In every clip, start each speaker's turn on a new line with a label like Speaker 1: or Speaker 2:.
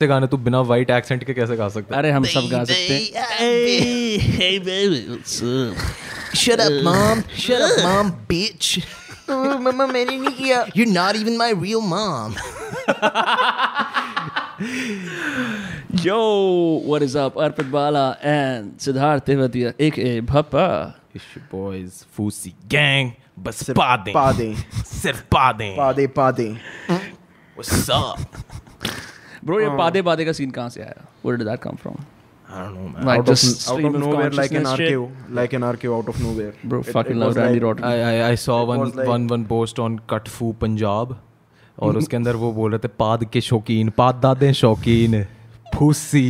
Speaker 1: से गाने तू बिना वाइट एक्सेंट के कैसे गा सकता
Speaker 2: अरे हम सब गा सकते हैं
Speaker 3: Hey, hey, baby, what's up? Shut up, mom. Shut up, mom, bitch. Oh, mama, मैंने नहीं किया. You're not even my real mom.
Speaker 2: Yo, what is up? Arpit Bala and Siddharth Tevatia, aka Bhappa.
Speaker 1: है boys फूसी gang बस
Speaker 4: सिर्फ
Speaker 1: पा दें
Speaker 4: पा दें
Speaker 1: सिर्फ पा दें
Speaker 4: पा दें पा दें
Speaker 1: What's up?
Speaker 2: Bro,
Speaker 4: हाँ।
Speaker 2: ये पादे पादे का सीन कहाँ से आया? Where did that come from?
Speaker 1: I don't know, man.
Speaker 2: Like
Speaker 4: out of,
Speaker 2: just
Speaker 4: out
Speaker 2: stream
Speaker 4: of
Speaker 2: of
Speaker 4: nowhere like an
Speaker 2: consciousness shit?
Speaker 4: RKO like an RKO out of nowhere
Speaker 2: Bro,
Speaker 4: It-
Speaker 2: fucking
Speaker 4: it
Speaker 2: love
Speaker 4: was
Speaker 2: Randy
Speaker 4: like-
Speaker 2: Orton.
Speaker 1: I I I saw
Speaker 4: It
Speaker 1: one
Speaker 4: was like-
Speaker 1: one one post on कटफू Punjab और उसके अंदर वो बोल रहे थे पाद के शौकीन पाद दादे शौकीन फूसी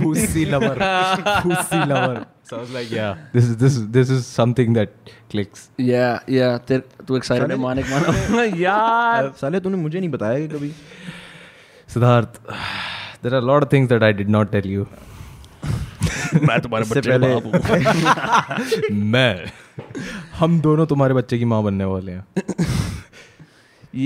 Speaker 1: फूसी लवर फूसी lover so I was like yeah this is this is this is something that clicks
Speaker 2: Yeah, yeah. तेर तू excited है
Speaker 4: साले-
Speaker 2: मानिक मानो?
Speaker 4: अरे,
Speaker 2: यार.
Speaker 4: Uh, साले तूने मुझे नहीं बताया ये कभी
Speaker 1: Siddharth there are a lot of things that I did not tell you
Speaker 2: मैं तुम्हारे
Speaker 4: इससे पहले
Speaker 1: मैं हम दोनों तुम्हारे बच्चे की माँ बनने वाले हैं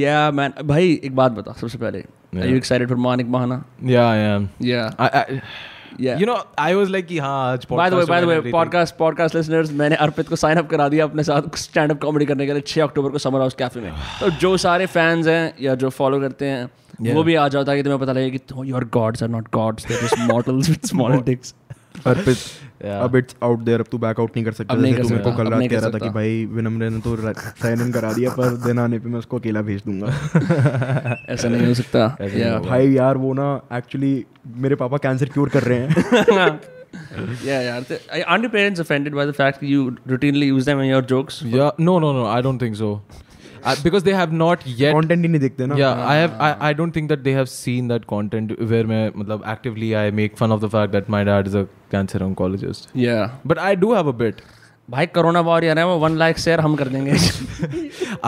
Speaker 2: Yeah, man. भाई एक बात बता सबसे पहले. Are you excited for Manik Mahana?
Speaker 1: yeah I am
Speaker 2: Yeah,
Speaker 1: I, I
Speaker 2: yeah.
Speaker 1: you know I was like कि हाँ आज
Speaker 2: By the way,
Speaker 1: podcast
Speaker 2: by the way,
Speaker 1: वगैरह everything.
Speaker 2: podcast podcast listeners, मैंने अर्पित को साइन अप करा दिया अपने साथ स्टैंड अप कॉमेडी करने के लिए 6 अक्टूबर को समर हाउस कैफे में तो जो सारे फैंस हैं या जो फॉलो करते हैं वो भी आ जाओ ताकि तुम्हें पता लगे कि "Oh, your gods are not gods they are just models with small dicks
Speaker 4: Arpit
Speaker 1: Yeah.
Speaker 4: अब इट्स आउट देयर अब तू बैक आउट नहीं कर सकता
Speaker 2: अब नहीं
Speaker 4: जैसे
Speaker 2: कर
Speaker 4: तू
Speaker 2: सकता,
Speaker 4: मेरे को कल
Speaker 2: अब
Speaker 4: रात
Speaker 2: नहीं
Speaker 4: कह
Speaker 2: कर
Speaker 4: रहा था कि
Speaker 2: सकता।
Speaker 4: भाई विनम्र ने तो साइन इन करा दिया पर दिन आने पे मैं उसको अकेला भेज दूंगा
Speaker 2: ऐसा नहीं हो सकता या
Speaker 4: भाई यार वो ना एक्चुअली मेरे पापा कैंसर क्योर कर रहे हैं
Speaker 2: या यार तो are your parents offended by the fact that you routinely use them in your jokes
Speaker 1: Yeah, no, no, no. I don't think so, I, because they have not yet.
Speaker 4: Content ही नहीं देखते ना
Speaker 1: yeah, I have. I, I don't think that they have seen that content where मैं मतलब actively I make fun of the fact that my dad is a cancer oncologist.
Speaker 2: yeah
Speaker 1: But I do have a bit.
Speaker 2: भाई corona warrior है वो one lakh share हम कर देंगे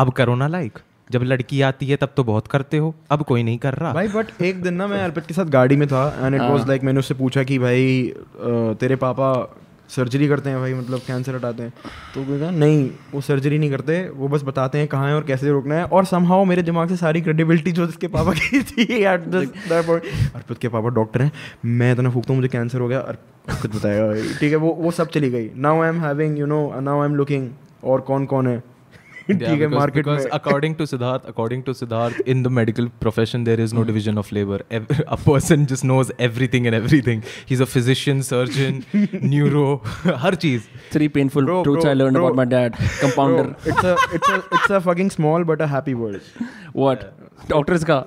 Speaker 1: अब करो ना लाइक जब लड़की आती है तब तो बहुत करते हो अब कोई नहीं कर रहा
Speaker 4: भाई बट एक दिन ना मैं अर्पित के साथ गाड़ी में था एंड इट वाज लाइक मैंने उससे पूछा कि भाई अ, तेरे पापा सर्जरी करते हैं भाई मतलब कैंसर हटाते हैं तो उसने कहा नहीं वो सर्जरी नहीं करते वो बस बताते हैं कहाँ है और कैसे रोकना है और समहाउ मेरे दिमाग से सारी क्रेडिबिलिटी जो उसके पापा की थी at this- that point, अर्पित के पापा डॉक्टर हैं मैं इतना फूकता हूँ मुझे कैंसर हो गया अर्पित बताएगा भाई ठीक है वो वो सब चली गई now I am having you know now I am looking और कौन कौन है ठीक है मार्केट में
Speaker 1: according to Siddharth according to Siddharth in the medical profession there is no
Speaker 2: Hmm.
Speaker 1: Division of labour a person just knows everything and everything he is a physician surgeon neuro हर चीज
Speaker 2: three painful
Speaker 4: Bro,
Speaker 2: truths
Speaker 4: bro,
Speaker 2: I learn
Speaker 4: bro.
Speaker 2: About my dad compounder
Speaker 4: Bro, it's a it's a it's a fucking small but a happy world.
Speaker 2: What? Doctors का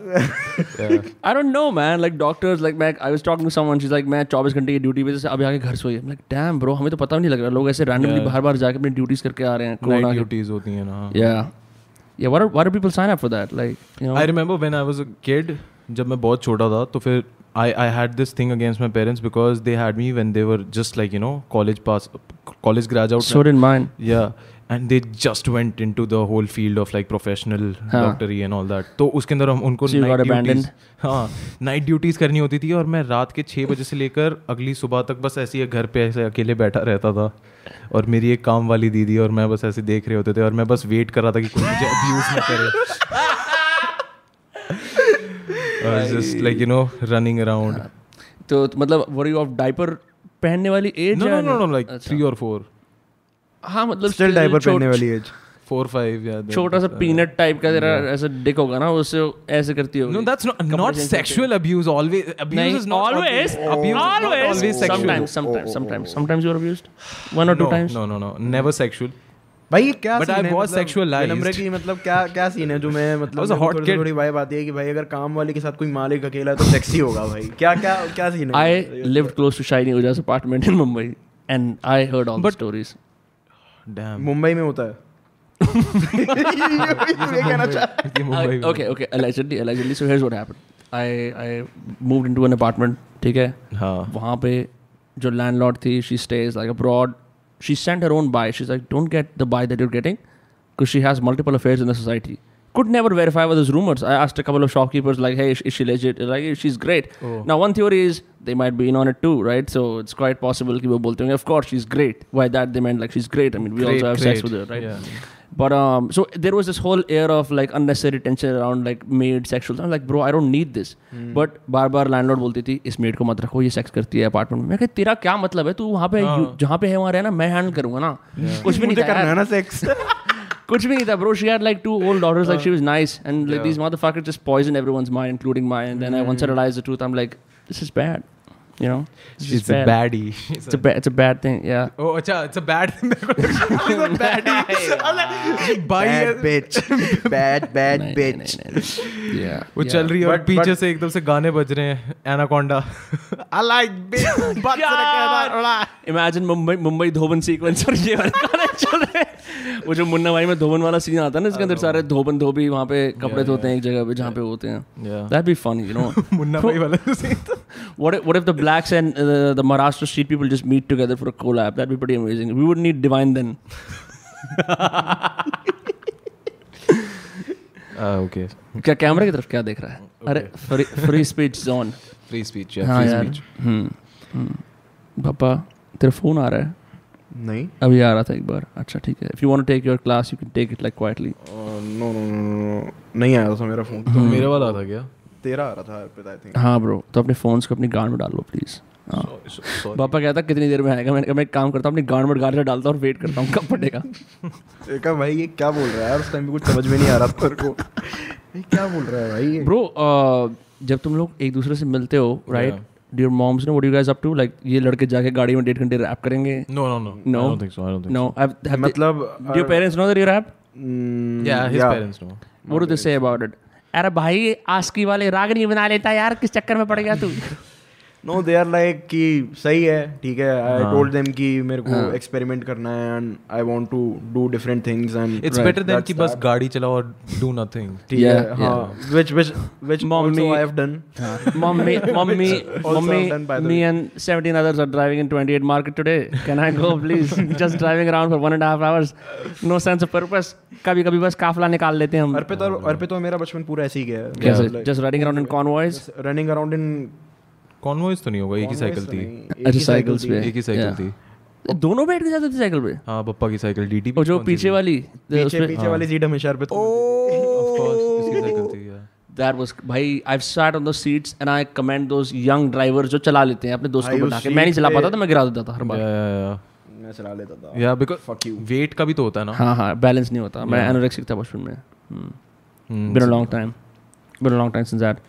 Speaker 2: I don't know man like doctors like मैं I was talking to someone she's like मैं 24 घंटे की duty पे से अभी आके घर सोई I'm like damn bro हमें तो पता भी नहीं लग रहा लोग ऐसे randomly
Speaker 1: Yeah.
Speaker 2: बाहर बाहर जाके अपनी ड्यूटीज करके आ रहे हैं
Speaker 1: नाइट
Speaker 2: कोरोना के
Speaker 1: ड्यूटीज होती हैं हाँ। ना
Speaker 2: yeah yeah what are what do people sign up for that like you know
Speaker 1: I remember when I was a kid जब मैं बहुत छोटा था तो फिर I I had this thing against my parents because they had me when they were just like you know college pass college graze
Speaker 2: so
Speaker 1: out
Speaker 2: did mine
Speaker 1: या and they just went in to the whole field of like professional
Speaker 2: हाँ.
Speaker 1: डॉक्टरी and all that तो उसके अंदर हम उनको
Speaker 2: So you
Speaker 1: night
Speaker 2: got
Speaker 1: duties-
Speaker 2: abandoned.
Speaker 1: हाँ night duties करनी होती थी और मैं रात के छः बजे से लेकर अगली सुबह तक बस ऐसे ही घर पे ऐसे अकेले बैठा रहता था और मेरी एक काम वाली दीदी और मैं बस ऐसे देख रहे होते थे और मैं बस वेट कर रहा था कि कोई मुझे अब्यूज ना करे just like you know running around
Speaker 2: तो तो मतलब were you of diaper पहनने वाली age
Speaker 1: नो
Speaker 2: है?
Speaker 1: नो नो नो लाइक
Speaker 2: अच्छा।
Speaker 1: थ्री और फोर
Speaker 2: हाँ मतलब
Speaker 4: Still
Speaker 2: still
Speaker 4: diaper
Speaker 2: छोट-
Speaker 4: पहनने वाली एज
Speaker 1: फोर फाइव या
Speaker 2: छोटा सा
Speaker 1: uh,
Speaker 2: पीनट टाइप का तेरा ऐसा डिक होगा ना उससे ऐसे करती होगी
Speaker 1: No, that's not not
Speaker 2: change करते हैं।
Speaker 1: sexual abuse. Always abuse
Speaker 2: नहीं,
Speaker 1: is not
Speaker 2: always,
Speaker 1: abuse. Abuse is not
Speaker 2: always,
Speaker 1: always sexual. Oh,
Speaker 2: Sometimes, sometimes, sometimes, sometimes you are abused. One or two
Speaker 1: no,
Speaker 2: times.
Speaker 1: No, no, no, never sexual.
Speaker 4: भाई ये क्या
Speaker 1: But
Speaker 4: scene
Speaker 1: I
Speaker 4: है
Speaker 1: was
Speaker 4: मतलब
Speaker 1: sexualized.
Speaker 4: विनम्र की मतलब क्या क्या सीन है जो मैं मतलब
Speaker 1: was a
Speaker 4: मेरे को
Speaker 1: hot
Speaker 4: थोड़ी से
Speaker 1: kid.
Speaker 4: थोड़ी vibe आती है कि भाई अगर काम वाले के साथ कोई मालिक अकेला है तो सेक्सी होगा भाई क्या क्या क्या सीन है
Speaker 2: I lived close to Shiny Oja's apartment in Mumbai, and I heard all the
Speaker 1: But-
Speaker 2: stories.
Speaker 1: Damn.
Speaker 4: Mumbai में होता है ये कहना चाह-
Speaker 1: ये
Speaker 2: I-
Speaker 1: मुंबई में-
Speaker 2: okay, okay. Allegedly, allegedly. So here's what happened. I I moved into an apartment. ठीक है.
Speaker 1: हाँ.
Speaker 2: वहाँ पे जो landlord थी, she stays like abroad. She sent her own buy. She's like, don't get the buy that you're getting, because she has multiple affairs in the society. Could never verify were those rumors. I asked a couple of shopkeepers, like, hey, is is she legit? They're Like, "Yeah, she's great.
Speaker 1: Oh.
Speaker 2: Now, one theory is they might be in on it too, right? So it's quite possible. कि वो बोलते होंगे, Of course, she's great. By that they meant like she's great. I mean, we
Speaker 1: Great,
Speaker 2: also have sex
Speaker 1: great.
Speaker 2: with her, right?
Speaker 1: Yeah.
Speaker 2: But um, so there was this whole air of like unnecessary tension around like maid sexual. I'm like, bro, I don't need this.
Speaker 1: Hmm.
Speaker 2: But बार बार landlord बोलती थी इस made को मत रखो ये sex करती है अपार्टमेंट में मैं कहा तेरा क्या मतलब है तू वहाँ पे you- जहाँ पे है वहाँ रहना मैं हैंडल करूंगा ना कुछ भी नहीं
Speaker 4: मुझे
Speaker 2: था
Speaker 4: करना है
Speaker 2: यार।
Speaker 4: ना सेक्स
Speaker 2: कुछ भी नहीं था bro she had like two old daughters like she was nice and like these motherfuckers just poisoned everyone's mind including mine and then
Speaker 1: Hmm.
Speaker 2: I once I realized the truth I'm like this is bad you know this is
Speaker 1: She's a baddie.
Speaker 2: it's a bad it's a bad thing yeah
Speaker 1: Oh, acha, it's a bad thing. She's a baddie. I'm like, bhai
Speaker 4: bad
Speaker 1: ये-
Speaker 4: bitch bad bad
Speaker 2: नहीं, नहीं,
Speaker 4: बिच
Speaker 2: नहीं, नहीं, नहीं. yeah
Speaker 1: वो
Speaker 2: yeah.
Speaker 1: चल रही है और
Speaker 4: But-
Speaker 1: पीछे
Speaker 4: but-
Speaker 1: से एकदम से गाने बज रहे हैं anaconda I like big
Speaker 2: imagine Mumbai Mumbai धोबन सीक्वेंस और ये वाले गाने चल रहे हैं। वो जो मुन्ना भाई में धोबन वाला सीन आता है ना इसके अंदर सारे धोबन धोबी वहाँ पे कपड़े धोते हैं एक जगह पे जहाँ पे होते हैं
Speaker 1: Yeah.
Speaker 2: That'd be funny, you know.
Speaker 1: Munna भाई वाला जो scene था।
Speaker 2: What if, what if the blacks and uh, the, the Maharashtra street people just meet together for a collab? That'd be pretty amazing. We would need Divine then.
Speaker 1: Ah, okay.
Speaker 2: क्या कैमरे की तरफ क्या देख रहा है अरे free free speech zone
Speaker 1: Free speech, yeah,
Speaker 2: हाँ
Speaker 1: free
Speaker 2: यार
Speaker 1: speech.
Speaker 2: हम्म, हम्म। पापा तेरा फोन आ रहा है
Speaker 4: नहीं
Speaker 2: अभी आ रहा था एक बार अच्छा ठीक है if you want to take your class you can take it like quietly
Speaker 4: no no no नहीं आया था मेरा फोन
Speaker 2: हम्म।
Speaker 1: तो मेरे वाला था क्या
Speaker 4: तेरा आ रहा था अर्पित आई थिंक
Speaker 2: हाँ ब्रो तो अपने फोन्स को अपनी गांड में डाल लो प्लीज हाँ पापा कहता कितनी देर में आएगा मैंने कहा मैं एक काम करता हूँ अपनी गांड में गाड़ी डालता हूँ और वेट करता हूँ कब पड़ेगा
Speaker 4: देखा भाई ये क्या बोल रहा है यार उस टाइम पे कुछ समझ में नहीं आ रहा था मेरे को ये क्या बोल रहा है भाई ये
Speaker 2: ब्रो uh, जब तुम लोग एक दूसरे से मिलते हो right dear moms no what you guys up to like ये लड़के जाके गाड़ी में डेढ़ घंटे रैप करेंगे
Speaker 1: No, no, no.
Speaker 2: No.
Speaker 1: I don't think so. I don't think.
Speaker 2: No
Speaker 4: मतलब
Speaker 2: do your parents know that you rap
Speaker 1: So.
Speaker 4: mm,
Speaker 1: Yeah, his
Speaker 4: yeah.
Speaker 1: parents know.
Speaker 2: What do they say about it अरे भाई आस्की वाले राग नहीं बना लेता यार किस चक्कर में पड़ गया तू
Speaker 4: नो दे आर लाइक कि सही है ठीक है आई
Speaker 1: हाँ।
Speaker 4: टोल्ड देम कि मेरे को एक्सपेरिमेंट करना है and I want to do different things and
Speaker 1: It's better than कि बस गाड़ी चलाओ और do nothing.
Speaker 4: ठीक है हाँ,
Speaker 2: Yeah,
Speaker 4: हां which which which
Speaker 2: Mommy-
Speaker 4: mummy I have done
Speaker 2: mommy, mommy,
Speaker 4: also
Speaker 2: mommy,
Speaker 4: done by the
Speaker 2: me and 17 others are driving in 28 market today. Can I go, please? Just driving around for one and a half hours. No sense of purpose. कभी कभी बस काफला निकाल लेते
Speaker 1: Hmm.
Speaker 2: हैं हम
Speaker 4: अर्पित और
Speaker 1: हाँ।
Speaker 4: अर्पित और मेरा बचपन पूरा ऐसे ही गया है
Speaker 2: कैसे just riding around in convoys
Speaker 4: running around in
Speaker 1: Convoys तो नहीं होगा एक ही साइकिल थी
Speaker 2: अच्छा साइकिल्स पे
Speaker 1: एक ही साइकिल
Speaker 2: Yeah.
Speaker 1: थी
Speaker 2: दोनों बैठ के जाते थे साइकिल पे
Speaker 1: हाँ पप्पा की साइकिल डीटी
Speaker 2: और जो पीछे वाली
Speaker 4: पीछे पीछे
Speaker 1: हाँ।
Speaker 4: वाली सीट हमेशा अर्पित को
Speaker 1: उसकी साइकिल थी yeah.
Speaker 2: दैट वाज भाई I sat on the seats and I commend those young drivers जो चला लेते हैं अपने दोस्तों
Speaker 4: भाई,
Speaker 2: को
Speaker 4: उस
Speaker 2: उठा के
Speaker 4: seat
Speaker 2: मैं नहीं चला
Speaker 4: पे-
Speaker 2: पाता तो मैं गिरा देता था हर बार
Speaker 1: Yeah, yeah, yeah.
Speaker 4: मिलती। मैं चला लेता था
Speaker 1: Yeah, because
Speaker 4: fuck you
Speaker 1: weight का भी तो होता है ना
Speaker 2: हाँ हाँ बैलेंस नहीं होता मैं एनोरेक्सिक था बचपन में हम्म।
Speaker 1: Hmm.
Speaker 2: been a long time been a long time since that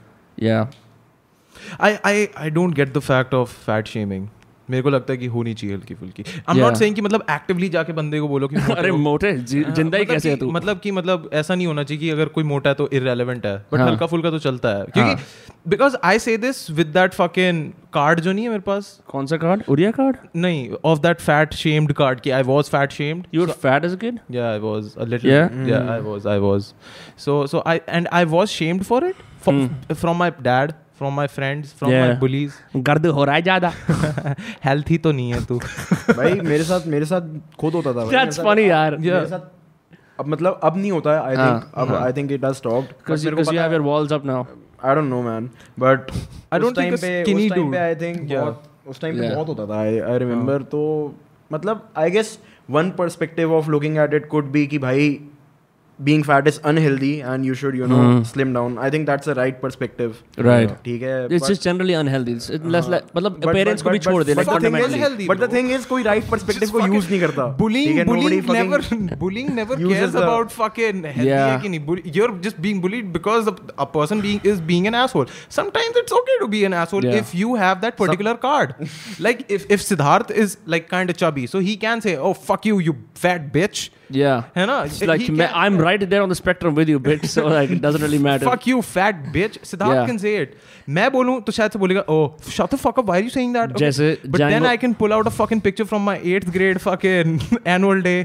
Speaker 2: yeah
Speaker 1: I I I don't get the fact of fat shaming. मेरे को लगता है कि होनी चाहिए हल्की फुल्की I am
Speaker 2: Yeah.
Speaker 1: Not saying कि मतलब एक्टिवली जाके बंदे को बोलो कि मोटे
Speaker 2: अरे
Speaker 1: हो।
Speaker 2: मोटे जी-
Speaker 1: हाँ,
Speaker 2: जिंदा ही
Speaker 1: मतलब
Speaker 2: कैसे है
Speaker 1: कि-
Speaker 2: तू
Speaker 1: मतलब कि मतलब ऐसा नहीं होना चाहिए कि अगर कोई मोटा है तो इरेलीवेंट है बट
Speaker 2: हाँ।
Speaker 1: हल्का फुल्का तो चलता है क्योंकि because I say this with that fucking card जो नहीं है मेरे पास
Speaker 2: कौन सा कार्ड उड़िया कार्ड
Speaker 1: नहीं of that fat shamed card की I was fat shamed
Speaker 2: you were fat as a kid
Speaker 1: Yeah, I was a little.
Speaker 2: Yeah?
Speaker 1: yeah, I was, I was. So, so I and I was shamed for it from, from my dad, from my friends, from my
Speaker 2: Hmm. Yeah.
Speaker 1: bullies.
Speaker 2: गर्द हो रहा है ज्यादा
Speaker 1: Healthy तो नहीं है तू.
Speaker 4: भाई मेरे साथ मेरे साथ खुद होता था भाई, मेरे
Speaker 2: दैट्स
Speaker 4: साथ-
Speaker 2: फनी यार
Speaker 4: मेरे साथ अब मतलब अब नहीं होता है आई थिंक
Speaker 2: हाँ,
Speaker 4: अब I think it has stopped
Speaker 2: cuz you have your walls up now
Speaker 4: I don't know man but
Speaker 1: I don't think a skinny dude.
Speaker 4: I think
Speaker 1: Yeah.
Speaker 4: बहुत उस टाइम पे
Speaker 2: Yeah. हाँ.
Speaker 4: बहुत होता था आई आई रिमेंबर तो मतलब I guess one perspective of looking at it could be कि भाई being fat is unhealthy and you should you know slim down I think that's a right perspective
Speaker 2: Mm-hmm. Right.
Speaker 4: ठीक है हाँ.
Speaker 2: इट्स जस्ट जनरली अनहेल्दी मतलब parents को भी छोड़ दे
Speaker 1: but the thing is-
Speaker 2: fundamentally
Speaker 1: fundamentally.
Speaker 4: But the thing is कोई right perspective को यूज नहीं करता
Speaker 1: Bullying,
Speaker 4: ठीक है? Nobody
Speaker 1: bullying
Speaker 4: fucking-
Speaker 1: never, bullying never
Speaker 4: uses
Speaker 1: cares
Speaker 4: the-
Speaker 1: about fucking healthy
Speaker 2: Yeah.
Speaker 1: है कि नहीं. Bully, you're just being bullied because of a person being is being an asshole. Sometimes it's okay to be an asshole
Speaker 2: Yeah.
Speaker 1: if you have that particular card. like if if Siddharth is like kind of chubby, so he can say, "Oh fuck you, you fat bitch."
Speaker 2: या
Speaker 1: है ना?
Speaker 2: like
Speaker 1: He can-
Speaker 2: मैं- I'm right there on the spectrum with you bitch so like it doesn't really matter
Speaker 1: fuck you fat bitch siddharth
Speaker 2: Yeah.
Speaker 1: can say it मैं बोलूं तो शायद से बोलेगा oh shut the fuck up why are you saying that Okay.
Speaker 2: जैसे
Speaker 1: but then
Speaker 2: Django-
Speaker 1: I can pull out a fucking picture from my 8th grade fucking annual day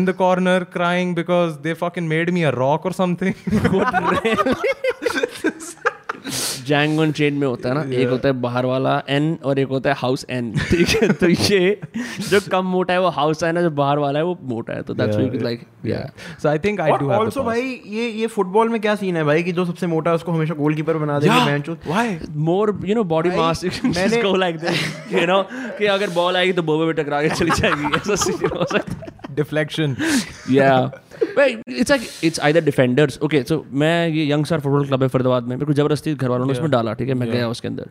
Speaker 1: in the corner crying because they fucking made me a rock or something
Speaker 2: Django and chain में होता है ना एक होता है बाहर वाला N और एक होता है हाउस एन ठीक है तो ये जो कम मोटा है वो हाउस एन है जो बाहर वाला है वो मोटा है तो दैट्स
Speaker 1: Yeah,
Speaker 2: व्हाई लाइक या
Speaker 1: so I think I
Speaker 4: और
Speaker 1: do have
Speaker 4: ऑल्सो
Speaker 1: the
Speaker 4: भाई ये ये फुटबॉल में क्या सीन है भाई कि जो सबसे मोटा है उसको हमेशा गोलकीपर बना देंगे बेंचो
Speaker 1: why
Speaker 2: more you know body mass
Speaker 4: मैंने-
Speaker 2: go like this you know कि अगर बॉल आएगी तो बोबे पे टकरा के चली जाएगी ऐसा सीन हो सकता
Speaker 1: deflection
Speaker 2: है या it's like it's either defenders okay so मैं ये यंग स्टार फुटबॉल क्लब है फरीदाबाद में मेरे को जबरदस्ती घर वालों ने उसमें डाला ठीक है मैं गया उसके अंदर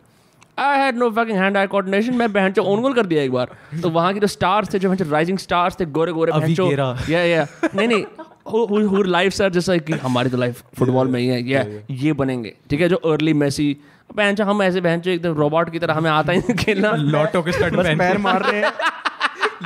Speaker 2: I had no fucking hand eye coordination मैं बहन चो ओन गोल कर दिया एक बार तो वहाँ के जो स्टार्स थे जो बहन राइजिंग स्टार्स थे गोरे गोरे बहन चो
Speaker 1: Avikera.
Speaker 2: या या नहीं नहीं हु लाइफ सर जैसा कि हमारी तो लाइफ फुटबॉल में ही है या ये बनेंगे ठीक है जो अर्ली मेसी बहन चो हम ऐसे बहन चो एकदम रोबोट की तरह हमें आता ही नहीं खेलना
Speaker 1: लॉटो के स्टड
Speaker 4: बस पैर मार रहे हैं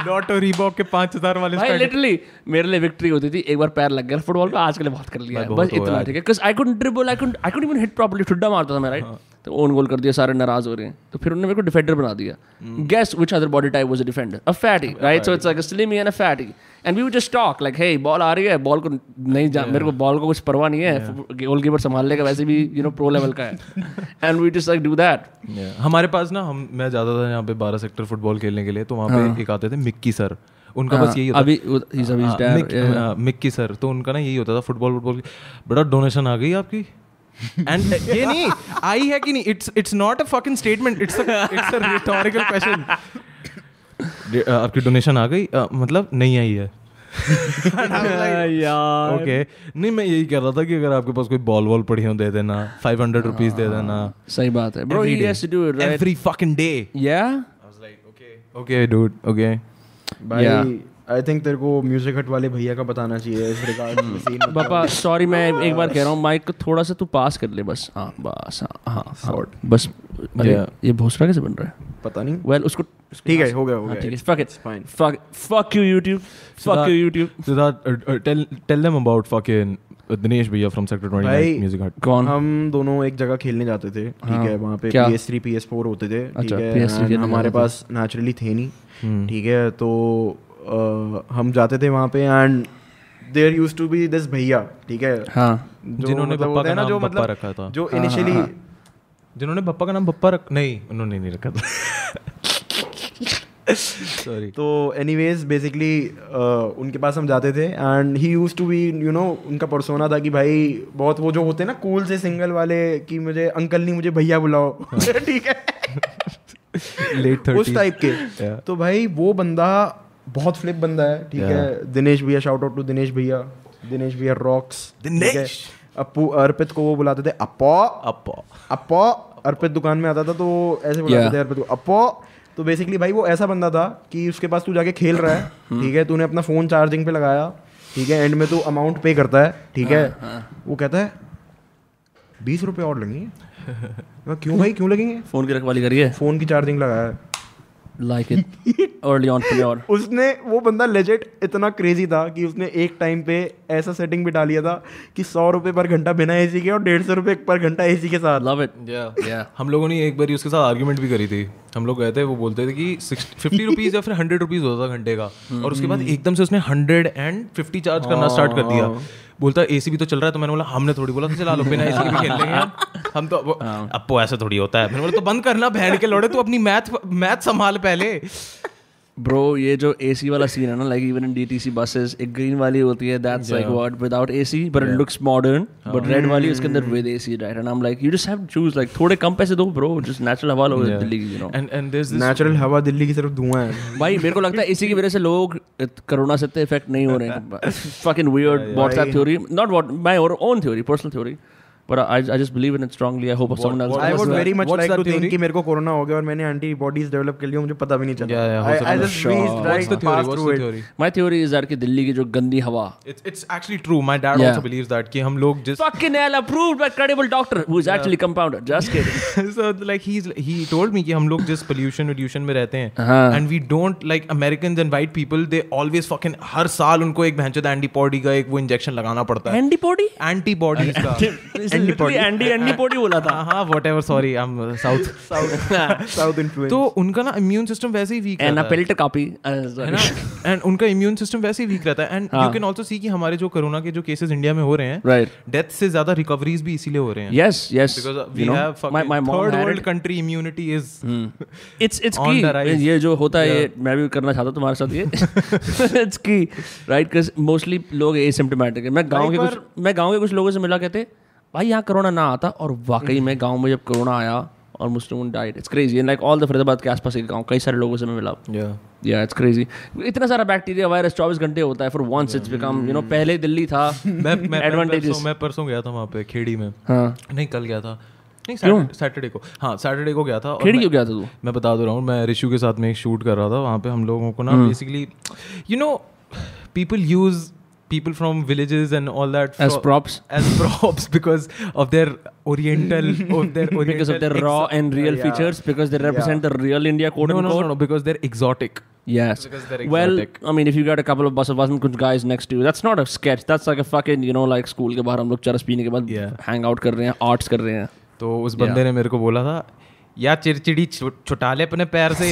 Speaker 1: लॉटो रीबॉक के 5000 वाले
Speaker 2: भाई
Speaker 1: स्टड
Speaker 2: लिटरली मेरे लिए विक्ट्री होती थी एक बार पैर लग गया फुटबॉल पे आज के लिए बहुत कर लिया
Speaker 1: भाई
Speaker 2: है।
Speaker 1: बहुत
Speaker 2: बस
Speaker 1: हुआ
Speaker 2: इतना
Speaker 1: आज।
Speaker 2: ठीक है because I couldn't dribble I couldn't I couldn't even hit properly ठुड्डा मारता था मैं राइट
Speaker 1: हाँ।
Speaker 2: तो ओन गोल कर दिया सारे नाराज हो रहे हैं तो फिर उन्होंने मेरे को डिफेंडर बना दिया
Speaker 1: hmm.
Speaker 2: Guess which other body type was a defender a fatty right so it's like a slimy and a fatty and we would just talk like hey ball आ रही है बॉल को नहीं जा मेरे को बॉल को कुछ परवाह नहीं है गोलकीपर संभाल लेगा वैसे भी यू नो प्रो लेवल का है and we just like do that
Speaker 1: Yeah. हमारे पास ना हम मैं जाता था यहाँ पे बारह सेक्टर फुटबॉल खेलने के लिए तो वहाँ
Speaker 2: हाँ।
Speaker 1: पे एक आते थे मिक्की सर उनका बस यही होता
Speaker 2: अभी ही सब
Speaker 1: हाँ, मिक- हाँ, मिक्की सर तो उनका ना यही होता था फुटबॉल फुटबॉल बड़ा डोनेशन आ गई आपकी एंड ये नहीं आई है कि नहीं it's it's not a fucking statement it's it's a rhetorical question uh, आपकी डोनेशन आ गई अ, मतलब नहीं आई है
Speaker 2: यार
Speaker 1: ओके नहीं मैं यही कह रहा था कि अगर आपके पास कोई बॉल वॉल पड़ी हो दे देना फाइव हंड्रेड रुपीज दे देना
Speaker 2: सही बात है bro he has to do it right
Speaker 1: every fucking day
Speaker 2: या
Speaker 1: ओके डूड ओके
Speaker 4: भाई
Speaker 2: Yeah.
Speaker 4: आई थिंक तेरे को म्यूजिक हट वाले भैया का बताना चाहिए इस रिगार्ड
Speaker 2: Hmm.
Speaker 4: में scene में।
Speaker 2: पापा सॉरी मैं एक बार कह रहा हूँ माइक को थोड़ा सा तू पास कर ले बस हाँ बस हाँ, हाँ हाँ बस अरे
Speaker 1: Yeah.
Speaker 2: ये भोसड़ा कैसे बन रहा है
Speaker 4: पता नहीं
Speaker 2: वेल उसको
Speaker 4: ठीक है हो गया हो
Speaker 2: हाँ, ठीक है
Speaker 4: गया
Speaker 2: fuck it
Speaker 4: fine.
Speaker 2: fuck fuck you YouTube fuck
Speaker 1: Siddharth- uh,
Speaker 2: you YouTube
Speaker 1: Siddharth tell tell them about fucking Dinesh भैया फ्रॉम सेक्टर 29
Speaker 4: भाई,
Speaker 1: म्यूजिक हट
Speaker 2: कौन
Speaker 4: हम दोनों एक जगह खेलने जाते थे ठीक है वहाँ पे
Speaker 2: हाँ। क्या?
Speaker 4: P S three P S four होते थे ठीक
Speaker 2: अच्छा,
Speaker 4: है
Speaker 2: PS3
Speaker 4: and
Speaker 2: खेलने जाते
Speaker 4: हमारे
Speaker 2: Hmm.
Speaker 4: पास नेचुरली थे नहीं ठीक है तो अ, हम जाते थे वहाँ पे and there used to be this भैया ठीक है
Speaker 2: हाँ
Speaker 4: जो
Speaker 1: जिन्होंने
Speaker 4: मतलब
Speaker 1: पप्पा
Speaker 4: होता
Speaker 1: का
Speaker 4: है ना
Speaker 1: नाम
Speaker 4: जो
Speaker 1: पप्पा
Speaker 4: मतलब
Speaker 1: रखा था हाँ,
Speaker 4: जो इनिशियली
Speaker 1: जिन्होंने पप्पा का नाम पप्पा रख नहीं उन्होंने नहीं रखा था सॉरी
Speaker 4: तो एनीवेज बेसिकली उनके पास हम जाते थे and he used to be you know उनका परसोना था कि भाई बहुत वो जो होते हैं ना कूल से सिंगल वाले कि मुझे अंकल नहीं मुझे भैया बुलाओ
Speaker 1: हाँ।
Speaker 4: ठीक है
Speaker 1: लेट
Speaker 4: उस टाइप के
Speaker 1: Yeah.
Speaker 4: तो भाई वो बंदा बहुत फ्लिप बंदा है ठीक
Speaker 1: Yeah.
Speaker 4: है दिनेश भैया शाउट आउट टू दिनेश भैया दिनेश भैया रॉक्स
Speaker 1: दिनेश!
Speaker 4: अपू अर्पित को वो बुलाते थे अपो
Speaker 1: अपा
Speaker 4: अपो अर्पित दुकान में आता था तो वो ऐसे
Speaker 2: Yeah.
Speaker 4: बुलाते थे अर्पित को अपो तो बेसिकली भाई वो ऐसा बंदा था कि उसके पास तू जाके खेल रहा है ठीक है तूने अपना फोन चार्जिंग पे लगाया ठीक है एंड में तू अमाउंट पे करता है ठीक है वो कहता है बीस रुपए और लगेंगे मैं, क्यों भाई क्यों लगेंगे
Speaker 2: फोन की रखवाली करिए
Speaker 4: फोन की चार्जिंग लगाया है
Speaker 2: like it early on pure
Speaker 4: उसने वो बंदा लेजेट इतना क्रेजी था कि उसने एक टाइम पे ऐसा सेटिंग भी डालिया था कि सौ रुपये पर घंटा बिना एसी के और डेढ़ सौ रुपये पर घंटा एसी के साथ
Speaker 2: लव इट
Speaker 1: या हम लोगों ने एक बार उसके साथ आर्ग्यूमेंट भी करी थी हम लोग गए थे वो बोलते थे कि फिफ्टी रुपीज या फिर हंड्रेड रुपीज होता था घंटे का और उसके बाद एकदम से उसने हंड्रेड एंड फिफ्टी चार्ज करना स्टार्ट कर दिया बोलता एसी भी तो चल रहा है तो मैंने बोला हमने थोड़ी बोला तो चला लो बिना एसी के भी खेल लेंगे हम। हम तो वो- अपो ऐसा थोड़ी होता है मैंने बोला तो बंद करना बहन के लोड़े तू अपनी मैथ मैथ संभाल पहले
Speaker 2: ब्रो ये जो एसी वाला सीन है ना like even in DTC buses एक ग्रीन वाली होती है that's like what without AC but it looks modern but red वाली उसके अंदर with AC right and I am like you just have to choose like थोड़े कम पैसे दो ब्रो जस्ट नेचुरल हवा लो दिल्ली की you know
Speaker 1: and and there
Speaker 4: natural हवा दिल्ली की तरफ धुआं है
Speaker 2: भाई मेरे को लगता है इसी की वजह से लोग कोरोना से इतने इफेक्ट नहीं हो रहे हैं fucking weird WhatsApp theory not what my own theory personal theory but I I just believe in it strongly I hope someone
Speaker 4: I
Speaker 2: else
Speaker 4: would very much
Speaker 1: What's
Speaker 4: like
Speaker 1: that
Speaker 4: to think
Speaker 1: theory?
Speaker 4: कि मेरे को corona हो गया और मैंने antibodies develop कर लिया मुझे पता भी नहीं चला
Speaker 1: Yeah, yeah, हो सकता
Speaker 4: आई
Speaker 1: है।
Speaker 4: Just right
Speaker 1: the theory what's the theory
Speaker 2: my theory is that कि दिल्ली की जो गंदी हवा
Speaker 1: it's it's actually true my dad
Speaker 2: Yeah.
Speaker 1: also believes that कि हम लोग जिस
Speaker 2: fucking hell approved by credible doctor who is actually compounder just kidding
Speaker 1: so like he's he told me कि हम लोग जिस pollution pollution में रहते हैं
Speaker 2: हाँ।
Speaker 1: and we don't like Americans and white people they always fucking हर साल उनको एक भैंचोद antibody का एक वो इंजेक्शन लगाना पड़ता है
Speaker 2: एंटीबॉडी
Speaker 1: antibodies का
Speaker 2: एंटीबॉडी एंटी एंटीबॉडी बोला था
Speaker 1: हाँ हाँ whatever sorry I am south
Speaker 4: south influence
Speaker 1: तो उनका ना इम्यून सिस्टम वैसे ही वीक
Speaker 2: एंड
Speaker 1: रहता
Speaker 2: अ
Speaker 1: है
Speaker 2: पेल्ट कॉपी
Speaker 1: है ना एंड उनका इम्यून सिस्टम वैसे ही वीक रहता है and you can also see कि हमारे जो कोरोना के जो केसेस इंडिया में हो रहे हैं
Speaker 2: Right.
Speaker 1: डेथ से ज्यादा रिकवरीज भी इसीलिए हो रहे हैं
Speaker 2: yes yes
Speaker 1: because uh, we
Speaker 2: you know,
Speaker 1: have
Speaker 2: my,
Speaker 1: fucking
Speaker 2: my mom
Speaker 1: third
Speaker 2: had
Speaker 1: world
Speaker 2: it. Hmm.
Speaker 1: country immunity is
Speaker 2: it's it's
Speaker 1: On the
Speaker 2: की
Speaker 1: rise.
Speaker 2: ये जो होता है ये मैं भी करना चाहता हूँ तुम्हारे साथ ये इट्स की राइट बिकॉज मोस्टली लोग एसिम्टोमेटिक है मैं गांव के कुछ मैं गांव के कुछ लोगों से मिला कहते भाई यहाँ कोरोना ना आता और वाकई में गांव में जब कोरोना आया और Muslim woman died it's crazy and like all the Faridabad के आसपास के गांव कई सारे लोगों से मैं मिला या इट्स क्रेजी इतना सारा बैक्टीरिया वायरस चौबीस घंटे होता है for once it's become you know पहले दिल्ली था
Speaker 1: Mm. मैं मैं
Speaker 2: Advantages.
Speaker 1: एडवांटेजेस मैं परसों गया था वहाँ पे खेड़ी में
Speaker 2: हाँ
Speaker 1: नहीं कल गया था नहीं
Speaker 2: क्यों?
Speaker 1: सैटरडे- सैटरडे को हाँ सैटरडे को गया था और
Speaker 2: खेड़ी
Speaker 1: मैं-
Speaker 2: क्यों गया था तू
Speaker 1: मैं बता दे रहा हूँ मैं रिशु के साथ में एक शूट कर रहा था वहाँ पे हम लोगों को ना
Speaker 2: Hmm.
Speaker 1: Basically you know people use people from villages and all that
Speaker 2: As props?
Speaker 1: as props because of their oriental of their oriental
Speaker 2: because of their raw and real features because they represent the real India
Speaker 1: no,
Speaker 2: quote
Speaker 1: no, no,
Speaker 2: unquote.
Speaker 1: no, because they're exotic
Speaker 2: Yes.
Speaker 1: Because they're
Speaker 2: Well,
Speaker 1: exotic.
Speaker 2: I mean, if you got a couple of bus of good guys next to you, that's not a sketch. That's like a fucking, you know, like school के बाहर हम लोग चरस पीने के बाद
Speaker 1: Yeah.
Speaker 2: hang out कर रहे हैं, arts कर रहे हैं.
Speaker 1: तो उस बंदे ने मेरे को बोला था या चिड़चिड़ी छु- छुटा ले अपने पैर से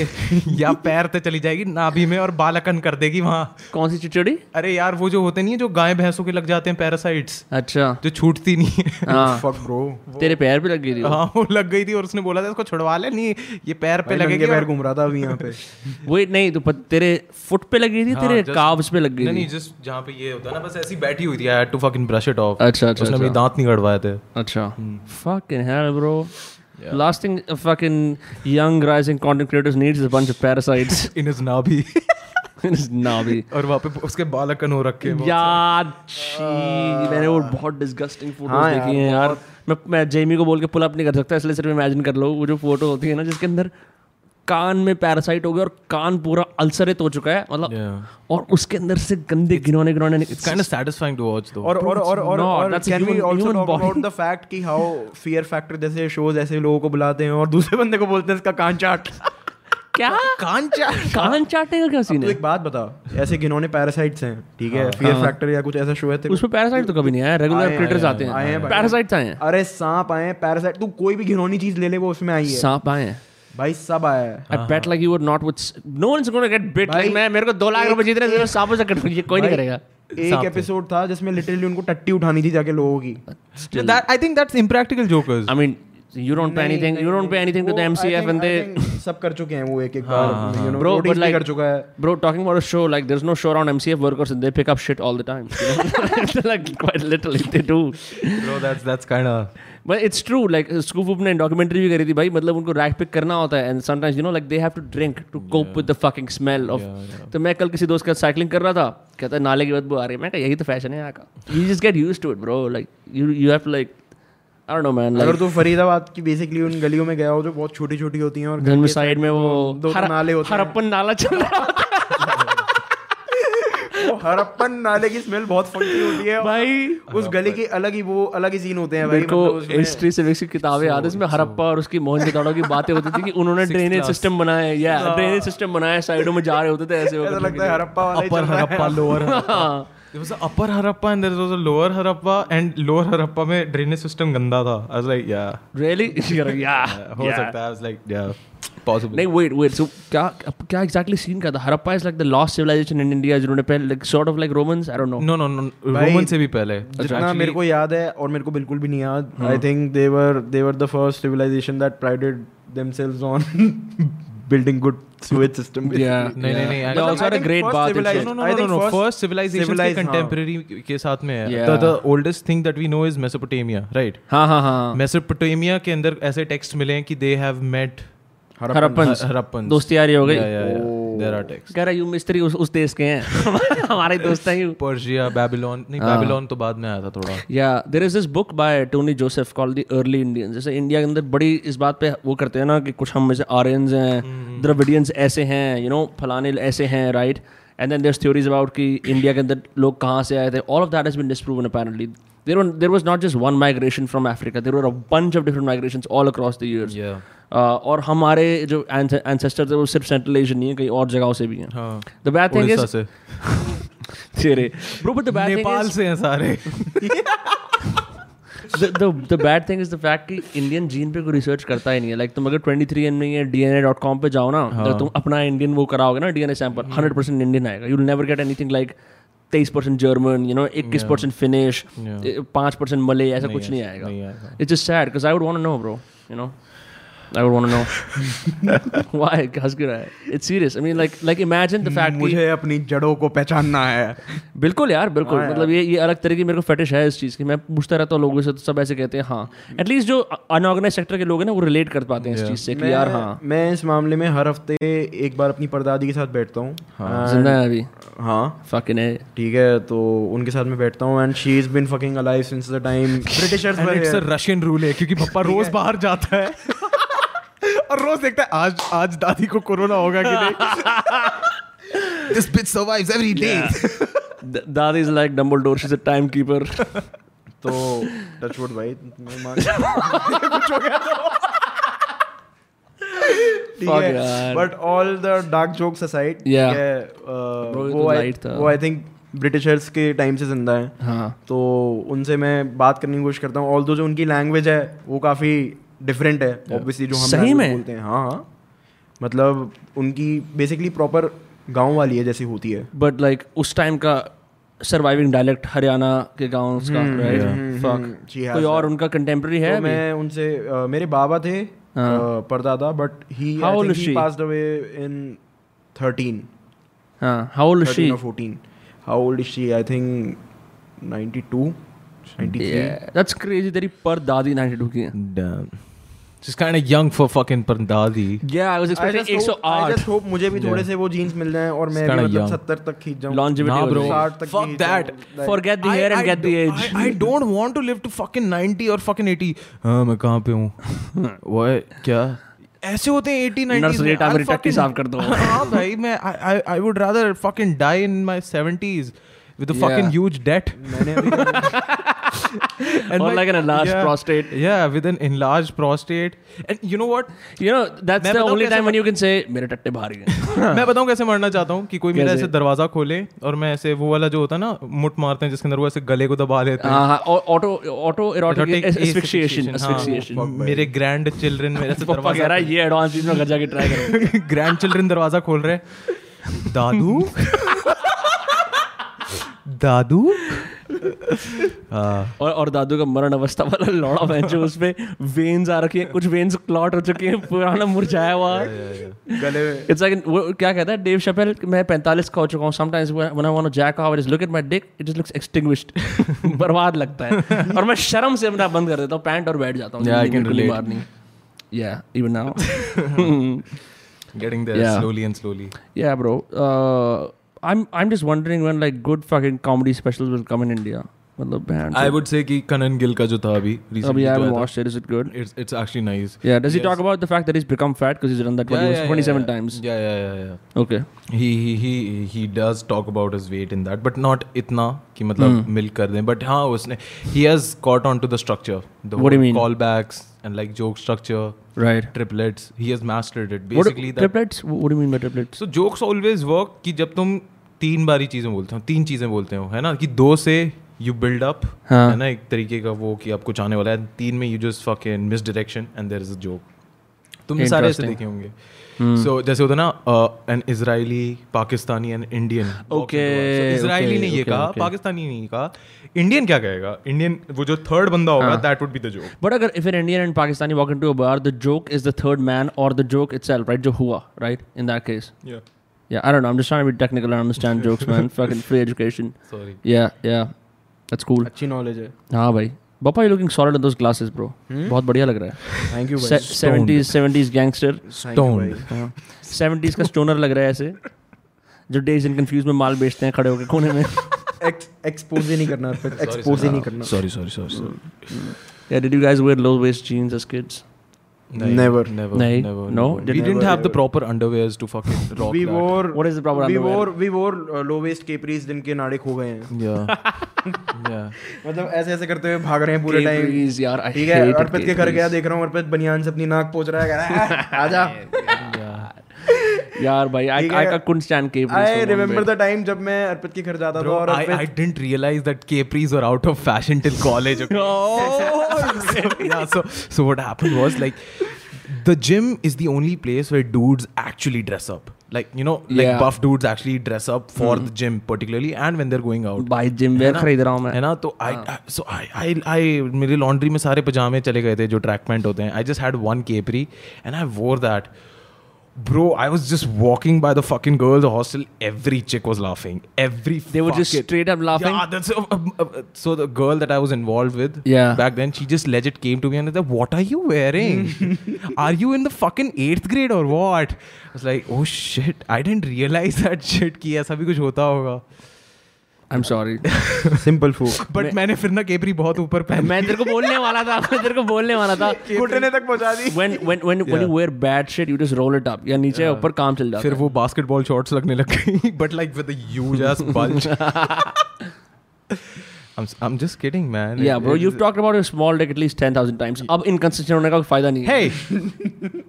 Speaker 1: या पैर तो चली जाएगी नाभि में और बालकन कर देगी वहाँ
Speaker 2: कौन सी चिचड़ी?
Speaker 1: अरे यार वो जो होते नहीं है जो गाय भैंसों के लग जाते हैं पैरासाइट्स
Speaker 2: अच्छा.
Speaker 1: जो छूटती नहीं है
Speaker 2: हाँ.
Speaker 4: फक ब्रो
Speaker 2: तेरे पैर पे लग गई थी वो.
Speaker 1: हाँ वो लग गई थी और उसने बोला था इसको छुड़वा ले नहीं ये पैर पे लगेगी
Speaker 4: लगे पैर
Speaker 1: और-
Speaker 4: घूम रहा था अभी यहाँ पे
Speaker 2: Wait, नहीं तो पर तेरे foot पे लगी थी,
Speaker 1: हाँ,
Speaker 2: तेरे
Speaker 1: just-
Speaker 2: calves पे लग गई
Speaker 1: नहीं
Speaker 2: थी.
Speaker 1: नहीं जस्ट जहाँ पे ये होता है ना बस ऐसी बैठी हुई थी I had to fucking brush it off
Speaker 2: अच्छा, अच्छा,
Speaker 1: उसने मेरे
Speaker 2: अच्छा।
Speaker 1: दांत नहीं कटवाए थे
Speaker 2: अच्छा fucking hell bro lasting a fucking young rising content creators needs is a bunch of parasites
Speaker 1: in is नाभि
Speaker 2: in his navi
Speaker 1: और वहाँ पे उसके बालकन हो रखे हैं बहुत
Speaker 2: यार छी, मैंने वो बहुत डिस्गस्टिंग फोटोज
Speaker 4: Ah. हाँ यार,
Speaker 2: देखी हैं यार मैं मैं जेमी को बोल के पुल अप नहीं कर सकता इसलिए सिर्फ इमेजिन कर लो वो जो फोटो होती है ना जिसके अंदर कान में पैरासाइट हो गया और कान पूरा अल्सरेट हो चुका है मतलब
Speaker 1: Yeah.
Speaker 2: और उसके अंदर से गंदे घिनौने घिनौने
Speaker 1: It's kind of satisfying to watch though.
Speaker 4: और और और और
Speaker 2: not.
Speaker 4: और
Speaker 2: That's a
Speaker 4: can we
Speaker 2: human-
Speaker 4: also
Speaker 2: human
Speaker 4: talk
Speaker 2: body.
Speaker 4: About the fact कि हाउ फियर फैक्टर जैसे शोज ऐसे लोगों को बुलाते हैं और दूसरे बंदे को बोलते हैं इसका कान चाट
Speaker 2: क्या
Speaker 4: कान चाट
Speaker 2: कान चाटने का क्या सीन
Speaker 4: तो
Speaker 2: है
Speaker 4: एक बात बता ऐसे घिनौने पैरासाइट्स हैं ठीक
Speaker 1: हाँ।
Speaker 4: है फियर फैक्टर या कुछ ऐसा शो है तेरे
Speaker 2: उस
Speaker 4: को-
Speaker 2: पर पैरासाइट तो कभी नहीं आया रेगुलर
Speaker 4: आए,
Speaker 2: क्रिएटर्स
Speaker 4: आए,
Speaker 2: आते
Speaker 4: आए हैं
Speaker 2: हैं
Speaker 4: भाई।
Speaker 2: पैरासाइट्स आए हैं
Speaker 4: अरे सांप आए पैरासाइट तू कोई भी घिनौनी चीज ले ले वो उसमें आई है
Speaker 2: सांप आए हैं
Speaker 4: भाई सब आया है
Speaker 2: I bet like you were not with no one is gonna get bit
Speaker 4: भाई,
Speaker 2: लाइक मैं मेरे को 2 लाख रुपए जीतने हैं, सांपों से कट ये कोई नहीं
Speaker 4: भाई,
Speaker 2: करेगा
Speaker 4: एक
Speaker 1: सांप
Speaker 4: एपिसोड था जिसमें लिटरली उनको टट्टी उठानी थी जाके लोगों की
Speaker 1: Yeah, that I think that's impractical jokers.
Speaker 2: I mean, you don't pay anything. You don't pay anything to the
Speaker 4: वो I
Speaker 2: MCF,
Speaker 4: think-
Speaker 2: and
Speaker 4: I
Speaker 2: they. हाँ,
Speaker 4: think सब कर चुके हैं वो एक एक बार you know,
Speaker 2: Bro,
Speaker 4: Roadies
Speaker 2: but
Speaker 4: भी
Speaker 2: like-
Speaker 4: कर चुका है
Speaker 2: Bro, talking about a show, like there's no show around MCF workers, and they pick up shit all the time. You know? like quite literally, they do.
Speaker 1: Bro, that's that's kind of
Speaker 2: But it's true. Like Scoop Whoop ने documentary भी करी थी भाई मतलब उनको rack pick करना होता है and sometimes you know like they have to drink to cope with the fucking smell of तो मैं कल किसी दोस्त के साथ साइकिलिंग कर रहा था कहता है नाले की बदबू आ रही है मैं कहा यही तो फैशन है यहाँ का you just get used to it bro like you you have to like I don't know man
Speaker 4: अगर
Speaker 2: like
Speaker 4: तू फरीदाबाद की बेसिकली उन गलियों में गया हो जो बहुत छोटी छोटी होती हैं और
Speaker 2: घर में साइड में वो
Speaker 4: दो
Speaker 2: हर-
Speaker 4: नाले होते हैं।
Speaker 2: हरप्पन नाला चल रहा है।
Speaker 4: वो हरप्पन नाले की स्मेल बहुत फंकी होती है और
Speaker 2: भाई
Speaker 4: उस गली की अलग ही वो अलग ही सीन होते हैं भाई
Speaker 2: मेरे को
Speaker 4: मतलब उसमें-
Speaker 2: हिस्ट्री से की किताबें याद है इसमें हरप्पा और उसकी मोहनजोदाड़ो की बातें होती थी कि उन्होंने ड्रेनेज सिस्टम बनाया या ड्रेनेज सिस्टम बनाया साइडों में जा रहे होते थे ऐसे वो
Speaker 4: हाँ। ऐसा
Speaker 2: करने
Speaker 4: लगता है हरप्पा वाला ही
Speaker 1: upper
Speaker 4: चल रहा है।
Speaker 1: Harappa, lower. Harappa.
Speaker 2: हाँ।
Speaker 1: There was an upper Harappa and there was a lower Harappa and lower Harappa में drainage system गंदा था. I was like, yeah,
Speaker 2: really या
Speaker 1: yeah, हो सकता है. I was like, yeah, possible.
Speaker 2: नहीं वेट वेट सो क्या अब क्या एग्जैक्टली सीन का था Harappa is like the lost civilisation in India जिन्होंने पहले like sort of like Romans I don't know
Speaker 1: No, no, no.
Speaker 4: भाई,
Speaker 1: Roman से भी पहले.
Speaker 4: जितना मेरे को याद है और मेरे को बिल्कुल भी नहीं याद
Speaker 1: हाँ।
Speaker 4: I think they were they were the first civilisation that prided themselves on building good sewage system
Speaker 1: Mm.
Speaker 2: या
Speaker 1: नहीं, नहीं, नहीं, I-
Speaker 2: they also had a great bath
Speaker 1: No,
Speaker 4: civilized-
Speaker 1: no, no,
Speaker 4: I
Speaker 1: no,
Speaker 4: think
Speaker 1: no.
Speaker 4: first-
Speaker 1: First civilization के
Speaker 4: civilized, हाँ.
Speaker 1: contemporary के साथ में है.
Speaker 2: Yeah.
Speaker 1: The the oldest thing that we know is Mesopotamia, right?
Speaker 2: हां हां हां
Speaker 1: Mesopotamia के अंदर ऐसे text मिले हैं कि they have met
Speaker 2: Harappan
Speaker 1: Harappans.
Speaker 2: दोस्ती यारी हो गई
Speaker 1: Yeah, yeah, yeah. There are texts.
Speaker 2: कह रहा यू मिस्त्री उस उस देश के हैं हमारे दोस्त हैं यू
Speaker 1: पर्शिया babylon नहीं
Speaker 2: हाँ।
Speaker 1: babylon तो बाद में आया था थोड़ा
Speaker 2: या there is this book by Tony Joseph call the early Indians जैसे इंडिया के अंदर बड़ी इस बात पे वो करते हैं ना कि कुछ हम में से आर्यंस
Speaker 1: हम्म।
Speaker 2: हैं द्रविडियंस ऐसे हैं यू नो फलाने ऐसे हैं right and then there theories about कि इंडिया के अंदर लोग कहाँ से आए थे all of that has been disproven apparently there there was not just one migration from Africa there were a bunch of different migration all across the years
Speaker 1: Yeah.
Speaker 2: Uh, और हमारे जो एंसेस्टर्स है वो सिर्फ सेंट्रल एशियन नहीं है कई और जगहों से भी हैं
Speaker 1: हाँ
Speaker 2: the bad thing
Speaker 1: Orissa
Speaker 2: is
Speaker 1: से
Speaker 2: bro but the bad thing
Speaker 1: Nepal
Speaker 2: is
Speaker 1: से हैं सारे
Speaker 2: the, the, the bad thing is the fact कि इंडियन जीन पे कोई रिसर्च करता ही नहीं है लाइक तुम अगर 23andMe या dna.com पे जाओ ना तो तुम अपना इंडियन वो कराओगे ना डीएनए सैंपल 100% परसेंट इंडियन आएगा you never get anything like 23% percent German you know 21% percent Finnish पाँच परसेंट मले ऐसा कुछ नहीं आएगा
Speaker 1: नहीं आएगा।
Speaker 2: It's just sad because I would want no bro you know I would want to know why. हंस क्यों रहा है? It's serious. I mean, like, like imagine the fact कि
Speaker 4: मुझे अपनी जड़ों को पहचानना है
Speaker 2: बिल्कुल यार बिल्कुल
Speaker 4: हाँ यार।
Speaker 2: मतलब ये ये अलग तरह की मेरे को फेटिश है इस चीज़ की मैं पूछता रहता हूँ लोगों से तो सब ऐसे कहते हैं हाँ एटलीस्ट जो अनऑर्गेनाइज सेक्टर के लोग हैं ना वो रिलेट कर पाते हैं इस चीज़ से कि यार
Speaker 4: मैं-
Speaker 2: हाँ
Speaker 4: मैं इस मामले में हर हफ्ते एक बार अपनी परदादी के साथ बैठता हूँ
Speaker 2: जिंदा है अभी
Speaker 4: हाँ
Speaker 2: फकिंग है
Speaker 4: ठीक है तो उनके साथ मैं बैठता हूँ and she is been fucking alive since the time Britishers
Speaker 1: And it's a Russian roulette, क्योंकि पप्पा रोज बाहर जाता है और रोज देखता है आज आज दादी को कोरोना होगा कि नहीं
Speaker 3: This bitch survives every day.
Speaker 2: दादी is like Dumbledore she's a time keeper
Speaker 4: तो टचवुड भाई तुम्हारी माँ-
Speaker 2: तो।
Speaker 4: ठीक
Speaker 2: Fuck
Speaker 4: है
Speaker 2: यार।
Speaker 4: But all the dark jokes aside
Speaker 2: Yeah. Bro, ये
Speaker 4: uh, वो
Speaker 2: तो
Speaker 4: I-
Speaker 2: light था।
Speaker 4: वो आई थिंक ब्रिटिशर्स के टाइम से जिंदा है
Speaker 2: हाँ
Speaker 4: तो उनसे मैं बात करने की कोशिश करता हूँ ऑल जो उनकी लैंग्वेज है वो काफ़ी डिफरेंट है ऑब्वियसली जो हम
Speaker 2: सही
Speaker 4: language
Speaker 2: में?
Speaker 4: बोलते हैं हाँ हाँ मतलब उनकी बेसिकली प्रॉपर गांव वाली है जैसी होती है
Speaker 2: बट लाइक उस टाइम का सर्वाइविंग डायलेक्ट हरियाणा के गाँव का
Speaker 4: hmm, Hmm,
Speaker 2: right fuck
Speaker 4: She has
Speaker 2: Hmm, कोई और
Speaker 4: that.
Speaker 2: उनका कंटेम्प्रेरी है
Speaker 4: तो
Speaker 2: अभी?
Speaker 4: मैं उनसे अ, मेरे बाबा थे
Speaker 2: हाँ।
Speaker 4: अ, परदादा but he
Speaker 2: How old is she?
Speaker 4: Passed away in 13
Speaker 2: हाँ how old
Speaker 4: 13
Speaker 2: she
Speaker 4: or 14 how old is she I think 92 93
Speaker 2: that's crazy तेरी पर दादी 92 की है
Speaker 1: Damn. She's kind of young for fucking Pandadi.
Speaker 2: या I was expecting
Speaker 4: I
Speaker 2: 108
Speaker 4: just hope मुझे भी थोड़े से वो जीन्स मिल जाएं और मैं भी
Speaker 1: Kinda
Speaker 4: मतलब
Speaker 1: young.
Speaker 4: 70 तक खींच जाऊं
Speaker 2: Longevity
Speaker 1: Nah,
Speaker 2: हो
Speaker 1: bro.
Speaker 2: जाएगी।
Speaker 4: 60 तक
Speaker 1: Fuck
Speaker 4: खींच
Speaker 1: that.
Speaker 4: जाऊं, like-
Speaker 2: Forget the hair and get the
Speaker 1: do-
Speaker 2: age.
Speaker 1: I, I don't want to live to fucking 90 or fucking 80. हाँ मैं कहाँ पे हूँ What? क्या ऐसे होते हैं 80 90
Speaker 2: Nurse rate आप मेरी टट्टी साफ कर दो।
Speaker 1: हाँ भाई मैं I I I would rather fucking die in my 70s with a fucking
Speaker 2: Yeah.
Speaker 1: huge debt
Speaker 4: मैंने अभी-
Speaker 1: and
Speaker 2: Or
Speaker 1: my-
Speaker 2: like an enlarged
Speaker 1: yeah,
Speaker 2: prostate.
Speaker 1: Yeah, with an enlarged prostate. And you know what?
Speaker 2: You know, that's
Speaker 1: मैं
Speaker 2: the
Speaker 1: बताऊं
Speaker 2: only
Speaker 1: कैसे
Speaker 2: time when you can say, "मेरे टट्टे भारी हैं."
Speaker 1: मैं बताऊं कैसे मरना चाहता हूँ कि कोई मेरा
Speaker 2: कैसे?
Speaker 1: ऐसे दरवाजा खोले और मैं ऐसे वो वाला जो होता है ना मुठ मारते हैं जिसके अंदर वो ऐसे गले को दबा लेते हैं
Speaker 2: हाँ, और auto auto erotic
Speaker 1: Erotic
Speaker 2: asphyxiation
Speaker 1: asphyxiation, हाँ,
Speaker 2: asphyxiation.
Speaker 1: वो मेरे ग्रैंड चिल्ड्रन मेरे से
Speaker 2: पापा कह रहा है ये एडवांस चीज में घर जाके ट्राई करो
Speaker 1: ग्रैंड चिल्ड्रन दरवाजा खोल रहे हैं। दादू दादू हाँ।
Speaker 2: और और दादू का मरण अवस्था वाला लौड़ा बहन जो उस पे वेन्स आ रखी है कुछ वेन्स क्लॉट हो चुके हैं पुराना मुरझाया हुआ
Speaker 4: गले
Speaker 2: इट्स लाइक वो क्या कहता है डेव शपेल मैं 45 का हो चुका हूँ sometimes when I want to jack our is look at my dick it just looks extinguished बर्बाद लगता है और मैं शर्म से अपना बंद कर देता हूँ पैंट और बैठ जाता हूँ
Speaker 1: Yeah, I can relate.
Speaker 2: या even now
Speaker 1: Getting there
Speaker 2: Yeah.
Speaker 1: slowly and slowly.
Speaker 2: Yeah, bro. Uh, I'm I'm just wondering when like good fucking comedy specials will come in India. मतलब band.
Speaker 1: I would say कि कनन गिल का जो था अभी
Speaker 2: अभी
Speaker 1: recently
Speaker 2: I
Speaker 1: जो
Speaker 2: haven't
Speaker 1: आया
Speaker 2: watched it. Is it good?
Speaker 1: था, it's it's actually nice.
Speaker 2: Yeah. Does he talk about the fact that he's become fat because he's done that 20,
Speaker 1: Yeah, yeah, yeah,
Speaker 2: 27
Speaker 1: yeah.
Speaker 2: times?
Speaker 1: Yeah, yeah, yeah, yeah.
Speaker 2: Okay.
Speaker 1: he he he he does talk about his weight in that but not इतना कि मतलब
Speaker 2: Hmm.
Speaker 1: milk कर दें but हाँ उसने he has caught on to the structure the
Speaker 2: What do
Speaker 1: whole
Speaker 2: you mean?
Speaker 1: callbacks and like joke structure
Speaker 2: Right.
Speaker 1: triplets he has mastered it
Speaker 2: What,
Speaker 1: basically that
Speaker 2: triplets? What do you mean by triplets?
Speaker 1: so jokes always work कि जब तुम तीन बारी चीजें बोलते हो तीन चीजें बोलते हो है ना कि दो से यू बिल्ड अप
Speaker 2: हाँ।
Speaker 1: है ना एक तरीके का वो कि आप कुछ आने वाला है तीन में you just fucking misdirection and there is a joke तुमने सारे ऐसे
Speaker 2: Interesting. Hmm.
Speaker 1: देखे होंगे सो जैसे होता है ना uh, an Israeli Pakistani and Indian
Speaker 2: Okay,
Speaker 1: Israeli
Speaker 2: okay,
Speaker 1: ने ये
Speaker 2: okay,
Speaker 1: कहा
Speaker 2: okay.
Speaker 1: पाकिस्तानी ने ये कहा इंडियन क्या कहेगा इंडियन वो जो थर्ड बंदा
Speaker 2: हाँ।
Speaker 1: होगा that would be the joke
Speaker 2: But अगर if an Indian and Pakistani walk into a bar, the joke is the third man or the joke itself, right? जो हुआ, right? In that case. Yeah. I don't know. I'm just trying to be technical and understand jokes, man. Fucking free education.
Speaker 1: Sorry
Speaker 2: Yeah. Yeah. That's cool.
Speaker 4: अच्छी knowledge है
Speaker 2: हाँ भाई पापा you looking solid in those glasses bro
Speaker 4: Hmm?
Speaker 2: बहुत बढ़िया लग रहा
Speaker 4: thank you
Speaker 2: है seventies seventies gangster
Speaker 1: stoned
Speaker 2: seventies हाँ। का स्टोनर लग रहा है ऐसे जो डेज इन कंफ्यूज में माल बेचते हैं खड़े होकर कोने में
Speaker 4: एक्सपोज ही नहीं करना एक्सपोज ही नहीं करना
Speaker 1: sorry sorry sorry
Speaker 2: yeah did you guys wear low waist jeans as kids
Speaker 4: Never.
Speaker 1: never,
Speaker 2: नहीं,
Speaker 1: never.
Speaker 2: no,
Speaker 1: never. we
Speaker 2: didn't-
Speaker 1: didn't
Speaker 4: Never,
Speaker 1: have the
Speaker 4: never.
Speaker 1: proper underwears to fucking rock
Speaker 4: we
Speaker 1: that.
Speaker 4: Wore
Speaker 2: What is the proper
Speaker 4: we
Speaker 2: underwear?
Speaker 4: Wore we wore low waist capris uh, जिनके नाड़े खो गए हैं
Speaker 1: Yeah, yeah.
Speaker 4: मतलब ऐसे ऐसे करते हुए भाग रहे हैं पूरे टाइम
Speaker 2: Capris, यार आई
Speaker 4: ठीक है अर्पित के घर गया देख रहा हूँ अर्पित बनियान से अपनी नाक पोंछ रहा है कह रहा है "आ, आजा
Speaker 2: यार भाई आई
Speaker 4: ठीक है।
Speaker 2: I couldn't stand capris
Speaker 4: I
Speaker 2: for one
Speaker 4: remember
Speaker 2: bit.
Speaker 4: The time जब मैं अर्पित के घर जाता था
Speaker 1: Bro,
Speaker 4: और
Speaker 1: I, I
Speaker 4: Arpit
Speaker 1: didn't realize that capris were out of fashion till college. Okay? so, yeah. So so what happened was like the gym is the only place where dudes actually dress up. Like you know, like
Speaker 2: Yeah. Hmm.
Speaker 1: buff dudes actually dress up for the gym particularly, and when they're going out.
Speaker 2: भाई gym wear खरीद रहा हूँ
Speaker 1: है
Speaker 2: मैं हाँ।
Speaker 1: ना तो आई सो I I आई मेरे लॉन्ड्री में सारे पजामे चले गए थे जो ट्रैक पैंट होते हैं I just had one capri and I wore that bro I was just walking by the fucking girls hostel every chick was laughing every
Speaker 2: They were just straight up laughing?
Speaker 1: yeah that's uh, uh, uh, so the girl that i was involved with
Speaker 2: Yeah.
Speaker 1: back then she just legit came to me and said what are you wearing are you in the fucking 8th grade or what i was like oh shit i didn't realize that shit ki aisa bhi kuch hota hoga
Speaker 2: I am sorry
Speaker 4: simple fuck
Speaker 1: but मैंने फिर ना capri बहुत ऊपर पहन
Speaker 2: मैं तेरे को बोलने वाला था मैं तेरे को बोलने वाला था
Speaker 4: घुटने तक पहुंचा दी
Speaker 2: when when when when you wear bad shit you just roll it up या नीचे ऊपर काम चल जाता
Speaker 1: फिर
Speaker 2: है
Speaker 1: वो बास्केटबॉल शॉट्स लगने लग गई but like with huge ass bulge I'm I'm just kidding man
Speaker 2: yeah bro you've talked about your small dick at least 10000 times अब inconsistent होने का कोई फायदा नहीं है
Speaker 1: Hey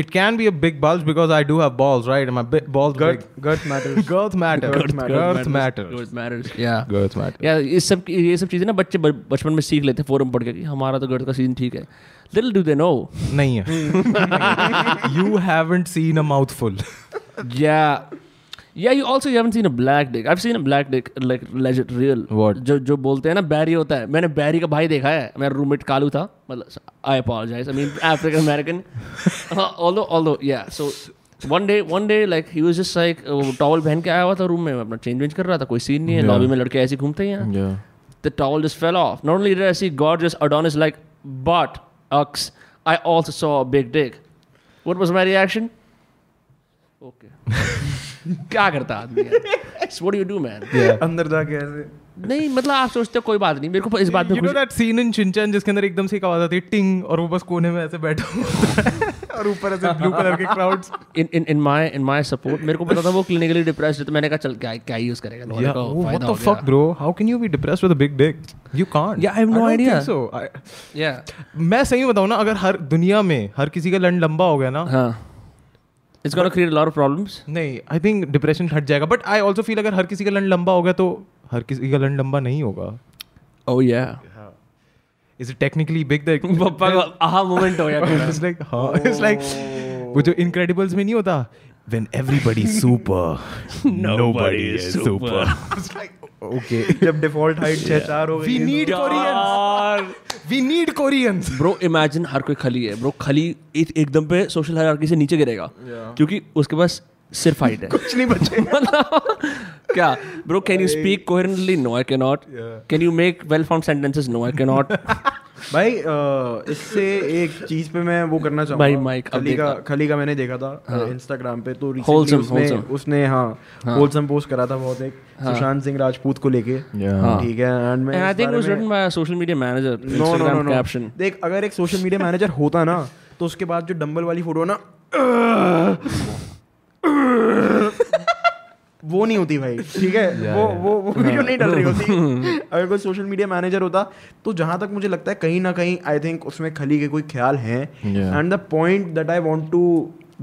Speaker 1: It can be a big bulge because I do have balls right my bi- balls
Speaker 4: girth
Speaker 1: big.
Speaker 4: Girth matters
Speaker 1: girth matters
Speaker 4: Girth matters.
Speaker 1: girth matters
Speaker 2: Girth matters yeah
Speaker 1: girth matters
Speaker 2: या ये सब ये सब चीज़ें ना बच्चे ब- बचपन में सीख लेते हैं फोरम पढ़ के कि हमारा तो गर्द का सीन ठीक है लिटिल डू दे नो
Speaker 1: नहीं है you haven't seen a mouthful
Speaker 2: या या you also haven't seen a black dick I seen a black dick like legit real
Speaker 1: What?
Speaker 2: जो जो बोलते हैं ना बैरी होता है मैंने बैरी का भाई देखा है मेरा रूममेट कालू था मतलब I apologize I mean African American although although या so one day one day like he was just like towel पहन के आया हुआ था रूम में मैं अपना चेंज वेंज कर रहा था कोई सीन नहीं है
Speaker 1: Yeah.
Speaker 2: लॉबी में लड़के ऐसे ही घूमते हैं यहाँ
Speaker 1: yeah
Speaker 2: the towel just fell off. Not only did I see gorgeous Adonis like butt, ux, I also saw a big dick. What was my reaction? Okay. क्या करता आदमी यार? What do you do, man?
Speaker 4: अंदर जाके ऐसे
Speaker 2: नहीं मतलब आप सोचते हो कोई बात नहीं मेरे को इस बात में
Speaker 1: you know
Speaker 2: कुछ
Speaker 1: that scene in Shinchan जिसके अंदर एकदम से एक आवाज आती है टिंग और वो बस कोने में ऐसे बैठा होता है और ऊपर ऐसे ब्लू कलर के crowds
Speaker 2: in in in my in my support मेरे को पता था वो clinically depressed है तो मैंने कहा चल क्या क्या यूज करेगा लोगों
Speaker 1: Yeah.
Speaker 2: को
Speaker 1: Oh, what
Speaker 2: फायदा
Speaker 1: the
Speaker 2: हो गया।
Speaker 1: fuck, bro? How can you be depressed with a big dick? You can't.
Speaker 2: Yeah, I have no
Speaker 1: don't
Speaker 2: idea.
Speaker 1: think so. I,
Speaker 2: Yeah.
Speaker 1: मैं सही बताऊं ना अगर हर दुनिया में हर किसी का लंड लंबा हो गया ना
Speaker 2: हाँ It's gonna create a lot of problems.
Speaker 1: नहीं आई थिंक डिप्रेशन हट जाएगा बट आई ऑल्सो फील अगर हर किसी का लंड लंबा होगा तो हर किसी का लंड लंबा नहीं होगा
Speaker 2: Oh yeah.
Speaker 1: Is technically big दिक
Speaker 2: पप्पा का aha moment हो गया पूरा।
Speaker 1: इट्स लाइक हां इट्स लाइक हाँ, वो जो इनक्रेडिबल्स में नहीं होता when everybody is super nobody is super It's like, okay
Speaker 4: जब डिफॉल्ट हाइट छह चार हो
Speaker 1: we
Speaker 4: गई तो-
Speaker 1: need koreans we need koreans
Speaker 2: bro imagine हर कोई खली है ब्रो खली एक- एकदम पे सोशल हायरार्की से नीचे गिरेगा क्योंकि उसके पास सिर्फ हाइट है कुछ नहीं बचे क्या bro can you speak coherently no I can not can you make well founded sentences no I can not
Speaker 4: भाई अ, इससे एक चीज पे मैं वो करना चाहूंगा
Speaker 2: भाई, mic अब
Speaker 4: खली
Speaker 2: देखा।
Speaker 4: का
Speaker 2: हाँ।
Speaker 4: खली का मैंने देखा था इंस्टाग्राम पे तो recently
Speaker 2: Wholesome,
Speaker 4: उसने
Speaker 2: wholesome. हाँ।
Speaker 4: उसने हाँ होलसम पोस्ट करा था बहुत एक सुशांत सिंह राजपूत को लेके ठीक है and
Speaker 2: and I think was written by social media manager
Speaker 4: no no no
Speaker 2: Instagram caption
Speaker 4: देख अगर एक सोशल मीडिया मैनेजर होता ना तो उसके बाद जो डंबल वाली फोटो है ना वो नहीं होती भाई ठीक है वो वो वो
Speaker 2: हाँ।
Speaker 4: वीडियो नहीं डल रही होती अगर कोई सोशल मीडिया मैनेजर होता तो जहां तक मुझे लगता है कहीं ना कहीं आई थिंक उसमें खली के कोई ख्याल हैं and the point that I want to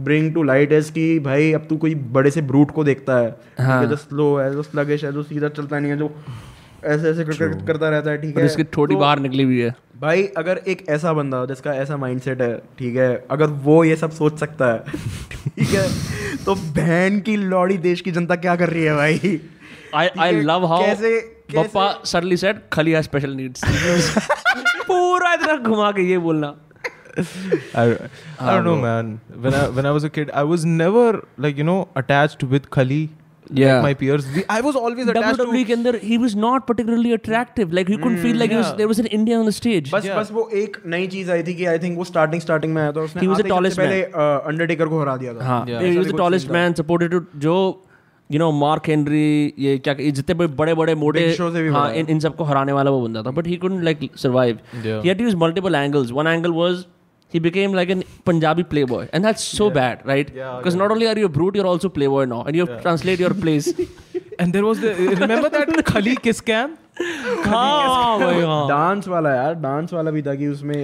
Speaker 4: bring to light is कि भाई अब तू कोई बड़े से ब्रूट को देखता
Speaker 2: हाँ।
Speaker 4: है जो स्लो है जो स्लगिश है जो सीधा चलता नहीं है जो ऐसे ऐसे कर- कर- करता रहता है ठीक
Speaker 2: पर
Speaker 4: है
Speaker 2: इसकी थोड़ी
Speaker 4: तो-
Speaker 2: बाहर निकली हुई है
Speaker 4: भाई अगर एक ऐसा बंदा जिसका ऐसा माइंडसेट है ठीक है अगर वो ये सब सोच सकता है ठीक है तो बहन की लौड़ी देश की जनता क्या कर रही है भाई
Speaker 2: आई
Speaker 4: ठीक
Speaker 2: आई
Speaker 4: है,
Speaker 2: लव हाउ
Speaker 4: कैसे- कैसे-
Speaker 2: पप्पा suddenly said Khali has special needs पूरा इतना घुमा के ये बोलना
Speaker 1: I,
Speaker 2: Ah,
Speaker 1: I don't know, man. When I when I was a kid, I was never like you know attached with Khali.
Speaker 2: Yeah.
Speaker 1: Like my peers, we, I was always attached
Speaker 2: WWE
Speaker 1: to.
Speaker 2: E के अंदर he was not particularly attractive like you couldn't feel like
Speaker 4: Hmm,
Speaker 2: he was,
Speaker 1: yeah.
Speaker 2: there was an Indian on the stage
Speaker 4: बस बस वो एक नई चीज आई थी कि आई थिंक वो स्टार्टिंग स्टार्टिंग में आया था उसने
Speaker 2: He was the
Speaker 4: आते ही सबसे
Speaker 2: tallest
Speaker 4: पहले अंडरटेकर को हरा दिया था
Speaker 2: हाँ
Speaker 1: Yeah.
Speaker 2: he was the tallest man supported to जो यू नो मार्क हेनरी ये क्या ये जितने भी बड़े बड़े मोटे
Speaker 4: Big Show से भी
Speaker 2: हाँ
Speaker 4: बड़ा है।
Speaker 2: इन इन सबको हराने वाला वो बंदा था but he couldn't like survive
Speaker 1: Yeah.
Speaker 2: he had to use multiple angles one angle was he became like an Punjabi playboy and that's so bad right because not only are you a brute you're also playboy now and you have to translate your place
Speaker 1: And there was the remember that Khali kiss cam.
Speaker 2: हाँ भाई हाँ
Speaker 4: dance वाला यार dance वाला भी था कि उसमें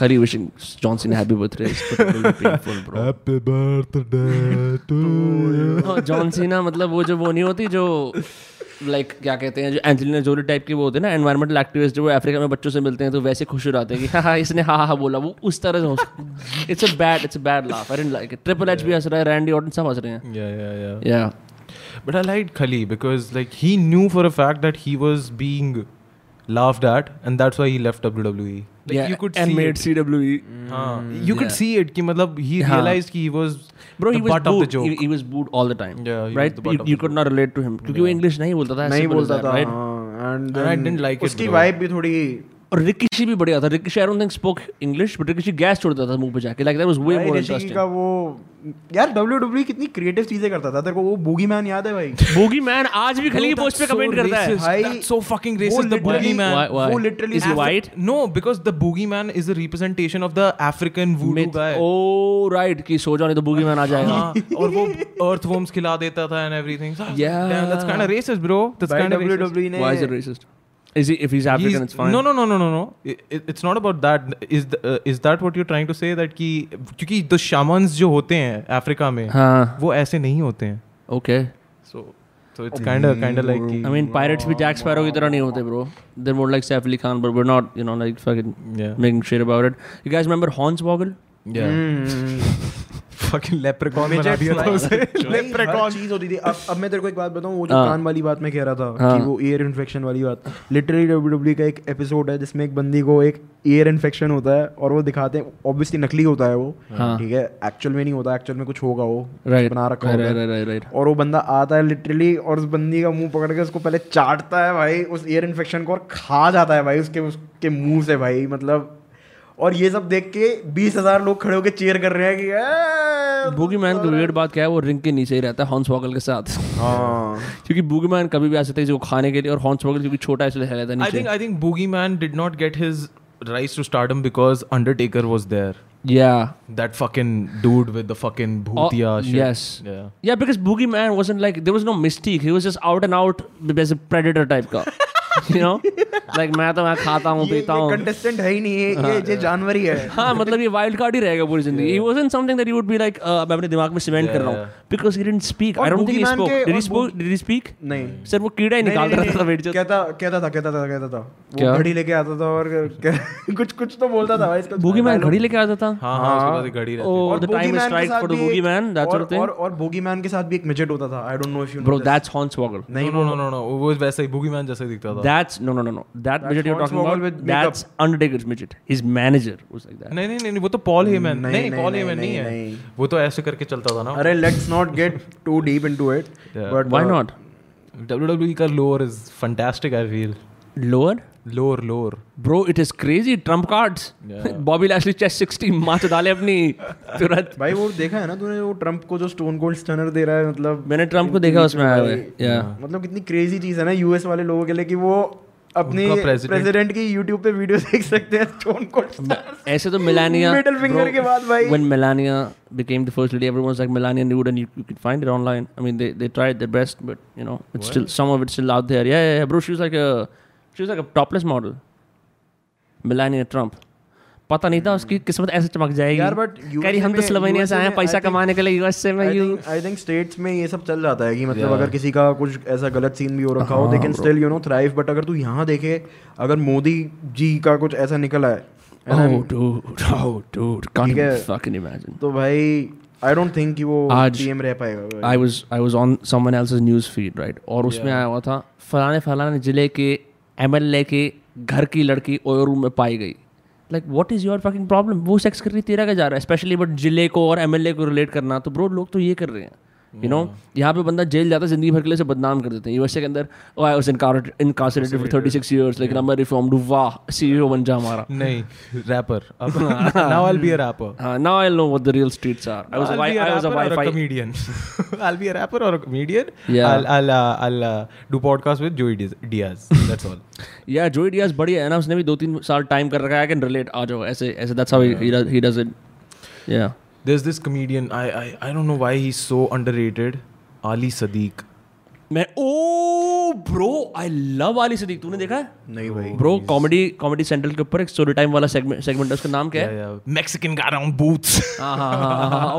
Speaker 2: Curry wishing Johnson happy birthday is particularly painful bro
Speaker 1: Happy birthday to you.
Speaker 2: हाँ, जॉन सीना मतलब वो जो वो नहीं होती जो लाइक क्या कहते हैं जो एंजेलिना जोली टाइप के वो होते हैं ना एनवायरमेंटल एक्टिविस्ट जो अफ्रीका में बच्चों से मिलते हैं तो वैसे खुश हो जाते हैं कि हाँ हाँ इसने हाँ हाँ बोला वो उस तरह से हो it's a bad it's a bad laugh I didn't like it triple H भी हंस रहा है रैंडी ऑर्टन सब हंस रहे हैं
Speaker 1: yeah, yeah, yeah.
Speaker 2: या
Speaker 1: But I liked Khali because like he knew for a fact that he was being laughed at, and that's why he left WWE. Like you could see it.
Speaker 2: CWE
Speaker 1: हाँ, you could
Speaker 2: Mm, yeah.
Speaker 1: see it. Ki, matlab, he
Speaker 2: हाँ.
Speaker 1: realized ki he was
Speaker 2: Bro,
Speaker 1: the
Speaker 2: he was
Speaker 1: butt of the
Speaker 2: booed.
Speaker 1: joke.
Speaker 2: He, he was booed all the time.
Speaker 1: Yeah, he was
Speaker 2: right.
Speaker 1: the butt
Speaker 2: You,
Speaker 1: of
Speaker 2: you
Speaker 1: the
Speaker 2: could not relate to him क्योंकि वो English नहीं बोलता था. as
Speaker 4: नहीं
Speaker 2: simple as
Speaker 4: बोलता
Speaker 2: that,
Speaker 4: था
Speaker 2: Right?
Speaker 4: And
Speaker 1: And I didn't like it,
Speaker 4: उसकी
Speaker 1: bro.
Speaker 4: Vibe भी थोड़ी
Speaker 2: और रिकिशी भी बढ़िया था. Rikishi I don't think spoke English, but Rikishi gas छोड़ता था मुंह पे जाके. Like that was way
Speaker 4: भाई
Speaker 2: more
Speaker 4: ऋषि
Speaker 2: interesting.
Speaker 4: का वो यार WWE कितनी क्रिएटिव चीजें करता था तेरे को वो बूगी मैन याद है भाई
Speaker 2: Boogie man आज भी खली
Speaker 1: Bro,
Speaker 2: पोस्ट पे
Speaker 1: that's so
Speaker 2: कमेंट करता है.
Speaker 1: racist.
Speaker 4: भाई,
Speaker 1: That's so fucking
Speaker 4: वो
Speaker 1: racist. The
Speaker 4: literally-
Speaker 1: boogeyman.
Speaker 2: Why- why?
Speaker 4: वो literally
Speaker 2: Is he
Speaker 4: Afri-
Speaker 2: white?
Speaker 1: No, because the boogeyman is a representation of the African voodoo
Speaker 2: Myth-
Speaker 1: guy.
Speaker 2: Oh right कि सो जाओ नहीं तो boogie man आ जाएगा.
Speaker 1: हाँ, और वो earthworms खिला देता था and everything. So I was like,
Speaker 2: Yeah.
Speaker 1: Damn, that's kind of racist, bro. That's
Speaker 4: भाई
Speaker 1: kind of racist.
Speaker 4: WWE
Speaker 2: Why is it
Speaker 4: E ने
Speaker 2: racist? Is he if he's African
Speaker 1: He's-
Speaker 2: it's fine.
Speaker 1: No, no, no, no, no, no. It, it, it's not about that. Is the, uh, is that what you're trying to say that कि क्योंकि the shamans जो होते हैं Africa में
Speaker 2: हाँ.
Speaker 1: वो ऐसे नहीं होते हैं.
Speaker 2: Okay.
Speaker 1: So so it's kind of kind of like कि-
Speaker 2: I mean pirates भी जैक स्पैरो की तरह नहीं होते bro. They're more like Saif Ali Khan but we're not you know like fucking
Speaker 1: yeah
Speaker 2: making shit about it. You guys remember Hornswoggle?
Speaker 1: yeah
Speaker 4: Hmm,
Speaker 2: Hmm.
Speaker 1: fucking leprechaun बना दिया था उसे.
Speaker 4: लेप्रेकॉन चीज होती थी अब अब मैं तेरे को एक बात बताऊं वो जो
Speaker 2: हाँ।
Speaker 4: कान वाली बात मैं कह रहा था
Speaker 2: हाँ।
Speaker 4: कि वो ईयर इन्फेक्शन वाली बात लिटरली डब्ल्यूडब्ल्यू E का एक एपिसोड है जिसमें एक बंदी को एक ईयर इन्फेक्शन होता है और वो दिखाते हैं ऑब्वियसली नकली होता है वो
Speaker 2: हाँ।
Speaker 4: ठीक है एक्चुअल में नहीं होता एक्चुअल में कुछ होगा वो
Speaker 2: Right.
Speaker 4: बना रखा
Speaker 2: Right,
Speaker 4: होता
Speaker 2: right,
Speaker 4: है
Speaker 2: right, right, right.
Speaker 4: और वो बंदा आता है लिटरली और उस बंदी का मुंह पकड़ के उसको पहले चाटता है भाई उस ईयर इन्फेक्शन को और खा जाता है भाई उसके उसके मुंह से भाई मतलब और ये सब देख के बीस हजार लोग खड़े होकर चेयर कर रहे हैं कि "ए,
Speaker 2: बूगी मैन की वेट बात क्या है वो रिंग के नीचे ही रहता है हॉन्स के साथ
Speaker 4: हाँ
Speaker 2: क्योंकि बूगी मैन कभी भी आ सकता है किसी को खाने के लिए और हॉन्स क्योंकि छोटा है इसलिए रहता है
Speaker 1: I think
Speaker 2: नीचे
Speaker 1: I think boogeyman did not get his rise to stardom because Undertaker was there.
Speaker 2: या
Speaker 1: That fucking dude with the fucking
Speaker 4: Oh,
Speaker 1: bhootia shit.
Speaker 2: yes.
Speaker 1: Yeah.
Speaker 2: या because boogeyman wasn't like there was no mystique he was just out and out as a predator type का you know like मैं तो मैं खाता हूँ पीता हूँ
Speaker 4: contestant है ही नहीं ये ये ये जानवर ही है
Speaker 2: हाँ मतलब ये वाइल्ड कार्ड ही रहेगा पूरी जिंदगी ही wasn't something that you would be like uh, मैं अपने दिमाग में सीमेंट कर रहा हूँ because he didn't speak I
Speaker 4: और
Speaker 2: don't think he
Speaker 4: Boogeyman
Speaker 2: spoke
Speaker 4: के-
Speaker 2: did he
Speaker 4: और
Speaker 2: spoke did he speak
Speaker 4: नहीं
Speaker 2: सर वो कीड़ा ही
Speaker 4: नहीं,
Speaker 2: निकाल
Speaker 4: नहीं,
Speaker 2: रहा था
Speaker 4: नहीं,
Speaker 2: वेट जो
Speaker 4: कहता कहता था कहता था कहता था
Speaker 2: क्या?
Speaker 4: वो घड़ी लेके आता था और कह- कुछ कुछ तो बोलता था भाई इसका
Speaker 2: बूगी मैन घड़ी लेके आता था
Speaker 1: हाँ हाँ उसके पास एक घड़ी रहती है.
Speaker 2: Oh,
Speaker 4: और
Speaker 2: the time is
Speaker 4: Boogeyman के
Speaker 2: right
Speaker 4: साथ
Speaker 2: for the
Speaker 4: भी एक-
Speaker 2: Boogeyman, that sort of
Speaker 4: और-
Speaker 2: thing.
Speaker 4: और और बोगी मैन के साथ भी एक मिजेट होता था I don't know if you
Speaker 2: Bro, that's Hornswoggle.
Speaker 1: नहीं नो नो नो नो वो वैसा ही boogeyman जैसा ही दिखता था.
Speaker 2: That's no, no, no, no. That midget you're talking
Speaker 4: Hornswoggle
Speaker 2: about.
Speaker 4: with makeup.
Speaker 2: that's Undertaker's midget. His manager was like that.
Speaker 1: नहीं नहीं नहीं नहीं, वो तो पॉल हेमन
Speaker 4: नहीं,
Speaker 1: नहीं
Speaker 4: नहीं,
Speaker 1: पॉल
Speaker 4: नहीं,
Speaker 1: हेमन नहीं है
Speaker 4: नहीं, नहीं।
Speaker 1: वो तो ऐसे करके चलता था ना
Speaker 4: अरे let's not get too deep into it
Speaker 1: Yeah.
Speaker 4: But
Speaker 2: Why not?
Speaker 1: WWE E का lower is fantastic I feel
Speaker 2: Lower,
Speaker 1: lower lower
Speaker 2: bro. It is crazy. Trump cards. Bobby Lashley chess 60. मार तो डाले अपनी तुरंत.
Speaker 4: भाई वो देखा है ना तूने वो ट्रम्प को जो स्टोन कोल्ड स्टनर दे रहा है मतलब
Speaker 2: मैंने ट्रम्प को देखा उसमें आया हुआ है. Yeah.
Speaker 4: मतलब कितनी क्रेजी चीज है ना यूएस वाले लोगों के लिए कि वो अपने
Speaker 1: उनका president-
Speaker 4: प्रेसिडेंट की यूट्यूब पे वीडियो देख सकते हैं स्टोन कोल्ड
Speaker 2: ऐसे तो मिलानिया
Speaker 4: मिडिल फिंगर के बाद भाई
Speaker 2: when Melania became the first lady everyone was like Melania nude and you, you could find it online I mean they, they tried their best but you know it's still some of it's still out there yeah, yeah yeah bro she was like a she was like a topless model Melania Trump पता नहीं था उसकी किस्मत ऐसे चमक जाएगी
Speaker 4: यार, but
Speaker 2: कह रही हम तो
Speaker 4: USA में-
Speaker 2: स्लोवेनिया से आए हैं
Speaker 4: USA में
Speaker 2: पैसा
Speaker 4: I think-
Speaker 2: कमाने के लिए यूएस से मैं यू
Speaker 4: आई थिंक स्टेट्स में ये सब चल जाता है कि मतलब अगर किसी का कुछ ऐसा गलत सीन भी हो रखा
Speaker 2: हाँ,
Speaker 4: हो they can still you know thrive but अगर तू यहाँ देखे अगर मोदी जी का कुछ ऐसा निकला है and
Speaker 2: oh
Speaker 4: I'm-
Speaker 2: dude oh dude can't
Speaker 4: ठीक है।
Speaker 2: even fucking imagine
Speaker 4: तो भाई आई डोंट थिंक कि वो
Speaker 2: आज-
Speaker 4: पीएम रह पाएगा भाई।
Speaker 2: I was I was on someone else's news feed right और उसमें आया हुआ था फलाने फलाने जिले के एमएलए के घर की लड़की ओयो रूम में पाई गई like what is your fucking problem वो सेक्स कर रही तेरा का जा रहा है स्पेशली बट जिले को और एमएलए को रिलेट करना तो ब्रो लोग तो ये कर रहे हैं यू नो यहाँ पे बंदा जेल जाता है जिंदगी भर के लिए उसे बदनाम कर देते हैं यूएसए के अंदर oh, I was incarcerated for 36 years like number reform do वाह सीईओ बन जा हमारा
Speaker 1: नहीं रैपर अब now I be a rapper
Speaker 2: now I know what the real streets are I was I was a wifi
Speaker 1: comedian. I'll be a rapper or a comedian.
Speaker 2: Yeah.
Speaker 1: I'll I'll uh, I'll uh, do podcast with Joey Diaz. Diaz. That's all.
Speaker 2: या Joey Diaz बढ़िया है ना उसने भी दो तीन साल time कर रखा है कैन रिलेट आ जाओ ऐसे ऐसे that's how he does it या
Speaker 1: There's this comedian. I I I don't know why he's so underrated. Ali Sadiq.
Speaker 2: मैं oh bro I love Ali Sadiq तूने देखा है
Speaker 4: नहीं भाई
Speaker 2: ब्रो कॉमेडी कॉमेडी सेंट्रल के ऊपर एक स्टोरी टाइम वाला सेगमेंट सेगमेंट है उसका नाम क्या है
Speaker 1: uh, मैक्सिकन गा रहा हूँ बूट्स
Speaker 2: हाँ हाँ हाँ, हाँ हाँ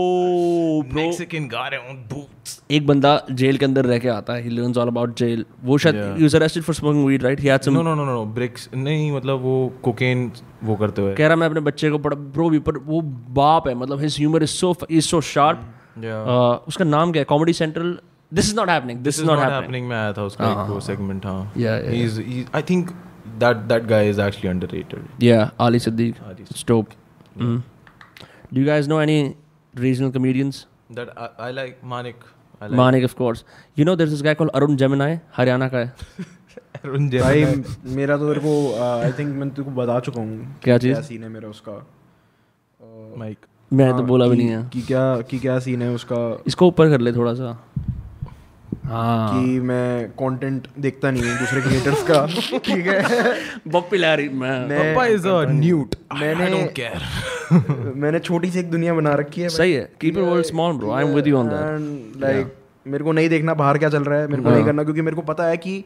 Speaker 2: ओ ब्रो
Speaker 1: मैक्सिकन गा रहा हूँ बूट्स
Speaker 2: एक बंदा जेल के अंदर रह के आता है he learns all about jail वो शायद he was arrested for smoking weed right he had
Speaker 1: no
Speaker 2: some
Speaker 1: no no no bricks नहीं मतलब वो कोकेन वो करते हुए
Speaker 2: कह रहा मैं अपने बच्चे को पढ़ा ब्रो भी पर वो बाप है मतलब his humour is so is so
Speaker 4: Hmm.
Speaker 2: Sharp
Speaker 1: Yeah.
Speaker 2: उसका नाम क्या है Comedy Central this is not happening this is not happening
Speaker 1: happening में आया था उसका एक वो हाँ. सेगमेंट हां
Speaker 2: Uh-huh. Yeah, yeah,
Speaker 1: he is I think that that guy is actually underrated
Speaker 2: या Ali Siddique
Speaker 1: Ali
Speaker 2: stop do you guys know any regional comedians
Speaker 1: that I like Manik I
Speaker 2: Manik of course you know there is this guy called Arun Jamnai Haryana का है
Speaker 1: like Arun
Speaker 4: भाई
Speaker 1: जैन
Speaker 4: मेरा तो तेरे को I think मैं तेरे को बता चुका हूँ
Speaker 2: क्या चीज़?
Speaker 4: सीन है मेरा उसका Uh, हाँ,
Speaker 1: माइक
Speaker 2: मैं तो बोला भी
Speaker 4: कि-
Speaker 2: नहीं है
Speaker 4: कि क्या कि क्या सीन है उसका
Speaker 2: इसको ऊपर कर ले थोड़ा सा हाँ
Speaker 4: कि मैं कंटेंट देखता नहीं हूँ दूसरे क्रिएटर्स का ठीक है
Speaker 2: बप्पी लहरी मैं
Speaker 4: मैं-
Speaker 1: पापा इज अ न्यूट मैंने आई
Speaker 4: मैंने-
Speaker 1: डोंट केयर
Speaker 4: मैंने छोटी सी एक दुनिया बना रखी है
Speaker 2: सही है keep your world small bro I am with you on that
Speaker 4: like मेरे को नहीं देखना बाहर क्या चल रहा है मेरे को
Speaker 2: हाँ।
Speaker 4: नहीं करना क्योंकि मेरे को पता है कि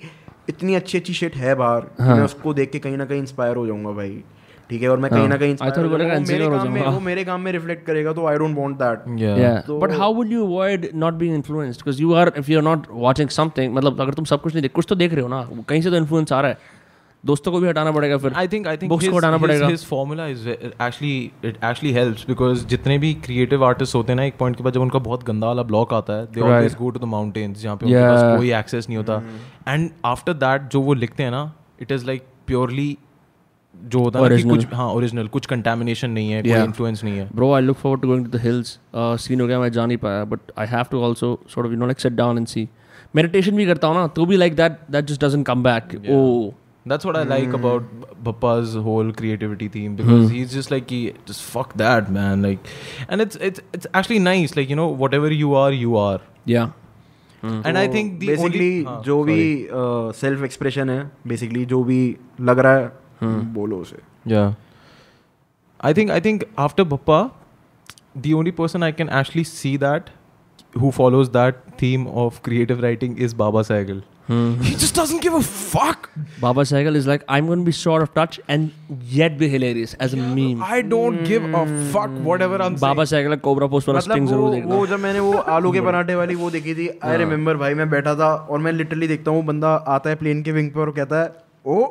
Speaker 4: इतनी अच्छी अच्छी शिट है बाहर कि
Speaker 2: हाँ।
Speaker 4: मैं उसको देख के कहीं ना कहीं इंस्पायर हो जाऊंगा भाई ठीक है और मैं कहीं ना कहीं
Speaker 2: हाँ। I thought you were
Speaker 4: inspire
Speaker 2: gonna
Speaker 4: हो जाऊंगा।
Speaker 2: consider हो
Speaker 4: वो मेरे काम में-
Speaker 2: जाऊंगा।
Speaker 4: वो मेरे काम में रिफ्लेक्ट करेगा तो आई डोंट वांट दैट
Speaker 1: या
Speaker 2: yeah but how would you avoid not being influenced because you are if you're not watching something मतलब अगर तुम सब कुछ नहीं देख कुछ तो देख रहे हो ना वो कहीं से तो इन्फ्लुएंस आ रहा है दोस्तों को भी हटाना पड़ेगा फिर
Speaker 1: I think I think
Speaker 2: books को हटाना पड़ेगा
Speaker 1: his formula is actually it actually helps because जितने भी क्रिएटिव आर्टिस्ट होते हैं ना एक पॉइंट के बाद जब उनका बहुत गंदा वाला ब्लॉक आता है they always go to the mountains जहाँ पे उनके
Speaker 2: Yeah. Hmm.
Speaker 1: पास कोई एक्सेस नहीं होता एंड आफ्टर दैट जो वो लिखते हैं ना इट इज लाइक प्योरली जो होता है ना कि कुछ हाँ ओरिजिनल कुछ कंटेमिनेशन नहीं है कोई
Speaker 2: Yeah.
Speaker 1: इन्फ्लुएंस नहीं है
Speaker 2: bro I look forward to going to the hills scene Uh, हो गया मैं जा नहीं पाया but I have to also sort of you know like set down and see meditation भी करता हूँ ना तो भी like that that just doesn't come back oh
Speaker 1: That's what I like about Bappa's whole creativity theme because he's just like he just fuck that man like, and it's it's it's actually nice like you know whatever you are you are
Speaker 2: या
Speaker 1: and I think the
Speaker 4: basically
Speaker 1: only हाँ,
Speaker 4: जो भी
Speaker 1: sorry.
Speaker 4: Self expression है basically जो भी लग रहा
Speaker 2: हाँ।
Speaker 4: है बोलो उसे
Speaker 1: yeah I think I think after Bappa the only person I can actually see that who follows that theme of creative writing is Baba Sagal he just doesn't give a fuck
Speaker 2: Baba Sehgal is like I am going be short of touch and yet be hilarious as a meme
Speaker 1: I don't give a fuck whatever I'm saying
Speaker 2: Baba Sehgal Cobrapost वाला
Speaker 4: मतलब
Speaker 2: sting
Speaker 4: वो
Speaker 2: जरूर देखना हाँ।
Speaker 4: वो जब मैंने वो आलू के पराठे वाली वो देखी थी आई रिमेम्बर भाई मैं बैठा था और मैं लिटरली देखता हूँ बंदा आता है प्लेन के विंग पर और कहता है ओ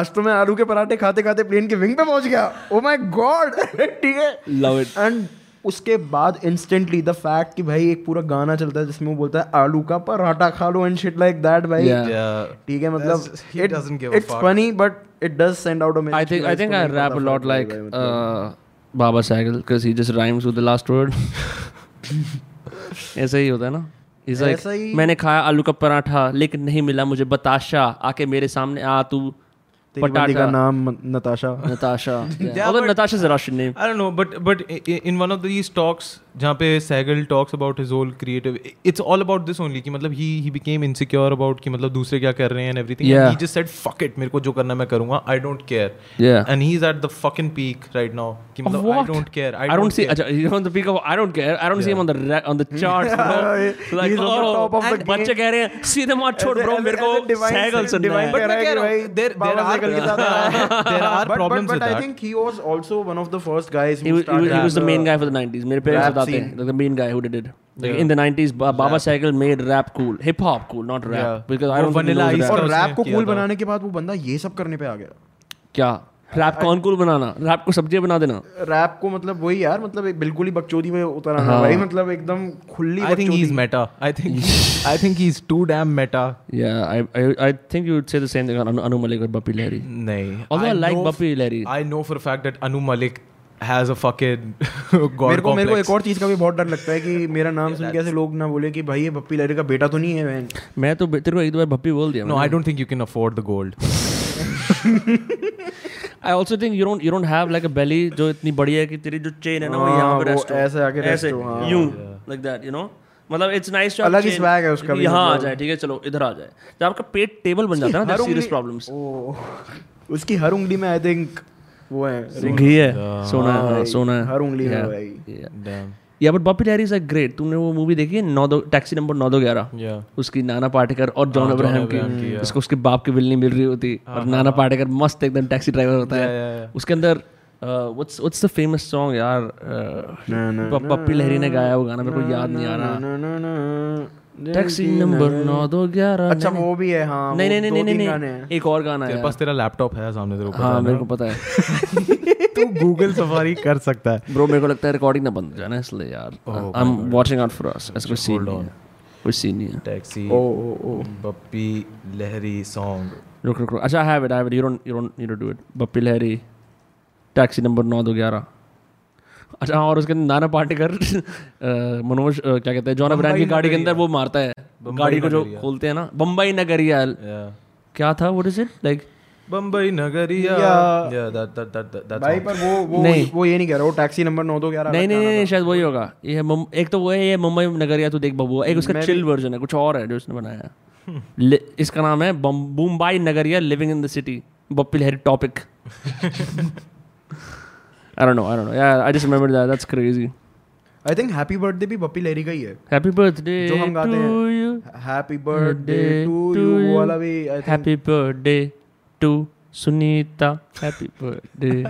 Speaker 4: आज तो मैं आलू के पराठे खाते खाते प्लेन के विंग पे पहुंच गया ओ माय गॉड ठीक है
Speaker 2: लव इट
Speaker 4: एंड उसके बाद इंस्टेंटली द फैक्ट कि भाई एक पूरा गाना चलता है जिसमें वो बोलता है आलू का पराठा खा लो एंड शिट लाइक दैट भाई
Speaker 2: Yeah.
Speaker 1: yeah
Speaker 4: ठीक है
Speaker 1: That's-
Speaker 4: मतलब
Speaker 1: he doesn't give a
Speaker 4: it's
Speaker 1: fuck.
Speaker 4: Funny but it does send out a
Speaker 2: I think I think I rap a lot like
Speaker 4: मतलब।
Speaker 2: uh, Baba Sagal because he just rhymes with the last word. ऐसा ही होता है ना He's like,
Speaker 4: ऐसा ही-
Speaker 2: मैंने खाया आलू का पराठा लेकिन नहीं मिला मुझे बताशा आके मेरे सामने आ तू
Speaker 4: तेरी बंदी का
Speaker 2: पटाटा।
Speaker 4: नाम Natasha
Speaker 2: Natasha although Natasha is Russian name
Speaker 1: I don't know, but but i- i- in one of these talks, जहाँ पे Sagal talks about his whole creative, i- it's all about this only कि मतलब he he became insecure about कि मतलब दूसरे क्या कर रहे हैं and everything. And
Speaker 2: Yeah.
Speaker 1: he just said fuck it, मेरे को जो करना है मैं करूँगा. I don't care.
Speaker 2: yeah
Speaker 1: And he's at the fucking peak right now. कि
Speaker 2: Of
Speaker 1: मतलब I
Speaker 2: what?
Speaker 1: don't care. I,
Speaker 2: I don't see
Speaker 1: care.
Speaker 2: अच्छा he's on the peak of I don't care I don't see him on the ra- on the charts bro like
Speaker 4: He's on the top
Speaker 2: oh
Speaker 4: of the
Speaker 2: and बच्चे कह रहे हैं सीधे मत छोड़
Speaker 4: As a-
Speaker 2: bro
Speaker 4: as a-
Speaker 2: मेरे को
Speaker 4: as a divine-
Speaker 2: Sagal सुनना
Speaker 4: divine
Speaker 2: है
Speaker 1: But मैं
Speaker 4: कह रहा
Speaker 1: कह
Speaker 4: है कि
Speaker 1: रहा हूँ,
Speaker 4: भाई
Speaker 1: there- there
Speaker 4: Baba
Speaker 1: are-
Speaker 4: Sehgal के साथ आ रहा है।
Speaker 1: there are
Speaker 4: But- but-
Speaker 1: problems
Speaker 4: but
Speaker 1: with
Speaker 4: I
Speaker 1: that.
Speaker 4: think he was also one of the first guys
Speaker 2: he
Speaker 4: who
Speaker 2: was, he was, he
Speaker 4: started
Speaker 2: was the main
Speaker 4: the-
Speaker 2: guy for the 90s मेरे parents
Speaker 4: Rap
Speaker 2: बताते हैं
Speaker 4: scene.
Speaker 2: like the main guy who did it like in the 90s ba- Baba Sagal made rap cool hip hop cool not rap
Speaker 1: Yeah.
Speaker 2: because I
Speaker 1: वो
Speaker 2: don't think he
Speaker 1: Vanilla
Speaker 2: knows
Speaker 1: Ice
Speaker 4: और
Speaker 1: उसने
Speaker 4: rap को
Speaker 1: किया
Speaker 4: cool
Speaker 1: था।
Speaker 4: बनाने के बाद वो बंदा ये सब करने पे आ गया
Speaker 2: rap क्या rap कौन cool बनाना rap को सब्जी बना देना
Speaker 4: रैप को मतलब वही यार मतलब एक बिल्कुल ही बकचोदी में उतर आना
Speaker 2: हाँ।
Speaker 4: भाई मतलब एकदम खुली
Speaker 1: I think he's
Speaker 4: बकचोदी
Speaker 1: meta. I think I think he's too damn meta.
Speaker 2: yeah I, I, I think you would say the same thing on Anu, anu Malik or Bappi Lahiri
Speaker 1: नहीं.
Speaker 2: although I, like
Speaker 1: know-
Speaker 2: Bappi Lahiri
Speaker 1: I know for a fact that Anu Malik has a fucking god
Speaker 4: मेरे को मेरे को
Speaker 1: complex.
Speaker 4: एक और चीज का भी बहुत डर लगता है कि मेरा नाम सुन के ऐसे लोग ना बोले कि भाई ये पप्पी लहरी का बेटा तो नहीं है man।
Speaker 2: मैं तो तेरे को एक दो बार Bappi बोल दिया
Speaker 1: No, I don't think you can afford the gold.
Speaker 2: I also think you don't you don't have like a belly जो इतनी बड़ी है कि तेरी जो chain है ना वो
Speaker 4: हाँ,
Speaker 2: यहाँ पे
Speaker 4: वो
Speaker 2: rest हो
Speaker 4: ऐसे आके rest हो, हाँ।
Speaker 2: यूं like that you know मतलब इट्स नाइस टू
Speaker 4: अलग ही swag है उसका भी,
Speaker 2: यहाँ हाँ, आ
Speaker 4: मतलब।
Speaker 2: जाए ठीक है चलो इधर आ जाए जब आपका पेट टेबल बन जाता है ना तो
Speaker 4: हर
Speaker 2: सीरियस
Speaker 4: उंगली-
Speaker 2: प्रॉब्लम्स
Speaker 4: ओ, उसकी हर उंगली में आई थिंक वो है
Speaker 2: घी है सोना है हाँ,
Speaker 4: भाई,
Speaker 2: सोना है
Speaker 4: हर उंगली में
Speaker 2: Yeah.
Speaker 4: भाई।
Speaker 2: Yeah.
Speaker 1: Damn.
Speaker 2: या but Bappi Lahiri is like great तुमने वो मूवी देखी है नौ दो टैक्सी नंबर नौ दो ग्यारह
Speaker 5: Yeah.
Speaker 2: उसकी नाना पाटेकर और जॉन
Speaker 5: हाँ, John
Speaker 2: अब्राहम
Speaker 5: Abraham
Speaker 2: की
Speaker 5: की, yeah.
Speaker 2: उसको उसके बाप की बिल नहीं मिल रही होती और नाना पाटेकर मस्त एकदम टैक्सी ड्राइवर होता
Speaker 5: Yeah, yeah,
Speaker 2: है
Speaker 5: yeah.
Speaker 2: उसके अंदर uh, what's what's the famous song यार Uh, पप्पी लहरी ने गाया वो गाना मेरे को याद नहीं आ रहा टैक्सी नंबर नौ दो ग्यारह
Speaker 4: अच्छा वो भी है हाँ
Speaker 2: नहीं नहीं
Speaker 4: वो
Speaker 2: नहीं
Speaker 4: दो
Speaker 2: नहीं
Speaker 4: तीन
Speaker 2: नहीं
Speaker 4: गाने हैं।
Speaker 2: नहीं, एक और गाना
Speaker 5: तेरे
Speaker 2: है
Speaker 5: पास तेरा लैपटॉप है सामने तेरे ऊपर
Speaker 2: हाँ मेरे को पता है
Speaker 5: तू गूगल सफारी कर सकता है
Speaker 2: ब्रो मेरे को लगता है रिकॉर्डिंग ना बंद हो जाए ना इसलिए यार I am watching out for us ऐसा कोई सीन नहीं है कोई सीन नहीं है
Speaker 5: taxi
Speaker 4: oh oh oh
Speaker 5: Bappi Lahiri song
Speaker 2: रुक रुक रुक अच्छा have it have it you don't you don't need to do it Bappi Lahiri taxi number नौ दो ग्यारह अच्छा हाँ, और उसके अंदर नाना पाटेकर अ, मनोज अ, क्या कहते हैं जॉन अब्राहम की गाड़ी के अंदर वो मारता है गाड़ी को जो खोलते हैं ना बम्बई नगरिया क्या था what is it like
Speaker 5: Bambai Nagariya
Speaker 4: Yeah.
Speaker 5: Yeah, that- that- that- that- that's
Speaker 4: भाई
Speaker 5: all.
Speaker 4: पर वो वो
Speaker 2: नहीं।
Speaker 4: वो ये नहीं कह रहा वो टैक्सी नंबर नौ दो ग्यारह
Speaker 2: नहीं नहीं नहीं शायद वही होगा ये है मुम- एक तो वो है ये मुंबई नगरिया तू देख बबुआ एक उसका चिल वर्जन है कुछ और है जो उसने बनाया है ले- इसका नाम है बम- Mumbai Nagariya living in the city Bappi Lahiri topic I don't know I don't know यार I just remember that that's crazy
Speaker 4: I think happy birthday भी बप्पी लहरी का ही है
Speaker 2: हैप्पी बर्थडे
Speaker 4: जो हम गाते
Speaker 2: टू
Speaker 4: हैं।
Speaker 2: You
Speaker 4: happy birthday to you वाला भी I think
Speaker 2: happy birthday to Sunita happy birthday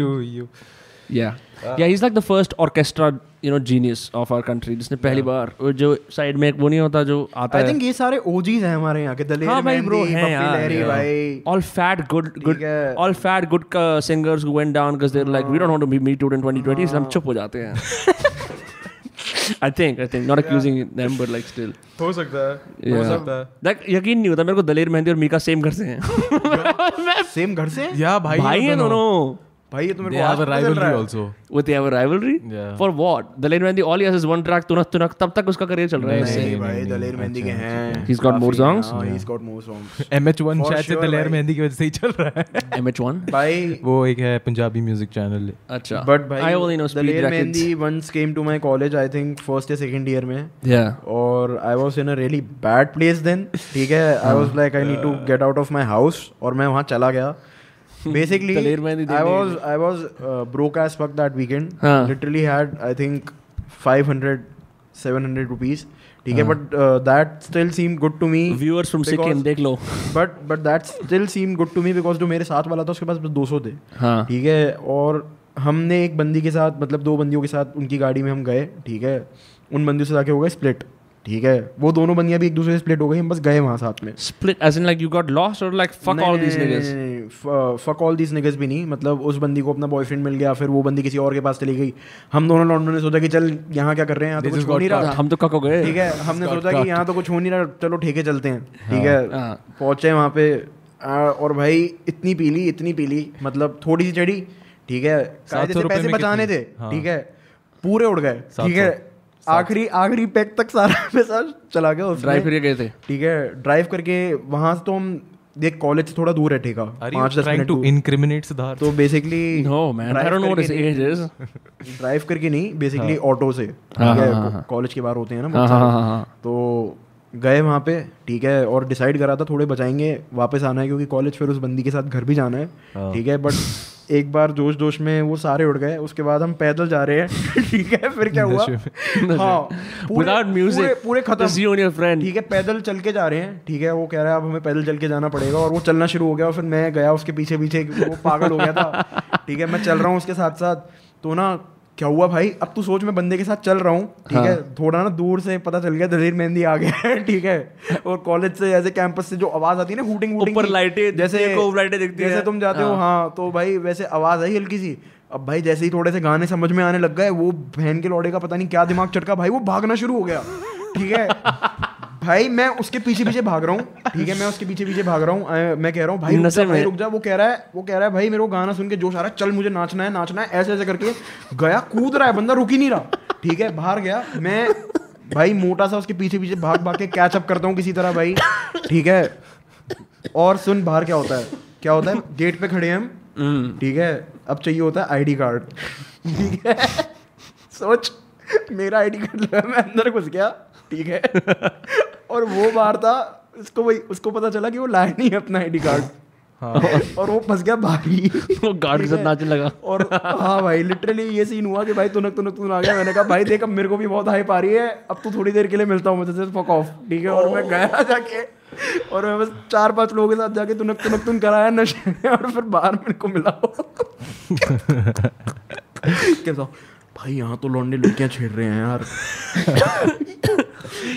Speaker 5: To you.
Speaker 2: yeah yeah he's like the first orchestra you know genius of our country जिसने पहली बार वो जो साइड में एक वो नहीं होता जो आता
Speaker 4: आई
Speaker 2: है
Speaker 4: थिंक ये सारे ओजीज हैं हमारे यहाँ के दलेर
Speaker 2: हाँ भाई
Speaker 4: मेहंदी,
Speaker 2: ब्रो है
Speaker 4: पप्पी लहरी भाई
Speaker 2: यार ऑल फैट गुड गुड
Speaker 4: ठीक है।
Speaker 2: All fat good singers uh, who went down because they're like we don't want to be me too in 2020 इसलिए हम चुप हो जाते हैं I think I think not accusing them but like still
Speaker 5: हो सकता है हो
Speaker 2: Yeah.
Speaker 5: सकता है
Speaker 2: like यकीन नहीं होता मेरे को दलेर मेहंदी और मीका सेम घर से हैं
Speaker 4: सेम घर से हैं?
Speaker 5: या भाई
Speaker 2: भाई हैं दोनों
Speaker 4: भाई ये तो मेरे
Speaker 5: दे
Speaker 4: को
Speaker 5: हैव
Speaker 4: आज
Speaker 5: अ
Speaker 4: पता चल रहा
Speaker 5: राइवलरी
Speaker 4: है।
Speaker 5: Also
Speaker 2: with their rivalry
Speaker 5: Yeah.
Speaker 2: for what Daler Mehndi all he has is one track Tunak Tunak तब तक उसका करियर चल रहा है
Speaker 4: नहीं भाई दलेर मेहंदी
Speaker 5: अच्छा,
Speaker 4: के हैं हाँ,
Speaker 2: He's got more songs?
Speaker 4: He is got more songs
Speaker 5: MH1
Speaker 4: For
Speaker 5: शायद से
Speaker 4: sure,
Speaker 5: दलेर
Speaker 4: भाई।
Speaker 5: मेहंदी की वजह से ही चल रहा है
Speaker 2: MH1
Speaker 4: भाई
Speaker 5: वो एक है पंजाबी म्यूजिक चैनल
Speaker 2: अच्छा
Speaker 4: बट भाई
Speaker 2: I only know speed
Speaker 4: Daler
Speaker 2: brackets
Speaker 4: Mehndi once came to my college I think first या सेकंड ईयर में
Speaker 2: या
Speaker 4: और I was in a really bad place then ठीक है आई
Speaker 2: हाँ।
Speaker 4: Was like I need to
Speaker 2: Uh,
Speaker 4: get out of my house और मैं वहाँ चला गया बेसिकली
Speaker 2: दलेर मैंने
Speaker 4: I was I was broke as fuck that weekend
Speaker 2: हाँ।
Speaker 4: Literally had I think five hundred seven hundred rupees ठीक
Speaker 2: हाँ।
Speaker 4: है uh, but that still seem good to me
Speaker 2: viewers from Sikkim देख लो
Speaker 4: but but that still seem good to me because जो मेरे साथ वाला था उसके पास बस दो सौ थे
Speaker 2: हाँ
Speaker 4: ठीक है और हमने एक बंदी के साथ मतलब दो बंदियों के साथ उनकी गाड़ी में हम गए ठीक है उन बंदियों से जाके हो गए स्प्लिट ठीक है वो दोनों बंदियां भी एक दूसरे से स्प्लिट हो गई हम बस गए वहाँ साथ में
Speaker 2: split as in like you got lost और like fuck all these niggers
Speaker 4: fuck all these niggers भी नहीं मतलब उस बंदी को अपना बॉयफ्रेंड मिल गया फिर वो बंदी किसी और के पास चली गई हम दोनों लॉन्डो ने सोचा कि चल यहाँ क्या कर रहे हैं यहाँ तो
Speaker 5: This
Speaker 4: कुछ
Speaker 5: has
Speaker 4: हो
Speaker 5: got
Speaker 4: नहीं रहा
Speaker 2: हम तो कक हो गए
Speaker 4: ठीक है हमने सोचा कि यहाँ तो कुछ हो नहीं रहा चलो ठेके चलते हैं ठीक है
Speaker 2: हाँ।
Speaker 4: पहुंचे वहाँ पे आ, और भाई इतनी पीली इतनी पीली मतलब थोड़ी सी चढ़ी ठीक है कायदे
Speaker 5: सौ
Speaker 4: से
Speaker 5: रुपए
Speaker 4: पैसे
Speaker 5: में
Speaker 4: बचाने थे
Speaker 5: कितनी? हाँ।
Speaker 4: ठीक है पूरे उड़ गए
Speaker 5: सात
Speaker 4: ठीक है आखिरी आखिरी पैक तक सारा पैसा चला गया उसमें।
Speaker 2: ड्राइव फिर गए थे
Speaker 4: ठीक है ड्राइव करके वहां से तो हम देख कॉलेज से थोड़ा दूर है ठेका पाँच दस मिनट
Speaker 5: टू
Speaker 4: दूर।
Speaker 5: इनक्रिमिनेट सिद्धार्थ
Speaker 4: तो basically
Speaker 2: no man I don't know what is as is
Speaker 4: drive करके नहीं बेसिकली ऑटो से
Speaker 2: हाँ,
Speaker 4: ठीक है,
Speaker 2: हाँ,
Speaker 4: को- कॉलेज के बाहर होते हैं ना
Speaker 2: हां
Speaker 4: बहुत
Speaker 2: हां
Speaker 4: सारे।
Speaker 2: हां
Speaker 4: तो गए वहाँ पे ठीक है और डिसाइड करा था थोड़े बचाएंगे वापस आना है क्योंकि कॉलेज फिर उस बंदी के साथ घर भी जाना है
Speaker 2: हाँ।
Speaker 4: ठीक है बट एक बार जोश जोश में वो सारे उड़ गए उसके बाद हम पैदल जा रहे हैं ठीक है फिर क्या हुआ हाँ पूरे-
Speaker 2: Without music,
Speaker 4: पूरे- पूरे
Speaker 2: just you and your
Speaker 4: खत्म
Speaker 2: friend.
Speaker 4: ठीक है पैदल चल के जा रहे हैं ठीक है वो कह रहा है अब हमें पैदल चल के जाना पड़ेगा और वो चलना शुरू हो गया और फिर मैं गया उसके पीछे पीछे क्योंकि वो पागल हो गया था ठीक है मैं चल रहा हूँ उसके साथ साथ तो ना क्या हुआ भाई अब तू सोच मैं बंदे के साथ चल रहा हूँ ठीक है
Speaker 2: हाँ।
Speaker 4: थोड़ा ना दूर से पता चल गया दलेर मेहंदी आ गया है ठीक है और कॉलेज से ऐसे कैंपस से जो आवाज आती है ना हूटिंग वूटिंग
Speaker 2: ऊपर
Speaker 4: की,
Speaker 2: लाइटें,
Speaker 4: जैसे
Speaker 2: देखो, लाइटें दिखती
Speaker 4: जैसे
Speaker 2: हैं।
Speaker 4: तुम जाते हो हाँ तो भाई वैसे आवाज आई हल्की सी अब भाई जैसे ही थोड़े से गाने समझ में आने लग गए वो बहन के लौड़े का पता नहीं क्या दिमाग चटका भाई वो भागना शुरू हो गया ठीक है भाई मैं उसके पीछे पीछे भाग रहा हूँ ठीक है मैं उसके पीछे पीछे भाग रहा हूँ आ, मैं कह रहा हूँ भाई रुक जा
Speaker 2: नशे में।
Speaker 4: भाई रुक जा वो कह रहा है वो कह रहा है भाई मेरे को गाना सुन के जोश आ रहा है चल मुझे नाचना है नाचना है ऐसे ऐसे करके गया कूद रहा है बंदा रुक ही नहीं रहा ठीक है बाहर गया मैं भाई मोटा सा उसके पीछे पीछे भाग भाग के कैचअप करता हूँ किसी तरह भाई ठीक है और सुन बाहर क्या होता है क्या होता है गेट पे खड़े हैं
Speaker 2: हम्म।
Speaker 4: हम ठीक है अब चाहिए होता है आईडी कार्ड ठीक है सोच मेरा आईडी कार्ड लगा मैं अंदर घुस गया ठीक है और वो बाहर था उसको वही उसको पता चला कि वो लाया नहीं है अपना आईडी कार्ड और वो फंस गया भाई
Speaker 2: वो गार्ड के साथ नाचने लगा
Speaker 4: और हाँ भाई लिटरली ये सीन हुआ कि भाई तुनक तुनक तुन आ गया मैंने कहा भाई देख अब मेरे को भी बहुत हाइप आ रही है अब तो थोड़ी देर के लिए मिलता हूँ मुझे से फक ऑफ ठीक है और मैं गया जाके और मैं बस चार पांच लोगों के साथ जाके तुनक तुनक तुन कराया नशे में और फिर बाहर मेरे को मिला वो। कैसा भाई यहाँ तो लौंडे लड़कियाँ छेड़ रहे हैं यार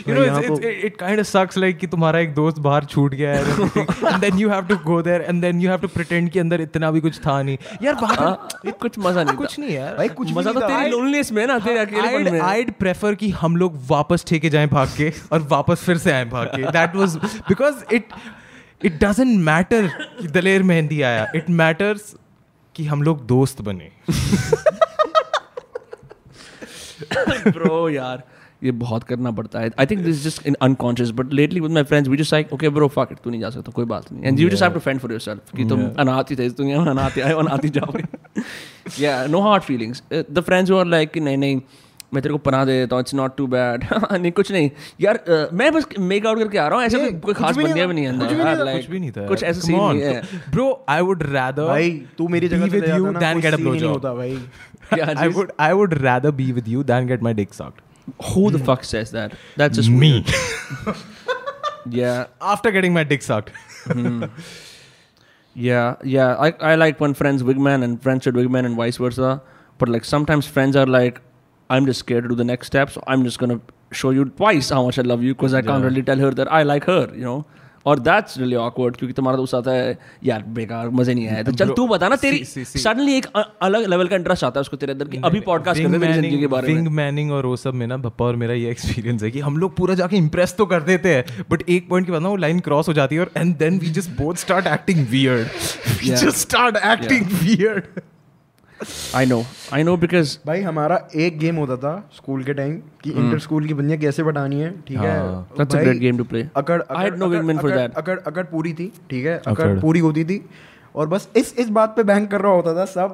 Speaker 1: you know, it's, it's, it, it kind of sucks like कि तुम्हारा एक दोस्त बाहर छूट गया है and everything, and then you have to go there and then you have to pretend कि अंदर इतना भी कुछ था नहीं यार बाहर
Speaker 2: ये कुछ मजा नहीं
Speaker 1: कुछ नहीं यार
Speaker 4: भाई कुछ भी
Speaker 2: मजा
Speaker 4: नहीं
Speaker 2: तो
Speaker 4: था।
Speaker 2: तेरी लोनलीनेस में है ना तेरे अकेलेपन
Speaker 1: I'd,
Speaker 2: में
Speaker 1: I'd prefer कि हम लोग वापस ठेके जाएं भाग के और वापस फिर से आए भाग के that was because it it doesn't matter Daler Mehndi आया इट मैटर्स कि हम लोग दोस्त बने
Speaker 2: bro यार ये बहुत करना पड़ता है I think this just in unconscious but lately with my friends we just like okay bro fuck it तू नहीं जा सकता कोई बात नहीं and you just have to fend for yourself कि तुम अनाथ ही थे इस दुनिया में अनाथ ही आए हो, अनाथ ही जाओगे या no hard feelings the friends who are like कि नहीं नहीं मैं तेरे को पना दे देता हूँ इट्स नॉट टू बैड हाँ, नहीं कुछ नहीं यार uh, मैं बस मेक आउट करके आ रहा हूँ ऐसे कोई- कोई खास बंदियां भी नहीं है अंदर यार, like,
Speaker 1: कुछ भी नहीं था
Speaker 2: कुछ ऐसा सीन नहीं है
Speaker 1: ब्रो आई वुड rather
Speaker 4: भाई तू मेरी जगह
Speaker 1: be
Speaker 4: चले
Speaker 1: with you
Speaker 4: जाता ना
Speaker 1: than
Speaker 4: कोई
Speaker 1: get a
Speaker 4: scene ही नहीं
Speaker 1: blowjob.
Speaker 4: होता भाई
Speaker 1: I
Speaker 2: Yeah, just-
Speaker 1: would I would rather be with you than get my dick sucked.
Speaker 2: who the fuck says that that's just
Speaker 1: Me
Speaker 2: weird. yeah
Speaker 1: after getting my dick sucked.
Speaker 2: Yeah, yeah. I, I like when friends wigman and friends should wigman and vice versa. But like sometimes friends are like, I'm just scared to do the next step, so I'm just gonna show you twice how much I love you because I can't really tell her that I like her, you know. और that's really awkward क्योंकि तुम्हारा दोस्त आता है यार बेकार मजे नहीं आया तो चल तू बता ना तेरी
Speaker 1: see, see.
Speaker 2: सडनली एक अ- अलग लेवल का इंटरेस्ट आता है उसको तेरे अंदर कि अभी पॉडकास्ट कर रहे हैं मेरी जिंदगी के बारे में
Speaker 1: मैनिंग और वो सब में ना भप्पा और मेरा ये एक्सपीरियंस है कि हम लोग पूरा जाके इम्प्रेस तो कर देते हैं बट एक पॉइंट के बाद ना वो लाइन क्रॉस हो जाती है और and then we just both start acting weird we
Speaker 2: Yeah.
Speaker 1: Just start acting weird
Speaker 2: I know I know because
Speaker 4: भाई हमारा एक गेम होता था स्कूल के टाइम कि इंटर स्कूल की बंदियां कैसे बटानी है ठीक है
Speaker 1: हाँ,
Speaker 2: हम्म। that's a
Speaker 4: भाई,
Speaker 2: great game to play.
Speaker 4: अकड़
Speaker 2: I had no wingman for
Speaker 4: अकड़-
Speaker 2: that.
Speaker 4: अकड़ अकड़ पूरी थी ठीक है
Speaker 1: अकड़।
Speaker 4: अकड़ पूरी होती थी और बस इस इस बात पे बैंक कर रहा होता था सब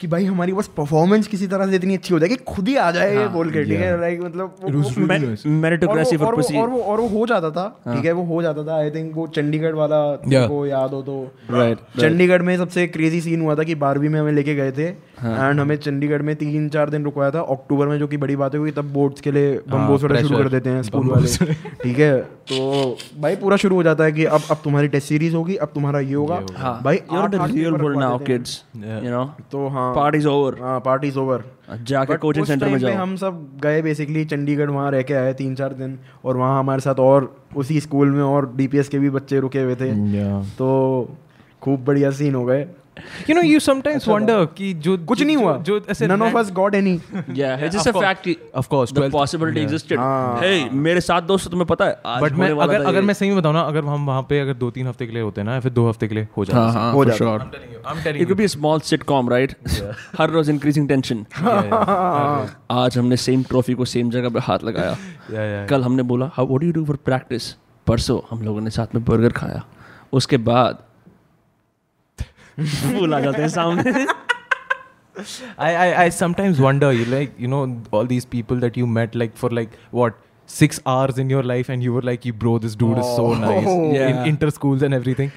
Speaker 4: कि भाई हमारी बस परफॉर्मेंस किसी तरह से इतनी अच्छी हो जाए कि खुद ही आ जाए
Speaker 2: हाँ,
Speaker 4: ये बोल के ठीक है लाइक मतलब वो- वो-
Speaker 2: मेरिटोक्रेसी
Speaker 4: और वो-
Speaker 2: फॉर
Speaker 4: और वो-
Speaker 2: पुसी
Speaker 4: और वो और वो हो जाता था
Speaker 2: हाँ.
Speaker 4: ठीक है वो हो जाता था आई थिंक वो चंडीगढ़ वाला
Speaker 1: Yeah.
Speaker 4: को याद हो तो
Speaker 2: Right, right.
Speaker 4: चंडीगढ़ में सबसे क्रेजी सीन हुआ था कि बारहवीं में हमें लेके गए थे
Speaker 2: हाँ.
Speaker 4: एंड हमें चंडीगढ़ में तीन चार दिन रुकवाया था अक्टूबर में जो कि बड़ी बात है क्योंकि तब बोर्ड्स के
Speaker 2: हाँ,
Speaker 4: लिए बम्बोस वगैरह शुरू कर
Speaker 1: pressure.
Speaker 4: देते हैं स्कूल वाले ठीक है तो भाई पूरा शुरू हो जाता है कि अब अब तुम्हारी टेस्ट सीरीज होगी अब तुम्हारा ये होगा
Speaker 2: हाँ
Speaker 4: भाई
Speaker 2: you're
Speaker 4: आठ-
Speaker 2: the
Speaker 4: आठ
Speaker 2: real
Speaker 4: paper
Speaker 2: world
Speaker 4: रखवा
Speaker 2: now
Speaker 4: देते हैं।
Speaker 2: kids you know
Speaker 4: तो हाँ
Speaker 2: party's over
Speaker 4: हाँ पार्टीज ओवर
Speaker 2: जाके
Speaker 4: But
Speaker 2: कोचिंग
Speaker 4: उस
Speaker 2: सेंटर में
Speaker 4: time पे
Speaker 2: जाओ
Speaker 4: हम सब गए बेसिकली चंडीगढ़ वहाँ रह के आए तीन चार दिन और वहाँ हमारे साथ और उसी स्कूल में और डीपीएस के भी बच्चे रुके हुए थे तो खूब बढ़िया सीन हो गए
Speaker 1: यू नो यू समटाइम्स
Speaker 2: अच्छा
Speaker 1: वंडर कि जो
Speaker 4: कुछ नहीं हुआ
Speaker 1: जो ऐसे
Speaker 4: none of us got any
Speaker 2: yeah, it's just a
Speaker 1: of course.
Speaker 2: fact.
Speaker 1: Of course,
Speaker 2: the
Speaker 1: 12th
Speaker 2: possibility existed. Hey, मेरे साथ दोस्त हो, तुम्हें पता है आज
Speaker 1: बट मैं
Speaker 2: होने वाला
Speaker 1: अगर
Speaker 2: था
Speaker 1: अगर
Speaker 2: ये।
Speaker 1: मैं सही में बताऊं ना अगर हम वहां पे अगर दो तीन हफ्ते के लिए होते ना या फिर दो हफ्ते के लिए हो जाता
Speaker 2: हाँ हाँ
Speaker 4: हो
Speaker 2: for
Speaker 4: जाता।
Speaker 2: sure.
Speaker 1: I'm
Speaker 2: It could be a small sitcom, right? हर रोज increasing tension. आज हमने सेम ट्रॉफी को सेम जगह पे हाथ लगाया कल हमने बोला how what do you do for practice परसों हम लोगों ने साथ में बर्गर खाया उसके बाद फूल आ जाते हैं सामने
Speaker 1: I, I, I sometimes wonder, you like, you know, all these people that you met, like, for like, what, six hours in your life, and you were like, "You bro, this dude is so nice.
Speaker 2: Yeah.
Speaker 1: In inter schools and everything.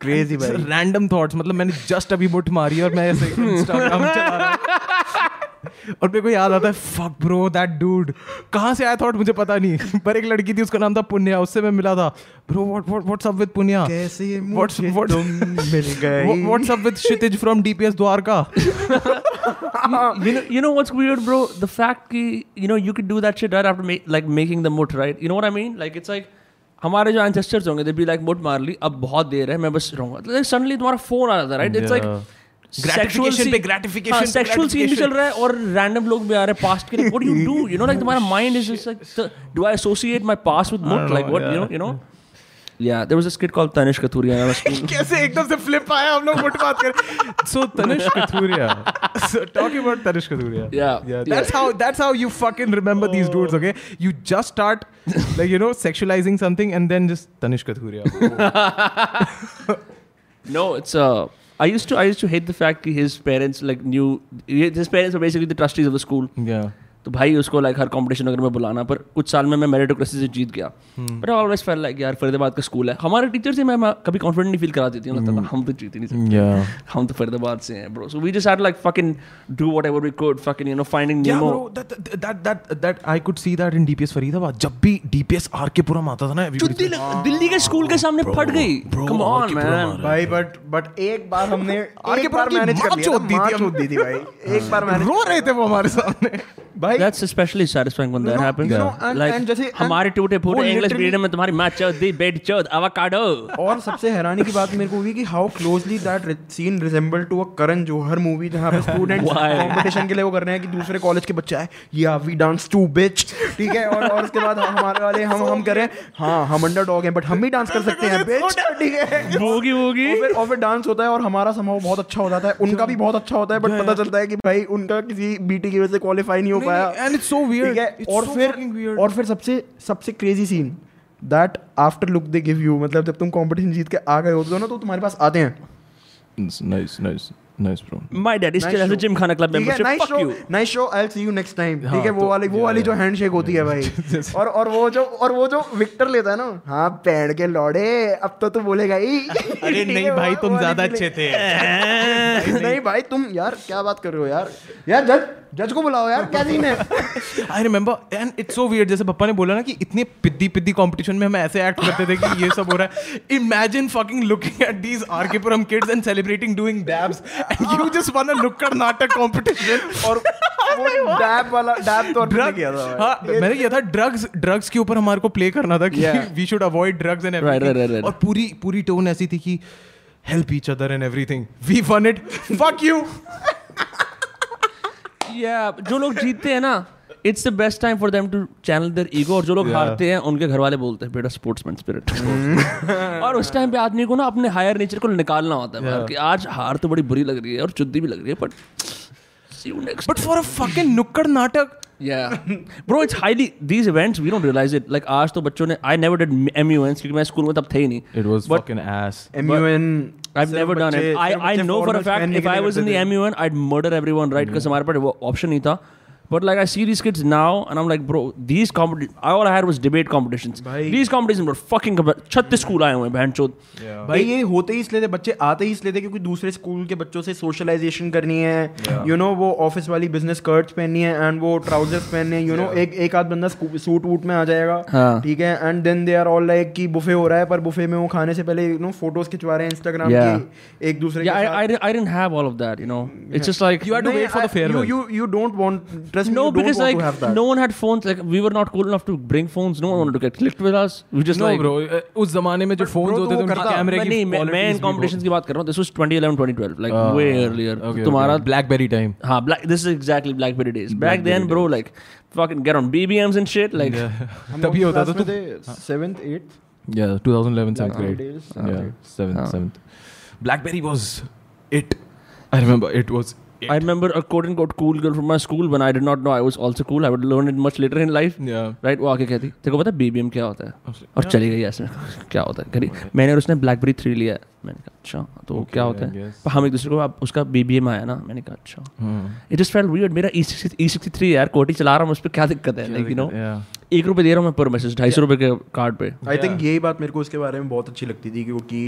Speaker 4: Crazy
Speaker 1: It's
Speaker 4: भाई
Speaker 1: random thoughts. मतलब मैंने just अभी बुट मारी और मैं ऐसे Instagram चला रहा हूँ। और मेरे को याद आता है फक ब्रो दैट डूड कहाँ से आया थॉट मुझे पता नहीं पर एक लड़की थी उसका नाम था पुण्या उससे मैं मिला था bro what what what's up with Punya
Speaker 4: कैसे
Speaker 1: What's-
Speaker 4: मुझे
Speaker 1: what-
Speaker 4: तुम मिल गए
Speaker 1: what's up with Kshitij from DPS Dwarka
Speaker 2: you know, you know what's weird, bro? The fact that you know you could do that shit right after ma- like making the mut, right? You know what I mean? Like it's like हमारे जो ancestors होंगे, they'd be like mut मार ली, अब बहुत देर है, मैं बस रहूँगा. Like suddenly तुम्हारा phone आ जाता है, right? It's like
Speaker 1: Yeah.
Speaker 2: sexual
Speaker 1: Gratification
Speaker 2: scene-
Speaker 1: पे gratification
Speaker 2: हाँ,
Speaker 1: पे
Speaker 2: sexual scene भी चल रहा है और random लोग भी आ रहे हैं past के लिए. What do you do? You know, like तुम्हारा mind is just like, the, do I associate my past with mut? Like what? You know, you know. Yeah, there was this kid called Tanish Kathuria in our school.
Speaker 1: कैसे एकदम से flip आया हम लोग मुठ बात कर so Tanish Kathuria so talking about Tanish Kathuria
Speaker 2: Yeah,
Speaker 1: yeah
Speaker 2: yeah.
Speaker 1: that's how that's how you fucking remember these dudes okay you just start like you know sexualizing something and then just tanish kathuria
Speaker 2: No, it's uh I used to I used to hate the fact that his parents like knew his parents were basically the trustees of the school.
Speaker 1: yeah
Speaker 2: तो भाई उसको like हर competition वगैरह में बुलाना पर कुछ साल में मैं मेरिटोक्रेसी से जीत गया
Speaker 1: Hmm.
Speaker 2: But always fail like यार फरीदाबाद का स्कूल है हमारे टीचर से मैं मैं कभी कॉन्फिडेंट नहीं फील कराती थी मतलब हम तो जीत ही नहीं सकते
Speaker 1: Hmm. Yeah.
Speaker 2: हम तो फरीदाबाद से हैं bro so we just had like fucking do whatever we could fucking you know finding
Speaker 1: Yeah,
Speaker 2: Nemo
Speaker 1: bro, that, that, that, that, that I could see that in DPS Faridabad. जब भी DPS R K Puram आता था ना everybody's like,
Speaker 2: Delhi के school के सामने फट गई
Speaker 1: Ah, bro,
Speaker 2: कम
Speaker 1: और
Speaker 2: ऑन
Speaker 1: की बुरा
Speaker 2: मैन
Speaker 1: मारा।
Speaker 4: भाई बट बट एक बार हमने
Speaker 1: आर के
Speaker 4: एक बार
Speaker 1: पुरम की
Speaker 4: मैनेज कर
Speaker 1: माँ
Speaker 4: लिया
Speaker 1: चोद दी थी
Speaker 4: माँ
Speaker 1: हम।
Speaker 4: चोद दी थी भाई एक बार मैनेज
Speaker 1: रो रहे थे वो हमारे सामने
Speaker 4: भाई
Speaker 2: That's especially satisfying when that
Speaker 4: No, no,
Speaker 2: happens.
Speaker 4: no, and-
Speaker 2: like
Speaker 4: and जैसे- and
Speaker 2: हमारे टूटे
Speaker 4: वो
Speaker 2: फूटे इंग्लिश
Speaker 4: literally-
Speaker 2: मीडियम में तुम्हारी माँ चौथ दी बेड चौथ अवाकाडो
Speaker 4: और सबसे हैरानी की बात मेरे को हुई कि how closely that scene resemble to a Karan Johar movie जहाँ पे स्टूडेंट्स
Speaker 2: Why?
Speaker 4: कंपटीशन के लिए वो कर रहे हैं कि दूसरे कॉलेज के बच्चा है या वी डांस टू बिच ठीक है और और उसके बाद हमारे वाले हम हम कर रहे हैं हाँ हम अंडर डॉग हैं बट हम भी डांस कर सकते हैं बिच ठीक है
Speaker 2: बोगी बोगी
Speaker 4: और फिर और फिर डांस होता है और हमारा समाव बहुत अच्छा हो जाता है उनका भी बहुत अच्छा होता है बट पता चलता है कि भाई उनका किसी बीटी की वजह से क्वालिफाई नहीं हो
Speaker 1: नहीं,
Speaker 4: पाया
Speaker 1: नहीं, and it's so weird.
Speaker 4: ठीक है?
Speaker 1: It's
Speaker 4: और
Speaker 1: so fucking
Speaker 4: फिर
Speaker 1: weird.
Speaker 4: और फिर सबसे सबसे crazy scene that after look they give you मतलब जब तुम कंपटीशन जीत के आ गए होते हो ना तो तुम्हारे पास आते हैं
Speaker 1: nice, nice, nice, bro.
Speaker 2: My dad still has a gym khana club membership.
Speaker 4: Nice
Speaker 2: Fuck
Speaker 4: show
Speaker 2: you.
Speaker 4: Nice show I will see you next time
Speaker 1: हाँ,
Speaker 4: ठीक है वो
Speaker 1: तो-
Speaker 4: वाली वो
Speaker 1: yeah,
Speaker 4: वाली जो
Speaker 1: yeah.
Speaker 4: हैंडशेक होती है भाई और और वो जो और वो जो विक्टर लेता है ना हाँ पेड़ के लौड़े अब तो तू बोलेगा ही
Speaker 1: अरे
Speaker 4: ठीक है,
Speaker 1: नहीं
Speaker 4: वो-
Speaker 1: भाई
Speaker 4: वो
Speaker 1: तुम
Speaker 4: वाली
Speaker 1: ज्यादा
Speaker 4: feeling।
Speaker 1: अच्छे थे
Speaker 4: नहीं भाई तुम यार क्या बात कर रहे हो यार यार जज जज को बुलाओ यार क्या सीन है
Speaker 1: I remember and it's so weird जैसे पप्पा ने बोला ना कि इतने पिद्दी पिद्दी कंपटीशन में हम ऐसे एक्ट करते थे कि ये सब हो रहा है imagine fucking looking at these RK Puram kids and celebrating doing dabs and you just want a लुक्कड़ नाटक कंपटीशन
Speaker 4: और वो डैब वाला डैब तो नहीं किया था भाई।
Speaker 1: हाँ मैंने किया था ड्रग्स ड्रग्स के ऊपर हमारे को प्ले करना था कि
Speaker 4: Yeah.
Speaker 1: We should avoid drugs and
Speaker 2: Right, right, right, right.
Speaker 1: और पूरी पूरी टोन ऐसी थी कि help each other and everything we won it fuck you
Speaker 2: Yeah, जो लोग जीतते हैं ना it's the best time for them to channel their ego और जो लोग
Speaker 1: Yeah.
Speaker 2: हारते हैं उनके घर वाले बोलते हैं बेटा स्पोर्ट्समैन स्पिरिट
Speaker 4: Mm.
Speaker 2: और उस टाइम पे आदमी को ना अपने हायर नेचर को निकालना होता है
Speaker 1: Yeah.
Speaker 2: कि आज हार तो बड़ी बुरी लग रही है और चुद्दी भी लग रही है but see you next
Speaker 1: but for a fucking नुक्कड़ नाटक
Speaker 2: Yeah. Bro, it's highly these events we don't realize it. Like आज तो बच्चों ने I never did MUNs क्योंकि मैं स्कूल में तब थे ही नहीं.
Speaker 1: It was
Speaker 2: But-
Speaker 1: fucking S
Speaker 4: MUN
Speaker 2: I've
Speaker 4: सिर्फ
Speaker 2: never done it.
Speaker 4: बच्चे-
Speaker 2: I
Speaker 4: सिर्फ
Speaker 2: I
Speaker 4: बच्चे
Speaker 2: know for a
Speaker 4: formals
Speaker 2: fact
Speaker 4: पहनने
Speaker 2: if
Speaker 4: के
Speaker 2: I
Speaker 4: लिए
Speaker 2: was in the
Speaker 4: करते Mm-hmm.
Speaker 2: MUN I'd murder everyone right because हमारे पास वो option नहीं था. But like I see these kids now and I'm like bro these competitions all I had was debate competitions.
Speaker 4: भाई-
Speaker 2: These competitions were fucking छत्तीस school आए हुए हैं बहन चोद.
Speaker 4: थे। भाई ये होते ही इसलिए थे बच्चे आते ही इसलिए थे क्योंकि दूसरे स्कूल के बच्चों से सोशलाइजेशन करनी है यू नो वो ऑफिस वाली बिजनेस स्कर्ट्स पहननी है एंड वो ट्राउजर्स पहनने यू नो एक एक आध बंदा सूट वूट में आ जाएगा
Speaker 2: हाँ।
Speaker 4: ठीक है and then they are all like कि बुफे हो रहा है पर बुफे में वो खाने से पहले यू नो फोटोज खिंचवा रहे हैं इंस्टाग्राम
Speaker 2: Yeah.
Speaker 4: की एक दूसरे
Speaker 2: Yeah,
Speaker 4: के
Speaker 2: I, I
Speaker 4: साथ
Speaker 2: di- I didn't have all of that, you know.
Speaker 4: Mm-hmm.
Speaker 2: It's just like
Speaker 1: You had to
Speaker 4: नहीं,
Speaker 1: wait for the
Speaker 4: I-
Speaker 1: farewell.
Speaker 4: you you you don't want trust me
Speaker 2: No,
Speaker 4: you don't
Speaker 2: because
Speaker 4: want
Speaker 2: like
Speaker 4: to have that
Speaker 2: no one had phones. Like we were not cool enough to bring phones. No one wanted to get clicked with us. We just
Speaker 1: no
Speaker 2: like
Speaker 1: bro eh, उस जमाने में जो phone
Speaker 4: bro,
Speaker 1: होते
Speaker 4: तो
Speaker 1: थे
Speaker 4: वो
Speaker 1: उनके
Speaker 4: करता-
Speaker 1: कैमरे
Speaker 2: हाँ, मैं
Speaker 1: हाँ, की
Speaker 2: नहीं मैं मैं इन कॉम्पिटिशन की बात कर रहा हूँ दिस वाज 2011 2012 लाइक
Speaker 1: हाँ,
Speaker 2: वे अर्लियर तो तुम्हारा
Speaker 1: ब्लैकबेरी टाइम
Speaker 2: हाँ black this is exactly BlackBerry days back then bro like fucking get on BBMs and shit like
Speaker 1: तभी होता था तो
Speaker 4: 7th 8th
Speaker 1: या 2011 7th
Speaker 4: Blackberry
Speaker 1: grade
Speaker 4: days.
Speaker 1: या 7th 7th BlackBerry was it I remember it was
Speaker 2: I remember a quote unquote cool girl from my school when I did not know I was also cool I would learn it much later in life
Speaker 1: या
Speaker 2: right वो आके कहती तेरे को पता है BBM क्या होता है और चली गई ऐसे में, क्या होता है करी मैंने और उसने ब्लैकबेरी थ्री लिया है मैंने कहा अच्छा तो वो
Speaker 1: Okay,
Speaker 2: क्या होता
Speaker 1: I
Speaker 2: है
Speaker 1: guess. Hmm.
Speaker 2: पर हम एक दूसरे को अब उसका बीबीएम आया ना मैंने कहा अच्छा इट इज फेल वियर्ड मेरा E ई सिक्सटी थ्री यार कोटी चला रहा हूँ उस पर क्या दिक्कत है लाइक यू नो
Speaker 1: या
Speaker 2: एक रुपये दे रहा हूँ मैं पर मैसेज ढाई सौ रुपये के कार्ड पे
Speaker 4: आई थिंक यही बात मेरे को इसके बारे में बहुत अच्छी लगती थी क्योंकि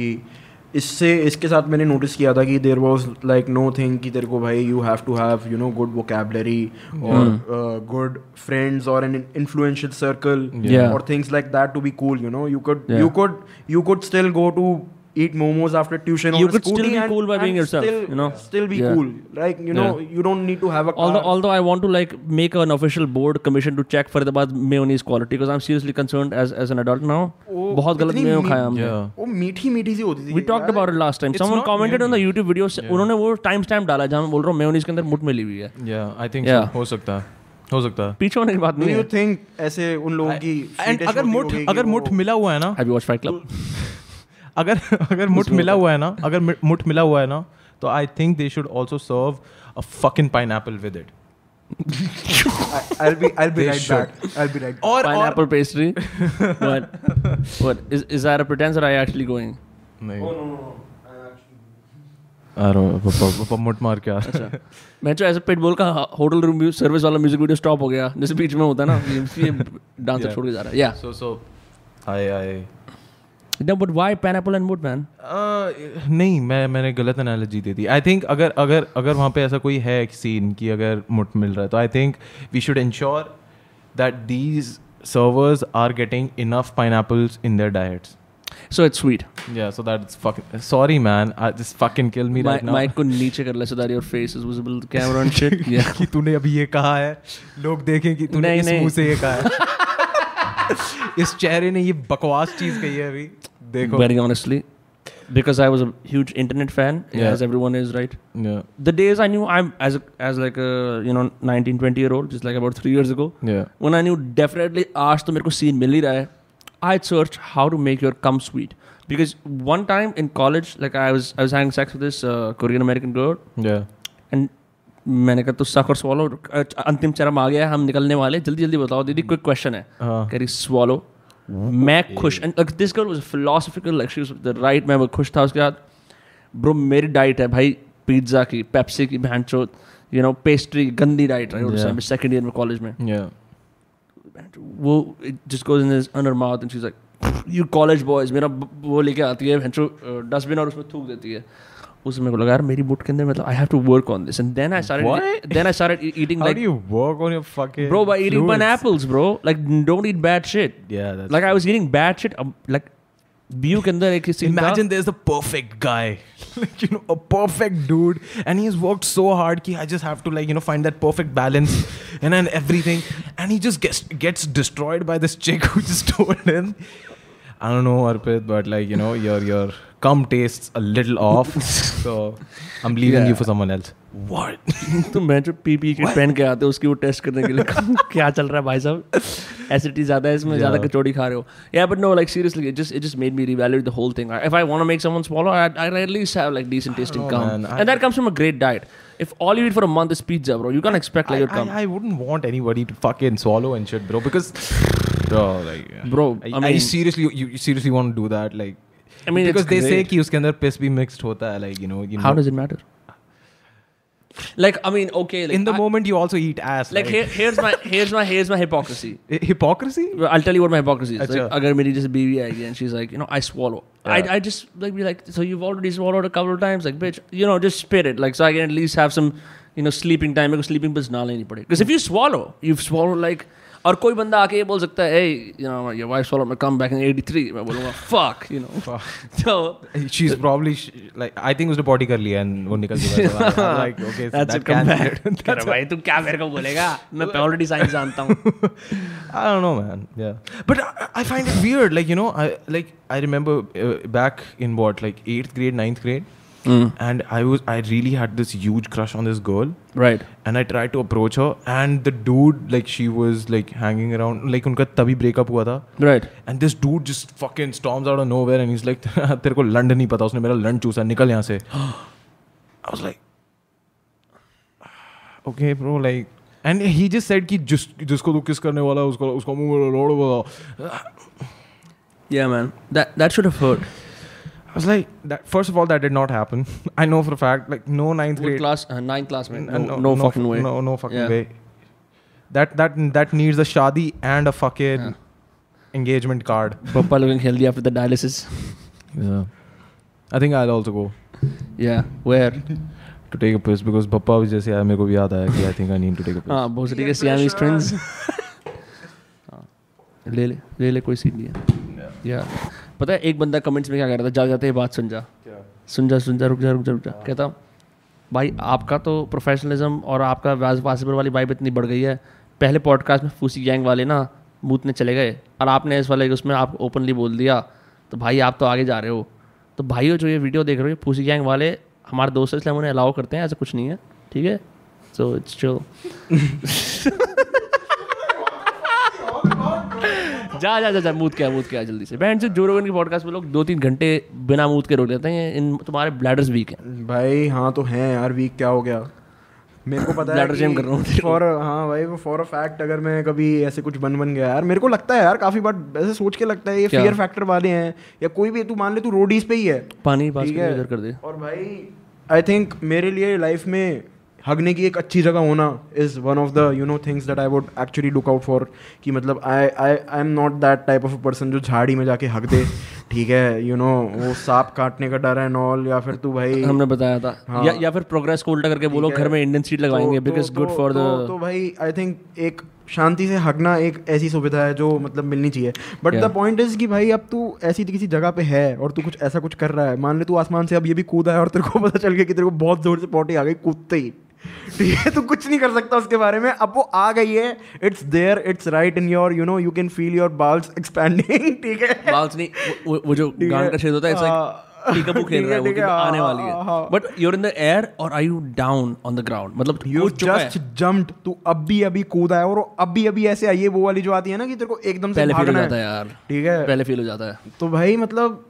Speaker 4: इससे इसके साथ मैंने नोटिस किया था कि there was like nothing कि तेरे को भाई you have to have you know good vocabulary
Speaker 2: Hmm.
Speaker 4: और गुड फ्रेंड्स और एन इन्फ्लुएंशियल सर्कल
Speaker 2: Yeah.
Speaker 4: और things like that to be cool you know you could
Speaker 2: Yeah.
Speaker 4: You could you could still go to eat momos after tuition on
Speaker 2: You
Speaker 4: a
Speaker 2: could still
Speaker 4: scooty
Speaker 2: be
Speaker 4: and-
Speaker 2: cool by
Speaker 4: and
Speaker 2: being yourself,
Speaker 4: still,
Speaker 2: you know?
Speaker 4: still be
Speaker 2: Yeah.
Speaker 4: cool like you know you don't need to have a
Speaker 1: Uh,
Speaker 4: car.
Speaker 2: Although, although I want to like make an official board commission to check Faridabad mayonnaise quality because I'm seriously concerned as as an adult now.
Speaker 1: Oh,
Speaker 4: वो
Speaker 2: बहुत गलत
Speaker 4: इतनी
Speaker 2: Mayo
Speaker 4: मी-
Speaker 2: खाया हमने.
Speaker 1: या
Speaker 4: वो मीठी मीठी सी होती थी
Speaker 2: We talked
Speaker 4: यार।
Speaker 2: about it last time.
Speaker 1: It's
Speaker 2: Someone
Speaker 1: not
Speaker 2: commented on the YouTube video. से-
Speaker 1: Yeah.
Speaker 2: उन्होंने वो time stamp डाला जहाँ मैं बोल रहा हूँ मेयोनीज के अंदर मुठ मिली हुई है.
Speaker 1: या आई थिंक
Speaker 2: Yeah.
Speaker 1: हो सकता है हो सकता है
Speaker 2: पीछे होने की बात
Speaker 4: Do
Speaker 2: नहीं
Speaker 4: you
Speaker 2: है.
Speaker 4: think ऐसे उन लोगों की
Speaker 1: एंड
Speaker 4: fetish
Speaker 1: अगर
Speaker 4: होती
Speaker 1: मुठ
Speaker 4: होगी कि
Speaker 1: अगर
Speaker 4: वो-
Speaker 1: मुठ मिला हुआ है ना
Speaker 2: Have you watched Fight Club?
Speaker 1: अगर अगर मुठ मिला हुआ है ना अगर मि- मुठ मिला हुआ है ना तो I think they should also serve a fucking pineapple with it
Speaker 4: I- I'll be I'll be
Speaker 1: They
Speaker 4: right
Speaker 1: should.
Speaker 4: back. I'll be right. Back.
Speaker 1: और और
Speaker 2: Pineapple pastry. What?
Speaker 4: Oh.
Speaker 2: What is is that a pretense or are you actually going?
Speaker 1: नहीं मुट मार के आ रहा है।
Speaker 2: मैं तो जो एज पिटबुल का होटल रूम सर्विस वाला म्यूजिक वीडियो स्टॉप हो गया जैसे बीच में होता है ना ये डांसर
Speaker 1: Yeah.
Speaker 2: छोड़ के जा रहा है या
Speaker 1: So, so, I, I,
Speaker 2: but why pineapple and would man
Speaker 1: uh, नहीं मैं मैंने गलत एनालॉजी दे दी आई थिंक अगर अगर अगर वहाँ पे ऐसा कोई है सीन कि अगर मुठ मिल रहा है तो I think we should ensure that these servers are getting enough pineapples in their diets
Speaker 2: so it's sweet
Speaker 1: Yeah, so that's fucking. Sorry, man. I just fucking kill me right now.
Speaker 2: Mic को नीचे कर ले so that your face is visible camera and shit या
Speaker 1: कि तूने अभी ये कहा है लोग देखें कि तूने
Speaker 2: नहीं,
Speaker 1: इस
Speaker 2: नहीं।
Speaker 1: मुंह से ये कहा है इस चेहरे ने ये बकवास चीज कही है अभी देखो
Speaker 2: very honestly because i was a huge internet fan
Speaker 1: Yeah.
Speaker 2: as everyone is right
Speaker 1: yeah
Speaker 2: the days i knew i'm as a, as like a you know 19 20 year old just like about 3 years ago
Speaker 1: yeah
Speaker 2: when i knew definitely आज तो मेरे को scene मिल ही रहा है i searched how to make your cum sweet because one time in college like i was i was having sex with this uh, korean american girl
Speaker 1: yeah
Speaker 2: and मैंने कहा तो सक और swallow अंतिम चरम आ गया है हम निकलने वाले जल्दी जल्दी बताओ दीदी क्विक क्वेश्चन है
Speaker 1: हाँ
Speaker 2: करी swallow मैं खुश and this girl was philosophical like she was the right मैं खुश था उसके बाद ब्रो मेरी डाइट है भाई पिज्ज़ा की पेप्सी की बहन चो यू नो पेस्ट्री गंदी diet
Speaker 1: Yeah.
Speaker 2: Right second year में कॉलेज में
Speaker 1: yeah
Speaker 2: वो जिसको under mouth and like you college boys मेरा ब- वो लेके आती है भैंचो डस्टबिन और उसमें थूक देती है उसमें मेरे को लगा यार मेरी बुट के अंदर मतलब I have to work on this and then I
Speaker 1: What?
Speaker 2: started then I started e-, eating
Speaker 1: How do
Speaker 2: like
Speaker 1: you work on your fucking
Speaker 2: bro by eating
Speaker 1: fluids?
Speaker 2: pineapples bro like don't eat bad shit
Speaker 1: Yeah, that's
Speaker 2: like I was eating bad shit. Um, like बीयू के अंदर एक scene
Speaker 1: Imagine there's a perfect guy, like you know, a perfect dude, and he's worked so hard. Ki I just have to like you know find that perfect balance and then everything, and he just gets gets destroyed by this chick who just told him. I don't know Arpit, but like you know your your cum tastes a little off, so I'm leaving you
Speaker 2: Yeah.
Speaker 1: for someone else. What?
Speaker 2: था तो मैं जो P P kit पहन के आते हो उसकी वो टेस्ट करने के लिए क्या चल रहा है भाई साहब एसिडिटी ज्यादा है इसमें ज्यादा
Speaker 1: Yeah.
Speaker 2: कचौड़ी खा रहे हो या but no like seriously it just it just made me reevaluate the whole thing if I want to make someone smaller I I at least have like decent testing
Speaker 1: know,
Speaker 2: come
Speaker 1: man. I-
Speaker 2: and that comes from a great diet if all you eat for a month is pizza bro you can expect
Speaker 1: I,
Speaker 2: like your
Speaker 1: I,
Speaker 2: come
Speaker 1: I wouldn't want anybody to fucking swallow and shit, bro, because bro, like yeah.
Speaker 2: Bro,
Speaker 1: I,
Speaker 2: I
Speaker 1: I
Speaker 2: mean-
Speaker 1: seriously you, you seriously want to do that, like
Speaker 2: I mean,
Speaker 1: because
Speaker 2: it's
Speaker 1: they say
Speaker 2: great.
Speaker 1: कि उसके अंदर piss भी mixed होता है, like you know, you
Speaker 2: how
Speaker 1: know.
Speaker 2: Does it matter like I mean okay
Speaker 1: in the
Speaker 2: like
Speaker 1: moment you also eat ass, like,
Speaker 2: here here's my here's my here's my hypocrisy
Speaker 1: Hy- hypocrisy.
Speaker 2: Well, I'll tell you what my hypocrisy is.
Speaker 1: Acha.
Speaker 2: Like, अगर मेरी जैसे बीवी आएगी and she's like, you know, I swallow. I I just like be like, so you've already swallowed a couple of times, like bitch, you know, just spit it, like so I can at least have some, you know, sleeping time. मेरे को sleeping pills ना लेनी पड़े. Because if you swallow, you've swallowed like और कोई बंदा आके ये बोल सकता है hey you know your wife swallowed my come back in 83 मैं बोलूंगा fuck you know so
Speaker 1: She's probably sh- like I think उसने potty कर लिया and वो निकल चुका है. So I'm- I'm like okay, so
Speaker 2: that's
Speaker 1: that
Speaker 2: it come
Speaker 1: can be
Speaker 2: back
Speaker 1: it.
Speaker 2: अरे भाई तू क्या मेरे को बोलेगा मैं already science जानता हूँ
Speaker 1: I don't know, man. Yeah, but I, I find it weird. Like you know, I like I remember uh, back in what like eighth grade, ninth grade,
Speaker 2: Mm,
Speaker 1: and I was I really had this huge crush on this girl,
Speaker 2: right
Speaker 1: and I tried to approach her, and the dude like she was like hanging around, like उनका तभी breakup हुआ था.
Speaker 2: right
Speaker 1: And this dude just fucking storms out of nowhere and he's like, तेरे को लंड नहीं पता उसने मेरा लंड चूसा निकल यहाँ से I was like, okay, bro, like, and he just said कि जिस जिसको तू किस करने वाला है उसको उसको मुंह लोड बताओ
Speaker 2: yeah man that that should have hurt
Speaker 1: I was like, that, first of all, that did not happen. I know for a fact, like, no ninth
Speaker 2: What
Speaker 1: grade,
Speaker 2: class uh, ninth class man no,
Speaker 1: n-
Speaker 2: no, fucking way
Speaker 1: no, no fucking
Speaker 2: Yeah.
Speaker 1: way. That that that needs a shadi and a fucking engagement card.
Speaker 2: Papa looking healthy after the dialysis.
Speaker 1: Yeah, I think I'll also go.
Speaker 2: Yeah, where?
Speaker 1: to take a piss because Bappa was just yeah, मेरे को भी याद आया कि I think I need to take a piss.
Speaker 2: हाँ बहुत सारी सियामी strings हाँ। ले ले ले ले कोई सीन नहीं है या पता है एक बंदा कमेंट्स में क्या कह रहा था जा जाते ये बात सुन जा सुन जा सुन जा रुक जा रुक जा रुक जा कहता भाई आपका तो प्रोफेशनलिज्म और आपका वाज वासिबर वाली वाइब इतनी बढ़ गई है पहले पॉडकास्ट में फूसी गैंग वाले ना मूतने चले गए और आपने इस वाले उसमें आप ओपनली बोल दिया तो भाई आप तो आगे जा रहे हो तो भाइयों जो ये वीडियो देख रहे हो ये फूसी गैंग वाले हमारे दोस्त हैं इसलिए हम उन्हें अलाउ करते हैं ऐसा कुछ नहीं है ठीक है सो इट्स चिल जा जा जा जा मूत क्या मूत क्या जल्दी से बैंड से जोरोगन की पॉडकास्ट में लोग दो तीन घंटे बिना मूत के रोक लेते हैं इन तुम्हारे ब्लैडर्स वीक हैं
Speaker 4: भाई हाँ तो हैं यार वीक क्या हो गया मेरे को पता
Speaker 2: Bladder jam कर रहा हूँ
Speaker 4: है
Speaker 2: तेरे को।
Speaker 4: फॉर हाँ भाई वो फॉर अ फैक्ट अगर मैं कभी ऐसे कुछ बन बन गया यार मेरे को लगता है यार काफी बार ऐसे सोच के लगता है ये
Speaker 2: क्या?
Speaker 4: फियर फैक्टर वाले हैं या कोई भी तू मान ले तू रोडीज पे ही है
Speaker 2: पानी पास
Speaker 4: ठीक
Speaker 2: करके
Speaker 4: है
Speaker 2: उधर कर दे
Speaker 4: और भाई आई थिंक मेरे लिए लाइफ में हगने की एक अच्छी जगह होना is one of the you know things that I would actually look out for कि मतलब I I I am not that type of a person जो झाड़ी में जाके हग दे ठीक है यू you नो know, वो सांप काटने का डर एंड ऑल या फिर तू भाई
Speaker 2: हमने बताया था
Speaker 4: हाँ।
Speaker 2: या या फिर प्रोग्रेस को उल्टा करके वो लोग घर में इंडियन सीट लगवाएंगे बिकॉज गुड फॉर द
Speaker 4: तो, तो भाई आई थिंक एक शांति से हगना एक ऐसी सुविधा है जो मतलब मिलनी चाहिए but the
Speaker 2: Yeah.
Speaker 4: Point is कि भाई अब तू ऐसी किसी जगह पे है और तू कुछ ऐसा कुछ कर रहा है मान ले तू आसमान से अब ये भी कूदा है और तेरे को पता चल गया कि तेरे को बहुत जोर से पोटी आ गई कूदते ही ठीक है तू कुछ नहीं कर सकता उसके बारे में अब वो आ गई है it's there it's right in your you know you can feel your balls expanding ठीक है
Speaker 2: बाल्स नहीं वो- वो- वो जो गांड का छेद होता है इट्स
Speaker 4: तो- हाँ।
Speaker 2: लाइक टीकापू खेल
Speaker 4: ठीक
Speaker 2: रहा है वो
Speaker 4: ठीक
Speaker 2: कि आने
Speaker 4: हाँ,
Speaker 2: वाली
Speaker 4: हाँ,
Speaker 2: है
Speaker 4: हाँ।
Speaker 2: But you are in the air और are you down on the ground मतलब
Speaker 4: यू
Speaker 2: कूद चुका है
Speaker 4: जस्ट जम्प्ड तू अब भी अभी कूदा है और वो अब भी अभी ऐसे आई है वो वाली जो आती है ना कि तेरे को एकदम से
Speaker 2: पहले फील हो
Speaker 4: भागना
Speaker 2: जाता है
Speaker 4: है
Speaker 2: यार
Speaker 4: ठीक है
Speaker 2: पहले फील हो जाता है
Speaker 4: तो भाई मतलब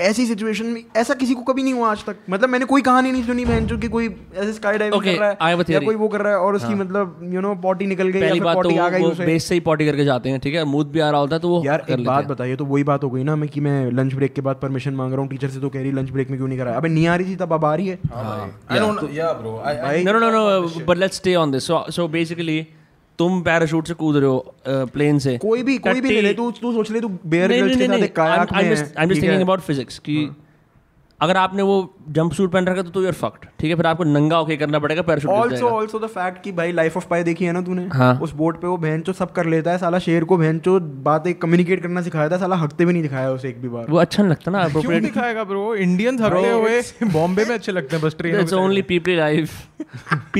Speaker 4: ऐसी सिचुएशन में ऐसा किसी को कभी नहीं हुआ आज तक मतलब मैंने कोई कहानी नहीं सुनी बहन जो कि कोई ऐसे स्काई डाइविंग
Speaker 2: Okay,
Speaker 4: कर रहा
Speaker 2: I have a
Speaker 4: है या
Speaker 2: theory. हाँ।
Speaker 4: कोई वो कर रहा है और उसकी मतलब यू नो पॉटी निकल गई या
Speaker 2: पहली
Speaker 4: फिर
Speaker 2: बात तो
Speaker 4: पॉटी आ गई
Speaker 2: वो
Speaker 4: उसे
Speaker 2: बेस से ही पॉटी करके जाते हैं ठीक है मूत भी आ रहा होता है तो वो
Speaker 4: यार
Speaker 2: कर
Speaker 4: एक बात
Speaker 2: लेते हैं
Speaker 4: बताइए तो वही बात हो गई ना मैं कि मैं लंच ब्रेक के बाद परमिशन मांग रहा हूँ टीचर से तो कह रही लंच ब्रेक में क्यों नहीं कराया अबे नहीं आ रही थी तब अब आ रही है
Speaker 2: हाँ।
Speaker 5: I don't. Yeah, bro. I, I,
Speaker 4: भाई
Speaker 2: no no no but let's stay on this so so basically तुम पैराशूट से कूद रहे हो प्लेन से
Speaker 4: कोई भी कोई भी ले ले
Speaker 2: टट्टी-
Speaker 4: तू तू सोच ले तू बेयर
Speaker 2: नहीं,
Speaker 4: गर्ल्स
Speaker 2: नहीं,
Speaker 4: के
Speaker 2: नहीं,
Speaker 4: साथ
Speaker 2: नहीं,
Speaker 4: एक कायाक
Speaker 2: I'm-
Speaker 4: में
Speaker 2: I'm
Speaker 4: है,
Speaker 2: just- I'm just
Speaker 4: ठीक है? Hmm.
Speaker 2: thinking about physics कि अगर आपने वो जंप सूट पहन रखा तो तो यूर फक्ट ठीक है फिर आपको नंगा होके करना पड़ेगा पैराशूट गिर
Speaker 4: ऑल्सो
Speaker 2: जाएगा
Speaker 4: ऑल्सो द फैक्ट कि भाई लाइफ ऑफ पाई देखी है ना तूने
Speaker 2: हाँ।
Speaker 4: उस बोट पे वो बहन चो सब कर लेता है साला शेर को बहन चो बातें कम्युनिकेट करना सिखाया था साला हकते भी नहीं दिखाया उसे एक भी बार
Speaker 2: वो अच्छा नहीं लगता ना
Speaker 5: क्यों
Speaker 2: appropriate
Speaker 5: दिखाएगा ब्रो इंडियन थकते हुए बॉम्बे में अच्छे लगते हैं बस train
Speaker 2: it's only Pipli life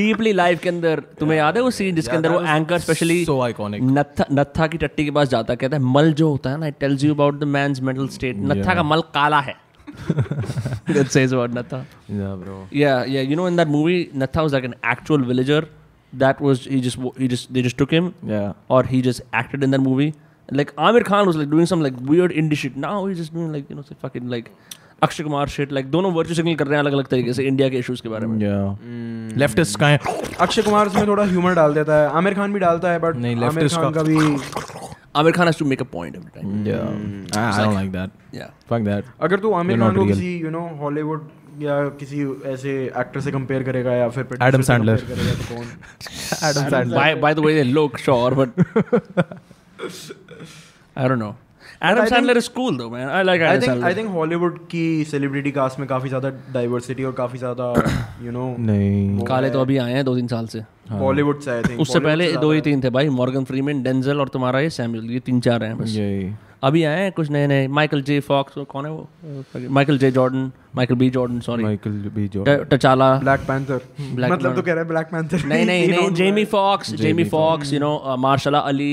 Speaker 2: Peepli Live के अंदर तुम्हें याद है वो सीन जिसके अंदर वो
Speaker 5: that was
Speaker 2: anchor specially
Speaker 5: so iconic.
Speaker 2: Natha Natha की टट्टी के पास जाता है, कहता है मल जो होता है ना it tells you about the man's mental state Natha का मल काला है that says about Natha
Speaker 5: Yeah, bro.
Speaker 2: Yeah, yeah. You know, in that movie, Natha was like an actual villager. That was he just he just they just took him,
Speaker 5: Yeah.
Speaker 2: or he just acted in that movie. And, like Amir Khan was like doing some like weird indie shit. Now he's just doing like you know some fucking like Akshay Kumar shit. Like दोनों virtue signal कर रहे हैं अलग अलग तरीके से India के issues के बारे में.
Speaker 5: Yeah.
Speaker 1: Hmm.
Speaker 5: Leftist का है
Speaker 4: अक्षय कुमार उसमें थोड़ा ह्यूमर डाल देता है आमिर खान भी डालता है बट
Speaker 5: नहीं,
Speaker 4: आमिर
Speaker 5: leftist
Speaker 4: खान
Speaker 5: का-
Speaker 4: का भी
Speaker 2: Amir Khan has to make a point every time.
Speaker 5: Yeah. I, I don't like that.
Speaker 2: Yeah.
Speaker 5: Fuck that.
Speaker 4: अगर तू आमिर
Speaker 5: They're
Speaker 4: खान
Speaker 5: not
Speaker 4: को
Speaker 5: real.
Speaker 4: किसी यू नो हॉलीवुड या किसी ऐसे एक्टर से कंपेयर करेगा या फिर producer
Speaker 5: Adam
Speaker 4: से compare
Speaker 5: Sandler.
Speaker 4: करेगा तो कौन
Speaker 5: Adam Sandler.
Speaker 2: By by the way, they look sure, but I don't know. Adam
Speaker 4: I think-
Speaker 2: Sandler is cool though, man. I like Adam
Speaker 4: I think
Speaker 2: Sandler.
Speaker 4: I think Hollywood की celebrity cast में काफी ज्यादा diversity और काफी ज्यादा you know
Speaker 5: नहीं
Speaker 4: वो
Speaker 2: काले
Speaker 4: है।
Speaker 2: तो अभी आए हैं दो तीन साल से.
Speaker 4: बॉलीवुड से आई थिंक
Speaker 2: उससे पहले दो ही तीन थे भाई मॉर्गन फ्रीमैन डेंजल और तुम्हारा ये सैमुअल ये तीन चार हैं बस
Speaker 5: यही
Speaker 2: अभी आए हैं कुछ नए नए माइकल जे फॉक्स कौन है वो Michael J Jordan Michael B Jordan sorry
Speaker 5: Michael B Jordan
Speaker 2: टचाला
Speaker 4: black panther
Speaker 2: Black
Speaker 4: मतलब तो कह रहा है ब्लैक पैंथर
Speaker 2: नहीं नहीं नहीं Jamie Foxx Jamie Foxx you know Mahershala Ali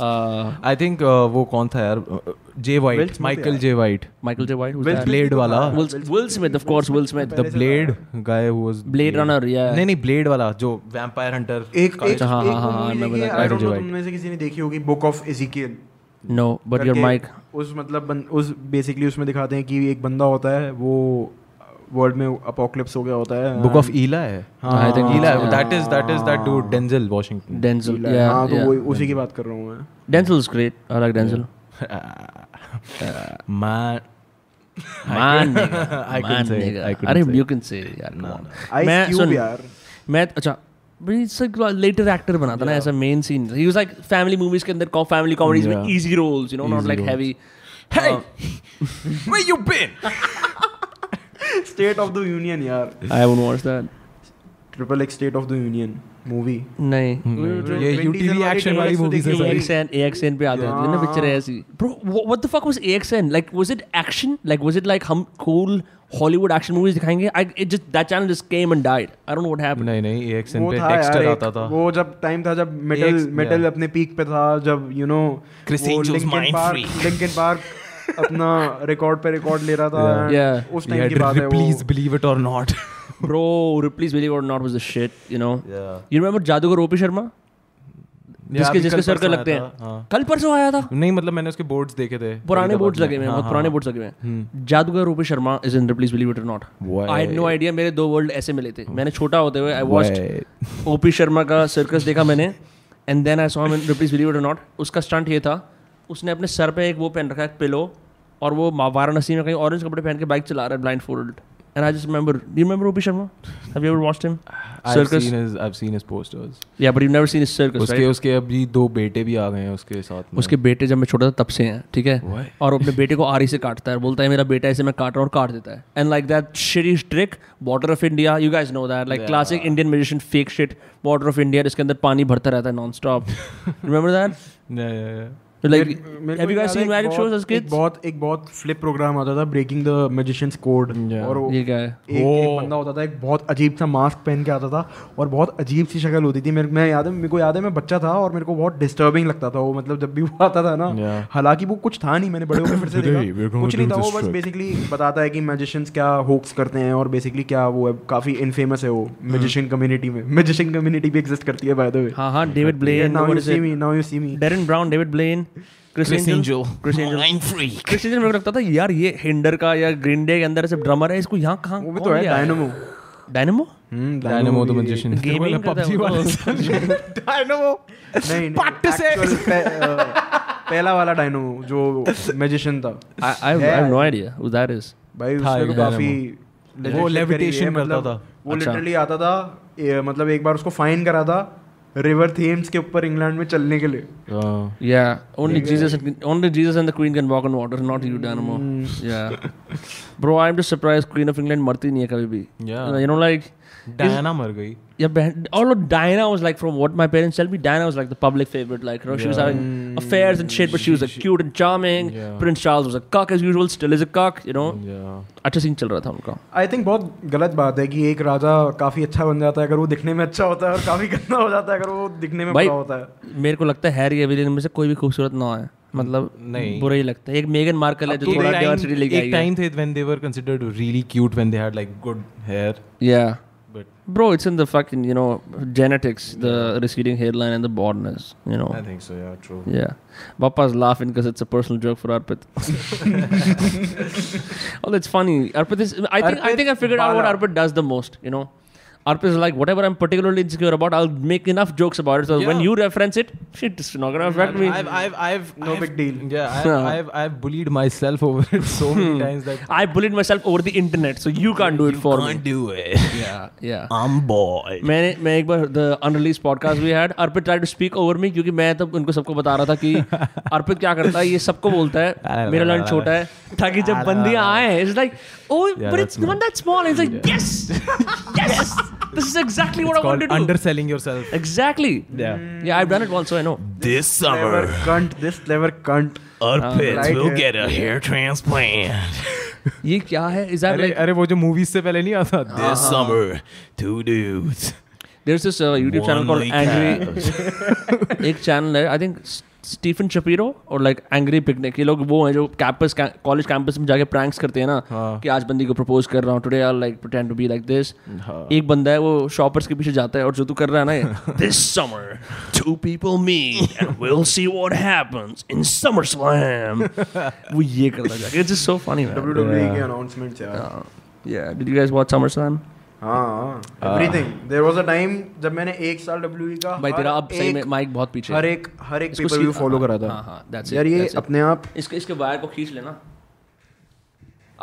Speaker 2: Michael
Speaker 5: I think
Speaker 1: uh,
Speaker 5: वो कौन था यार J
Speaker 4: Will
Speaker 5: White
Speaker 4: Smith
Speaker 5: Michael
Speaker 4: यार।
Speaker 5: J White
Speaker 2: J White
Speaker 5: Will Blade
Speaker 2: तो
Speaker 5: वाला
Speaker 2: Will Smith of course will Smith
Speaker 5: the Blade guy who was
Speaker 2: Blade runner या
Speaker 5: नहीं नहीं ब्लेड वाला जो वैम्पायर हंटर
Speaker 4: एक एक
Speaker 2: अच्छा, हाँ,
Speaker 4: एक
Speaker 2: हाँ,
Speaker 4: वो
Speaker 2: हाँ,
Speaker 4: movie
Speaker 2: मैं
Speaker 4: देखी
Speaker 2: बता-
Speaker 4: है, I don't know
Speaker 5: Right.
Speaker 4: तुम में से किसी ने देखी होगी book of Ezekiel
Speaker 2: no but your mic
Speaker 4: उस मतलब बन- उस बेसिकली उसमें दिखाते हैं कि एक बंदा होता है वो वर्ल्ड में अपोकलिप्स हो गया होता है
Speaker 5: बुक ऑफ ईला है
Speaker 4: हाँ,
Speaker 2: I think-
Speaker 5: ईला
Speaker 2: हाँ।
Speaker 5: That is that is that dude Denzel Washington
Speaker 2: Denzel
Speaker 4: हाँ,
Speaker 2: या
Speaker 4: हाँ तो वो उसी की बात कर रहा हूँ मैं
Speaker 2: Denzel is great I like Denzel
Speaker 5: man
Speaker 2: मान
Speaker 5: I couldn't say it. I couldn't
Speaker 2: अरे
Speaker 5: say it.
Speaker 2: You can say यार come on. मैं-
Speaker 4: आइस क्यूब
Speaker 2: सुन,
Speaker 4: यार
Speaker 2: मैं अच्छा लेटर एक्टर बना था ना ऐसा मेन सीन ही वाज लाइक फैमिली मूवीज के अंदर फैमिली कॉमेडीज में
Speaker 5: Yeah.
Speaker 2: Easy roles you know not
Speaker 5: Easy
Speaker 2: like
Speaker 5: roles.
Speaker 2: Heavy
Speaker 5: where you been
Speaker 4: state of the union यार
Speaker 2: I won't watch that
Speaker 4: triple X state of the union movie
Speaker 2: नहीं
Speaker 5: ये UTV action वाली
Speaker 2: तो
Speaker 4: तो
Speaker 5: movies है सारी
Speaker 2: AXN AXN पे आते थे ना पिक्चर ऐसी bro what the fuck was AXN like was it action like was it like हम कूल हॉलीवुड एक्शन मूवीज दिखाएंगे I it just that channel just came and died I don't know what happened
Speaker 5: नहीं नहीं action
Speaker 4: वो
Speaker 5: पे
Speaker 4: था यार
Speaker 5: texture
Speaker 4: एक-
Speaker 5: आता था
Speaker 4: वो जब टाइम था जब मेटल
Speaker 5: एक-
Speaker 4: मेटल
Speaker 5: yeah.
Speaker 4: अपने पीक पे था जब you know
Speaker 5: Chris Angel's mind free.
Speaker 4: Lincoln park अपना रिकॉर्ड पे रिकॉर्ड ले रहा था
Speaker 5: Yeah.
Speaker 2: Yeah.
Speaker 4: उस टाइम की बात है वो
Speaker 5: प्लीज बिलीव इट और नॉट
Speaker 2: ब्रो रिप्लीज बिलीव और not was the shit you know you remember जादूगर ओपी शर्मा जिसके जिसके सर का लगते हैं कल परसों आया था
Speaker 5: हाँ। नहीं मतलब मैंने उसके बोर्ड्स देखे थे
Speaker 2: पुराने
Speaker 5: फरीदाबाद
Speaker 2: बोर्ड्स
Speaker 5: में।
Speaker 2: लगे हुए हैं
Speaker 5: हाँ,
Speaker 2: बहुत
Speaker 5: हाँ, हम्म।
Speaker 2: पुराने बोर्ड्स लगे हुए हैं जादूगर Rupi Sharma is in Ripley's believe it और not
Speaker 5: Why?
Speaker 2: I had no idea मेरे दो वर्ल्ड ऐसे मिले थे मैंने छोटा होते हुए I
Speaker 5: Why?
Speaker 2: Watched OP Sharma का सर्कस देखा मैंने and then I saw him in Ripley's believe it और नॉट उसका स्टंट ये था उसने अपने सर पे एक वो पहन रखा है पिलो और वो मा- वाराणसी में कहीं ऑरेंज कपड़े पहन के बाइक चला रहा है blindfold And I just remember, do you remember Rupi Sharma? Have you ever watched him?
Speaker 5: I've seen his I've seen his posters
Speaker 2: Yeah, but you've never seen his circus,
Speaker 5: उसके
Speaker 2: right?
Speaker 5: उसके अभी दो बेटे भी आ गए हैं उसके साथ में
Speaker 2: उसके बेटे जब मैं छोटा था तब से हैं ठीक है
Speaker 5: Why?
Speaker 2: और वो अपने बेटे को आरी से काटता है बोलता है मेरा बेटा ऐसे मैं काट रहा हूँ और काट देता है एंड लाइक दैट शिरी trick border of India you guys know that like classic Indian musician fake shit border of India इसके अंदर पानी भरता रहता है non stop remember that
Speaker 5: Yeah, yeah, yeah.
Speaker 2: Like
Speaker 4: मेरे- मेरे को
Speaker 2: हैव यू गाइस
Speaker 4: याद है
Speaker 2: सीन
Speaker 4: एक
Speaker 2: मैरिड
Speaker 4: बहुत-
Speaker 2: शोज एज
Speaker 4: एक
Speaker 2: किड्स
Speaker 4: बहुत एक बहुत फ्लिप प्रोग्राम आता था breaking the magicians code
Speaker 5: Yeah.
Speaker 4: और वो
Speaker 2: ये
Speaker 4: एक,
Speaker 2: क्या है
Speaker 4: एक बंदा होता था एक बहुत अजीब सा मास्क पहन के आता था और बहुत अजीब सी शक्ल होती थी मेरे मैं याद है मेरे को याद है मैं बच्चा था और मेरे को बहुत डिस्टर्बिंग लगता था वो मतलब जब भी वो आता था ना
Speaker 5: Yeah.
Speaker 4: हालांकि वो कुछ था नहीं मैंने बड़े होकर फिर से
Speaker 5: Today we're
Speaker 4: देखा
Speaker 5: gonna
Speaker 4: कुछ नहीं
Speaker 5: do
Speaker 4: था वो
Speaker 5: this
Speaker 4: बस
Speaker 5: trick.
Speaker 4: बेसिकली बताता है कि मैजिशियंस क्या होक्स करते हैं और बेसिकली क्या वो है काफी इनफेमस है वो
Speaker 5: Hmm.
Speaker 4: मैजिशियन कम्युनिटी में मैजिशियन कम्युनिटी भी एग्जिस्ट करती है बाय द वे
Speaker 2: हाँ हाँ David Blaine
Speaker 4: now you see me now you see me
Speaker 2: Derren Brown David Blaine Chris
Speaker 5: Criss
Speaker 2: Angel
Speaker 5: Angel.
Speaker 2: Chris Angel
Speaker 3: I'm free.
Speaker 2: Chris Angel मेरे को लगता था यार ये हिंडर का या ग्रीन डे के अंदर ऐसे ड्रमर है इसको यहाँ कहाँ
Speaker 4: वो भी
Speaker 2: कौन
Speaker 4: तो है
Speaker 2: ले आया?
Speaker 4: Dynamo
Speaker 2: Dynamo
Speaker 4: hmm
Speaker 5: Dynamo Hmm, the Magician.
Speaker 2: Gaming करता है वो तो।
Speaker 4: डायनामो नहीं पट से पहला वाला डायनामो जो मैजिशियन था
Speaker 2: I, I've, I have no idea who that is.
Speaker 4: भाई
Speaker 5: था
Speaker 4: उसने
Speaker 5: एक
Speaker 4: तो काफी
Speaker 5: dynamo.
Speaker 4: legit
Speaker 5: वो
Speaker 4: shit करी
Speaker 5: levitation
Speaker 4: है,
Speaker 5: करता
Speaker 4: मतलब
Speaker 5: था।
Speaker 4: वो
Speaker 2: अच्छा।
Speaker 4: लिटरली आता था ये, मतलब एक बार उसको फाइन करा था रिवर थेम्स के ऊपर इंग्लैंड में चलने के लिए
Speaker 5: Uh,
Speaker 2: Yeah, only Jesus and only Jesus and the Queen can walk on water, not you, Dynamo. Yeah, bro, I'm just surprised Queen of England मरती नहीं है कभी भी.
Speaker 5: Yeah.
Speaker 2: you know like
Speaker 5: Diana मर गई
Speaker 2: yeah, but- although Diana was like from what my parents tell me, Diana was like the public favorite. Like you know, she was having affairs and shit, but she was like cute and charming.
Speaker 5: Yeah.
Speaker 2: Prince Charles was a cuck as usual, still is a cuck. You know,
Speaker 5: Yeah.
Speaker 2: अच्छा scene चल रहा था उनका.
Speaker 4: I think बहुत गलत बात है कि एक राजा काफी अच्छा बन जाता है अगर वो दिखने में अच्छा होता है और काफी गंदा हो जाता है अगर वो दिखने में
Speaker 2: भाई,
Speaker 4: बुरा होता है
Speaker 2: मेरे को लगता है हैरी या विलियम में से कोई भी खूबसूरत ना है मतलब
Speaker 5: नहीं।
Speaker 2: बुरा ही लगता है एक मेगन मार्कल है
Speaker 5: अब
Speaker 2: जो
Speaker 5: तो
Speaker 2: थोड़ा
Speaker 5: एक
Speaker 2: diversity
Speaker 5: time-
Speaker 2: लेके आई
Speaker 5: एक
Speaker 2: है
Speaker 5: time थे when they were considered really cute when they had like good hair.
Speaker 2: Yeah.
Speaker 5: But-
Speaker 2: Bro, it's in the fucking, you know, genetics, the receding hairline and the baldness, you know.
Speaker 5: I think so, yeah, true.
Speaker 2: Yeah. Papa's laughing because it's a personal joke for Arpit. oh, that's funny. Arpit is, I think, I
Speaker 4: Arpit
Speaker 2: think I figured out what
Speaker 4: Bala.
Speaker 2: Arpit does the most, you know. Arpit is like, whatever I'm particularly insecure about, I'll make enough jokes about it. So when
Speaker 5: Yeah.
Speaker 2: you reference it, shit, it's not going to affect me.
Speaker 5: I've, I've, I've,
Speaker 4: No
Speaker 5: I've-
Speaker 4: big deal.
Speaker 5: Yeah, I've, I've, I've bullied myself over it so many times that
Speaker 2: I bullied myself over the internet, so you can't do it for me.
Speaker 3: Can't do it.
Speaker 2: Yeah, yeah.
Speaker 3: I'm bored.
Speaker 2: मैंने मैं एक बार the unreleased podcast भी had Arpit try to speak over me क्योंकि मैं तब उनको सबको बता रहा था कि अर्पित क्या करता है ये सबको बोलता है मेरा लैंड छोटा है ताकि जब बंदियां आए oh, it's like oh
Speaker 5: Yeah,
Speaker 2: but
Speaker 5: that's
Speaker 2: it's not that small it's like yes yes this is exactly what
Speaker 5: it's
Speaker 2: I want
Speaker 5: called
Speaker 2: to do
Speaker 5: underselling yourself.
Speaker 2: Exactly
Speaker 5: Yeah.
Speaker 2: या I have done it also I know
Speaker 3: This
Speaker 4: clever
Speaker 3: summer,
Speaker 4: cunt, this clever cunt.
Speaker 3: Arpit
Speaker 4: right
Speaker 3: will
Speaker 4: here.
Speaker 3: get a hair transplant.
Speaker 2: ये क्या है is that
Speaker 5: अरे
Speaker 2: like
Speaker 5: अरे वो जो movies से पहले नहीं आता
Speaker 3: This summer, two dudes.
Speaker 2: There is this uh, YouTube channel
Speaker 3: one
Speaker 2: called
Speaker 3: like
Speaker 2: angry
Speaker 3: calves.
Speaker 2: एक चैनल है आई थिंक स्टीफन शपीरो और लाइक एंग्री पिकनिक ये लोग वो हैं जो कैंपस कॉलेज कैंपस में जाके प्रैंक्स करते हैं ना
Speaker 5: हाँ।
Speaker 2: कि आज बंदी को प्रपोज कर रहा हूँ today I like pretend to be like this
Speaker 4: हाँ।
Speaker 2: एक बंदा है वो शॉपर्स के पीछे जाता है और जो तू कर रहा है ना ये
Speaker 6: This summer, two people meet and we'll see what happens in SummerSlam.
Speaker 2: वो ये करता है it's so funny man
Speaker 4: WWE
Speaker 5: Yeah.
Speaker 4: E के announcements
Speaker 2: हाँ।
Speaker 4: यार
Speaker 2: या did you guys watch SummerSlam
Speaker 4: हाँ everything there was a time जब मैंने एक साल WWE का
Speaker 2: भाई
Speaker 4: हर
Speaker 2: तेरा अब सही में
Speaker 4: एक-
Speaker 2: माइक बहुत पीछे
Speaker 4: हर
Speaker 2: है।
Speaker 4: एक हर एक
Speaker 2: इसको
Speaker 4: पेपर व्यू
Speaker 2: सीधा-
Speaker 4: फॉलो
Speaker 2: हाँ,
Speaker 4: करा था
Speaker 2: हाँ, हाँ, that's it,
Speaker 4: यार ये
Speaker 2: that's it.
Speaker 4: अपने आप
Speaker 2: इसके इसके वायर को खींच लेना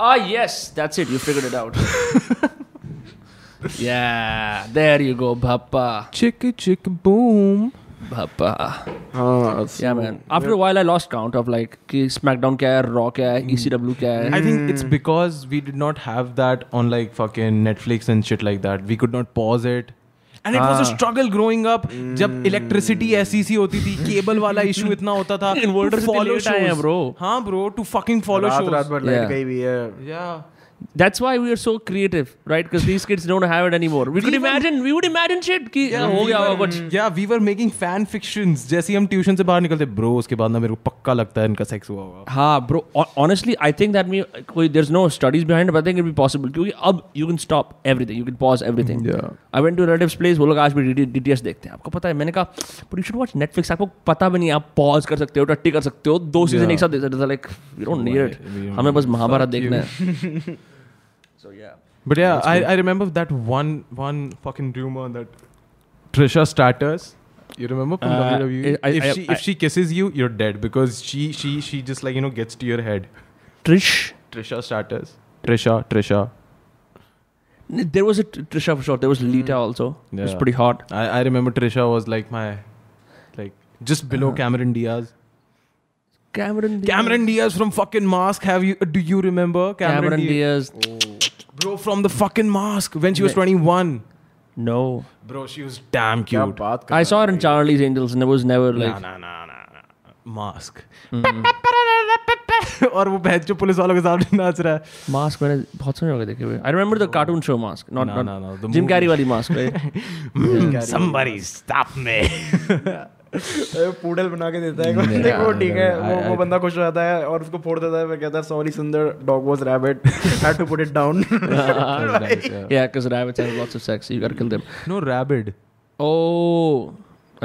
Speaker 2: Ah yes, that's it. You figured it out. yeah, there you go, Bappa.
Speaker 5: Chick chick boom.
Speaker 2: Bappa.
Speaker 4: हाँ
Speaker 2: Yeah, man. After a while, I lost count of like कि SmackDown क्या है, Raw क्या है, ECW क्या है.
Speaker 5: I think it's because we did not have that on like fucking Netflix and shit like that. We could not pause it. And it was
Speaker 2: Ah.
Speaker 5: a struggle growing up. जब
Speaker 2: Hmm.
Speaker 5: electricity ऐसी सी होती थी, cable वाला issue इतना होता था. to
Speaker 2: Inverter से भी
Speaker 5: follow
Speaker 2: late आए हैं,
Speaker 5: shows.
Speaker 2: bro.
Speaker 5: हाँ bro, to fucking follow
Speaker 4: रात
Speaker 5: shows.
Speaker 4: रात भर लाइट
Speaker 2: Yeah.
Speaker 4: गई भी है
Speaker 5: Yeah.
Speaker 2: That's why we are so creative, right? Because these kids don't have it anymore. We, could
Speaker 5: were-
Speaker 2: imagine, we would imagine shit कि हो
Speaker 5: we
Speaker 2: गया होगा
Speaker 5: were-
Speaker 2: कुछ.
Speaker 5: Yeah, we were making fan fictions. जैसे ही हम tuition से बाहर निकलते, bro, उसके बाद ना मेरे को पक्का लगता है इनका सेक्स हुआ होगा.
Speaker 2: हाँ bro honestly I think that me कोई there is no studies behind but think it be possible क्योंकि अब you can stop everything you can pause everything I went to relatives place वो लोग आज भी डी टी एस देखते हैं आपको पता है मैंने कहा but you should watch Netflix आपको पता भी नहीं है, आप पॉज कर सकते हो टट्टी कर सकते हो दो सीजन
Speaker 5: Yeah.
Speaker 2: एक साथ देख सकते like you don't need
Speaker 5: Why? We
Speaker 2: इट
Speaker 5: don't
Speaker 2: हमें बस
Speaker 5: need it.
Speaker 2: महाभारत
Speaker 5: Fuck
Speaker 2: देखना
Speaker 5: you.
Speaker 2: है
Speaker 5: But yeah, I, I remember that one one fucking rumor that Trisha Stratus. You remember from E?
Speaker 2: Uh,
Speaker 5: WWE?
Speaker 2: I- I-
Speaker 5: if
Speaker 2: I-
Speaker 5: she
Speaker 2: I-
Speaker 5: if she kisses you, you're dead because she she she just like you know gets to your head.
Speaker 2: Trish
Speaker 5: Trisha Stratus. Trisha Trisha.
Speaker 2: N- There was a Tr- Trisha for sure. There was Lita also. It was
Speaker 5: Hmm. Yeah.
Speaker 2: pretty hot.
Speaker 5: I, I remember Trisha was like my, like just below Cameron Diaz.
Speaker 2: Cameron Diaz.
Speaker 5: Cameron Diaz from fucking Mask. Have you? Do you remember
Speaker 2: Cameron,
Speaker 5: Cameron, Diaz?
Speaker 2: Diaz.
Speaker 5: Bro, from the fucking Mask when she was
Speaker 2: Yeah.
Speaker 5: 21.
Speaker 2: No.
Speaker 5: Bro, she was damn
Speaker 4: क्या
Speaker 5: cute.
Speaker 4: बात
Speaker 2: I saw her in Charlie's Angels and it was never like.
Speaker 5: Nah, nah, nah, nah, nah. Mask. Mm-hmm. और वो बहन जो police वालों के सामने नाच रहा है
Speaker 2: मास्क मैंने बहुत समय हो गए देखे हुए I remember the cartoon show mask not
Speaker 5: No, no, no,
Speaker 2: not
Speaker 5: the
Speaker 2: Jim
Speaker 5: movie.
Speaker 2: Carrey वाली mask right
Speaker 3: Mm,
Speaker 5: somebody stop me
Speaker 4: poodle बना के देता है एक बंदे को ठीक है वो वो बंदा खुश हो जाता है और उसको फोड़ देता है फिर कहता है सॉरी सुंदर dog was rabbit had to put it down
Speaker 2: या cuz rabbits have lots of sex you got to kill them
Speaker 5: no rabid
Speaker 2: oh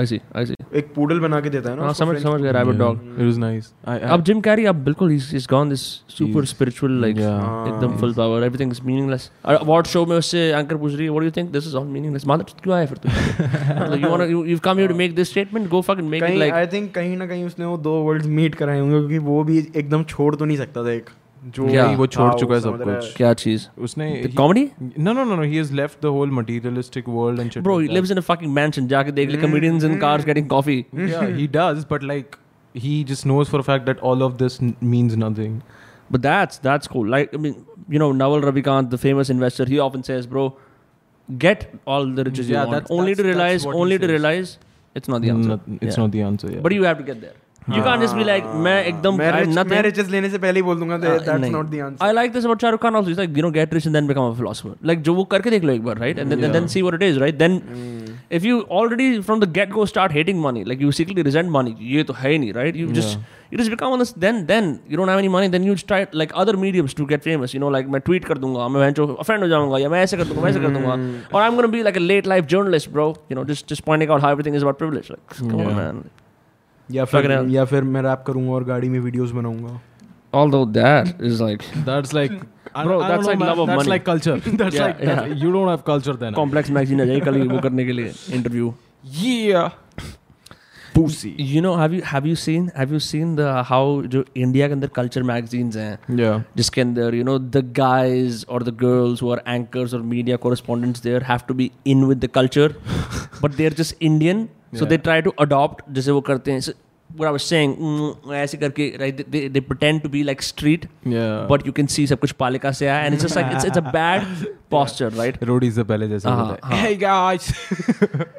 Speaker 2: i see i see
Speaker 4: एक पूडल बना के देता है
Speaker 2: हां
Speaker 4: ना
Speaker 2: हाँ, समझ समझ गया rabbit dog
Speaker 5: it was nice I, I,
Speaker 2: अब जिम कैरी अब बिल्कुल he's he's gone this super spiritual like uh,
Speaker 5: Yeah.
Speaker 4: हाँ।
Speaker 2: एकदम full power everything is meaningless award show में उससे एंकर पूछ रही है what do you think this is all meaningless मतलब क्यों आया फिर तू मतलब you want you you come here to make this statement go fucking make it
Speaker 4: कहीं
Speaker 2: लाइक
Speaker 4: आई थिंक कहीं ना कहीं उसने वो दो वर्ल्ड मीट कराए होंगे क्योंकि वो भी एकदम छोड़ तो नहीं सकता था एक जो
Speaker 2: Yeah.
Speaker 5: वो छोड़
Speaker 4: था,
Speaker 5: चुका है
Speaker 4: समझ
Speaker 5: सब
Speaker 4: रहा
Speaker 5: कुछ।
Speaker 2: क्या चीज
Speaker 5: उसने he-
Speaker 2: comedy
Speaker 5: no no no no he has left the whole materialistic world and shit
Speaker 2: bro
Speaker 5: like
Speaker 2: he
Speaker 5: that.
Speaker 2: Lives in a fucking mansion जाके देख ले comedians in cars
Speaker 5: Mm-hmm.
Speaker 2: getting coffee
Speaker 5: yeah, he does, but like he just knows for a fact that all of this n- means nothing.
Speaker 2: But that's that's cool. Like I mean, you know, Naval Ravikant, the famous investor, he often says, "Bro, get all the riches
Speaker 5: Yeah,
Speaker 2: you want,
Speaker 5: that's-
Speaker 2: only to
Speaker 5: that's- that's
Speaker 2: realize,
Speaker 5: what he
Speaker 2: only to
Speaker 5: says.
Speaker 2: realize it's not the answer.
Speaker 5: Not- it's
Speaker 2: Yeah.
Speaker 5: not the answer. Yeah.
Speaker 2: But you have to get there. You can't just be like, "मैं
Speaker 5: Ah.
Speaker 4: है।
Speaker 2: एकदम
Speaker 4: मैं
Speaker 2: I have
Speaker 4: rich-
Speaker 2: nothing."
Speaker 4: मैं riches लेने से पहले ही बोल दूंगा
Speaker 2: Uh,
Speaker 4: दैट्स
Speaker 2: नहीं.
Speaker 4: Not the
Speaker 2: I
Speaker 4: answer
Speaker 2: like this about Shahrukh Khan also. He's like, you know, get rich and then become a philosopher. Like, जो वो करके देख लो एक बार, right? And then, then, then see what it is, right? Then, if you already from the get go start hating money, like you secretly resent money, ये तो है ही नहीं, right? You just you just become on this. Then then you don't have any money. Then you try like other mediums to get famous. You know, like मैं tweet कर दूंगा, मैं वेंचो offend हो जाऊंगा, या मैं ऐसे कर दूंगा, मैं ऐसे कर दूंगा. Or I'm gonna be like a late life journalist, bro. You know, just just pointing out how everything is about privilege. Like, come on, man.
Speaker 4: या
Speaker 2: Fucking
Speaker 4: फिर
Speaker 2: hell.
Speaker 4: या फिर मैं रैप करूंगा और गाड़ी में वीडियोस बनाऊंगा
Speaker 2: Although that is like
Speaker 5: that's like, I
Speaker 2: Bro,
Speaker 5: don't- I
Speaker 2: that's
Speaker 5: don't know,
Speaker 2: like
Speaker 5: man,
Speaker 2: love of
Speaker 5: that's
Speaker 2: money.
Speaker 5: like culture. that's
Speaker 2: Yeah,
Speaker 5: like that's- you don't have culture then.
Speaker 2: complex magazine आ जाइए कल ये वो करने के लिए interview.
Speaker 5: Yeah. Pussy.
Speaker 2: you know have you have you seen have you seen the how जो India के अंदर कल्चर magazines हैं
Speaker 5: Yeah.
Speaker 2: जिसके अंदर you know the guys or the girls who are anchors or media correspondents there have to be in with the culture but they're just Indian so they
Speaker 5: Yeah.
Speaker 2: try to adopt जैसे वो करते हैं so, what I was saying mm, ऐसे करके right they, they pretend to be like street
Speaker 5: Yeah.
Speaker 2: but you can see सब कुछ पालिका से आया and it's just like it's it's a bad posture right
Speaker 5: Roadies से पहले जैसे
Speaker 2: हाँ,
Speaker 5: होता
Speaker 2: हाँ.
Speaker 5: है। Hey guys.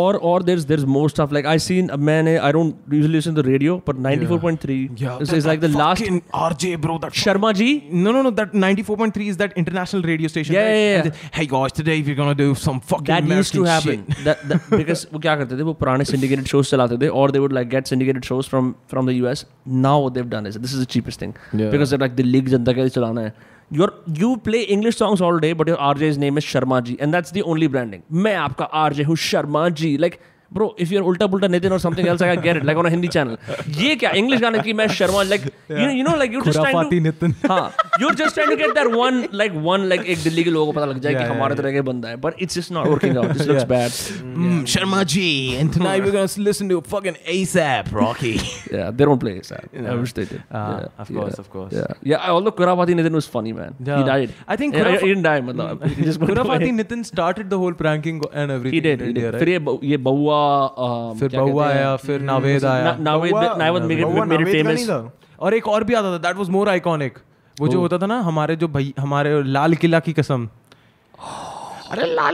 Speaker 2: or or there's there's more stuff like I seen a man I don't usually listen to the radio but 94.3
Speaker 5: Yeah.
Speaker 2: is, is like the last
Speaker 5: fucking RJ bro that
Speaker 2: Sharma ji
Speaker 5: No, no, no. That 94.3 is that international radio station.
Speaker 2: Yeah,
Speaker 5: right?
Speaker 2: yeah, yeah.
Speaker 5: And they- Hey, guys, today we're gonna do some fucking
Speaker 2: that used to
Speaker 5: American
Speaker 2: happen
Speaker 5: shit."
Speaker 2: that, that because वो क्या करते थे वो पुराने syndicated shows चलाते थे or they would like get syndicated shows from from the US now what they've done is this is the cheapest thing
Speaker 5: Yeah.
Speaker 2: because they're like the league जनता के लिए चलाना है Your, you play English songs all day, but your RJ's name is Sharma ji, and that's the only branding. मैं आपका RJ हूँ Sharma ji. Like, bro, if you're Ulta Pulta Nitin or something else, like I get it. Like on a Hindi channel. ये क्या English गाने की मैं Sharma like you, you know like you're just trying
Speaker 5: खुराफाती
Speaker 2: to
Speaker 5: Nitin.
Speaker 2: हाँ you're just trying to get that one like one like एक दिल्ली के लोगों को पता लग जाए कि
Speaker 5: Yeah, yeah,
Speaker 2: हमारे तरह का बंदा है but it's just not working out this looks bad
Speaker 3: Mm, Sharma G, and tonight we're gonna listen to fucking ASAP Rocky.
Speaker 2: yeah they don't play it sad I wish they did
Speaker 5: Ah,
Speaker 2: yeah,
Speaker 5: of course,
Speaker 2: yeah.
Speaker 5: of course.
Speaker 2: yeah yeah although Kurapati Nitin was funny man he
Speaker 5: Yeah.
Speaker 2: died
Speaker 5: I think Mm.
Speaker 2: Yeah,
Speaker 5: Kuraf-
Speaker 2: he didn't die मतलब he just went away
Speaker 5: Kurapati Nitin started the whole pranking and everything.
Speaker 2: he did he did
Speaker 5: right?
Speaker 2: फिर ये बउ- ये बउआ um,
Speaker 5: फिर
Speaker 2: क्या कहते
Speaker 5: बहुआ
Speaker 2: हैं?
Speaker 5: आया फिर नावेद आया
Speaker 2: ना- नावेद
Speaker 4: बउआ-
Speaker 2: नावेद made it
Speaker 4: बउआ
Speaker 2: made it
Speaker 4: नावेद का
Speaker 2: famous
Speaker 4: नहीं था?
Speaker 5: और एक और भी आता था दैट वाज मोर आइकॉनिक वो
Speaker 2: Oh.
Speaker 5: जो होता था ना हमारे जो भाई हमारे लाल किला की कसम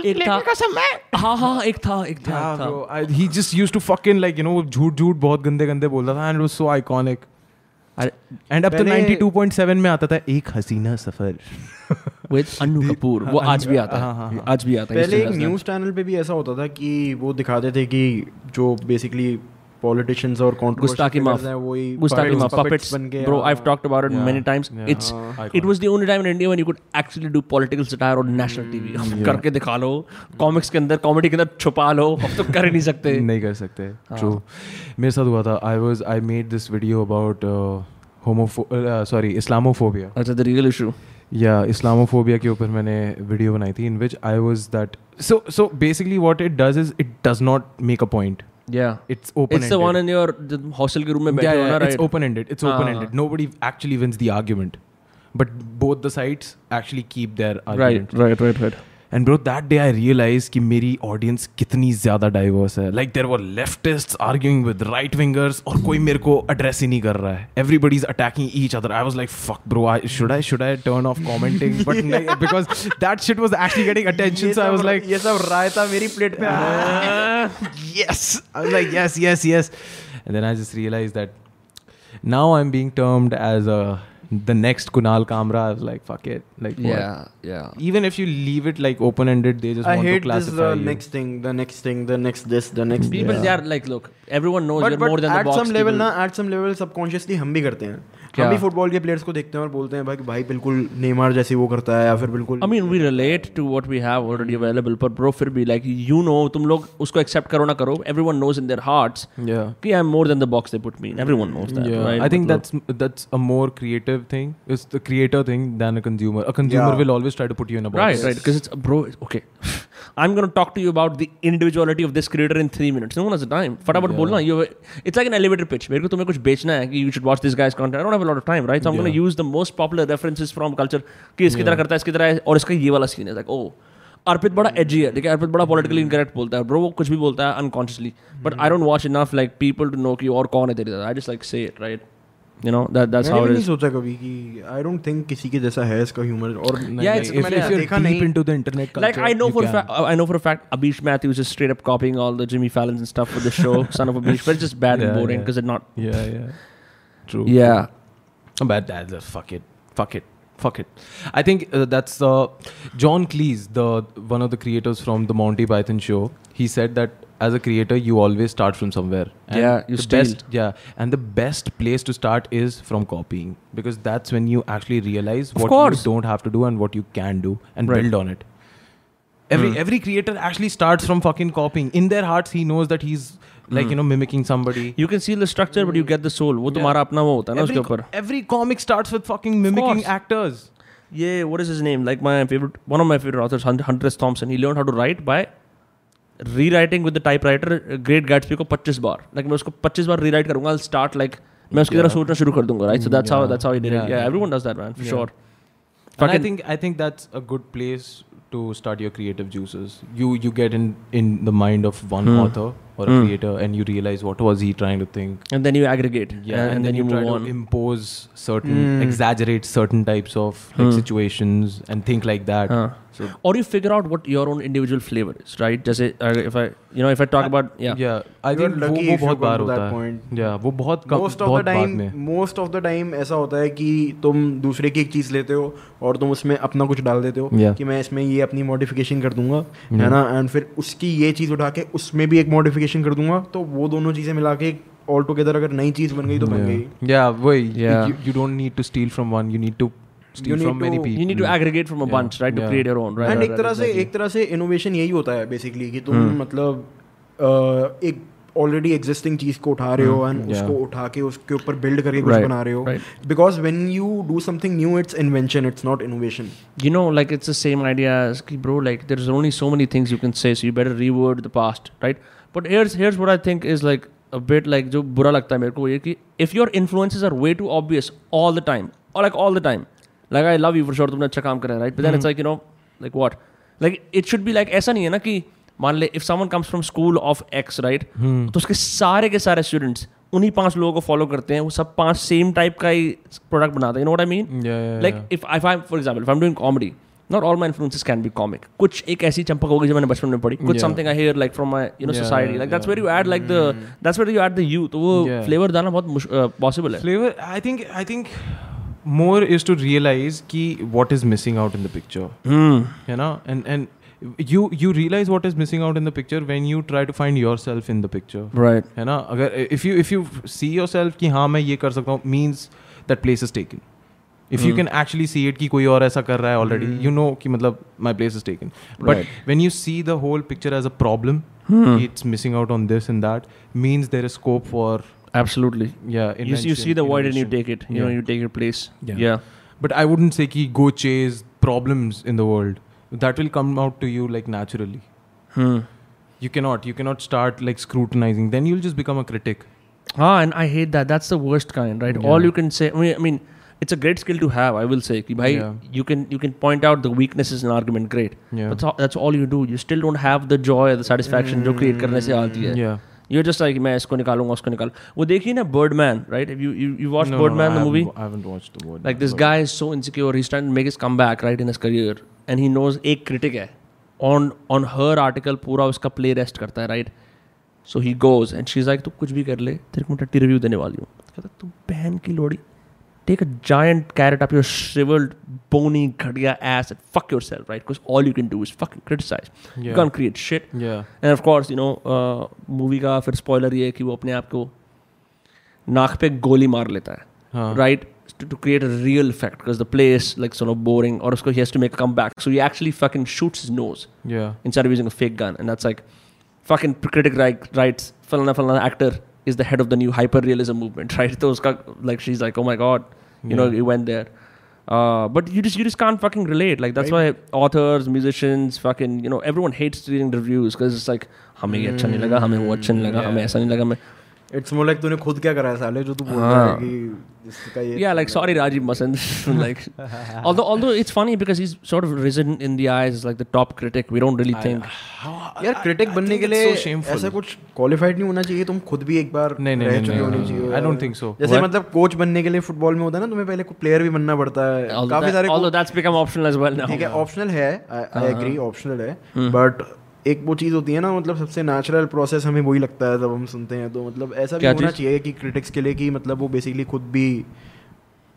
Speaker 2: एक था हाँ हाँ एक था एक था एक था
Speaker 5: he just used to fucking like you know झूठ झूठ बहुत गंदे गंदे बोलता था एंड वाज सो आइकॉनिक
Speaker 2: अरे
Speaker 5: एंड अब तो
Speaker 4: पहले-
Speaker 5: 92.7 में आता था एक हसीना सफर
Speaker 2: विद अन्नू कपूर वो आज भी आता
Speaker 5: हाँ,
Speaker 2: है आज भी आता है
Speaker 4: पहले
Speaker 2: he
Speaker 4: एक
Speaker 2: still does
Speaker 4: न्यूज़ चैनल पे भी ऐसा होता था कि वो दिखाते थे कि जो बेसिकली पॉलिटिशियंस और
Speaker 2: Gustaki
Speaker 4: controversial
Speaker 2: Muff.
Speaker 4: figures हैं वही
Speaker 2: Gustaki Muff puppets.
Speaker 4: बन गए हाँ।
Speaker 2: Bro, I've talked about it
Speaker 5: Yeah.
Speaker 2: many times.
Speaker 5: Yeah.
Speaker 2: It's it was the only time in India when you could actually do political satire on national TV. अब करके दिखा लो comics के अंदर comedy के अंदर छुपा लो अब तो कर ही नहीं सकते हाँ।
Speaker 5: नहीं कर सकते ट्रू मेरे साथ हुआ था I was I made this video about uh, homophobia sorry Islamophobia
Speaker 2: अच्छा द रियल इशू
Speaker 5: या इस्लामोफोबिया के ऊपर मैंने वीडियो बनाई थी in which I was that so so basically what it does is it does not make a point
Speaker 2: या
Speaker 5: it's open
Speaker 2: it's the one in your hostel के room में बैठे हो ना
Speaker 5: it's
Speaker 2: right
Speaker 5: open ended. It's
Speaker 2: हाँ,
Speaker 5: open ended. Nobody actually wins the argument. but both the sides actually keep their argument
Speaker 2: right right right right
Speaker 5: and bro that day I realize कि मेरी audience कितनी ज्यादा diverse है like there were leftist arguing with right wingers और कोई मेरे को address ही नहीं कर रहा है everybody is attacking each other I was like fuck bro I should I should I turn off commenting but नहीं because that shit was actually getting attention so I was like
Speaker 4: ये सब रायता मेरी plate पे आ रहा है
Speaker 5: yes. I was like, yes, yes, yes. And then I just realized that now I'm being termed as a the next Kunal Kamra. I was like, fuck it. Like, what?
Speaker 2: yeah yeah
Speaker 5: Even if you leave it like open ended, they just
Speaker 4: I
Speaker 5: want to
Speaker 4: hate this uh,
Speaker 5: classify
Speaker 4: the
Speaker 5: you.
Speaker 4: next thing, the next thing, the next this, the next
Speaker 2: people
Speaker 4: that.
Speaker 2: they are like look everyone knows
Speaker 4: But-
Speaker 2: you're
Speaker 4: but
Speaker 2: more than the
Speaker 4: at
Speaker 2: box
Speaker 4: some level
Speaker 2: people.
Speaker 4: ना at some level subconsciously हम भी करते हैं
Speaker 2: क्या?
Speaker 4: हम भी football के players को देखते हैं और बोलते हैं भाई भाई बिल्कुल नेमार जैसे वो करता है या फिर बिल्कुल
Speaker 2: I mean, we relate to what we have already available, but bro, फिर भी like you know, तुम लोग उसको accept करो ना करो. Everyone knows in their hearts
Speaker 5: Yeah.
Speaker 2: कि I'm more than the box they put me in. Everyone knows that.
Speaker 5: Yeah,
Speaker 2: right?
Speaker 5: I think
Speaker 2: मतलब-
Speaker 5: that's that's a more creative thing. It's the creator thing than a consumer. A consumer
Speaker 4: Yeah.
Speaker 5: will always try to put you in a box.
Speaker 2: Right, right. Because it's bro. Okay, I'm gonna talk to you about the individuality of this creator in three minutes. No one has the time. फटाफट
Speaker 5: Yeah.
Speaker 2: बोलना. You, it's like an elevator pitch. मेरे को तुम्हें कुछ बेचना है कि you should watch this guy's content. I don't have a lot of time, right? So I'm gonna
Speaker 5: Yeah.
Speaker 2: use the most popular references from culture. कि इसकी तरह करता है, इसकी तरह है, और इसका ये वाला scene है. Like, oh. अर्पित बड़ा edgy है ठीक है अर्पित बड़ा politically incorrect बोलता है ब्रो वो कुछ भी बोलता है unconsciously but
Speaker 5: Hmm.
Speaker 2: I don't watch enough like people to know कि और कौन है तेरी तरह I just like say it right you know that that's
Speaker 4: मैंने
Speaker 2: how
Speaker 4: भी
Speaker 2: it
Speaker 4: नहीं
Speaker 2: is
Speaker 4: सोचा कभी कि आई डोंट थिंक किसी के जैसा है इसका ह्यूमर और
Speaker 5: Like,
Speaker 2: Yeah,
Speaker 5: like,
Speaker 2: it's-
Speaker 5: if,
Speaker 2: मैंने
Speaker 5: if you're
Speaker 4: देखा
Speaker 5: deep
Speaker 4: नहीं।
Speaker 5: into the internet culture,
Speaker 2: like I know
Speaker 5: you
Speaker 2: for a
Speaker 5: can.
Speaker 2: fact, I know for a fact, Abish Matthews is straight up copying all the Jimmy Fallons and stuff for the show, son of a bitch. But it's just bad and
Speaker 5: Yeah,
Speaker 2: boring
Speaker 5: yeah.
Speaker 2: because it's not.
Speaker 5: Yeah, yeah. True.
Speaker 2: Yeah,
Speaker 5: But that, that- fuck it, fuck it, fuck it. I think uh, that's uh, John Cleese, the one of the creators from the Monty Python show. He said that as a creator, you always start from somewhere.
Speaker 2: Yeah, you
Speaker 5: the
Speaker 2: steal.
Speaker 5: best, yeah, and the best place to start is from copying because that's when you actually realize
Speaker 2: Of
Speaker 5: what
Speaker 2: course.
Speaker 5: you don't have to do and what you can do and
Speaker 2: Right. Hmm.
Speaker 5: build on it. Every every creator actually starts from fucking copying. In their hearts, he knows that he's like
Speaker 2: Hmm.
Speaker 5: you know mimicking somebody.
Speaker 2: you can see the structure, but you get the soul. वो तुम्हारा अपना वो होता है ना उसके
Speaker 5: Every,
Speaker 2: ऊपर.
Speaker 5: every comic starts with fucking mimicking
Speaker 2: course.
Speaker 5: actors.
Speaker 2: Yeah, what is his name? Like my favorite, one of my favorite authors, Hun- Hunter S. Thompson. He learned how to write by rewriting with the typewriter. uh, Great Gatsby को 25 बार. Like मैं उसको 25 बार rewrite करूँगा. I'll start like मैं उसकी तरह सोचना शुरू कर दूँगा. Right? So that's how that's how he did it.
Speaker 5: Yeah.
Speaker 2: Mm, Yeah, everyone does that, man, for
Speaker 5: Yeah.
Speaker 2: sure.
Speaker 5: And I
Speaker 2: Fucking-
Speaker 5: think I think that's a good place to start your creative juices. You you get in in the mind of one
Speaker 2: Hmm.
Speaker 5: author or a
Speaker 2: Hmm.
Speaker 5: creator, and you realize what was he trying to think.
Speaker 2: And then you aggregate.
Speaker 5: Yeah, and, then, you, try
Speaker 2: move
Speaker 5: to
Speaker 2: on.
Speaker 5: impose certain,
Speaker 4: Hmm.
Speaker 5: exaggerate certain types of like,
Speaker 2: Hmm.
Speaker 5: situations and think like that.
Speaker 2: हाँ. or you figure out what your own individual flavor is right जैसे uh, if I you know if I talk about yeah,
Speaker 5: Uh, yeah, I
Speaker 4: You are
Speaker 5: think वो,
Speaker 4: lucky if
Speaker 5: वो
Speaker 4: you
Speaker 5: बहुत
Speaker 4: come
Speaker 5: bar
Speaker 4: to that
Speaker 5: होता है.
Speaker 4: point.
Speaker 5: Yeah, वो बहुत कम
Speaker 4: most of
Speaker 5: बहुत
Speaker 4: द
Speaker 5: बाद
Speaker 4: टाइम
Speaker 5: में.
Speaker 4: मोस्ट ऑफ द टाइम ऐसा होता है कि तुम दूसरे की एक चीज लेते हो और तुम उसमें अपना कुछ डाल देते हो
Speaker 5: Yeah.
Speaker 4: कि मैं इसमें ये अपनी मॉडिफिकेशन कर दूंगा है ना एंड फिर उसकी ये चीज उठा के उसमें भी एक मॉडिफिकेशन कर दूंगा तो वो दोनों चीजें मिला के ऑल टुगेदर अगर नई चीज बन गई तो बन गई
Speaker 5: Yeah, yeah वही.
Speaker 2: Yeah.
Speaker 5: You, you don't need to steal from one. You need to steal
Speaker 4: need
Speaker 5: from many
Speaker 4: to-
Speaker 5: people.
Speaker 2: you need to aggregate from a
Speaker 5: Mm. Yeah.
Speaker 2: bunch right to
Speaker 5: Yeah.
Speaker 2: create your own right
Speaker 4: and
Speaker 2: right,
Speaker 4: एक
Speaker 2: right,
Speaker 4: तरह से
Speaker 2: exactly.
Speaker 4: एक तरह से innovation यही होता है basically कि तुम मतलब अ, एक ऑलरेडी एग्जिस्टिंग चीज को उठा रहे हो एंड
Speaker 5: yeah.
Speaker 4: उसको उठा के उसके ऊपर बिल्ड करके कुछ
Speaker 2: Right,
Speaker 4: बना रहे हो
Speaker 2: right.
Speaker 4: Because when you do something new it's invention it's not innovation
Speaker 2: you know like it's the same idea as कि bro like there's only so many things you can say so you better reword the past right but here's here's what I think is like a bit like जो बुरा लगता है मेरे को वो ये कि if your influences are way too obvious all the time or like all the time like I love you for sure तुमने अच्छा काम करा है right but then it's like you know like what like it should be like ऐसा नहीं है ना कि मान ले if someone comes from school of X right तो उसके सारे के सारे students उन्हीं पांच लोगों को फॉलो करते हैं वो सब पांच सेम टाइप का ही प्रोडक्ट बनाते हैं you know what I mean
Speaker 5: Yeah, yeah,
Speaker 2: like
Speaker 5: yeah.
Speaker 2: if if I'm for example if I'm doing comedy not all my influences can be comic कुछ एक ऐसी चंपक होगी जो मैंने बचपन में पढ़ी कुछ
Speaker 5: Yeah.
Speaker 2: something I hear like from my you know
Speaker 5: Yeah, Mm.
Speaker 2: society like that's where you add like the that's where you add the you तो वो
Speaker 5: Yeah.
Speaker 2: flavor डालना बहुत मुश- uh, possible है
Speaker 5: flavor i think i think more is to realize ki what is missing out in the picture
Speaker 2: Hmm.
Speaker 5: you know and and you you realize what is missing out in the picture when you try to find yourself in the picture
Speaker 2: right
Speaker 5: है ना अगर if you if you see yourself कि हाँ मैं ये कर सकता हूँ means that place is taken if
Speaker 2: Hmm.
Speaker 5: You can actually see it कि कोई और ऐसा कर रहा है ऑलरेडी यू नो कि मतलब my place is taken but when you see the whole picture as a problem
Speaker 2: Hmm.
Speaker 5: It's missing out on this and that means there is scope for
Speaker 2: absolutely
Speaker 5: या
Speaker 2: you, you see the void and you take it you know
Speaker 5: Yeah.
Speaker 2: you take your place
Speaker 5: Yeah.
Speaker 2: yeah,
Speaker 5: But I wouldn't say ki go chase problems in the world. That will come out to you like naturally.
Speaker 2: Hmm.
Speaker 5: You cannot. You cannot start like scrutinizing. Then you'll just become a critic.
Speaker 2: Ah, and I hate that. That's the worst kind, right? All you can say. I mean, I mean, it's a great skill to have i will say ki bhai
Speaker 5: Yeah.
Speaker 2: you can you can point out the weaknesses in argument great
Speaker 5: Yeah.
Speaker 2: but tha- that's all you do you still don't have the joy or the satisfaction जो create करने से आती है
Speaker 5: Yeah.
Speaker 2: you're just like मैं इसको निकालूंगा उसको निकाल वो देखिए ना Birdman right have you you, you watched
Speaker 5: No, no, no,
Speaker 2: Birdman
Speaker 5: I
Speaker 2: the movie
Speaker 5: haven't- I haven't watched the Birdman.
Speaker 2: like this
Speaker 5: but-
Speaker 2: guy is so insecure he's trying to make his comeback right in his career and he knows एक critic है on on her article पूरा उसका play rest करता है right so he goes and she's like तू कुछ भी कर ले तेरे को मैं टट्टी रिव्यू देने वाली हूँ कहता तू बहन की लोड़ी take a giant carrot up your shriveled bony घटिया ass and fuck yourself right because all you can do is fucking criticize you
Speaker 5: Yeah.
Speaker 2: can't create shit
Speaker 5: Yeah.
Speaker 2: And of course you know movie uh, का फिर spoiler ये है कि वो अपने आप को नाक पे गोली मार लेता है
Speaker 5: हाँ।
Speaker 2: Right to create a real effect because the place like so no boring और उसको he has to make come back so he actually fucking shoots his nose
Speaker 5: Yeah.
Speaker 2: instead of using a fake gun. And that's like, fucking critic right, writes, Falana Falana actor is the head of the new hyper-realism movement, right? Those ka- like she's like, oh my god, you know,
Speaker 5: Yeah.
Speaker 2: you went there. Uh, but you just you just can't fucking relate. Like that's why authors, musicians, fucking you know, everyone hates reading reviews because it's like, हमें ये अच्छा नहीं लगा, हमें वो अच्छा नहीं लगा, हमें ऐसा नहीं लगा, हमें
Speaker 4: इट्स मोर लाइक तूने खुद क्या करा है साले जो तू बोल
Speaker 2: हाँ।
Speaker 4: रहा है कि इसका ये
Speaker 2: yeah, like sorry, Rajiv Masand. like, although although it's funny because he's sort of risen in the eyes as like the top critic. We don't really think.
Speaker 4: यार क्रिटिक बनने के
Speaker 5: it's
Speaker 4: लिए
Speaker 5: so shameful.
Speaker 4: ऐसा कुछ qualified नहीं होना चाहिए तुम खुद भी एक बार
Speaker 5: नहीं, नहीं,
Speaker 4: रह
Speaker 5: नहीं,
Speaker 4: चुके
Speaker 5: नहीं,
Speaker 4: होने
Speaker 5: नहीं,
Speaker 4: चाहिए
Speaker 5: I
Speaker 4: यार।
Speaker 5: don't think so.
Speaker 4: जैसे
Speaker 2: What?
Speaker 4: मतलब कोच बनने के लिए फुटबॉल में होता है ना तुम्हें पहले प्लेयर भी बनना पड़ता है
Speaker 2: although,
Speaker 4: काफी
Speaker 2: that,
Speaker 4: सारे
Speaker 2: although that's become optional as well now.
Speaker 4: ठीक है ऑप्शनल है आई एग्री ऑप्शनल है बट एक वो चीज़ होती है ना मतलब सबसे नेचुरल प्रोसेस हमें वही लगता है जब हम सुनते हैं तो मतलब ऐसा भी
Speaker 2: क्या
Speaker 4: होना
Speaker 2: चीज़?
Speaker 4: चाहिए कि क्रिटिक्स के लिए कि मतलब वो बेसिकली खुद भी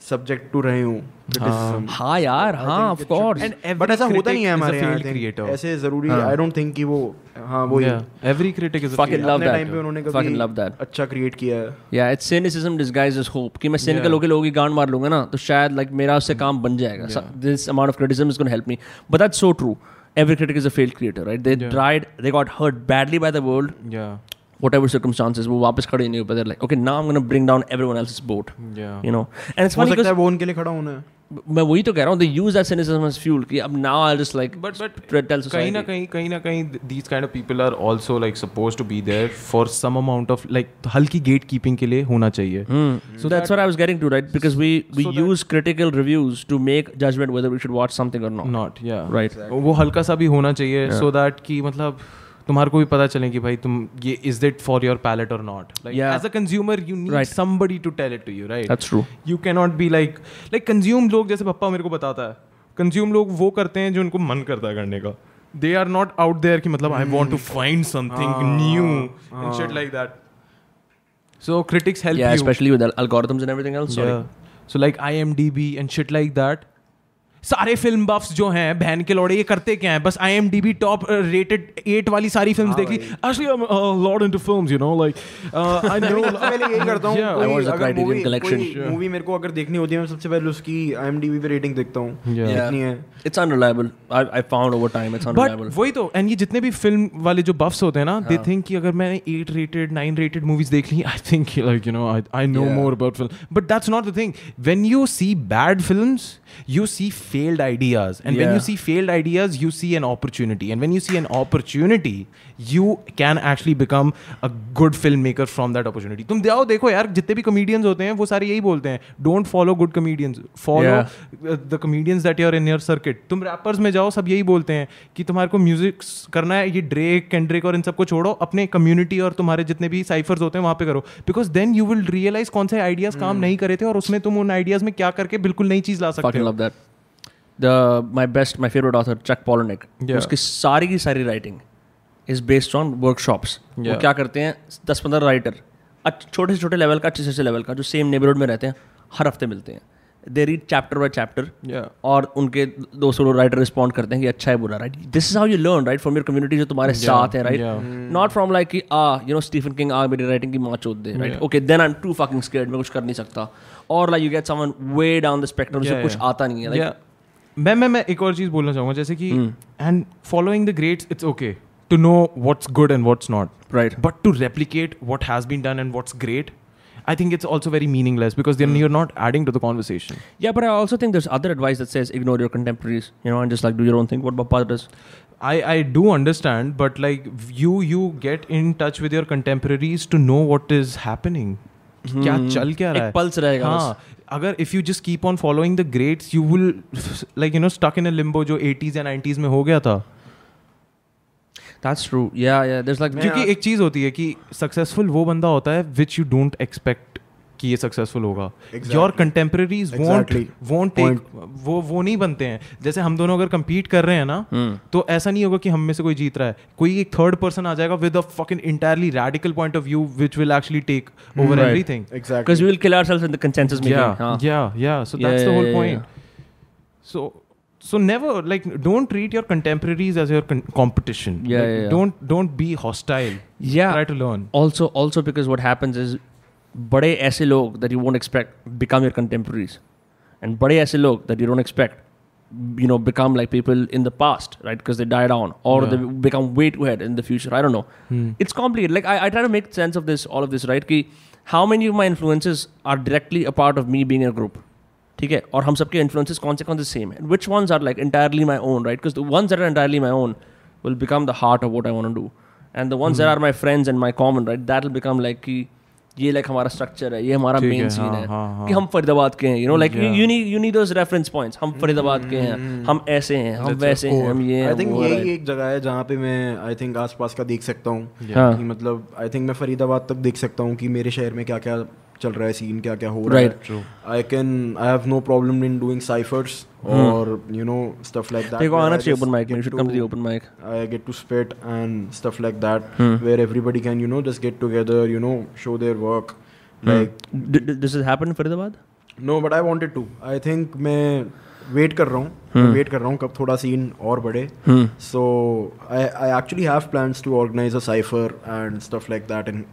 Speaker 4: सब्जेक्ट टू रहे हूँ criticism.
Speaker 2: हाँ यार हाँ of course
Speaker 5: And every
Speaker 4: but ऐसा होता
Speaker 5: critic
Speaker 4: नहीं है
Speaker 5: is a
Speaker 4: हमारे यहाँ I
Speaker 5: failed
Speaker 4: think.
Speaker 5: creator.
Speaker 4: ऐसे जरूरी आई डोंट थिंक कि वो हाँ वो
Speaker 5: Yeah. Every critic is a
Speaker 2: Fucking
Speaker 5: failure.
Speaker 2: love
Speaker 4: अपने
Speaker 2: that.
Speaker 4: टाइम पे उन्होंने
Speaker 2: Fucking love
Speaker 4: कभी
Speaker 2: that.
Speaker 4: अच्छा क्रिएट किया है
Speaker 2: या it's cynicism disguise as hope कि मैं सिनिकल होकर लोगों की गांड मार लूंगा ना तो शायद लाइक मेरा
Speaker 5: Hmm.
Speaker 2: उससे काम बन जाएगा this amount of criticism is gonna help me but that's so true every critic is a failed creator right they tried they got hurt badly by the world
Speaker 5: Yeah.
Speaker 2: Whatever circumstances वो वापस खड़े नहीं हो पाते like okay now I am gonna bring down everyone else boat
Speaker 5: Yeah.
Speaker 2: You know and it's
Speaker 4: हो सकता
Speaker 2: funny
Speaker 4: है वो उनके लिए खड़ा होना है
Speaker 2: मैं वही तो कह रहा हूँ they use that cynicism as fuel कि अब now I just like
Speaker 5: But but
Speaker 2: tell
Speaker 5: कहीं ना
Speaker 2: society.
Speaker 5: कहीं कहीं ना कहीं th- these kind of people are also like supposed to be there for some amount of like हल्की gatekeeping के लिए होना चाहिए
Speaker 2: Hmm. So that's what I was getting to, right? Because we we use critical reviews to make judgment whether we should watch something or not.
Speaker 5: Not या
Speaker 2: Right.
Speaker 5: वो हल्का सा भी होना चाहिए सो दैट कि मतलब तुम्हारे को भी पता चले कि भाई तुम ये is it for your palate और not like
Speaker 2: Yeah.
Speaker 5: As a consumer you need
Speaker 2: Right.
Speaker 5: Somebody to tell it to you right
Speaker 2: That's true.
Speaker 5: You can not be like like consume लोग जैसे पप्पा मेरे को बताता है कंज्यूम लोग वो करते हैं जो उनको मन करता है करने का they are not out there कि मतलब I
Speaker 2: Hmm.
Speaker 5: Want to find something
Speaker 2: Ah.
Speaker 5: New and shit like that so critics help
Speaker 2: Yeah,
Speaker 5: you
Speaker 2: especially with al- algorithms and everything else. Sorry.
Speaker 5: So like I M D B and shit like that सारे film buffs जो हैं बहन के लौड़े ये करते क्या हैं बस I M D B top rated eight uh, वाली सारी फिल्म देख ली uh, actually Lord in to film you know like I
Speaker 4: मैं
Speaker 5: नो
Speaker 4: भी सबसे पहले यही करता हूँ
Speaker 5: Yeah.
Speaker 4: कोई
Speaker 2: I watch the
Speaker 4: अगर
Speaker 2: Criterion
Speaker 4: movie-
Speaker 2: Collection.
Speaker 4: कोई मूवी मेरे को अगर देखनी होती है मैं सबसे पहले उसकी IMDb पे रेटिंग देखता हूँ
Speaker 5: Yeah.
Speaker 4: कितनी है
Speaker 2: It's unreliable. I, I found over time it's
Speaker 5: but
Speaker 2: unreliable.
Speaker 5: वही तो एंड ये जितने भी फिल्म वाले जो बफ्स होते हैं ना दे
Speaker 2: हाँ।
Speaker 5: थिंक कि अगर मैंने eight rated nine rated movies देख ली I think like you know I know
Speaker 2: Yeah.
Speaker 5: More about film but that's not the thing when you see bad films you see failed ideas and when you
Speaker 2: Yeah.
Speaker 5: See failed ideas you see an opportunity and when you see an opportunity you can actually become a good film maker from that opportunity तुम जाओ देखो यार जितने भी comedians होते हैं वो सारे यही बोलते हैं don't follow good comedians follow
Speaker 2: Yeah.
Speaker 5: The comedians that you are in your circuit तुम रैपर्स में जाओ सब यही बोलते हैं कि तुम्हारे को म्यूजिक करना है ये ड्रेक कैंड्रिक और इन सबको छोड़ो अपने कम्युनिटी और तुम्हारे जितने भी साइफर्स होते हैं वहाँ पे करो because then you will realise कौन से आइडियाज
Speaker 2: Hmm.
Speaker 5: काम नहीं करे थे और उसमें तुम उन आइडियाज में क्या करके बिल्कुल नई चीज ला सकते
Speaker 2: Fucking
Speaker 5: हो
Speaker 2: love that. The my best my favorite author Chuck Palahniuk.
Speaker 5: Yeah.
Speaker 2: उसकी सारी की सारी writing is based on workshops. वो
Speaker 5: Yeah.
Speaker 2: क्या करते हैं दस पंद्रह राइटर छोटे से छोटे लेवल का अच्छे से अच्छे लेवल का जो सेम नेबरहुड में रहते हैं हर हफ्ते मिलते हैं they read chapter by chapter
Speaker 5: Yeah.
Speaker 2: और उनके दो सौ राइटर रिस्पॉन्ड करते हैं कि अच्छा है बुरा right this is how you learn right from your community जो तुम्हारे साथ है right
Speaker 5: yeah.
Speaker 2: Not from like कि uh you know Stephen King uh मेरी राइटिंग की माँ चोद दे right okay then I am too fucking scared मैं कुछ कर नहीं सकता और like you get someone way down the spectrum जो
Speaker 5: Yeah,
Speaker 2: कुछ
Speaker 5: yeah.
Speaker 2: आता नहीं है
Speaker 5: Yeah.
Speaker 2: लाइक
Speaker 5: मैं मैं मैं एक और चीज बोलना चाहूंगा जैसे कि
Speaker 2: Hmm.
Speaker 5: And following the greats it's okay to know what's good and what's not
Speaker 2: right
Speaker 5: but to replicate what has been done and what's great i think it's also very meaningless because
Speaker 2: Hmm.
Speaker 5: then you're not adding to the conversation
Speaker 2: या but I also think there other advice that says ignore your contemporaries you know and just like do your own thing what Bappa does
Speaker 5: i i do understand but like you you get in touch with your contemporaries to know what is happening क्या चल क्या
Speaker 2: एक
Speaker 5: रहा है
Speaker 2: pulse रहेगा
Speaker 5: हाँ अगर if you just keep on following the greats you will like you know stuck in a limbo जो 80s एंड 90s में हो गया था
Speaker 2: that's true yeah yeah there like
Speaker 5: क्योंकि एक चीज होती है कि सक्सेसफुल वो बंदा होता है विच यू डोंट एक्सपेक्ट कि ये सक्सेसफुल होगा your contemporaries won't
Speaker 4: Exactly.
Speaker 5: Won't take वो वो नहीं बनते हैं जैसे हम दोनों अगर compete कर रहे हैं
Speaker 2: Hmm.
Speaker 5: ना तो ऐसा नहीं होगा कि हम में से कोई जीत रहा है कोई एक थर्ड पर्सन आ जाएगा with a fucking entirely radical point of view which will actually take over
Speaker 2: Right.
Speaker 5: Everything
Speaker 4: exactly
Speaker 2: because we will kill ourselves in the consensus meeting.
Speaker 5: yeah
Speaker 2: हाँ.
Speaker 5: yeah yeah so
Speaker 2: Yeah,
Speaker 5: that's the
Speaker 2: yeah,
Speaker 5: whole
Speaker 2: yeah,
Speaker 5: point so so never like don't treat your contemporaries as your con- competition
Speaker 2: Yeah,
Speaker 5: Like,
Speaker 2: yeah, yeah.
Speaker 5: don't don't be hostile
Speaker 2: Yeah.
Speaker 5: try to learn
Speaker 2: Also, also because what happens is बड़े ऐसे लोग that you won't expect become your contemporaries, and बड़े ऐसे लोग that you don't expect you know become like people in the past right because they die down or
Speaker 5: Yeah.
Speaker 2: they become way too ahead in the future i don't know it's complicated like I, I try to make sense of this all of this right ki how many of my influences are directly a part of me being in a group ठीक है और हम सबके influences कौन से कौन से same है which ones are like entirely my own right because the ones that are entirely my own will become the heart of what I want to do and the ones that are my friends and my common right that will become like कि ये like हमारा structure है ये हमारा
Speaker 5: ठीक
Speaker 2: main
Speaker 5: है,
Speaker 2: scene
Speaker 5: हाँ,
Speaker 2: है
Speaker 5: हाँ, हाँ।
Speaker 2: कि हम फरीदाबाद के हैं you know like you
Speaker 5: Yeah.
Speaker 2: you need you need those reference points हम फरीदाबाद के हैं हम ऐसे हैं हम वैसे हैं हम ये हैं,
Speaker 4: आई थिंक
Speaker 2: वो हैं,
Speaker 4: यही
Speaker 2: right?
Speaker 4: एक जगह है जहाँ पे मैं आई थिंक आसपास का देख सकता हूँ
Speaker 2: हाँ.
Speaker 4: कि मतलब आई थिंक मैं फरीदाबाद तक देख सकता हूँ कि मेरे शहर में क्या क्या चल रहा है सीन क्या क्या हो रहा
Speaker 2: Right.
Speaker 4: है I can I have no problem in doing ciphers और you know stuff like that
Speaker 2: तेरे को Hmm. आना चाहिए open mic में you should come to the open Hmm. mic
Speaker 4: I get to spit and stuff like that, where everybody can, you know, just get together, you know, show their work.
Speaker 2: Hmm.
Speaker 4: Like,
Speaker 2: D- d- does it happen in Faridabad
Speaker 4: no, but I wanted to. I think मैं wait कर रहा हूँ
Speaker 2: Hmm.
Speaker 4: Wait कर रहा हूँ कब थोड़ा scene और बढ़े so I I actually have plans to organise a cipher and stuff like that in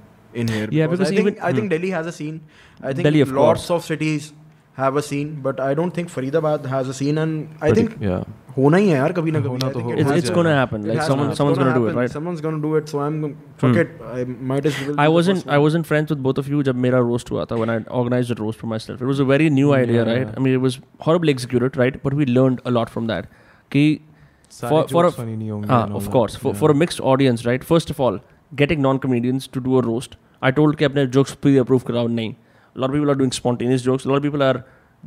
Speaker 4: in here
Speaker 2: Yeah, because
Speaker 4: I think
Speaker 2: even-
Speaker 4: I
Speaker 5: hmm.
Speaker 4: Think Delhi has a scene I
Speaker 2: Delhi,
Speaker 4: think
Speaker 2: of
Speaker 4: lots of cities have a scene but I don't think Faridabad has a scene and I think
Speaker 5: yeah
Speaker 4: होना ही है यार कभी ना कभी
Speaker 5: होना
Speaker 4: I
Speaker 5: तो
Speaker 4: think it
Speaker 5: होगा।
Speaker 2: it's,
Speaker 4: has
Speaker 2: it's
Speaker 4: to
Speaker 2: gonna happen.
Speaker 4: It
Speaker 2: Like
Speaker 4: has
Speaker 2: someone,
Speaker 4: to.
Speaker 2: someone's
Speaker 4: It's
Speaker 2: gonna, do it,
Speaker 4: happen.
Speaker 2: right?
Speaker 4: Someone's gonna do it. So I'm fuck
Speaker 5: Hmm.
Speaker 4: it. I might as well. be
Speaker 2: I
Speaker 4: the
Speaker 2: wasn't,
Speaker 4: first
Speaker 2: I
Speaker 4: one.
Speaker 2: wasn't friends with both of you जब मेरा roast हुआ था when I organized a roast for myself. It was a very new idea,
Speaker 5: Yeah.
Speaker 2: right? I mean, it was horribly executed, right? But we learned a lot from that. कि
Speaker 5: Sorry,
Speaker 2: for for
Speaker 5: jokes funny नहीं होंगे
Speaker 2: हाँ,
Speaker 5: and all
Speaker 2: of
Speaker 5: that.
Speaker 2: course for
Speaker 5: Yeah.
Speaker 2: for a mixed audience, right? First of all, getting non-comedians to do a roast. I told कि अपने jokes pre-approve कराओ नहीं. A lot of people are doing spontaneous jokes. A lot of people are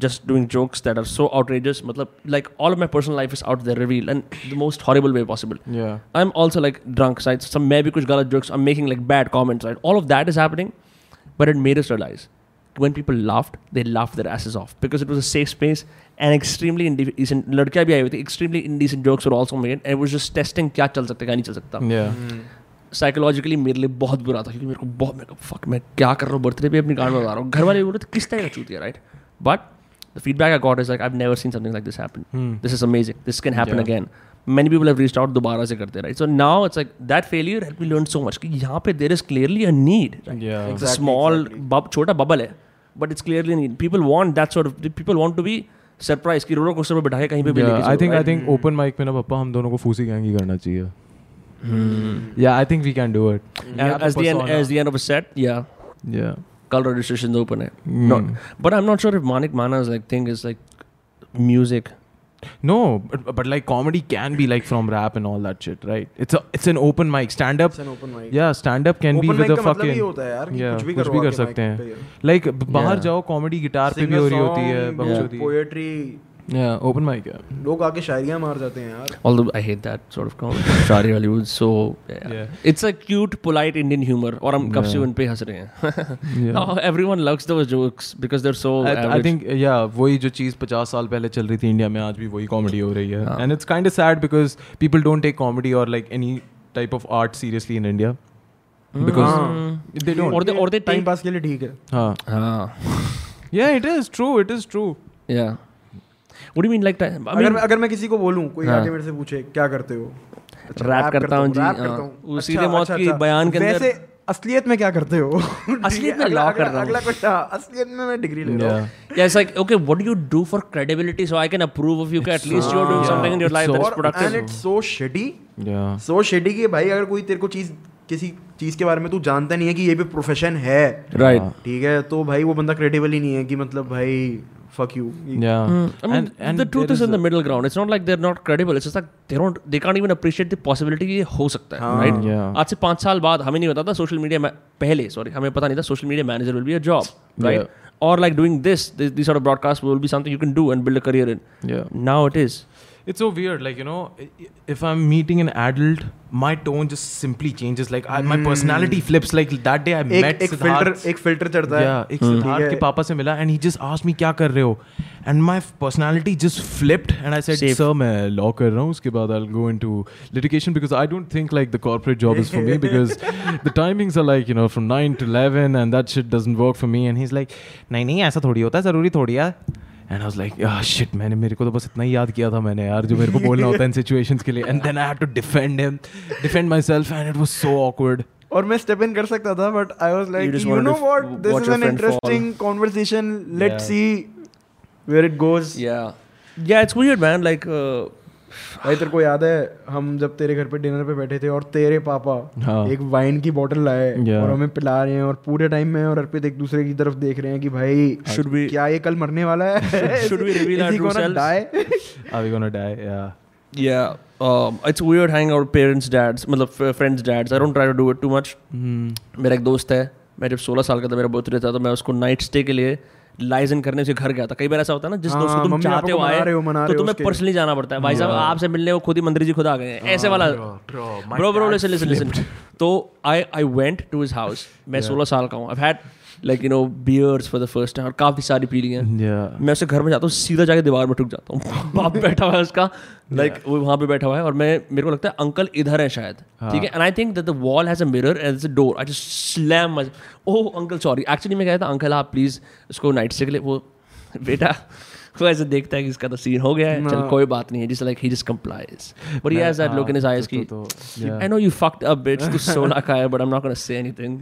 Speaker 2: just doing jokes that are so outrageous. मतलब like all of my personal life is out there revealed and the most horrible way possible.
Speaker 5: yeah
Speaker 2: I'm also like drunk, right? Some maybe kuch galat jokes. I'm making like bad comments, right? All of that is happening, but it made us realize when people laughed, they laughed their asses off because it was a safe space and extremely indecent. लड़कियाँ भी आई हुई थी. Extremely indecent jokes were also made, and it was just testing क्या चल सकता है क्या नहीं चल सकता.
Speaker 5: yeah
Speaker 2: साइकोलॉजिकली मेरे लिए बहुत बुरा था क्योंकि मेरे को बहुत मेरे को फक मैं क्या कर रहा हूँ बर्थडे पे अपनी गाड़ में बता रहा हूँ घर वाले भी बोल रहे थे किस तरह का चूतिया right but the feedback I got is like I never seen something like this happen this is amazing this can happen
Speaker 5: Yeah.
Speaker 2: Again many people have reached out दोबारा से करते right so now it's like that failure had me learn so much कि यहाँ पे there is clearly a need
Speaker 5: Yeah.
Speaker 4: Exactly,
Speaker 2: small
Speaker 4: exactly.
Speaker 2: छोटा bubble है but it's clearly need people want that sort people want to be surprise कि roller coaster पे बैठा के कहीं पे भी लेके
Speaker 5: आई
Speaker 2: चलो,
Speaker 5: think I
Speaker 2: right?
Speaker 5: Think open mic में ना पप्पा हम दोनों को फूसी गैंग ही करना चाहिए या I think we can do it
Speaker 2: And Hmm. as the end as the end of a set yeah
Speaker 5: या
Speaker 2: कल registrations open है
Speaker 5: Hmm.
Speaker 2: not but i'm not sure if manik mana's like thing is like music
Speaker 5: No, but, but like comedy can be like from rap and all that shit, right? It's a it's an open mic. Stand up
Speaker 4: It's an open mic.
Speaker 5: Yeah, stand up can be
Speaker 4: Open
Speaker 5: with
Speaker 4: mic का
Speaker 5: a
Speaker 4: मतलब
Speaker 5: fucking
Speaker 4: ये होता है यार कि
Speaker 5: Yeah,
Speaker 4: कुछ भी
Speaker 5: कुछ
Speaker 4: करवा
Speaker 5: भी कर
Speaker 4: के
Speaker 5: सकते
Speaker 4: mic पे
Speaker 5: हैं लाइक बाहर
Speaker 2: Yeah.
Speaker 5: जाओ कॉमेडी गिटार पे
Speaker 4: Sing
Speaker 5: भी
Speaker 4: a
Speaker 5: हो रही होती है
Speaker 4: song,
Speaker 5: बकचोदी
Speaker 4: poetry.
Speaker 5: या ओपन माइक है
Speaker 4: लोग आके शायरियां मार जाते हैं यार
Speaker 2: although i hate that sort of comedy shari hollywood so yeah.
Speaker 5: Yeah.
Speaker 2: it's a cute polite indian humor or i'm kab se un pe हंस रहे हैं oh, everyone loves those jokes because they're so
Speaker 5: I
Speaker 2: average.
Speaker 5: Think या वही जो चीज 50 साल पहले चल रही थी इंडिया में आज भी वही कॉमेडी हो रही है and it's kind of sad because people don't take comedy और like any type of art seriously in India
Speaker 2: Hmm.
Speaker 5: Because they
Speaker 2: or
Speaker 5: don't
Speaker 2: they or they
Speaker 4: time
Speaker 2: take
Speaker 4: pass के लिए ठीक है
Speaker 5: हाँ
Speaker 2: हाँ,
Speaker 5: yeah it is true it is true
Speaker 2: yeah what do you mean like time? i
Speaker 4: अगर
Speaker 2: mean
Speaker 4: मैं अगर मैं किसी को बोलूं कोई
Speaker 2: हाँ।
Speaker 4: आके मेरे से पूछे क्या करते हो अच्छा,
Speaker 2: Rap
Speaker 4: rap
Speaker 2: करता हूँ जी,
Speaker 4: rap
Speaker 2: हाँ।
Speaker 4: करता हूँ।
Speaker 2: वो
Speaker 4: अच्छा,
Speaker 2: सीधे मौत
Speaker 4: अच्छा,
Speaker 2: की
Speaker 4: अच्छा।
Speaker 2: बयान के अंदर-
Speaker 4: वैसे असलियत में क्या करते हो
Speaker 2: असलियत में law कर रहा हूँ।
Speaker 4: अगला कुछ हाँ, असलियत में मैं डिग्री ले रहा हूँ
Speaker 2: yeah it's like okay what do you do for credibility so i can approve of you कि at least you're doing
Speaker 5: yeah.
Speaker 2: something in your
Speaker 5: It's
Speaker 2: life
Speaker 5: so-
Speaker 2: that is
Speaker 5: Or-
Speaker 2: productive
Speaker 4: and it's so shitty
Speaker 5: या
Speaker 4: so shady की भाई अगर कोई तेरे को चीज किसी चीज के बारे में तू जानता नहीं है कि ये भी प्रोफेशन है
Speaker 2: right
Speaker 4: ठीक है तो भाई वो बंदा क्रेडिबल ही नहीं है कि मतलब भाई fuck you
Speaker 5: Yeah.
Speaker 2: Hmm. I mean, the truth is in the middle ground. It's not like they're not credible. It's just like they don't, they can't even appreciate the possibility कि ये हो सकता है, right?
Speaker 5: हाँ, Yeah.
Speaker 2: आज से पाँच साल बाद हमें नहीं पता था सोशल मीडिया पहले सॉरी हमें पता नहीं था social media manager will be a job right और like doing this this sort of broadcast will be something you can do and build a career in
Speaker 5: Yeah.
Speaker 2: now it is
Speaker 5: It's so weird. Like, you know, i- i- if I'm meeting an adult, my tone just simply changes. Like, I, my personality flips. Like, that day I met
Speaker 4: Hmm. एक एक
Speaker 5: Siddharth.
Speaker 4: Filter एक filter चढ़ता है
Speaker 5: yeah, एक सिद्धार्थ के पापा से मिला and he just asked me क्या कर रहे हो and my personality just flipped and I said
Speaker 2: Safe.
Speaker 5: Sir मैं लॉ कर रहा हूँ उसके बाद I go into litigation because I don't think like the corporate job is for me because the timings are like you know from 9 to 11 and that shit doesn't work for me and he is like नहीं नहीं ऐसा थोड़ी होता है जरूरी थोड़ी है and I was like ah shit मैंने मेरे को तो बस इतना ही याद किया था मैंने यार जो मेरे को बोलना होता है इन सिचुएशंस के लिए and then I had to defend him defend myself and it was so awkward
Speaker 4: और मैं स्टेप इन कर सकता था but I was
Speaker 2: You
Speaker 4: like
Speaker 2: just
Speaker 4: you
Speaker 2: wanted
Speaker 4: know
Speaker 2: to
Speaker 4: what
Speaker 2: f-
Speaker 4: this
Speaker 2: watch
Speaker 4: is
Speaker 2: your
Speaker 4: an
Speaker 2: friend fall.
Speaker 4: Interesting conversation
Speaker 5: Yeah.
Speaker 4: Let's see where it goes
Speaker 2: yeah yeah it's weird man like uh,
Speaker 4: भाई तेरे को याद है हम जब तेरे घर पे डिनर पे बैठे थे और तेरे पापा
Speaker 5: हाँ।
Speaker 4: एक वाइन की बोतल लाए
Speaker 5: Yeah.
Speaker 4: और हमें पिला रहे हैं और पूरे टाइम में और अर्पित एक दूसरे की तरफ देख रहे हैं कि भाई
Speaker 2: Should we-
Speaker 4: क्या ये कल मरने वाला है
Speaker 2: Should we reveal our true selves?
Speaker 4: Die
Speaker 5: are we gonna die या
Speaker 2: yeah um, it's weird hanging out with parents dads मतलब f- friends dads I don't try to do it too much मेरा एक दोस्त है मैं जब 16 साल का था मेरा बर्थडे था तो मैं उसको नाइट स्टे के लिए लाइजन करने से घर गया था कई बार ऐसा होता है ना जिस दोस्त को
Speaker 4: हाँ,
Speaker 2: तुम
Speaker 4: मम्मी
Speaker 2: चाहते हो
Speaker 4: पापा को मना
Speaker 2: आए
Speaker 4: रहे हो, मना
Speaker 2: तो
Speaker 4: रहे हो
Speaker 2: तुम्हें
Speaker 4: उसके।
Speaker 2: पर्सनली जाना पड़ता है भाई साहब आपसे मिलने वो खुद ही मंत्री जी खुद आ गए हैं ऐसे वाला
Speaker 4: हाँ,
Speaker 2: bro bro listen listen listen तो I I went to his house मैं 16 साल का हूँ I had like you know beers for the first time और काफ़ी सारी पी ली हैं
Speaker 5: या
Speaker 2: मैं उसके घर में जाता हूँ सीधा जाके दीवार में ठुक जाता हूँ बाप बैठा हुआ है उसका लाइक like, वो वहाँ पे बैठा हुआ है और मैं मेरे को लगता है अंकल इधर है शायद ठीक है and I think that the wall has a mirror as a door I just slam oh uncle sorry actually मैं कह था अंकल आप प्लीज़ उसको नाइट स्टे के लिए वो बेटा वो ऐसे देखता है कि इसका तो सीन हो गया है चल कोई बात नहीं है जिस like he just complies but he has that
Speaker 5: हाँ,
Speaker 2: लुक इन हिज आईज
Speaker 5: तो,
Speaker 2: की I know you fucked up bits तू 16 का है but I am not gonna say anything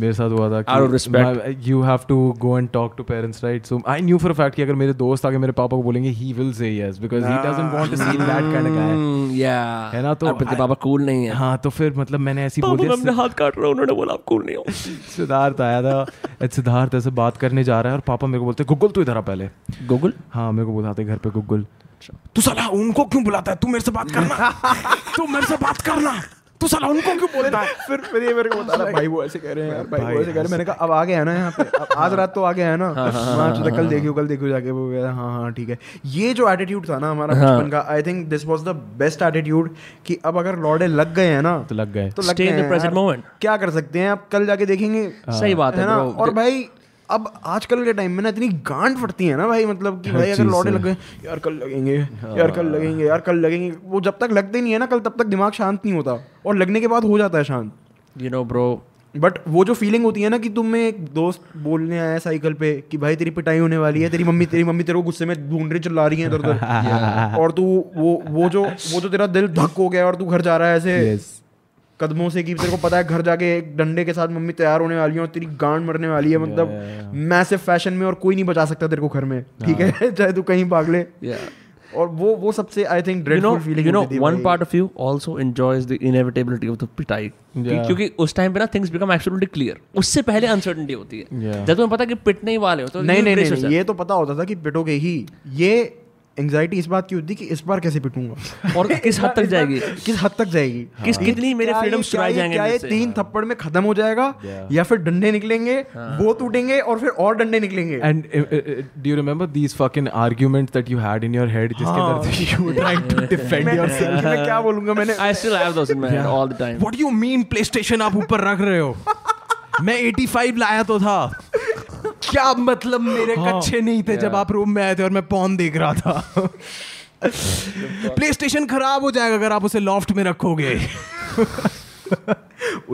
Speaker 5: मेरे साथ हुआ था
Speaker 2: Out of respect.
Speaker 5: You have to go and talk to parents right so I knew for a fact कि अगर मेरे दोस्त आके मेरे पापा को बोलेंगे ही विल से यस बिकॉज ही
Speaker 2: हाँ।
Speaker 5: Doesn't want to see that kind of guy
Speaker 2: या
Speaker 5: है ना, तो
Speaker 2: आपके
Speaker 5: I-
Speaker 2: पापा कूल नहीं है
Speaker 5: हाँ तो फिर मतलब मैंने ऐसी बोल
Speaker 2: पापा मैं
Speaker 5: दिया
Speaker 2: अपना हाथ काट रहा हूँ उन्होंने बोला आप कूल नहीं हो
Speaker 5: सिद्धार्थ आया था and सिद्धार्थ ऐसे बात करने जा रहा है और पापा मेरे को बोलते गुगल तू इधर आ पहले
Speaker 2: गूगल
Speaker 5: हाँ मेरे को बुलाते घर पे गुगल तू साला उनको क्यों बुलाता है तू मेरे से बात करना तू मेरे से बात करना तू साला उनको क्यों बोलता है
Speaker 4: फिर फिर ये मेरे को बता रहा भाई वो ऐसे कह रहे हैं यार भाई वो ऐसे कह रहे हैं मैंने कहा अब आ गया है ना यहाँ पे अब आज रात तो आ गया है ना हाँ चलो कल देखियो कल देखियो जाके वो कहता हाँ हाँ ठीक है ये जो एटीट्यूड था ना हमारा बचपन का I think this was the best attitude कि अब अगर लौड़े लग गए हैं ना
Speaker 5: तो लग गए
Speaker 4: तो लग
Speaker 2: Stay
Speaker 4: गए
Speaker 2: in the
Speaker 4: हैं
Speaker 2: present
Speaker 4: यार।
Speaker 2: moment.
Speaker 4: क्या कर सकते हैं आप कल जाके देखेंगे
Speaker 5: हाँ।
Speaker 2: सही बात है
Speaker 4: है ना
Speaker 2: bro.
Speaker 4: और भाई अब आजकल के टाइम में ना इतनी गांड फटती है ना भाई मतलब कि भाई अगर
Speaker 5: चीज़
Speaker 4: लौटे
Speaker 5: से। हाँ।
Speaker 4: लग गए यार कल लगेंगे यार कल लगेंगे यार कल लगेंगे वो जब तक लगते नहीं है ना कल तब तक दिमाग शांत नहीं होता और लगने के बाद हो जाता है शांत
Speaker 2: you know bro
Speaker 4: बट वो जो फीलिंग होती है ना कि तुम्हें एक दोस्त बोलने आया है साइकिल पे कि भाई तेरी पिटाई होने वाली है तेरी मम्मी तेरी मम्मी तेरे को गुस्से में ढूंढ रही चिल्ला रही है इधर उधर और तू वो वो जो वो जो तेरा दिल धक हो गया और तू घर जा रहा है ऐसे
Speaker 5: Yes.
Speaker 4: कदमों से कि तेरे को पता है घर जाके एक डंडे के साथ मम्मी तैयार होने वाली है और तेरी गांड मरने वाली है मतलब मैसिव फैशन में और कोई नहीं बचा सकता तेरे को घर में ठीक
Speaker 2: हाँ.
Speaker 4: है चाहे तू कहीं भाग ले
Speaker 2: yeah
Speaker 4: और वो वो सबसे I
Speaker 2: you
Speaker 4: think
Speaker 2: know
Speaker 4: dreadful feeling
Speaker 2: you know one part of you also enjoys the inevitability of the पिटाई
Speaker 5: Yeah.
Speaker 2: क्योंकि उस टाइम पे ना things become absolutely clear उससे पहले uncertainty होती है
Speaker 5: Yeah.
Speaker 2: जब तुम्हें पता है कि पिटने ही वाले हो तो
Speaker 4: नहीं
Speaker 2: you
Speaker 4: नहीं
Speaker 2: brace
Speaker 4: नहीं
Speaker 2: yourself.
Speaker 4: ये तो पता होता था कि पिटोगे ही ये एंजाइटी इस बात की होती कि इस बार कैसे पिटूंगा
Speaker 2: और किस हद तक जाएगी
Speaker 4: किस हद तक जाएगी
Speaker 2: हाँ. किस कितनी मेरे
Speaker 4: क्या ये-
Speaker 2: फ्रीडम
Speaker 4: क्या
Speaker 2: चुराए
Speaker 4: ये-
Speaker 2: जाएंगे हाँ.
Speaker 4: क्या ये
Speaker 2: मुझसे?
Speaker 4: तीन थप्पड़ में खत्म हो जाएगा
Speaker 5: Yeah.
Speaker 4: या फिर डंडे निकलेंगे
Speaker 2: हाँ.
Speaker 4: वो टूटेंगे और फिर और डंडे निकलेंगे
Speaker 5: And uh, uh, uh, do you remember these fucking arguments that you had in your head? Just
Speaker 2: हाँ।
Speaker 5: you were trying to defend
Speaker 4: मैं-
Speaker 5: yourself.
Speaker 4: मैं क्या बोलूंगा मैंने
Speaker 2: I still have those in my head all the time
Speaker 5: What do you mean PlayStation आप ऊपर रख रहे हो? मैं 85 लाया तो था. क्या मतलब मेरे कच्चे नहीं थे जब आप रूम में आए थे और मैं पॉन देख रहा था. PlayStation खराब हो जाएगा अगर आप उसे लॉफ्ट में रखोगे.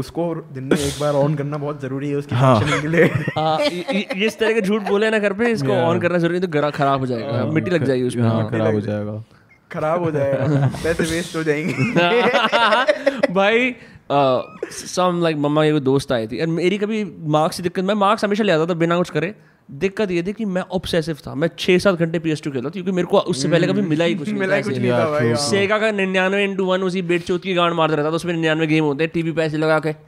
Speaker 4: उसको दिन में एक बार ऑन करना बहुत जरूरी है उसकी फंक्शनिंग के लिए
Speaker 2: हाँ, ये- ये- ये इस तरह के झूठ बोले ना घर पे इसको
Speaker 5: Yeah.
Speaker 2: ऑन करना जरूरी है, तो गरा खराब हो जाएगा मिट्टी लग जाएगी उसमें
Speaker 5: हाँ, खराब हो
Speaker 4: लग
Speaker 5: जाएगा.
Speaker 4: खराब हो जाएगा पैसे वेस्ट हो जाएंगे
Speaker 2: हाँ। भाई सम लाइक मम्मा ये दोस्त आई थी और मेरी कभी मार्क्स की दिक्कत मैं मार्क्स हमेशा ले आता था बिना कुछ करे दिक्कत ये थी कि मैं ऑब्सेसिव था मैं छः सात घंटे पी एस टू खेला था, क्योंकि मेरे को उससे पहले कभी मिला ही कुछ नहीं
Speaker 4: मिला ही
Speaker 2: था
Speaker 4: कुछ
Speaker 2: ऐसे।
Speaker 4: नहीं था भाई हाँ।
Speaker 2: सेगा का निन्यानवे इंटू वन उसी बेट चौथ की गांड मारता रहता था तो उसमें निन्यानवे गेम होते हैं टीवी पैसे लगा के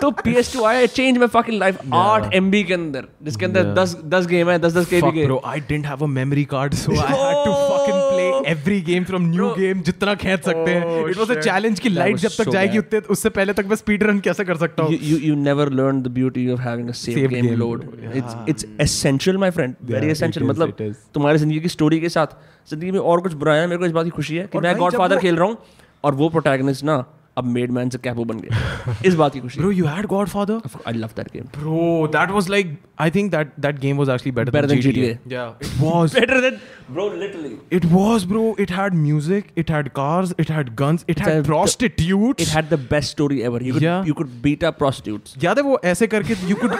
Speaker 2: तो पी एस टू आया चेंज माई फकिंग लाइफ आठ एम बी के अंदर जिसके अंदर दस दस गेम है दस दस के बी
Speaker 5: Fuck,
Speaker 2: के
Speaker 5: bro, I didn't have a memory card, so I had
Speaker 2: Oh!
Speaker 5: to fucking play every game from new game जितना खेल सकते हैं.
Speaker 4: Oh,
Speaker 5: It was a
Speaker 4: shit.
Speaker 5: challenge कि light
Speaker 2: was
Speaker 5: जब तक
Speaker 2: so
Speaker 5: जाएगी
Speaker 2: bad.
Speaker 5: उतने उससे पहले तक मैं speed run कैसे कर सकता
Speaker 2: You,
Speaker 5: हूँ?
Speaker 2: you you never learn the beauty of having a save,
Speaker 5: Saved
Speaker 2: game,
Speaker 5: तो game,
Speaker 2: load.
Speaker 5: bro.
Speaker 2: It's it's essential, my friend. Very
Speaker 5: Yeah, it
Speaker 2: essential.
Speaker 5: is,
Speaker 2: मतलब
Speaker 5: it is.
Speaker 2: तुम्हारी जिंदगी की स्टोरी के साथ जिंदगी में और कुछ बुराया है मेरे को इस बात की खुशी है कि मैं गॉडफादर खेल रहा हूँ और वो प्रोटैगनिस्ट ना अब मेड मैन से कैपो बन गया इस बात की खुशी
Speaker 5: Bro, you had Godfather.
Speaker 2: I love that game
Speaker 5: Bro, that was like I think that that game was actually better,
Speaker 2: Better
Speaker 5: than,
Speaker 2: than
Speaker 5: GTA.
Speaker 2: GTA.
Speaker 5: Yeah, it was.
Speaker 2: Better than bro literally
Speaker 5: It was, bro. It had music. It had cars. It had guns. It had
Speaker 2: had-
Speaker 5: prostitutes.
Speaker 2: It had the best story ever. You could
Speaker 5: Yeah.
Speaker 2: you could beat up prostitutes.
Speaker 5: याद है वो ऐसे करके you could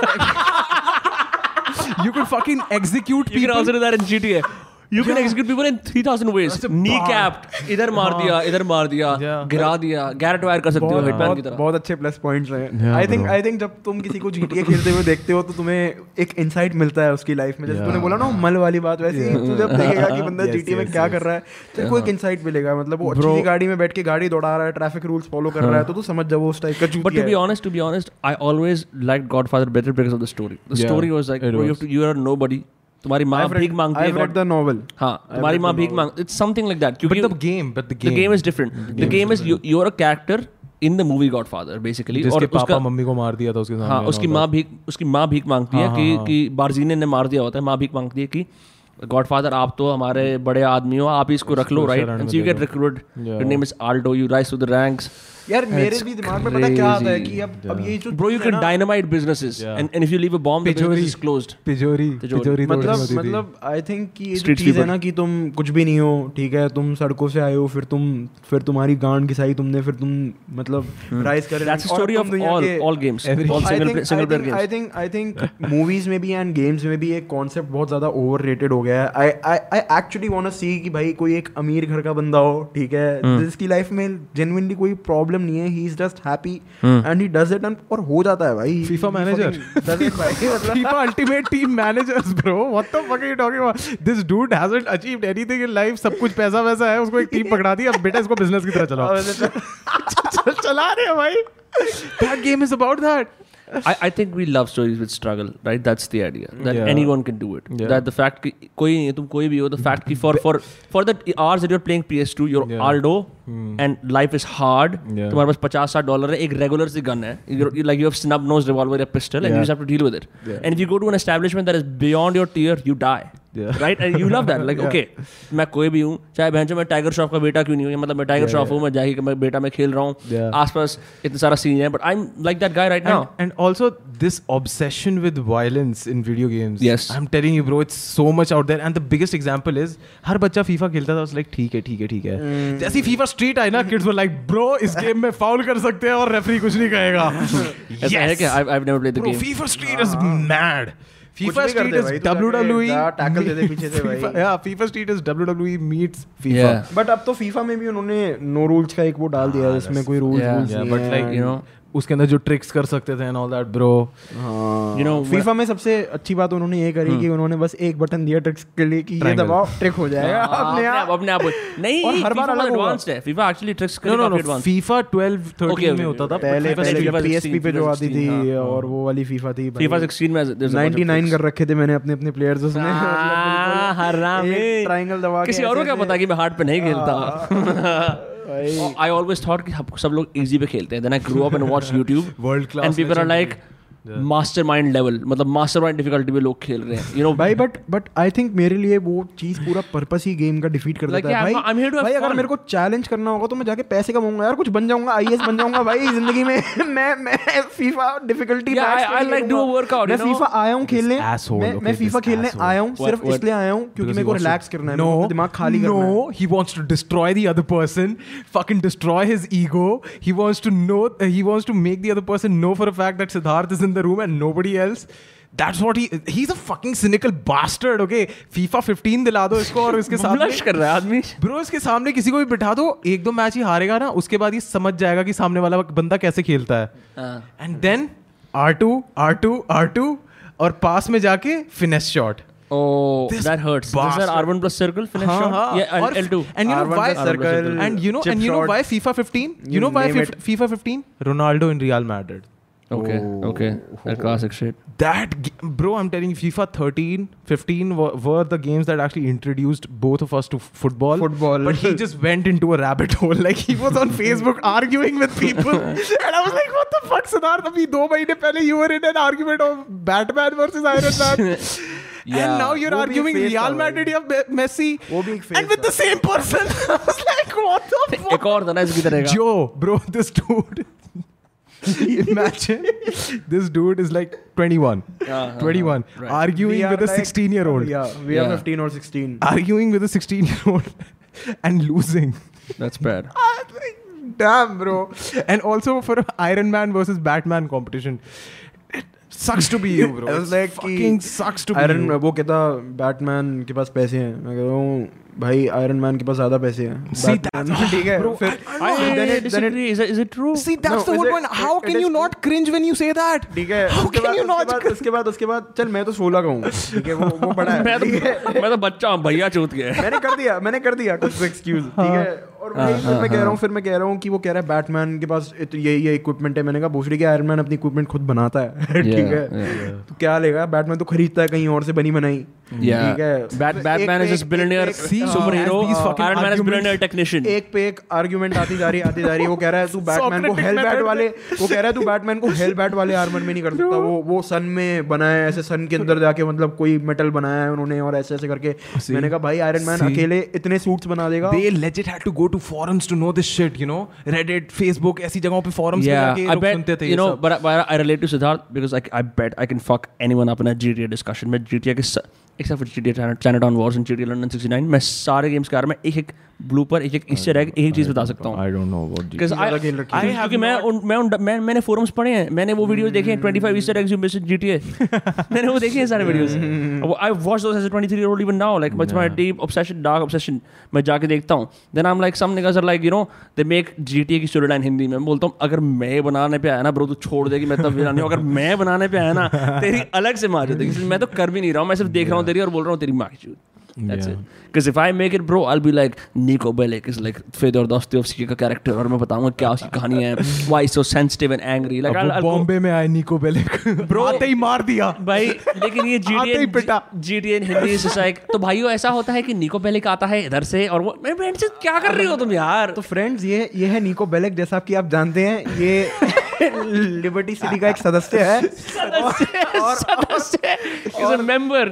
Speaker 5: you could fucking execute
Speaker 2: You can
Speaker 5: people.
Speaker 2: also do that in GTA. You can
Speaker 5: Yeah.
Speaker 2: execute people in 3000 ways.
Speaker 5: That's a
Speaker 2: Knee
Speaker 5: bar.
Speaker 2: capped. इधर मार दिया, इधर मार दिया,
Speaker 5: Yeah.
Speaker 2: गिरा दिया. Garrett wire कर सकते हो हिटमैन की
Speaker 4: बहुत
Speaker 2: तरह.
Speaker 4: बहुत अच्छे प्लस पॉइंट्स हैं आई थिंक आई थिंक जब तुम किसी को GTA खेलते हुए देखते हो तो तुम्हें एक इंसाइट मिलता है उसकी लाइफ में जैसे तूने बोला ना वो मल वाली बात वैसे ही तू जब देखेगा कि बंदा
Speaker 5: Yes,
Speaker 4: GTA में
Speaker 5: yes,
Speaker 4: क्या
Speaker 5: yes.
Speaker 4: कर रहा है तो कोई एक इंसाइट मिलेगा मतलब वो अच्छी सी गाड़ी में बैठ के गाड़ी दौड़ा रहा है ट्रैफिक रूल्स फॉलो कर रहा है
Speaker 5: हाँ।
Speaker 4: तो तू समझ जा वो उस टाइप का
Speaker 2: But to
Speaker 4: चूतिया
Speaker 2: be
Speaker 4: है
Speaker 2: honest, to be honest, I always liked Godfather better because of the story. The
Speaker 5: Yeah,
Speaker 2: story was like,
Speaker 5: it
Speaker 2: bro, you
Speaker 5: was.
Speaker 2: have to, you are a nobody. तुम्हारी माँ
Speaker 4: I've read-
Speaker 2: भीख मांगती है
Speaker 4: I've read
Speaker 2: God-
Speaker 4: the novel
Speaker 2: हाँ तुम्हारी माँ भीख मांग it's something like that
Speaker 5: But
Speaker 2: क्योंकि
Speaker 5: the game, but the
Speaker 2: the
Speaker 5: game.
Speaker 2: game is different the game is you you are a character in the movie godfather basically
Speaker 5: जिसके
Speaker 2: और
Speaker 5: पापा
Speaker 2: उसका
Speaker 5: मम्मी को मार दिया था उसके सामने तो
Speaker 2: हाँ
Speaker 5: and all
Speaker 2: उसकी
Speaker 5: that.
Speaker 2: माँ भीख उसकी माँ भीख मांगती है
Speaker 5: हाँ,
Speaker 2: कि
Speaker 5: हाँ, हाँ।
Speaker 2: कि बारजीने ने मार दिया होता है माँ भीख मांगती है कि गॉडफादर आप तो हमारे बड़े आदमी हो आप ही इसको रख लो
Speaker 5: इसको
Speaker 2: राइट
Speaker 5: शरण
Speaker 2: एंड
Speaker 5: में
Speaker 2: यू
Speaker 5: दे
Speaker 2: गेट
Speaker 5: दो।
Speaker 2: Recruited your
Speaker 5: Yeah.
Speaker 2: Name is Aldo you rise to the ranks
Speaker 4: यार मेरे भी दिमाग में पता क्या आता है कि अब अब ये जो
Speaker 2: ब्रो यू
Speaker 4: चीज़ है
Speaker 2: कैन
Speaker 4: ना,
Speaker 2: dynamite businesses
Speaker 5: Yeah.
Speaker 2: And and if you leave a bomb the
Speaker 5: Tijori.
Speaker 2: Business is closed
Speaker 5: तिजोरी
Speaker 2: तिजोरी।
Speaker 5: तिजोरी तोड़नी
Speaker 4: मतलब
Speaker 5: होती थी।
Speaker 4: मतलब आई थिंक कि ये जो
Speaker 2: Street
Speaker 4: चीज है
Speaker 2: sweeper.
Speaker 4: ना कि तुम कुछ भी नहीं हो ठीक है तुम सड़कों से आए हो फिर तुम फिर तुम्हारी गांड घिसाई तुमने फिर तुम मतलब
Speaker 2: Hmm.
Speaker 4: राइज कर
Speaker 2: that's story of all all games all single single player
Speaker 4: I
Speaker 2: games
Speaker 4: think I think movies में भी एंड गेम्स में भी एक कॉन्सेप्ट बहुत ज्यादा ओवररेटेड हो गया है I I I actually want to see कि भाई कोई एक अमीर घर का बंदा हो ठीक
Speaker 2: Hmm.
Speaker 4: है जिसकी लाइफ में जेन्युइनली कोई प्रॉब्लम नहीं है he is just happy
Speaker 2: Hmm.
Speaker 4: And he does it and और हो जाता है भाई
Speaker 5: FIFA manager.
Speaker 4: डज इट भाई मतलब
Speaker 5: FIFA Ultimate Team Managers, bro. What the fuck are you talking about? This dude hasn't achieved anything in life. सब कुछ पैसा वैसा है उसको एक टीम पकड़ा दी अब बेटा इसको बिजनेस की तरह चलाओ चल- चला रहे हैं भाई That game is about that.
Speaker 2: I, I think we love stories with struggle, right? That's the idea. That
Speaker 5: Yeah.
Speaker 2: anyone can do it.
Speaker 5: Yeah.
Speaker 2: That the fact ki, कोई नहीं है, तुम कोई भी हो, the fact कि for for for the hours that you're playing PS2, you're
Speaker 5: Yeah. Hmm.
Speaker 2: Aldo and life is hard.
Speaker 5: Yeah.
Speaker 2: तुम्हारे पास 50 60 डॉलर है, एक regular सी gun है. You're, you like you have snub nose revolver or pistol and you
Speaker 5: Yeah.
Speaker 2: just have to deal with it.
Speaker 5: Yeah.
Speaker 2: And if you go to an establishment that is beyond your tier, you die.
Speaker 5: Yeah.
Speaker 2: Right? And you love that. Like okay, मैं कोई भी हूँ, चाहे बहनचोद मैं tiger Shroff का बेटा क्यों नहीं हूँ, मतलब मैं टाइगर श्रॉफ हूँ, मैं जाके मैं बेटा मैं खेल रहा हूँ,
Speaker 5: Yeah.
Speaker 2: आसपास इतना सारा सीन है, but I'm like that guy right now.
Speaker 5: And, and also this obsession with violence in video games.
Speaker 2: Yes.
Speaker 5: I'm telling you, bro, it's so much out there. And the biggest example is हर बच्चा FIFA खेलता था like ठीक है ठीक है ठीक है जैसे ही FIFA Street आई ना kids were like bro इस game में foul कर सकते हैं और referee कुछ नहीं कहेगा.
Speaker 2: ऐसा है क्या? I've, I've never played the
Speaker 5: Bro,
Speaker 2: game.
Speaker 5: FIFA Street is mad.
Speaker 4: कुछ
Speaker 5: FIFA
Speaker 4: भी कर
Speaker 5: Street
Speaker 4: दे
Speaker 5: is
Speaker 4: भाई, तू जाके
Speaker 5: WWE.
Speaker 4: जा, tackle दे दे पीछे से भाई।
Speaker 5: FIFA- Yeah, FIFA Street is WWE meets FIFA.
Speaker 2: Yeah.
Speaker 4: But अब तो फीफा में भी उन्होंने नो रूल्स का एक वो डाल दिया है इसमें कोई rules
Speaker 2: Yeah.
Speaker 5: Yeah, but like
Speaker 2: you
Speaker 5: you
Speaker 2: know.
Speaker 5: know, उसके अंदर जो ट्रिक्स कर सकते थे and all that bro
Speaker 2: You know,
Speaker 4: FIFA हाँ। में सबसे अच्छी बात उन्होंने ये करी कि उन्होंने बस एक बटन दिया ट्रिक्स के लिए कि ये
Speaker 5: Triangle.
Speaker 4: दबाओ ट्रिक हो जाएगा
Speaker 2: हाँ, अपने
Speaker 4: अपने
Speaker 2: आप
Speaker 4: आप
Speaker 2: अपने आप नहीं
Speaker 4: और हर बार
Speaker 2: FIFA
Speaker 4: अलग
Speaker 2: बहुत
Speaker 4: होगा।
Speaker 2: advanced है फीफा एक्चुअली ट्रिक्स
Speaker 5: नो
Speaker 2: करके
Speaker 5: नो
Speaker 2: काफी
Speaker 5: no
Speaker 2: advanced
Speaker 5: FIFA 12 13
Speaker 2: Okay, okay,
Speaker 5: में होता था
Speaker 2: okay.
Speaker 4: पहले
Speaker 2: FIFA
Speaker 4: पहले
Speaker 2: FIFA
Speaker 4: पीएसपी
Speaker 2: 16,
Speaker 4: पे जो आती
Speaker 2: 16,
Speaker 4: थी
Speaker 2: हाँ,
Speaker 4: और वो वाली फीफा थी
Speaker 2: फीफा 16 में there's a bunch of
Speaker 4: 99
Speaker 2: tricks.
Speaker 4: कर रखे थे मैंने अपने अपने प्लेयर्स उसने
Speaker 2: हाँ, हरामी।
Speaker 4: ट्रायंगल दबा के
Speaker 2: किसी और को
Speaker 4: ऐसे-
Speaker 2: क्या पता कि मैं हार्ड पे नहीं खेलता
Speaker 4: भाई
Speaker 2: आई ऑलवेज थॉट कि सब सब लोग इजी पे खेलते हैं then I grow up and watch YouTube
Speaker 5: world
Speaker 2: and
Speaker 5: class
Speaker 2: people are like mastermind level मतलब मास्टरमाइंड डिफिकल्टी पे लोग खेल रहे हैं यू नो
Speaker 4: भाई बट बट आई थिंक मेरे लिए वो चीज पूरा पर्पस ही गेम का डिफीट कर
Speaker 2: Like,
Speaker 4: देता है
Speaker 2: yeah, I'm- I'm here to
Speaker 4: भाई
Speaker 2: have
Speaker 4: भाई अगर
Speaker 2: fun.
Speaker 4: मेरे को चैलेंज करना होगा तो मैं जाके पैसे कमाऊंगा यार कुछ बन जाऊंगा आईएएस बन जाऊंगा भाई जिंदगी में मैं मैं FIFA difficulty
Speaker 2: Yeah, I- I like do a workout,
Speaker 4: मैं
Speaker 2: you know?
Speaker 4: फीफा आया हूं खेलने
Speaker 5: asshole,
Speaker 4: मैं
Speaker 5: okay,
Speaker 4: मैं
Speaker 5: this
Speaker 4: फीफा खेलने
Speaker 5: asshole.
Speaker 4: आया हूं
Speaker 2: What-
Speaker 4: सिर्फ
Speaker 2: what?
Speaker 4: इसलिए आया हूं क्योंकि मेरे को रिलैक्स करना है मेरे को दिमाग खाली करना है
Speaker 5: No, he wants to destroy the other person, fucking destroy his ego. He wants to know, he wants to make the other person know for a fact that Siddharth is in the room and nobody else. That's what he he's a fucking cynical bastard, okay? FIFA 15 दिला दो इसको और इसके
Speaker 2: blush
Speaker 5: सामने
Speaker 2: कर रहा है आदमी
Speaker 5: ब्रो इसके सामने किसी को भी बिठा दो एक दो मैच ही हारेगा ना उसके बाद ये समझ जाएगा कि सामने वाला बंदा कैसे खेलता है and then R two R two R two और पास में जाके finesse shot
Speaker 2: Oh, that hurts. Is that R1 plus circle finish
Speaker 5: हाँ,
Speaker 2: shot?
Speaker 5: हाँ.
Speaker 2: Yeah,
Speaker 5: और-
Speaker 2: and L2.
Speaker 5: And you know
Speaker 4: R1
Speaker 5: why
Speaker 4: plus circle,
Speaker 5: and you know
Speaker 4: chip
Speaker 5: and you know
Speaker 4: shot.
Speaker 5: why FIFA 15? You
Speaker 4: You
Speaker 5: know why
Speaker 4: name
Speaker 5: fif- FIFA 15? Ronaldo in Real Madrid.
Speaker 2: Okay, okay. Oh. That classic shit.
Speaker 5: That g- bro, I'm telling you, FIFA 13, 15 were, were the games that actually introduced both of us to f- football.
Speaker 4: Football.
Speaker 5: But he just went into a rabbit hole. Like he was on Facebook arguing with people, and I was like, "What the fuck, Siddharth? Abhi do mahine pehle you were in an argument of Batman versus Iron Man, and
Speaker 2: Yeah.
Speaker 5: now you're
Speaker 4: वो भी एक
Speaker 5: arguing
Speaker 4: phase
Speaker 5: Real
Speaker 4: था भाई।
Speaker 5: Madrid या Me- Messi,
Speaker 4: वो भी एक phase
Speaker 5: and with
Speaker 4: था।
Speaker 5: the same person." I was like, "What the fuck?"
Speaker 2: एक और तरह इसकी तरह का
Speaker 5: Joe, bro, this dude. Imagine this dude is like 21,
Speaker 2: Yeah, uh-huh.
Speaker 5: 21,
Speaker 2: right.
Speaker 5: arguing
Speaker 4: We are
Speaker 5: with a
Speaker 4: like-
Speaker 5: 16 year old,
Speaker 4: Yeah, we
Speaker 2: Yeah.
Speaker 4: are 15 or 16.
Speaker 5: arguing with a 16 year old and losing.
Speaker 2: that's bad
Speaker 5: I was like, Damn, bro. And also for Iron Man versus Batman competition. It sucks to be you, bro.
Speaker 4: I was
Speaker 5: It
Speaker 4: like कि
Speaker 5: fucking sucks to
Speaker 4: iron
Speaker 5: be you.
Speaker 4: वो कहता Batman के पास पैसे हैं मैं कह रहा हूँ भाई आयरन मैन के पास ज्यादा पैसे हैं
Speaker 5: See,
Speaker 4: Batman-
Speaker 5: that's-
Speaker 4: ठीक है
Speaker 5: bro,
Speaker 4: फिर
Speaker 5: I-
Speaker 2: I
Speaker 4: then it- then it-
Speaker 2: disagree is, that, is it true
Speaker 5: See, that's
Speaker 4: No,
Speaker 5: the
Speaker 4: is
Speaker 5: whole
Speaker 4: it-
Speaker 5: point. How
Speaker 4: it-
Speaker 5: can
Speaker 4: it
Speaker 5: you
Speaker 4: is-
Speaker 5: not cringe when you say that?
Speaker 4: ठीक है
Speaker 5: How
Speaker 4: उसके
Speaker 5: can
Speaker 4: बाद
Speaker 5: you
Speaker 4: उसके
Speaker 5: not
Speaker 4: बाद उसके बाद उसके बाद चल मैं तो 16 का हूँ ठीक है वो वो बड़ा है
Speaker 2: मैं तो
Speaker 4: ठीक है
Speaker 2: मैं तो बच्चा हूँ भैया चूत गया
Speaker 4: मैंने कर दिया मैंने कर दिया कुछ एक्सक्यूज ठीक है
Speaker 5: हाँ।
Speaker 4: और भाई फिर मैं कह रहा हूँ फिर मैं कह रहा हूँ कि वो कह रहा है बैटमैन के पास इत- ये ये इक्विपमेंट है मैंने कहा भोसड़ी के आयरन मैन अपनी इक्विपमेंट खुद बनाता है ठीक
Speaker 2: Yeah,
Speaker 4: है
Speaker 2: yeah,
Speaker 4: तो क्या लेगा बैटमैन तो खरीदता है कहीं और से बनी बनाई
Speaker 2: yeah
Speaker 4: ठीक है तो
Speaker 2: Bat,
Speaker 4: एक-
Speaker 2: Batman is
Speaker 4: एक-
Speaker 2: just billionaire
Speaker 4: एक-
Speaker 5: See,
Speaker 2: superhero
Speaker 5: as these fucking
Speaker 2: Iron Man is
Speaker 5: arguments-
Speaker 2: billionaire technician
Speaker 4: एक पे एक आर्ग्यूमेंट आती जा रही आती जा रही वो कह रहा है तू बैटमैन को
Speaker 5: Socratic
Speaker 4: हेल बैट
Speaker 5: method
Speaker 4: वाले वो कह रहा है तू बैटमैन को हेल बैट वाले आर्मर में नहीं कर सकता वो वो सन में बनाया है ऐसे सन के अंदर जाके मतलब कोई मेटल बनाया है उन्होंने और ऐसे ऐसे करके
Speaker 5: See?
Speaker 4: मैंने कहा भाई आयरन मैन
Speaker 5: See?
Speaker 4: अकेले इतने सूट्स बना देगा
Speaker 5: They legit had to go to forums to know this shit, you know? Reddit, Facebook, ऐसी जगहों पे forums पे
Speaker 2: yeah
Speaker 5: जाके
Speaker 2: I
Speaker 5: लोग
Speaker 2: bet
Speaker 5: सुनते थे
Speaker 2: you
Speaker 5: ये
Speaker 2: know
Speaker 5: सब।
Speaker 2: but, but I relate to Siddharth because I, I bet I can fuck anyone up in a GTA discussion मैं GTA के स- except for GTA China- Chinatown Wars and GTA London 69 मैं सारे games के बारे में एक एक blooper एक एक इससे रह एक चीज़ बता सकता हूँ
Speaker 5: I don't know what
Speaker 2: Because I-
Speaker 4: ज्यादा खेल रखी
Speaker 2: I
Speaker 5: है।
Speaker 2: have मैं उन मैं उन मैं मैंने forums पढ़े हैं मैंने
Speaker 5: Hmm.
Speaker 2: वो वीडियोस देखे हैं 25 Easter eggs you miss GTA मैंने वो देखे हैं सारे
Speaker 5: Hmm.
Speaker 2: Videos
Speaker 4: hmm.
Speaker 5: Mm-hmm.
Speaker 2: I watch those as a 23 year old even now like it's my deep obsession dark obsession मैं जाके देखता हूं then I'm like some niggas are like you know they make GTA की story line Hindi में मैं बोलता हूं अगर मैं बनाने पे आया ना ब्रो तू छोड़ दे कि मैं तब विरानी हूं अगर मैं बनाने पे आया ना तेरी अलग से मार देगी इसलिए मैं तो कर भी नहीं रहा हूं मैं सिर्फ देख रहा हूं तेरी और बोल रहा हूं तेरी मां की चूत That's
Speaker 5: Yeah.
Speaker 2: it. Because if I make it, bro, I'll be like Nico Bellic is like Fedor Dostoevsky का character और मैं बताऊंगा क्या उसकी कहानी है why he's so sensitive and angry like I'll, I'll go,
Speaker 5: Bombay में आए निको बेलिक
Speaker 2: Bro-
Speaker 5: आते ही मार दिया
Speaker 2: भाई लेकिन ये
Speaker 5: आते ही
Speaker 2: GTA
Speaker 5: पिटा।
Speaker 2: GTA in Hindi is just like तो भाइयों ऐसा होता है कि निको बेलिक आता है इधर से और वो मैं बहन से क्या कर रही हो तुम यार
Speaker 4: तो फ्रेंड्स ये ये है निको बेलेक जैसा कि आप जानते हैं ये लिबर्टी सिटी का एक सदस्य है
Speaker 2: सदस्य is a member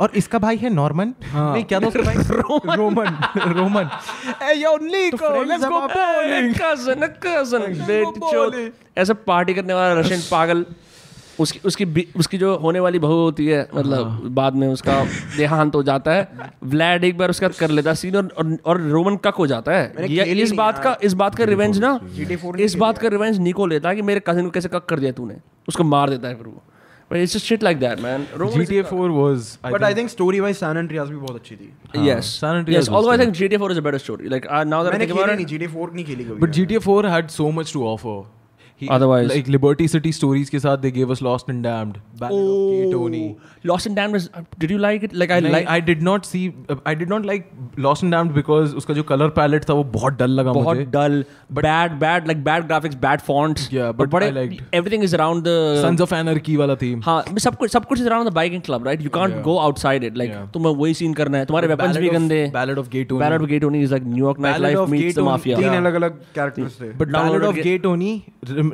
Speaker 5: और इसका भाई है नॉर्मन नहीं क्या था उसका भाई Roman Roman Roman yo Niko
Speaker 4: friends,
Speaker 5: let's
Speaker 4: अब
Speaker 5: गो
Speaker 4: आप-
Speaker 5: बोलिंग
Speaker 2: कजन कजन बेट
Speaker 5: बोले।
Speaker 2: ऐसा पार्टी करने वाला रशियन पागल उसकी उसकी बी- उसकी जो होने वाली बहू होती है
Speaker 5: हाँ।
Speaker 2: मतलब बाद में उसका देहांत हो जाता है व्लैड एक बार उसका कर लेता है सीन और, और, और रोमन कक हो जाता है
Speaker 4: मैंने
Speaker 2: ये
Speaker 4: खेली
Speaker 2: इस
Speaker 4: नहीं
Speaker 2: बात
Speaker 4: यार।
Speaker 2: का इस बात का रिवेंज ना
Speaker 4: GTA 4
Speaker 2: इस बात का रिवेंज निको लेता है कि मेरे कजन को कैसे कक कर दिया तूने उसको मार देता है फिर वो but it's just shit like that man
Speaker 5: GTA 4 was
Speaker 4: but I think story wise San Andreas भी बहुत अच्छी थी
Speaker 2: यस
Speaker 5: हाँ, San Andreas
Speaker 2: yes
Speaker 5: was
Speaker 2: although I
Speaker 5: there.
Speaker 2: Think GTA 4 is a better story like now that I
Speaker 4: मैंने
Speaker 2: think
Speaker 4: खेली
Speaker 2: about
Speaker 4: नहीं GTA 4 नहीं खेली कभी
Speaker 5: but GTA 4 had so much to offer He-
Speaker 2: Otherwise-
Speaker 5: like Liberty City stories के साथ they gave us Lost and Damned Battle of Key Tony
Speaker 2: Lost and Damned was uh, did you like it? Like I
Speaker 5: नहीं,
Speaker 2: like
Speaker 5: Oh. I did not see I did not like Lost and Damned because उसका जो color palette था वो बहुत डल लगा
Speaker 2: बहुत
Speaker 5: मुझे
Speaker 2: dull, bad, bad like bad graphics, bad fonts.
Speaker 5: Yeah,
Speaker 2: और
Speaker 5: but
Speaker 2: बड़े-
Speaker 5: I liked.
Speaker 2: everything is around the
Speaker 5: Sons of Anarchy वाला थीम
Speaker 2: हाँ सब कुछ सब कुछ is around the biking club right you can't go outside it like
Speaker 5: Yeah.
Speaker 2: तुम्हें वही सीन करना है तुम्हारे वेपन्स भी गंदे
Speaker 5: Ballad of Gay Tony
Speaker 2: ballot of Gay Tony is like New York night
Speaker 5: Ballad
Speaker 2: life
Speaker 5: of
Speaker 2: meets the
Speaker 5: Gay Tony-
Speaker 2: mafia
Speaker 4: तीन अलग अलग कैरेक्टर्स थे
Speaker 5: बट
Speaker 2: Download
Speaker 5: डाउनलोड ऑफ
Speaker 2: के-
Speaker 5: गे Tony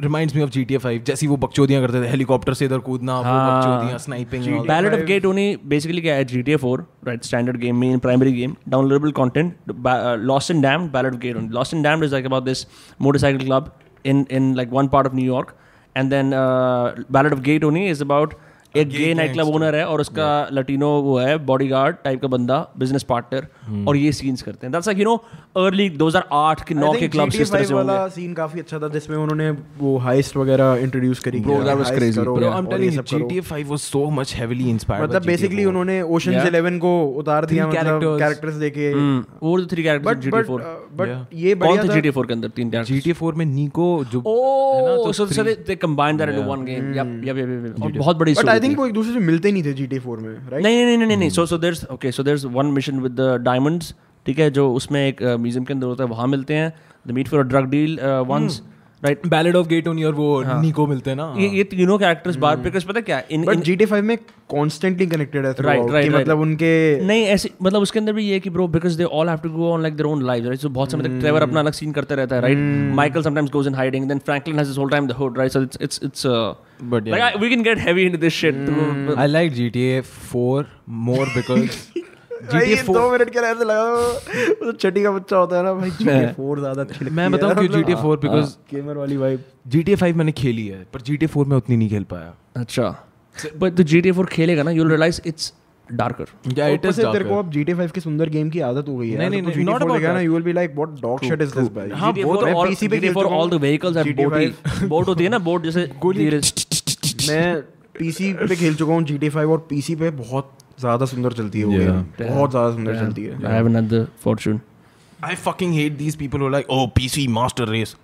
Speaker 5: reminds me of GTA 5 जैसी वो बकचोदियां करते थे हेलीकॉप्टर से इधर कूदना वो
Speaker 2: हाँ।
Speaker 5: बकचोदियां sniping
Speaker 2: ballot of Gay Tony basically क्या है G T A four right standard game main primary game downloadable content Lost and Damned ballot of Gay Tony Lost and Damned is like about this motorcycle club in in like one part of New York and then ballot of Gay Tony is about एक gay night club owner है और उसका
Speaker 4: Hmm.
Speaker 2: Latino वो है bodyguard type का बंदा business partner और ये सीन्स करते हैं that's like you know early 2008 के 9 के क्लब इस तरह से होंगे
Speaker 4: वाला सीन काफी अच्छा था जिसमें उन्होंने वो हाइस्ट वगैरह इंट्रोड्यूस करी
Speaker 2: Bro, that was crazy, bro.
Speaker 5: I'm telling you, GTA 5 was so much heavily inspired.
Speaker 4: मतलब
Speaker 5: by GTA
Speaker 4: बेसिकली
Speaker 5: 4.
Speaker 4: उन्होंने ओशन
Speaker 2: Yeah.
Speaker 4: 11 को उतार दिया
Speaker 5: Three
Speaker 4: मतलब
Speaker 5: characters.
Speaker 4: कैरेक्टर्स देके
Speaker 2: हम्म, वो जो three characters
Speaker 4: but
Speaker 2: GTA 4
Speaker 4: but but
Speaker 5: Yeah.
Speaker 4: uh, ये
Speaker 2: कौन थे
Speaker 4: बढ़िया
Speaker 2: GTA 4 के अंदर तीन कैरेक्टर्स
Speaker 5: GTA 4 में निको जो है ना,
Speaker 2: ओह
Speaker 5: तो
Speaker 2: so so
Speaker 5: three- Hmm.
Speaker 2: They combine that into one game yup yup yup और बहुत बड़ी
Speaker 4: था बट
Speaker 2: story
Speaker 4: आई थिंक
Speaker 2: थी।
Speaker 4: वो एक दूसरे से मिलते नहीं थे GTA 4 में राइट
Speaker 2: नहीं नहीं नहीं नहीं, नहीं नहीं so
Speaker 5: Hmm.
Speaker 2: So there's okay so there's one mission with the diamonds ठीक है जो उसमें एक म्यूजियम के अंदर होता है वहां मिलते हैं the meet for a drug deal once
Speaker 5: Hmm.
Speaker 2: Right
Speaker 5: ballad of gate on your वो
Speaker 4: हाँ।
Speaker 5: निको मिलते हैं ना
Speaker 2: ये ये तीनों कैरेक्टर्स
Speaker 5: Hmm.
Speaker 2: बार पिकर्स पता है क्या इन
Speaker 4: बट
Speaker 2: इन-
Speaker 4: GTA 5 में कॉन्स्टेंटली कनेक्टेड है
Speaker 2: Right,
Speaker 4: throughout
Speaker 2: right,
Speaker 4: कि
Speaker 2: right.
Speaker 4: मतलब उनके
Speaker 2: नहीं ऐसे मतलब उसके अंदर भी ये है कि bro because they all have to go on like their own life right so बहुत समय
Speaker 4: Hmm.
Speaker 2: तक ट्रेवर अपना अलग सीन करते रहता है right Michael sometimes goes in hiding then Franklin has his whole time the hood right so it's it's it's uh,
Speaker 5: But yeah.
Speaker 2: Like we can get heavy into this
Speaker 4: Hmm.
Speaker 2: Shit
Speaker 5: Mm. I like GTA 4 more because
Speaker 4: Mm. भाई,
Speaker 5: GTA
Speaker 4: ये
Speaker 5: 4
Speaker 4: दो minute के लिए ऐसे लगा वो जो छठी का बच्चा होता है ना भाई GTA 4 ज्यादा अच्छी लगती
Speaker 5: मैं बताऊं क्यों GTA
Speaker 4: हाँ।
Speaker 5: 4 बिकॉज
Speaker 4: गेमर वाली वाइब
Speaker 5: GTA 5 मैंने खेली है पर GTA 4 में उतनी नहीं खेल पाया
Speaker 2: अच्छा बट तो GTA 4 खेलेगा ना यू रियलाइज इट्स डार्कर
Speaker 5: या इट इज
Speaker 4: तेरे को अब GTA 5 की सुंदर गेम की आदत हो गई है
Speaker 5: नहीं,
Speaker 4: यार,
Speaker 5: नहीं,
Speaker 4: तो तू
Speaker 5: नहीं,
Speaker 4: GTA
Speaker 5: not
Speaker 4: 4
Speaker 5: about
Speaker 4: लेगा ना
Speaker 5: that.
Speaker 4: You will be like what dog shit is this भाई
Speaker 5: हाँ,
Speaker 2: GTA
Speaker 5: वो
Speaker 2: for
Speaker 4: मैं
Speaker 2: all-
Speaker 4: PC पे
Speaker 2: GTA for
Speaker 4: खेलता
Speaker 2: all the vehicles have
Speaker 4: GTA
Speaker 2: boaty. Boat होती है ना बोट जैसे धीरे-
Speaker 4: मैं पीसी पे खेल चुका हूँ GTA 5 और पीसी पे बहुत ज्यादा सुंदर चलती है वो
Speaker 5: Yeah.
Speaker 4: game, बहुत ज्यादा सुंदर चलती है
Speaker 2: I have another fortune.
Speaker 5: I fucking hate these people who are like, oh, PC master race.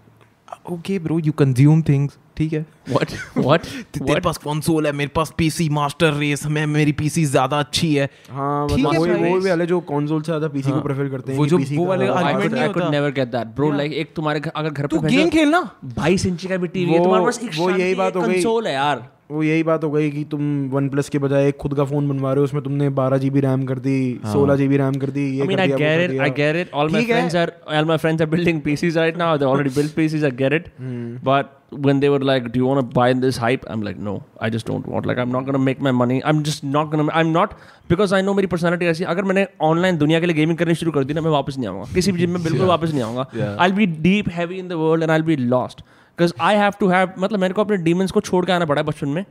Speaker 5: Okay, bro, you consume things. ठीक है
Speaker 2: What? What?
Speaker 5: ते- तेरे
Speaker 2: What?
Speaker 5: पास कंसोल है मेरे पास पीसी मास्टर रेस हमें मेरी पीसी ज्यादा अच्छी है
Speaker 4: हाँ
Speaker 5: ठीक
Speaker 4: मतलब वही
Speaker 5: है भाई। हाँ।
Speaker 4: वो भी वाले जो कंसोल से ज्यादा पीसी को प्रेफर करते हैं
Speaker 5: वो
Speaker 4: कि
Speaker 5: जो-
Speaker 4: PC
Speaker 5: वो
Speaker 4: का
Speaker 5: वाले
Speaker 4: ज्यादा-
Speaker 2: I
Speaker 5: argument
Speaker 2: could, I
Speaker 5: नहीं
Speaker 2: could
Speaker 5: होता।
Speaker 2: never get that, bro. Like एक तुम्हारे घर- अगर घर पे
Speaker 5: तू गेम खेलना
Speaker 2: बाईस इंच का भी टीवी है
Speaker 4: वो-
Speaker 2: तुम्हारे पास एक
Speaker 4: वो
Speaker 2: शांति
Speaker 4: यही बात हो गई।
Speaker 2: कंसोल है यार
Speaker 4: वो यही बात हो गई कि तुम वन प्लस के बजाय एक खुद का फोन बनवा रहे हो उसमें तुमने बारह जीबी रैम कर दी
Speaker 5: हाँ।
Speaker 4: सोलह जीबी रैम कर दी ये
Speaker 2: I mean,
Speaker 4: कर
Speaker 2: I
Speaker 4: दिया, वो
Speaker 2: get
Speaker 4: कर
Speaker 2: it.
Speaker 4: दिया।
Speaker 2: I get it. All my
Speaker 4: ठीक है।
Speaker 2: friends are all my friends are building PCs right now. They already built PCs. I get it.
Speaker 4: Hmm.
Speaker 2: But when they were like, "Do you want to buy this hype?" I'm like, "No, I just don't want. Like, I'm not gonna make my money. I'm just not gonna. I'm not because I know मेरी personality ऐसी. है, अगर मैंने online दुनिया के लिए gaming करनी शुरू कर दी ना, मैं वापस नहीं आऊँगा. किसी भी जिम में बिल्कुल वापस नहीं आऊँगा. I'll be deep, heavy in the world, and I'll be lost. Because I have to have मतलब मेरे को अपने डीमंस को छोड़ के आना पड़ा है बचपन में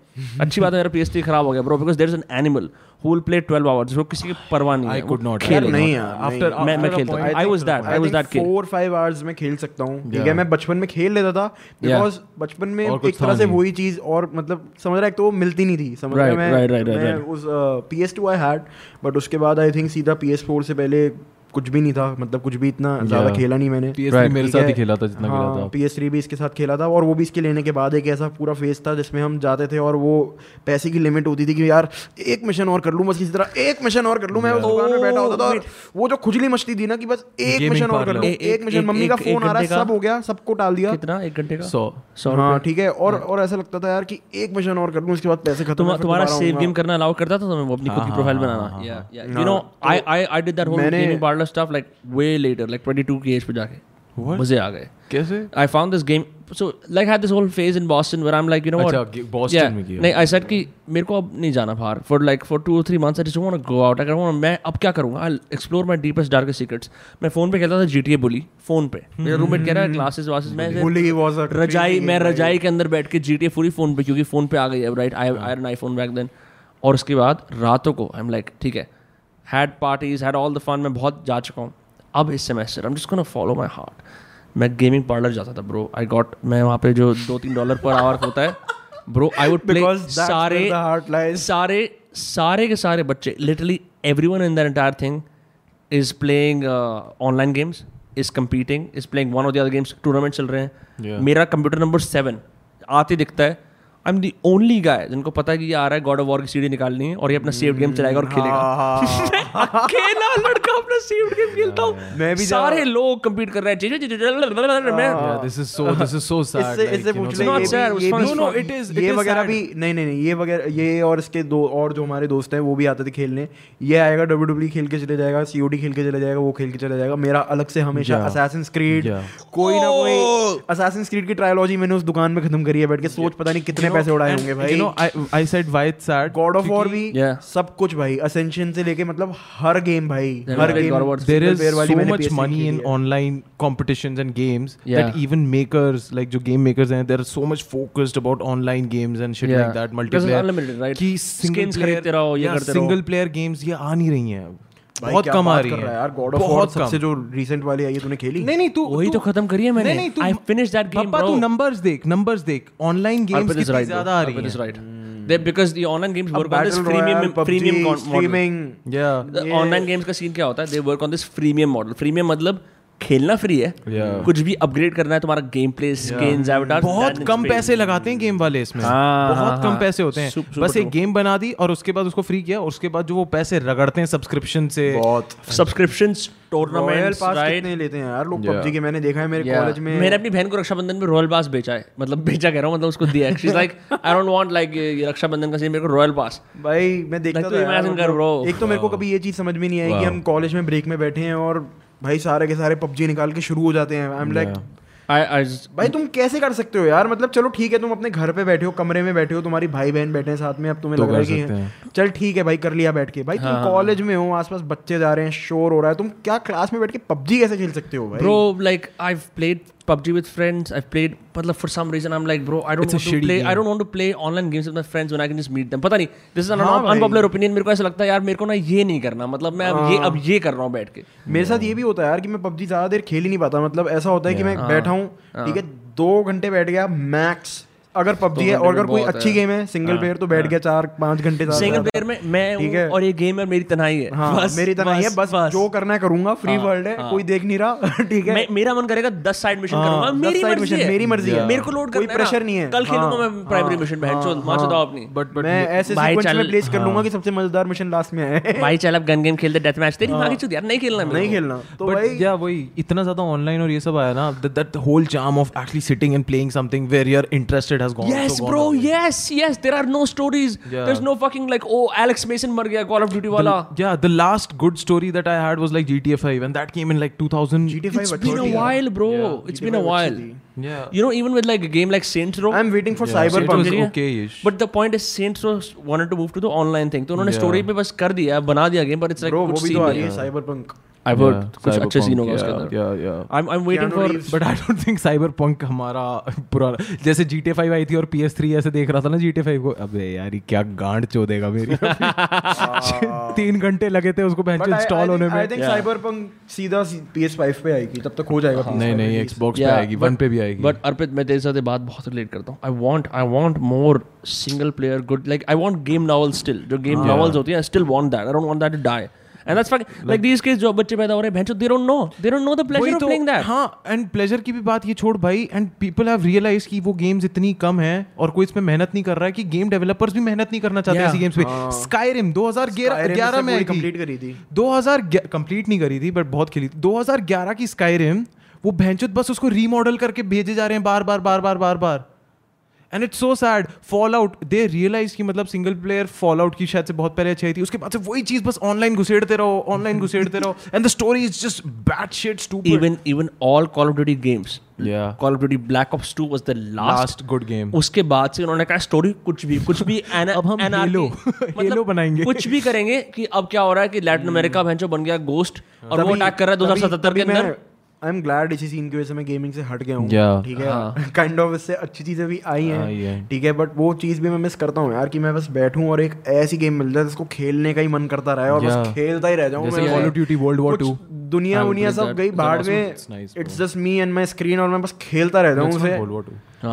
Speaker 2: अच्छी बात है मेरा पी खराब हो गया bro because there is an animal who will play twelve hours वो किसी की परवाह नहीं
Speaker 5: I
Speaker 2: है वो
Speaker 5: could not.
Speaker 4: यार
Speaker 2: खेलेगा।
Speaker 4: नहीं यार
Speaker 5: After-
Speaker 2: मैं मैं
Speaker 5: after a
Speaker 2: खेलता
Speaker 5: point,
Speaker 2: था I was that I was that kid
Speaker 4: four five hours में खेल सकता हूँ ठीक है
Speaker 5: Yeah.
Speaker 4: मैं बचपन में खेल लेता था बिकॉज बचपन में
Speaker 5: और कुछ
Speaker 4: एक तरह
Speaker 5: था
Speaker 4: से
Speaker 5: नहीं।
Speaker 4: वही चीज और मतलब समझ रहा है एक तो वो मिलती नहीं थी समझ रहा
Speaker 2: Right, right,
Speaker 4: मैं
Speaker 2: right, right,
Speaker 4: मैं
Speaker 2: right.
Speaker 4: उस P S two I had but उसके बाद आई थिंक सीधा पी एस फोर से पहले कुछ भी नहीं था मतलब कुछ भी इतना ज्यादा
Speaker 5: Yeah.
Speaker 4: खेला नहीं मैंने
Speaker 5: PS3 मेरे
Speaker 4: ठीक
Speaker 5: साथ
Speaker 4: है।
Speaker 5: ही खेला था जितना खेला था
Speaker 4: हाँ पी एस थ्री भी इसके साथ खेला था और वो भी इसके लेने के बाद एक ऐसा पूरा फेज था जिसमें हम जाते थे और वो पैसे की लिमिट होती थी कि यार एक मिशन और कर लूँ बस किसी तरह एक मिशन और कर लूँ मैं उस दुकान में बैठा होता था
Speaker 2: Oh,
Speaker 4: और वो जो खुजली मचती थी ना कि बस एक
Speaker 5: Gaming
Speaker 4: मिशन और कर
Speaker 5: parlor.
Speaker 4: लूँ
Speaker 2: ए-
Speaker 4: एक
Speaker 2: एक-
Speaker 4: मिशन
Speaker 2: एक-
Speaker 4: मम्मी का
Speaker 2: एक-
Speaker 4: फोन
Speaker 2: एक
Speaker 4: आ रहा है
Speaker 2: घंटे का-
Speaker 4: सब हो गया सबको टाल दिया
Speaker 2: कितना एक घंटे का
Speaker 5: सो
Speaker 2: सौ
Speaker 4: हाँ ठीक है और और ऐसा लगता था यार कि एक मिशन और कर लूँ उसके बाद पैसे खत्म
Speaker 2: तुम
Speaker 4: है, फिर
Speaker 2: तो तुम्हारा
Speaker 4: तो दोबारा
Speaker 2: सेव
Speaker 4: आऊंगा। हाँ,
Speaker 2: गेम करना अलाउ करता था तुम्हें वो अपनी खुद की प्रोफाइल बनाना या या you know I I I did that whole
Speaker 4: मैंने-
Speaker 2: gaming parlour stuff like they later like 22 की एज पे जाके मजे आ गए
Speaker 5: कैसे
Speaker 2: I found this game. So like I had this whole phase in Boston where I'm like, you know
Speaker 5: अच्छा,
Speaker 2: what?
Speaker 5: गे- Boston
Speaker 2: yeah.
Speaker 5: में किया।
Speaker 2: नहीं, I said कि मेरे को अब नहीं जाना बाहर. For like for two or three months I just don't want to go out. I want मैं अब क्या करूँगा? I'll explore my deepest darkest secrets. मैं फोन पे खेलता था GTA Bully. फोन पे. मेरा रूममेट कह रहा है क्लासेस वासेस मैं ऐसे-
Speaker 4: Bully was a
Speaker 2: रजाई
Speaker 4: crazy
Speaker 2: मैं
Speaker 4: game,
Speaker 2: रजाई के अंदर बैठ के GTA पूरी फोन पे क्योंकि फोन पे आ गई है right I I an iPhone back then और उसके बाद रातों को आई एम लाइक ठीक है had parties had all the fun मैं बहुत जा चुका हूँ अब इस semester I am just gonna follow my heart मैं गेमिंग पार्लर जाता था ब्रो आई गॉट मैं वहाँ पे जो दो तीन डॉलर पर आवर होता है bro I would play
Speaker 4: Because that's
Speaker 2: सारे
Speaker 4: where the heart lies.
Speaker 2: सारे सारे के सारे बच्चे literally everyone in that entire thing is playing online games is competing is playing one of the other games tournament चल रहे हैं
Speaker 5: Yeah.
Speaker 2: मेरा कंप्यूटर नंबर सेवन आते ही दिखता है I am the only guy जिनको पता है कि ये आ रहा है गॉड ऑफ वॉर की सीढ़ी निकालनी है और ये अपना सेव्ड गेम चलाएगा और खेलेगा मैं अकेला लड़का अपना सेव्ड गेम खेलता हूँ
Speaker 4: मैं भी जा-
Speaker 2: सारे लोग कम्पीट कर रहे हैं जी- जी- जी- जी- जी- जी- जी- जी- मैं
Speaker 5: yeah this is so this is so sad
Speaker 4: इससे
Speaker 5: like,
Speaker 4: इससे
Speaker 5: you know,
Speaker 4: पूछ
Speaker 2: it's
Speaker 4: ले
Speaker 2: not
Speaker 4: ये
Speaker 2: sad,
Speaker 4: भी-
Speaker 2: it's
Speaker 4: ये
Speaker 2: fun,
Speaker 4: भी-
Speaker 5: it's No, no, fun. it is- it
Speaker 4: ये
Speaker 5: is
Speaker 4: वगैरह
Speaker 5: sad.
Speaker 4: भी नहीं नहीं नहीं ये वगैरह ये और इसके दो और जो हमारे दोस्त हैं वो भी आते थे खेलने ये आएगा डब्ल्यू खेल के चले जाएगा सीओडी खेल के चले जाएगा वो खेल के चले जाएगा मेरा अलग से हमेशा
Speaker 5: Yeah.
Speaker 4: Assassin creed
Speaker 5: Yeah.
Speaker 4: कोई ना
Speaker 5: Oh!
Speaker 4: कोई असैसिन क्रीड की ट्रायोलॉजी मैंने उस दुकान में खत्म करी है बैठ के सोच पता नहीं कितने पैसे उड़ाए होंगे
Speaker 5: you
Speaker 4: भाई
Speaker 5: know i i said why it's sad
Speaker 4: God of War भी
Speaker 2: Yeah.
Speaker 4: सब कुछ भाई असेंशन से लेके मतलब हर गेम भाई
Speaker 2: Then
Speaker 4: हर
Speaker 2: we played God of
Speaker 4: गेम
Speaker 2: War.
Speaker 5: there
Speaker 4: Single
Speaker 5: is
Speaker 4: player वाली
Speaker 5: so
Speaker 4: मैंने
Speaker 5: much
Speaker 4: PS3
Speaker 5: money in
Speaker 4: खेली है।
Speaker 5: online competitions and games
Speaker 2: Yeah.
Speaker 5: that even makers like जो game makers हैं they're so much focused about online games and shit
Speaker 2: Yeah.
Speaker 5: like that
Speaker 2: Because it's
Speaker 5: multiplayer
Speaker 2: unlimited, right?
Speaker 5: कि
Speaker 2: Skins
Speaker 5: single player
Speaker 2: खरीदते रहो, ये
Speaker 5: yeah,
Speaker 2: करते रहो।
Speaker 5: single player games ये आ नहीं रही हैं अब
Speaker 4: भाई,
Speaker 5: बहुत
Speaker 4: क्या
Speaker 5: कम आ
Speaker 4: बात
Speaker 5: रही
Speaker 4: कर
Speaker 5: है।
Speaker 4: रहा यार गॉड ऑफ वॉर
Speaker 5: बहुत कम।
Speaker 4: सबसे जो रिसेंट वाली आई है तूने खेली
Speaker 5: नहीं नहीं तू
Speaker 2: वही तो
Speaker 5: तू-
Speaker 2: खत्म करी है मैंने।
Speaker 5: नहीं, नहीं, तू-
Speaker 2: I finished that game,
Speaker 5: पापा, तू
Speaker 2: bro.
Speaker 5: नंबर्स देख नंबर्स देख ऑनलाइन गेम्स
Speaker 2: Arpit is
Speaker 5: कितनी
Speaker 2: right.
Speaker 5: ज्यादा आ रही Hmm.
Speaker 2: is
Speaker 5: हैं
Speaker 2: right. They because the online games
Speaker 4: अब
Speaker 2: work on this
Speaker 4: Battle
Speaker 2: premium
Speaker 4: Royale, PUBG,
Speaker 2: premium con- model.
Speaker 4: streaming
Speaker 5: या
Speaker 2: The online games का सीन क्या होता है? They work on this premium model. Premium मतलब खेलना फ्री है.
Speaker 5: Yeah.
Speaker 2: कुछ भी अपग्रेड करना है तुम्हारा गेम प्ले स्किन्स एवटार
Speaker 5: बहुत कम पैसे लगाते हैं गेम वाले इसमें
Speaker 2: हाँ, हाँ,
Speaker 5: बहुत कम
Speaker 2: हाँ।
Speaker 5: पैसे होते हैं
Speaker 2: सुप-
Speaker 5: बस
Speaker 2: super
Speaker 5: एक
Speaker 2: true.
Speaker 5: गेम बना दी और उसके बाद उसको फ्री किया और उसके बाद जो वो पैसे रगड़ते हैं सब्सक्रिप्शन से
Speaker 4: बहुत
Speaker 2: subscriptions
Speaker 4: royal
Speaker 2: tournaments
Speaker 4: pass
Speaker 2: right
Speaker 4: कितने लेते हैं यार लोग
Speaker 5: Yeah.
Speaker 4: पबजी के मैंने देखा है मेरे
Speaker 2: Yeah.
Speaker 4: कॉलेज में
Speaker 2: मैंने अपनी बहन को रक्षाबंधन में रॉयल पास बेचा है मतलब बेचा कह रहा हूँ मतलब उसको दिया she like I don't want like ये रक्षाबंधन का सीन मेरे को रॉयल पास
Speaker 4: भाई मैं देखता
Speaker 2: Like,
Speaker 4: था
Speaker 2: तू
Speaker 4: यार,
Speaker 2: imagine कर,
Speaker 4: मतलब,
Speaker 2: bro.
Speaker 4: एक तो मेरे को कभी ये चीज समझ में नहीं आई कि हम कॉलेज में ब्रेक में बैठे हैं और भाई सारे के सारे पबजी निकाल के शुरू हो जाते हैं I am like
Speaker 2: I I
Speaker 4: भाई तुम कैसे कर सकते हो यार मतलब चलो ठीक है तुम अपने घर पे बैठे हो कमरे में बैठे हो तुम्हारी भाई बहन बैठे हैं साथ में अब तुम्हें
Speaker 5: तो
Speaker 4: लग रहा है
Speaker 5: कर सकते हाँ,
Speaker 4: कि चल ठीक है भाई कर लिया बैठ के भाई तुम कॉलेज में हो आसपास बच्चे जा रहे हैं शोर हो रहा है तुम क्या क्लास में बैठ के पबजी कैसे खेल सकते हो भाई
Speaker 2: Bro, like I've played PUBG with friends. I've played, मतलब for some reason I'm like, bro, I don't
Speaker 5: It's a
Speaker 2: want to
Speaker 5: shitty
Speaker 2: play. I
Speaker 5: game.
Speaker 2: don't want to play online games with my friends when I can just meet them. पता नहीं. This is an
Speaker 4: हाँ भाई।
Speaker 2: unpopular opinion. मेरे को ऐसा लगता है यार मेरे को ना ये नहीं करना. मतलब मैं अब
Speaker 4: हाँ।
Speaker 2: ये अब ये कर रहा हूँ बैठ के.
Speaker 4: मेरे साथ ये भी होता है यार कि मैं पबजी ज्यादा देर खेल ही नहीं पाता मतलब ऐसा होता है कि मैं
Speaker 2: हाँ,
Speaker 4: बैठा हूँ ठीक है दो घंटे बैठ गया मैक्स अगर पबजी है और
Speaker 2: घंटे
Speaker 4: अगर
Speaker 2: भी
Speaker 4: कोई
Speaker 2: बहुत
Speaker 4: अच्छी
Speaker 2: है। हाँ,
Speaker 4: गेम है सिंगल प्लेयर तो बैठ गया चार पाँच घंटे ज्यादा
Speaker 2: Single
Speaker 4: ज्यादा।
Speaker 2: player में मैं
Speaker 4: ठीक
Speaker 2: हूँ
Speaker 4: है।
Speaker 2: और ये गेम है मेरी तन्हाई है.
Speaker 4: हाँ
Speaker 2: बस,
Speaker 4: मेरी तरह ही है बस जो करना है करूंगा फ्री
Speaker 2: हाँ,
Speaker 4: वर्ल्ड है कोई देख नहीं रहा ठीक है हाँ,
Speaker 2: मैं- मेरा मन करेगा दस साइड मिशन करूंगा
Speaker 4: दस
Speaker 2: मेरी
Speaker 4: side
Speaker 2: मर्जी
Speaker 4: mission,
Speaker 2: है
Speaker 4: मेरी मर्जी है।
Speaker 2: मेरे को लोड
Speaker 4: कोई
Speaker 2: करना
Speaker 4: pressure नहीं है।
Speaker 2: कल खेलूंगा
Speaker 4: हाँ,
Speaker 2: मैं प्राइमरी मिशन बहन चोद मार चुदा अपनी
Speaker 5: बट बट
Speaker 4: मैं ऐसे
Speaker 2: भाई
Speaker 4: सीक्वेंस में
Speaker 2: चल- हाँ।
Speaker 4: प्लेस कर लूंगा कि सबसे मजेदार मिशन लास्ट में है
Speaker 2: भाई चल अब गन गेम खेलते डेथ मैच तेरी माँ की चुद यार नहीं खेलना मेरे
Speaker 4: हाँ। नहीं
Speaker 2: को।
Speaker 4: खेलना तो
Speaker 5: बट
Speaker 4: भाई
Speaker 5: या वही इतना ज्यादा ऑनलाइन और ये सब आया ना that whole charm of actually sitting and playing something where you are interested has gone
Speaker 2: Yes, bro. Yes, yes. There are no stories.
Speaker 5: Yeah.
Speaker 2: There's no fucking like, oh, Alex Mason mar gaya, Call of Duty wala.
Speaker 5: Yeah, the last good story that I had was like GTA 5 and that came in like 2000
Speaker 4: GTA
Speaker 2: It's
Speaker 4: 5
Speaker 2: been a while, bro.
Speaker 5: Yeah.
Speaker 2: It's been a while.
Speaker 5: Yeah.
Speaker 2: You know, even with like a game like Saints Row.
Speaker 4: I am waiting for
Speaker 5: Yeah.
Speaker 4: Cyber
Speaker 5: It was
Speaker 2: Saints Row
Speaker 4: PUBG
Speaker 2: okay.
Speaker 5: okay-ish.
Speaker 2: But the point is, Saints Row wanted to move to the online thing. तो उन्होंने
Speaker 5: Yeah.
Speaker 2: story पे बस कर दिया, बना दिया game, but it's like
Speaker 4: bro
Speaker 2: कुछ
Speaker 4: वो भी
Speaker 2: scene
Speaker 4: तो आ
Speaker 2: नहीं
Speaker 4: रही
Speaker 2: है.
Speaker 4: है साइबर पंक
Speaker 2: I've heard कुछ अच्छे scene होगा उसके
Speaker 5: yeah,
Speaker 2: अंदर.
Speaker 5: yeah, yeah.
Speaker 2: I'm I'm waiting
Speaker 4: Keanu
Speaker 2: for.
Speaker 4: Reeves.
Speaker 5: But I don't think Cyberpunk हमारा पुराना जैसे GTA 5 आई थी और PS3 ऐसे देख रहा था ना GTA 5 को अबे यार ये क्या गांड चोदेगा मेरी तीन घंटे लगे थे उसको बहन इंस्टॉल होने में
Speaker 4: आई थिंक साइबर पंक सीधा PS5 पे आएगी तब तक हो जाएगा PS5
Speaker 5: नहीं नहीं
Speaker 4: release।
Speaker 5: Xbox पे आएगी वन पे भी आएगी
Speaker 2: बट अर्पित मैं तेरे साथ ये बात बहुत रिलेट करता हूँ I want I want more single player good like I want game novel still जो गेम नॉवल्स होती है I still want that I don't want that to die and that's like these case जो बच्चे पैदा हो रहे हैं भैंचो they don't know they don't know the
Speaker 5: वही
Speaker 2: प्लेजर ऑफ प्लेइंग दैट
Speaker 5: हाँ एंड प्लेजर की भी बात ये छोड़ भाई एंड पीपल हैव रियलाइज कि वो गेम्स इतनी कम है और कोई इसमें मेहनत नहीं कर रहा है कि गेम डेवलपर्स भी मेहनत नहीं करना चाहते
Speaker 2: Yeah.
Speaker 5: ऐसी गेम्स पे स्काईरिम 2011
Speaker 4: हाँ। Skyrim
Speaker 5: ग्यारह
Speaker 4: से
Speaker 5: में आई
Speaker 4: पूरी complete करी
Speaker 5: थी
Speaker 4: थी।
Speaker 5: 2000 कंप्लीट नहीं करी थी बट बहुत खेली थी 2011 की स्काईरिम वो भैंचुद बस उसको रीमॉडल करके भेजे जा रहे हैं बार बार बार बार बार बार and it's so sad fall out they realise कि मतलब सिंगल प्लेयर फॉल आउट की शायद से बहुत पहले अच्छी आई थी उसके बाद से वही चीज बस ऑनलाइन घुसेड़ते रहो ऑनलाइन घुसेड़ते रहो and the story is just bad shit stupid
Speaker 2: even even all call of duty games
Speaker 5: Yeah.
Speaker 2: Call of duty black ops 2 was the last
Speaker 5: last good game
Speaker 2: उसके बाद से उन्होंने कहा स्टोरी कुछ भी कुछ भी एना,
Speaker 5: अब हम
Speaker 2: anarchy,
Speaker 5: येलो- येलो बनाएंगे।
Speaker 2: मतलब
Speaker 5: Hmm.
Speaker 2: कुछ भी करेंगे कि अब क्या हो रहा है कि लैटिन अमेरिका भैंचो बन गया गोस्ट और वो
Speaker 4: तभी-
Speaker 2: अटैक कर रहा है
Speaker 4: तभी-
Speaker 2: 2077 के
Speaker 4: तभी मैं-
Speaker 2: अंदर
Speaker 4: आई एम ग्लैड इसी सीन की वजह से मैं गेमिंग से हट गया
Speaker 5: Yeah.
Speaker 4: हूँ ठीक
Speaker 2: हाँ।
Speaker 4: है काइंड ऑफ इससे अच्छी चीजें भी आई
Speaker 5: आई
Speaker 4: हैं
Speaker 5: हैं।
Speaker 4: ठीक है बट वो चीज भी मैं मिस करता हूँ यार कि मैं बस बैठूं और एक ऐसी गेम मिल जाए जिसको खेलने का ही मन करता रहा है और
Speaker 5: Yeah.
Speaker 4: बस खेलता ही रह जाऊं
Speaker 5: जैसे
Speaker 4: मैं
Speaker 5: Call of
Speaker 4: कुछ-
Speaker 5: Duty World War हाँ,
Speaker 4: कुछ
Speaker 5: II.
Speaker 4: दुनिया वुनिया सब गई बाहर में
Speaker 5: It's nice, bro.
Speaker 4: It's just me and my screen और मैं बस खेलता रहता हूँ उसे
Speaker 5: हाँ।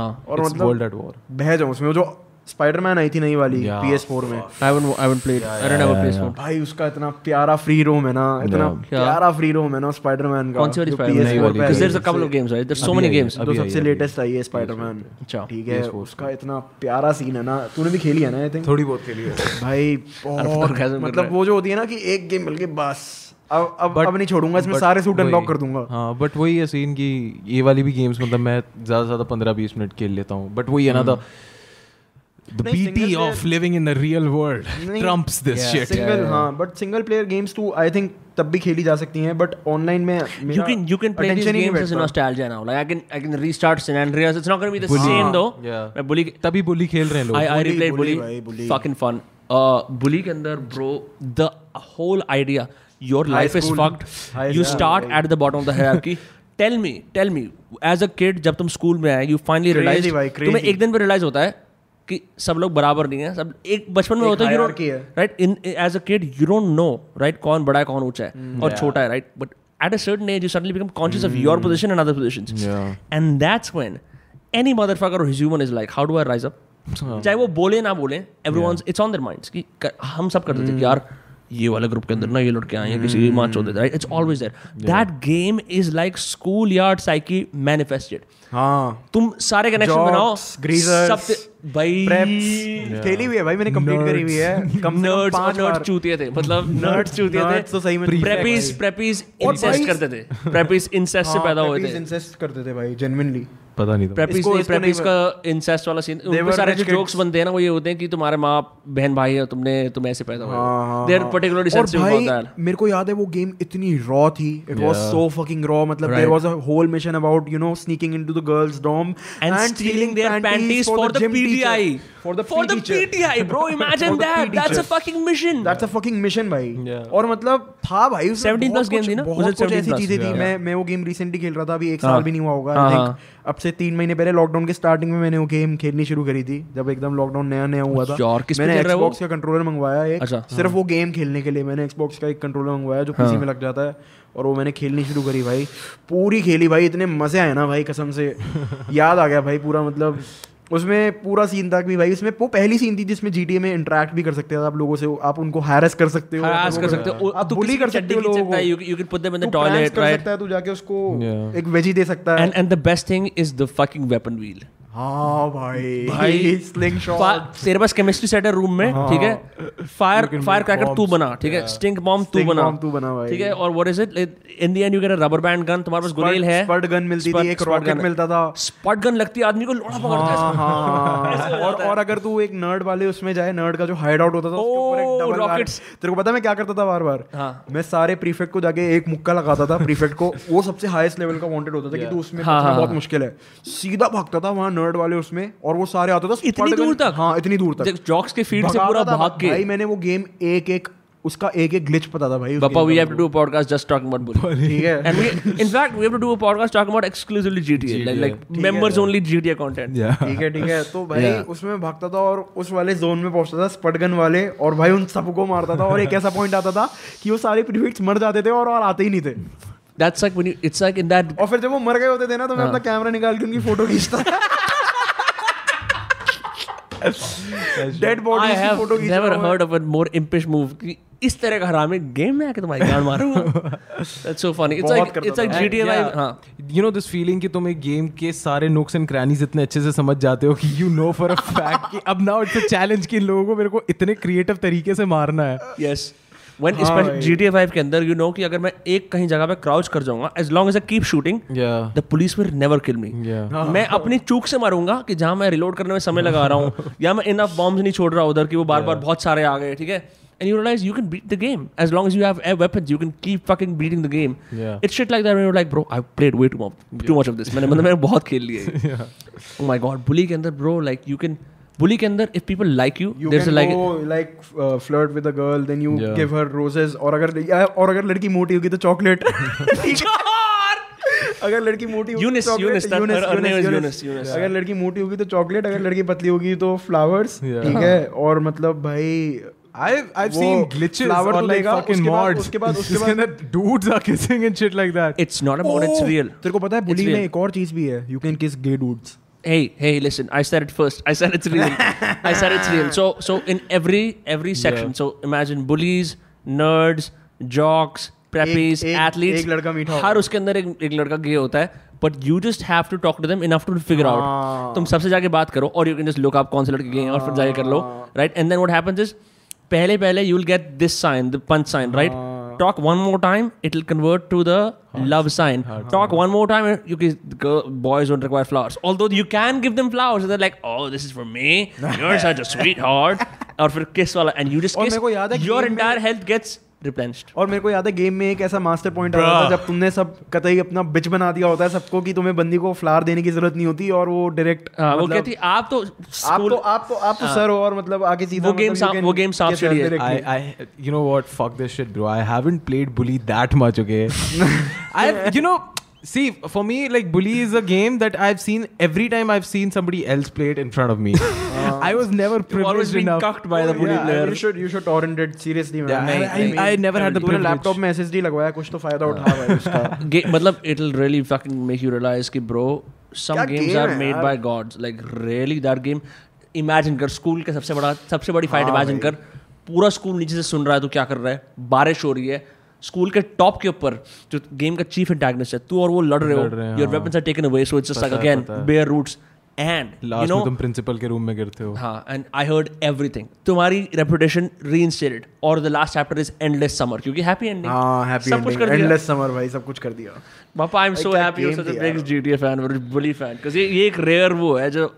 Speaker 2: हां
Speaker 4: और मतलब बह जाऊं उसमें वो जो स्पाइडरमैन आई थी नई वाली
Speaker 5: Yeah.
Speaker 4: PS4 में
Speaker 2: I haven't I haven't played I don't have a place for
Speaker 4: भाई उसका इतना प्यारा फ्री रोम है ना इतना
Speaker 2: क्या?
Speaker 4: प्यारा फ्री रोम है ना स्पाइडरमैन का
Speaker 2: कौन सी वाली
Speaker 4: जो
Speaker 2: Spider-Man?
Speaker 4: PS4 पे
Speaker 2: Because
Speaker 4: आई
Speaker 2: there's a
Speaker 4: है।
Speaker 2: couple of games, right? There's so
Speaker 5: अभी
Speaker 2: many
Speaker 5: आई है,
Speaker 2: games.
Speaker 5: अभी
Speaker 4: जो
Speaker 5: आई है,
Speaker 4: सबसे
Speaker 5: अभी
Speaker 4: लेटेस्ट आई है स्पाइडरमैन
Speaker 2: अच्छा।
Speaker 4: ठीक है उसका इतना प्यारा सीन है ना तूने भी खेली है ना आई थिंक
Speaker 5: थोड़ी बहुत खेली है
Speaker 4: भाई बहुत
Speaker 2: अरफताब कैसे मिल रहा है?
Speaker 4: मतलब वो जो होती है ना कि एक गेम मिल के बस अब अब
Speaker 5: But-
Speaker 4: अब नहीं छोड़ूंगा इसमें
Speaker 5: but
Speaker 4: सारे सूट
Speaker 5: वही-
Speaker 4: अनलॉक कर दूंगा
Speaker 5: हाँ बट वही है सीन की ये वाली भी गेम्स मतलब मैं ज्यादा से ज्यादा पंद्रह बीस मिनट खेल लेता हूँ बट वही है ना द The
Speaker 4: नहीं, single
Speaker 5: beauty
Speaker 4: player-
Speaker 5: of living in the real world
Speaker 4: नहीं,
Speaker 5: trumps this shit.
Speaker 4: सिंगल हाँ बट सिंगल प्लेयर गेम्स तो आई थिंक तब भी खेली जा सकती हैं बट ऑनलाइन में
Speaker 2: You can you can play these games as a nostalgia now. Like I can I can restart San Andreas. It's not going to be the same though.
Speaker 5: Yeah.
Speaker 2: मैं bully
Speaker 5: तभी bully खेल रहे हैं लोग.
Speaker 2: I I
Speaker 4: Bully,
Speaker 2: replayed bully.
Speaker 4: bully भाई, bully.
Speaker 2: Fucking fun. Uh, bully के अंदर bro the whole idea your life is
Speaker 4: school.
Speaker 2: fucked.
Speaker 4: High
Speaker 2: You
Speaker 4: school,
Speaker 2: start
Speaker 4: भाई.
Speaker 2: at the bottom of the hierarchy. Tell me, tell me, as a kid जब तुम school में आए, you finally
Speaker 4: Crazy
Speaker 2: realize
Speaker 4: भाई,
Speaker 2: तुम्हें
Speaker 4: crazy.
Speaker 2: एक दिन पे realize होता है कि सब लोग बराबर नहीं है सब एक बचपन में
Speaker 4: एक
Speaker 2: होता है
Speaker 4: hierarchy है।
Speaker 2: Right in as a kid you don't know right कौन बड़ा है कौन ऊंचा
Speaker 4: Mm,
Speaker 2: है और छोटा है right but at a certain age you suddenly become conscious of
Speaker 4: Mm.
Speaker 2: Your position and other positions
Speaker 5: Yeah.
Speaker 2: And that's when any motherfucker और human is like how do I rise up चाहे वो बोले ना बोले everyone's it's on their minds कि क- हम सब करते
Speaker 4: Mm.
Speaker 2: थे कि यार ये वाला ग्रुप के अंदर ना ये लड़के आए हैं किसी की माँ चोद right it's always there that game is like school yard psyche manifested
Speaker 4: हाँ
Speaker 2: तुम सारे कनेक्शन बनाओ
Speaker 4: Jocks, greasers,
Speaker 2: सब ते- भाई
Speaker 4: प्रेप्स खेली हुई है भाई मैंने कंप्लीट करी हुई है कम से कम
Speaker 2: nerds और
Speaker 4: पांच
Speaker 2: nerds
Speaker 4: बार
Speaker 2: चूतिए थे मतलब nerds
Speaker 4: Nerds-
Speaker 2: चूतिए थे
Speaker 4: nerds तो सही में prefect
Speaker 2: प्रेपीज
Speaker 4: भाई।
Speaker 2: प्रेपीज
Speaker 4: और
Speaker 2: इंसेस्ट
Speaker 4: भाई- हाँ,
Speaker 2: करते थे प्रेपीज इंसेस्ट से पैदा हुए थे
Speaker 4: इंसेस्ट करते थे भाई जेन्युइनली
Speaker 5: पता नहीं था
Speaker 2: प्रेपीज
Speaker 4: इसको-
Speaker 2: नहीं
Speaker 4: इसको नहीं
Speaker 2: प्रेपीज
Speaker 4: पता।
Speaker 2: का इंसेस्ट वाला सीन उनके
Speaker 4: were
Speaker 2: सारे जो
Speaker 4: rich kids.
Speaker 2: जोक्स बनते हैं ना वो ये होते हैं कि तुम्हारे माँ बहन भाई है तुमने तुम ऐसे पैदा हुए
Speaker 4: हाँ,
Speaker 2: दे आर
Speaker 4: हाँ।
Speaker 2: पर्टिकुलरली
Speaker 4: और
Speaker 2: सेंसिटिव
Speaker 4: भाई
Speaker 2: अबाउट दैट
Speaker 4: मेरे को याद है वो गेम इतनी रॉ थी it was
Speaker 5: Yeah.
Speaker 4: So fucking raw मतलब there
Speaker 2: Right.
Speaker 4: Was a whole mission about you know sneaking into the girls dorm
Speaker 2: And stealing their panties for the PTI.
Speaker 4: For the
Speaker 2: For the PTI, bro, imagine
Speaker 4: For the
Speaker 2: that.
Speaker 4: PE
Speaker 2: That's a
Speaker 4: teacher.
Speaker 2: fucking mission.
Speaker 4: That's a fucking mission भाई
Speaker 5: Yeah.
Speaker 4: और मतलब था भाई उसमें
Speaker 2: 17
Speaker 4: बहुत
Speaker 2: plus game
Speaker 4: कुछ-
Speaker 2: थी ना?
Speaker 4: बहुत
Speaker 2: Was it
Speaker 4: कुछ
Speaker 2: 17
Speaker 4: ऐसी
Speaker 2: plus?
Speaker 4: चीजें थी
Speaker 2: Yeah.
Speaker 4: मैं मैं वो गेम रिसेंटली खेल रहा था अभी एक
Speaker 2: हाँ।
Speaker 4: साल भी नहीं हुआ होगा
Speaker 2: हाँ,
Speaker 4: आई
Speaker 2: हाँ।
Speaker 4: थिंक अब से तीन महीने पहले लॉकडाउन के स्टार्टिंग में मैंने वो गेम खेलनी शुरू करी थी जब एकदम लॉकडाउन नया नया हुआ था
Speaker 2: यार, किस पे
Speaker 4: मैंने
Speaker 2: खेल रहा है वो?
Speaker 4: Xbox का कंट्रोलर मंगवाया एक
Speaker 2: अच्छा, हाँ।
Speaker 4: सिर्फ वो गेम खेलने के लिए मैंने Xbox का एक कंट्रोलर मंगवाया जो पीसी में लग जाता है और वो मैंने खेलनी शुरू करी भाई पूरी खेली भाई इतने मजे आए ना भाई कसम से याद आ गया भाई पूरा मतलब उसमें पूरा सीन था कि भाई उसमें वो पहली सीन थी जिसमें जीटीए में इंटरेक्ट भी कर सकते थे आप लोगों से आप उनको हैरेस कर सकते हो
Speaker 2: Harass हाँ, कर
Speaker 4: आप लोगों
Speaker 2: सकते
Speaker 4: को-
Speaker 2: हो
Speaker 4: आप बुली कर सकते हो लोगों को
Speaker 2: you you can put them in the
Speaker 4: तू pranks
Speaker 2: टॉयलेट
Speaker 4: कर
Speaker 2: राइट
Speaker 4: सकता है तू जाके उसको
Speaker 5: Yeah.
Speaker 4: एक वेजी दे सकता है
Speaker 2: and and the best thing is the fucking weapon wheel
Speaker 4: हाँ भाई
Speaker 2: भाई,
Speaker 4: स्लिंग शॉट
Speaker 2: तेरे पास केमिस्ट्री सेट है रूम में ठीक है फायर
Speaker 4: हाँ। You can
Speaker 2: fire
Speaker 4: make
Speaker 2: cracker तू
Speaker 4: bombs.
Speaker 2: बना ठीक है स्टिंक बॉम्ब तू
Speaker 4: Stink
Speaker 2: बना
Speaker 4: bomb तू बना भाई।
Speaker 2: ठीक है और what is it in the end you get a rubber band gun तुम्हारे पास गुलेल है
Speaker 4: स्पर्ट गन मिलती थी एक रॉकेट मिलता था
Speaker 2: स्पॉट गन लगती है आदमी को लोड़ा पकड़ता है
Speaker 4: हाँ,
Speaker 2: इसमें।
Speaker 4: हाँ,
Speaker 2: ऐसे हो
Speaker 4: और
Speaker 2: जाता है।
Speaker 4: और अगर तू एक नर्ड वाले उसमें जाए नर्ड का जो हाइड आउट होता था उसके
Speaker 2: Oh,
Speaker 4: ऊपर एक डबल
Speaker 2: rockets.
Speaker 4: तेरे को पता है मैं क्या करता था बार बार
Speaker 2: हाँ।
Speaker 4: मैं सारे प्रीफेक्ट को जाके एक मुक्का लगाता था प्रीफेक्ट को वो सबसे हाईएस्ट लेवल का वांटेड होता था कि तू उसमें
Speaker 2: हाँ,
Speaker 4: बचना
Speaker 2: हाँ,
Speaker 4: बहुत
Speaker 2: हाँ।
Speaker 4: मुश्किल है सीधा भागता था वहां नर्ड वाले उसमें और वो सारे आते थे
Speaker 2: इतनी
Speaker 4: Spartan-
Speaker 2: दूर तक?
Speaker 4: हाँ इतनी दूर तक
Speaker 2: देख, jocks के feet से
Speaker 4: भगाता
Speaker 2: पूरा
Speaker 4: था,
Speaker 2: भाग के।
Speaker 4: भाई मैंने वो गेम एक एक उसका एक एक ग्लिच पता था भाई उस
Speaker 2: Papa,
Speaker 4: game
Speaker 2: we
Speaker 4: का
Speaker 2: have to do
Speaker 4: मेरे
Speaker 2: a podcast just talking about bullying.
Speaker 4: को। ठीक है
Speaker 2: And we, in fact, we have to do a podcast talking about exclusively GTA, like, like members only GTA content.
Speaker 5: Yeah.
Speaker 4: ठीक है ठीक है तो भाई
Speaker 2: Yeah.
Speaker 4: उसमें भागता था और उस वाले जोन में पहुंचता था स्पटगन वाले और भाई उन सबको मारता था और एक ऐसा पॉइंट आता था कि वो सारे प्रीफिक्स मर जाते थे और और आते ही नहीं थे
Speaker 2: That's like when you, it's like in that
Speaker 4: और फिर जब वो मर गए होते थे ना तो मैं अपना कैमरा निकाल के उनकी फोटो खींचता डेड
Speaker 2: I
Speaker 4: बॉडी की
Speaker 2: have
Speaker 4: फोटो खींच
Speaker 2: never
Speaker 4: रहा हूं
Speaker 2: heard of a more impish move. कि इस तरह का हरामी गेम में आके तुम्हारी जान मारूंगा. That's so funny. It's
Speaker 4: बहुत
Speaker 2: like
Speaker 4: करता
Speaker 2: it's like
Speaker 4: था।
Speaker 2: GTA like हाँ.
Speaker 5: यू नो दिस फीलिंग कि तुम एक गेम के सारे नुक्स एंड क्रैनीज इतने अच्छे से समझ जाते हो कि you know for a fact कि अब नाउ इट्स अ चैलेंज कि लोगों को मेरे को इतने क्रिएटिव तरीके से मारना है
Speaker 2: Yes. When
Speaker 4: हाँ
Speaker 2: especially
Speaker 4: भाई।
Speaker 2: GTA 5 के अंदर यू नो कि अगर मैं एक कहीं जगह पे क्राउच कर जाऊंगा as long as I keep shooting
Speaker 5: yeah
Speaker 2: the police will never kill me
Speaker 5: yeah
Speaker 2: मैं अपनी चूक से मारूंगा कि जहां मैं रिलोड करने में समय लगा रहा हूँ या मैं इनफ बॉम्ब्स नहीं छोड़ रहा उधर कि वो बार बार बहुत सारे आ गए ठीक है and you realise you can beat the game as long as you have weapons you can keep fucking beating the game
Speaker 5: Yeah.
Speaker 2: It's shit like that you like bro I played way too too much of this मैंने मतलब मैंने बहुत खेल Oh लिया है oh my god बुली के अंदर bro like you can बुली के अंदर if people like you
Speaker 4: you
Speaker 2: there is
Speaker 4: can
Speaker 2: like
Speaker 4: go like flirt with a girl then you
Speaker 5: Yeah.
Speaker 4: Give her roses और अगर या- और अगर लड़की मोटी होगी तो चॉकलेट अगर लड़की मोटी होगी
Speaker 2: Eunice,
Speaker 4: तो chocolate,
Speaker 2: Eunice, that-
Speaker 4: Eunice,
Speaker 2: her- her name
Speaker 4: Eunice,
Speaker 2: is
Speaker 4: Eunice.
Speaker 2: Eunice, Eunice.
Speaker 4: अगर लड़की मोटी होगी तो चॉकलेट अगर लड़की पतली होगी तो फ्लावर्स
Speaker 5: Yeah.
Speaker 4: ठीक है और मतलब भाई
Speaker 5: I've I've
Speaker 4: वो
Speaker 5: seen glitches
Speaker 4: flower
Speaker 5: or
Speaker 4: तो
Speaker 5: like
Speaker 4: देगा,
Speaker 5: fucking
Speaker 4: उसके बाद-
Speaker 5: mods.
Speaker 4: उसके बाद- उसके
Speaker 5: जिसके
Speaker 4: बाद-
Speaker 5: अंदर dudes are kissing and shit like that.
Speaker 2: It's not about it's
Speaker 4: Oh!
Speaker 2: Real
Speaker 4: तेरे को पता है
Speaker 2: It's
Speaker 4: बुली में
Speaker 2: real.
Speaker 4: एक और चीज भी है you can kiss gay dudes
Speaker 2: hey hey listen i said it first i said it's real i said it's real so so in every every section so imagine bullies nerds jocks preppies
Speaker 4: एक-
Speaker 2: athletes
Speaker 4: एक लड़का मीठा
Speaker 2: हर
Speaker 4: होगा।
Speaker 2: उसके अंदर एक, एक लड़का गे होता है but you just have to talk to them enough to figure
Speaker 4: हाँ।
Speaker 2: आउट तुम सबसे जाके बात करो और यू कैन जस्ट लुक आप कौन से लड़के गए हैं और फिर जाके कर लो
Speaker 4: हाँ।
Speaker 2: Right and then what happens is पहले पहले you will get this sign the punch sign right
Speaker 4: हाँ।
Speaker 2: Talk one more time it will convert to the love sign. Talk one more time. You guys, girl, boys don't require flowers. Although you can give them flowers. They're like, oh, this is for me. You're such a sweetheart. और फिर kiss वाला and you just
Speaker 4: और
Speaker 2: kiss.
Speaker 4: मेरे को याद है कि
Speaker 2: Your
Speaker 4: game में-
Speaker 2: entire health gets replenished.
Speaker 4: और मेरे को याद है गेम में एक ऐसा मास्टर पॉइंट आता था जब तुमने सब कतई अपना बिच बना दिया होता है सबको कि तुम्हें बंदी को फ्लावर देने की जरूरत नहीं होती और वो डायरेक्ट
Speaker 2: हाँ, वो कहती आप तो
Speaker 4: मतलब आप
Speaker 2: school- हाँ।
Speaker 4: तो आप तो आप तो सर हो और मतलब आगे सीधा
Speaker 2: वो game
Speaker 4: मतलब you
Speaker 2: सांप-
Speaker 4: can
Speaker 2: वो game सांप
Speaker 4: get her
Speaker 2: सीढ़ी है।
Speaker 4: directly.
Speaker 5: I I you know what? Fuck this shit, bro. I haven't played Bully that much. Okay, I you know See, for me, like Bully is a game that I've seen every time I've seen somebody else play it in front of me. I was never privileged
Speaker 2: Uh, always been
Speaker 5: enough.
Speaker 2: cucked by the Bully
Speaker 5: Yeah,
Speaker 2: तो
Speaker 5: I
Speaker 2: player.
Speaker 4: you should you should torrent it seriously man
Speaker 5: Yeah, I- I- I never had the
Speaker 4: पूरे
Speaker 5: privilege.
Speaker 4: Laptop में SSD लगवाया कुछ तो फायदा उठा भाई उसका
Speaker 2: Ga- मतलब it'll really fucking make you realize कि bro some
Speaker 4: क्या
Speaker 2: games
Speaker 4: game
Speaker 2: are
Speaker 4: है
Speaker 2: made
Speaker 4: यार?
Speaker 2: by gods like really that game imagine कर स्कूल के सबसे बड़ा सबसे बड़ी
Speaker 4: हाँ
Speaker 2: फाइट imagine कर पूरा स्कूल नीचे से सुन रहा है तू क्या कर रहा है बारिश हो रही है स्कूल के टॉप के ऊपर जो गेम का चीफ एंटागनिस्ट है तू और वो लड़ रहे
Speaker 5: लड़ रहे हैं,
Speaker 2: हो योर
Speaker 5: हाँ।
Speaker 2: Weapons are taken away so it's just like again bare roots and you
Speaker 5: last
Speaker 2: no
Speaker 5: में तुम प्रिंसिपल के रूम में गिरते हो
Speaker 2: हाँ एंड आई हर्ड एवरीथिंग तुम्हारी रेपुटेशन रीइंस्टेटेड और the last chapter is endless summer क्योंकि हैप्पी एंडिंग
Speaker 4: हां हैप्पी
Speaker 2: सब कुछ
Speaker 4: एंडिंग
Speaker 2: कर दिया
Speaker 4: एंडलेस समर भाई सब कुछ कर दिया
Speaker 2: पापा आई एम सो
Speaker 4: क्या
Speaker 2: हैप्पी यू
Speaker 4: game
Speaker 2: सच
Speaker 4: थी
Speaker 2: अ बिग GTA फैन और bully फैन cuz ये ये एक रेयर वो है जो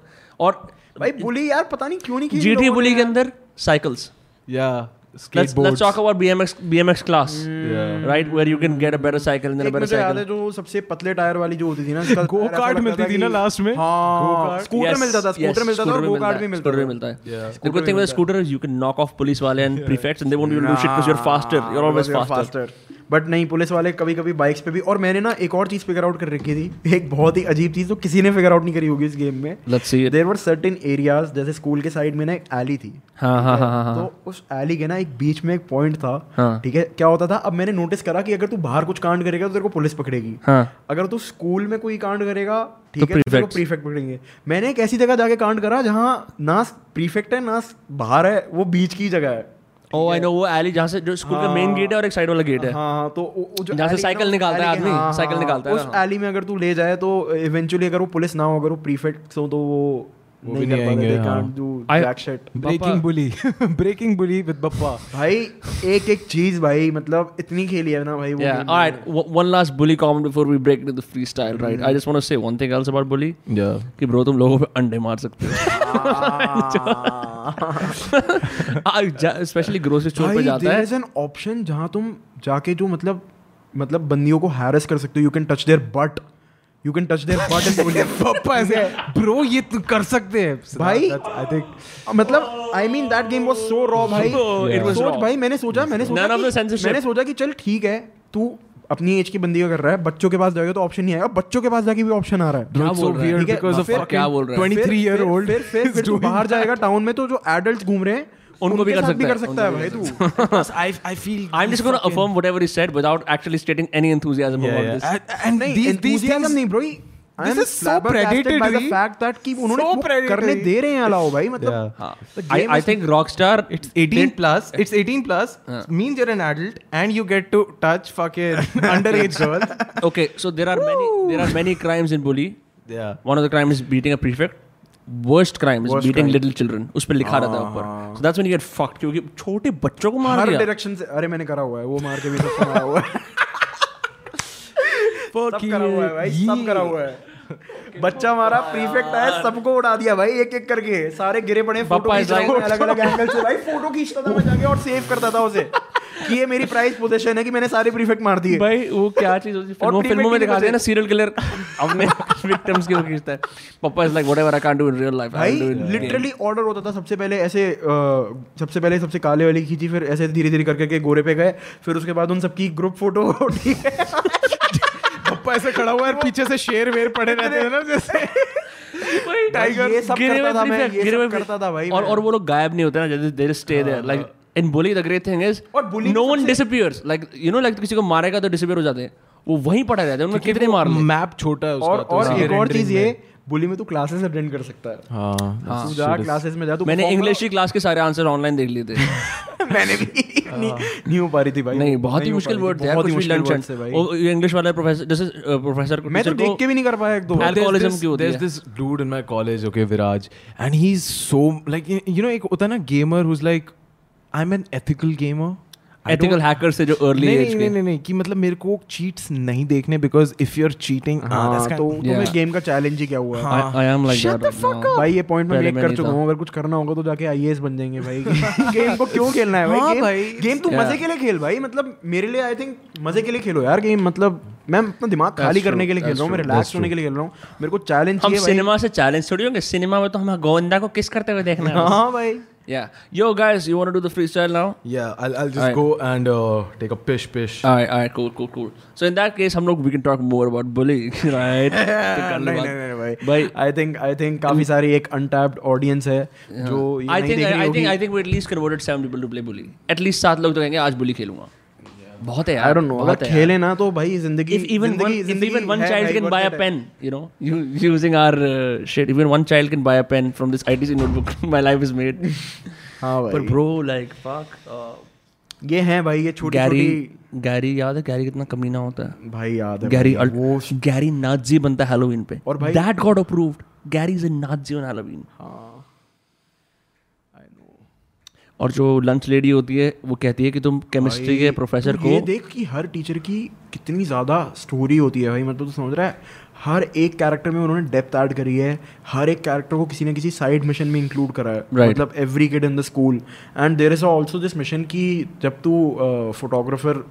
Speaker 2: और
Speaker 4: भाई बुली यार पता नहीं क्यों नहीं की
Speaker 2: GTA bully के अंदर साइकिल्स
Speaker 5: या
Speaker 2: let's
Speaker 5: skateboards
Speaker 2: let's talk about BMX BMX class
Speaker 5: Yeah.
Speaker 2: Right where you can get a better cycle and
Speaker 4: एक
Speaker 2: देन अ बेटर
Speaker 4: मुझे याद है
Speaker 2: साइकिल
Speaker 4: जो सबसे पतले टायर वाली जो होती थी ना इसका
Speaker 5: Go
Speaker 4: टायर ऐसा
Speaker 5: kart
Speaker 4: लगता
Speaker 5: मिलती
Speaker 4: था
Speaker 5: थी
Speaker 4: कि-
Speaker 5: ना last में?
Speaker 4: हाँ स्कूटर मिलता था स्कूटर मिलता था और गो कार्ट भी मिलता
Speaker 2: स्कूटर
Speaker 4: था
Speaker 2: मिलता है
Speaker 5: Yeah.
Speaker 2: The good thing with scooter you can knock off police वाले and prefects and they won't be able to do shit cuz you are faster you are always faster
Speaker 4: but नहीं police वाले कभी कभी bikes पे भी और मैंने ना एक और चीज फिगर आउट कर रखी थी एक बहुत ही अजीब चीज तो किसी ने फिगर आउट नहीं करी होगी इस गेम में
Speaker 2: let's see
Speaker 4: there were certain areas जैसे स्कूल के साइड में ना एक एली थी
Speaker 2: हां हां हां हां
Speaker 4: तो उस एली के ना एक बीच में एक पॉइंट था
Speaker 2: हाँ।
Speaker 4: ठीक है क्या होता था अब मैंने नोटिस करा कि अगर तू बाहर कुछ कांड करेगा तो तेरे को पुलिस पकड़ेगी
Speaker 2: हां
Speaker 4: अगर तू स्कूल में कोई कांड करेगा ठीक है तो तेरे को प्रीफेक्ट पकड़ेंगे मैंने एक ऐसी जगह जाके कांड करा जहाँ ना प्रीफेक्ट है ना बाहर है वो बीच की जगह है
Speaker 2: ओ आई नो Oh, वो alley जहां से जो स्कूल का मेन गेट है और एक साइड वाला गेट है
Speaker 4: हाँ हाँ, तो वो- वो जो
Speaker 2: जहाँ से
Speaker 4: alley है ना,
Speaker 2: cycle निकालता है
Speaker 4: alley
Speaker 2: आदमी,
Speaker 4: के- हाँ,
Speaker 2: cycle
Speaker 4: हाँ,
Speaker 2: निकालता है
Speaker 4: उस
Speaker 2: ना, हाँ।
Speaker 4: एली में अगर तू ले जाए तो इवेंचुअली अगर वो पुलिस ना हो अगर वो प्रीफेक्ट हो तो वो
Speaker 5: वो
Speaker 4: नहीं
Speaker 5: भी
Speaker 4: कर
Speaker 5: नहीं
Speaker 4: पाते
Speaker 5: आएंगे,
Speaker 4: they
Speaker 5: हाँ।
Speaker 4: can't do
Speaker 2: I-
Speaker 4: jack shit.
Speaker 5: Breaking Bully breaking Bully with Bappa
Speaker 4: भाई एक एक चीज भाई मतलब इतनी खेली है ना भाई वो
Speaker 2: Yeah.
Speaker 4: game
Speaker 2: All
Speaker 4: में।
Speaker 2: right. W- one last bully comment before we break into the freestyle, right?
Speaker 4: Mm-hmm.
Speaker 2: I just want to say one thing else about bully.
Speaker 5: या
Speaker 2: कि ब्रो तुम लोगों पे अंडे मार सकते
Speaker 4: हाँ।
Speaker 2: हो स्पेशली ग्रोसरी स्टोर पे
Speaker 4: भाई
Speaker 2: जाता
Speaker 4: देयर
Speaker 2: है
Speaker 4: इज एन ऑप्शन जहां तुम जाके जो मतलब मतलब बंदियों को हैरेस कर सकते हो you can touch there but you can touch there but and
Speaker 5: पप्पा ऐसे ब्रो ये तू कर सकते हैं
Speaker 4: भाई।
Speaker 5: आई थिंक
Speaker 4: मतलब I mean that game was so raw भाई
Speaker 2: it was
Speaker 4: सोच
Speaker 2: raw.
Speaker 4: भाई मैंने सोचा मैंने सोचा
Speaker 2: None of the
Speaker 4: कि-
Speaker 2: censorship.
Speaker 4: मैंने सोचा कि चल ठीक है तू अपनी एज की बंदी का कर रहा है बच्चों के पास जाएगा तो ऑप्शन नहीं आएगा बच्चों के पास जाके भी ऑप्शन आ रहा है
Speaker 2: क्या
Speaker 5: It's
Speaker 2: बोल
Speaker 5: so
Speaker 2: रहा है?
Speaker 5: weird
Speaker 4: ठीक है,
Speaker 5: because of
Speaker 4: फिर-
Speaker 5: fucking
Speaker 2: क्या बोल रहा है?
Speaker 4: फिर-
Speaker 5: 23 year
Speaker 4: फिर-
Speaker 5: old
Speaker 4: फिर फिर फिर तू बाहर जाएगा टाउन में तो जो एडल्ट्स घूम रहे हैं
Speaker 2: उनको भी
Speaker 4: उनके
Speaker 2: कर
Speaker 4: साथ
Speaker 2: सकता है,
Speaker 4: सकता है
Speaker 2: उनको
Speaker 4: भाई
Speaker 2: भी
Speaker 4: तू
Speaker 5: I I feel
Speaker 2: I'm just going to affirm whatever he said without actually stating any enthusiasm
Speaker 5: Yeah,
Speaker 2: about
Speaker 5: yeah.
Speaker 2: this.
Speaker 5: And, and
Speaker 4: नहीं
Speaker 5: these, these
Speaker 4: enthusiasm
Speaker 5: things,
Speaker 4: नहीं bro
Speaker 5: This is so predatory.
Speaker 4: Fact that कि उन्होंने
Speaker 5: So
Speaker 4: वो करने
Speaker 5: predatory.
Speaker 4: दे रहे हैं allow भाई मतलब
Speaker 5: Yeah.
Speaker 4: The
Speaker 2: I,
Speaker 4: game
Speaker 2: I
Speaker 4: is-
Speaker 2: think Rockstar.
Speaker 5: It's 18
Speaker 2: did-
Speaker 5: plus. It's 18 plus. Means you're an adult and you get to touch fucking underage girls.
Speaker 2: Okay, so there are many there are many crimes in bully.
Speaker 5: Yeah.
Speaker 2: One of the crime is beating a prefect. Worst crime is
Speaker 4: Worst
Speaker 2: beating
Speaker 4: crime. हाँ,
Speaker 2: little children. उस पर लिखा रहता है ऊपर. So that's when you get fucked क्योंकि छोटे बच्चों को मार
Speaker 4: हर
Speaker 2: दिया.
Speaker 4: डायरेक्शन से अरे मैंने करा हुआ है वो मार के भी सब करा हुआ है सब
Speaker 5: Fucking
Speaker 4: करा हुआ है भाई सब करा हुआ है बच्चा हमारा प्रीफेक्ट आया सबको उड़ा दिया भाई एक एक करके सारे गिरे पड़े फोटो
Speaker 2: Papa is
Speaker 4: खींच रहा हूँ
Speaker 2: like-
Speaker 4: अलग अलग एंगल से भाई फोटो खींचता था मैं जाके और सेव करता था उसे कि ये मेरी प्राइस पोजीशन है कि मैंने सारे प्रीफेक्ट मार दिए
Speaker 2: भाई वो क्या चीज होती है फिल्मों
Speaker 4: prefect
Speaker 2: फिल्मों में
Speaker 4: नहीं
Speaker 2: दिखाते हैं ना
Speaker 4: बचे।
Speaker 2: सीरियल किलर अपने विक्टिम्स की खींचता है पापा is like whatever I can't do in real life
Speaker 4: भाई लिटरली ऑर्डर होता था सबसे पहले ऐसे अ, सबसे पहले सबसे काले वाली खींची फिर ऐसे धीरे धीरे करके के गोरे पे गए फिर उसके बाद उन सबकी ग्रुप फोटो उठी
Speaker 5: पप्पा ऐसे खड़ा हुआ है और पीछे से शेर वेर पड़े रहते हैं ना जैसे
Speaker 4: टाइगर ये सब करता था मैं ये सब करता था भाई
Speaker 2: और
Speaker 4: मैं। हाँ,
Speaker 2: और वो लोग गायब नहीं होते ना they stay there like in Bully the great thing is
Speaker 4: और bully
Speaker 2: नो
Speaker 4: में
Speaker 2: वन
Speaker 4: सबसे-
Speaker 2: disappears like you know like किसी को मारेगा तो डिसअपीयर हो जाते हैं वो वहीं पड़े रहते हैं उन्होंने कितने मार लिए
Speaker 5: मैप छोटा है उसका
Speaker 4: और
Speaker 5: तो
Speaker 4: और
Speaker 5: उसके
Speaker 4: एक और
Speaker 5: rendering
Speaker 4: चीज ये बुली में तू क्लासेस अटेंड कर सकता है
Speaker 5: में- हाँ
Speaker 4: तू जा क्लासेस में जा तू
Speaker 2: मैंने
Speaker 4: perform
Speaker 2: इंग्लिश की क्लास के सारे आंसर ऑनलाइन देख लिए थे
Speaker 4: कर। मैंने भी नहीं नहीं हो पा रही थी भाई
Speaker 2: हाँ। नहीं बहुत ही
Speaker 4: हो
Speaker 2: मुश्किल
Speaker 4: पा रही
Speaker 2: वर्ड
Speaker 4: थी,
Speaker 2: थे यार,
Speaker 4: बहुत
Speaker 2: कुछ
Speaker 4: ही
Speaker 2: भी
Speaker 4: मुश्किल
Speaker 2: लंचन
Speaker 4: words थे भाई
Speaker 2: वो इंग्लिश वाला प्रोफेसर जैसे प्रोफेसर को
Speaker 4: मैं तो
Speaker 2: teacher को-
Speaker 4: देख के भी नहीं कर पाया एक दो
Speaker 2: Bro,
Speaker 4: बार।
Speaker 5: there's
Speaker 2: alcoholism
Speaker 5: this-
Speaker 2: की होती
Speaker 5: there's
Speaker 2: है।
Speaker 5: this dude in my college okay viraj and he's so like you you know एक होता है ना gamer who's like i'm an ethical gamer I don't-
Speaker 2: ethical hacker से जो early
Speaker 5: नहीं
Speaker 2: age
Speaker 5: नहीं
Speaker 2: के
Speaker 5: नहीं नहीं कि मतलब मेरे को चीट्स नहीं देखने because if you are cheating
Speaker 4: हाँ तो तुम्हें
Speaker 2: Yeah.
Speaker 4: गेम का चैलेंज ही क्या हुआ है
Speaker 2: I, I am like
Speaker 5: Shut
Speaker 2: that
Speaker 5: the
Speaker 2: right
Speaker 5: fuck
Speaker 2: now.
Speaker 4: भाई ये पॉइंट मैं
Speaker 2: पहले
Speaker 4: मेक
Speaker 2: मैं
Speaker 4: कर
Speaker 2: नहीं
Speaker 4: चुका
Speaker 2: था।
Speaker 4: हूँ अगर कुछ करना होगा तो जाके आईएएस बन जाएंगे भाई गेम को क्यों खेलना है भाई
Speaker 5: हाँ
Speaker 4: गेम,
Speaker 5: भाई,
Speaker 4: गेम तू
Speaker 2: Yeah.
Speaker 4: मजे के लिए खेल भाई मतलब मेरे लिए आई थिंक मजे के लिए खेलो यार गेम मतलब मैं अपना दिमाग खाली
Speaker 2: true,
Speaker 4: करने के लिए खेल
Speaker 2: that's
Speaker 4: रहा हूँ मैं
Speaker 2: true,
Speaker 4: रिलैक्स होने के लिए खेल रहा हूँ मेरे को चैलेंज
Speaker 2: हम
Speaker 4: चाहिए भाई
Speaker 2: सिनेमा से चैलेंज थोड़ी होंगे सिनेमा में तो हमें गोविंदा को किस करते हुए देखना है
Speaker 4: हाँ भाई
Speaker 2: Yeah. Yo, guys, you want to do the freestyle now?
Speaker 5: Yeah, I'll, I'll just
Speaker 2: Alright.
Speaker 5: go and uh, take a pish pish.
Speaker 2: All right, all right, cool, cool, cool. So in that case, हम लोग we can talk more about bullying, right? तो कर लो
Speaker 4: नहीं
Speaker 2: बात।
Speaker 4: नहीं नहीं भाई
Speaker 2: भाई
Speaker 4: आई थिंक आई थिंक काफी सारी एक अनटैप्ड ऑडियंस है जो ये
Speaker 2: आई
Speaker 4: नहीं
Speaker 2: थिंक
Speaker 4: देख रही
Speaker 2: आई
Speaker 4: होगी
Speaker 2: think I think we at least converted seven people to play Bully at least सात लोग तो कहेंगे आज बुली खेलूंगा बहुत है यार
Speaker 4: आई डोंट नो
Speaker 2: बहुत
Speaker 4: अगर
Speaker 2: है यार।
Speaker 4: खेले ना तो भाई जिंदगी
Speaker 2: if even one,
Speaker 4: जिंदगी-
Speaker 2: if
Speaker 4: जिंदगी
Speaker 2: even one
Speaker 4: है
Speaker 2: child
Speaker 4: भाई,
Speaker 2: can
Speaker 4: worth
Speaker 2: buy a
Speaker 4: it है।
Speaker 2: pen, you know, you, using our uh, shit, even one child can buy a pen from this ITC notebook, my life is made.
Speaker 4: हाँ
Speaker 2: But
Speaker 4: भाई
Speaker 2: bro, like fuck. Uh,
Speaker 4: ये हैं भाई ये छोटी
Speaker 2: Gary,
Speaker 4: छोटी
Speaker 2: Gary याद है Gary कितना कमीना होता है?
Speaker 4: भाई याद है
Speaker 2: Gary,
Speaker 4: भाई,
Speaker 2: अल- Gary Nazi बनता है Halloween पे.
Speaker 4: और भाई-
Speaker 2: that got approved. Gary is a Nazi on Halloween.
Speaker 4: हाँ
Speaker 2: और जो लंच लेडी होती है वो कहती है कि तुम केमिस्ट्री के प्रोफेसर
Speaker 4: तू
Speaker 2: को
Speaker 4: ये देख कि हर टीचर की कितनी ज़्यादा स्टोरी होती है भाई मतलब तू समझ रहा है हर एक कैरेक्टर में उन्होंने डेप्थ ऐड करी है हर एक कैरेक्टर को किसी ना किसी साइड मिशन में इंक्लूड करा है
Speaker 2: Right.
Speaker 4: मतलब every kid in the school and there is also this mission कि जब तू फोटोग्राफर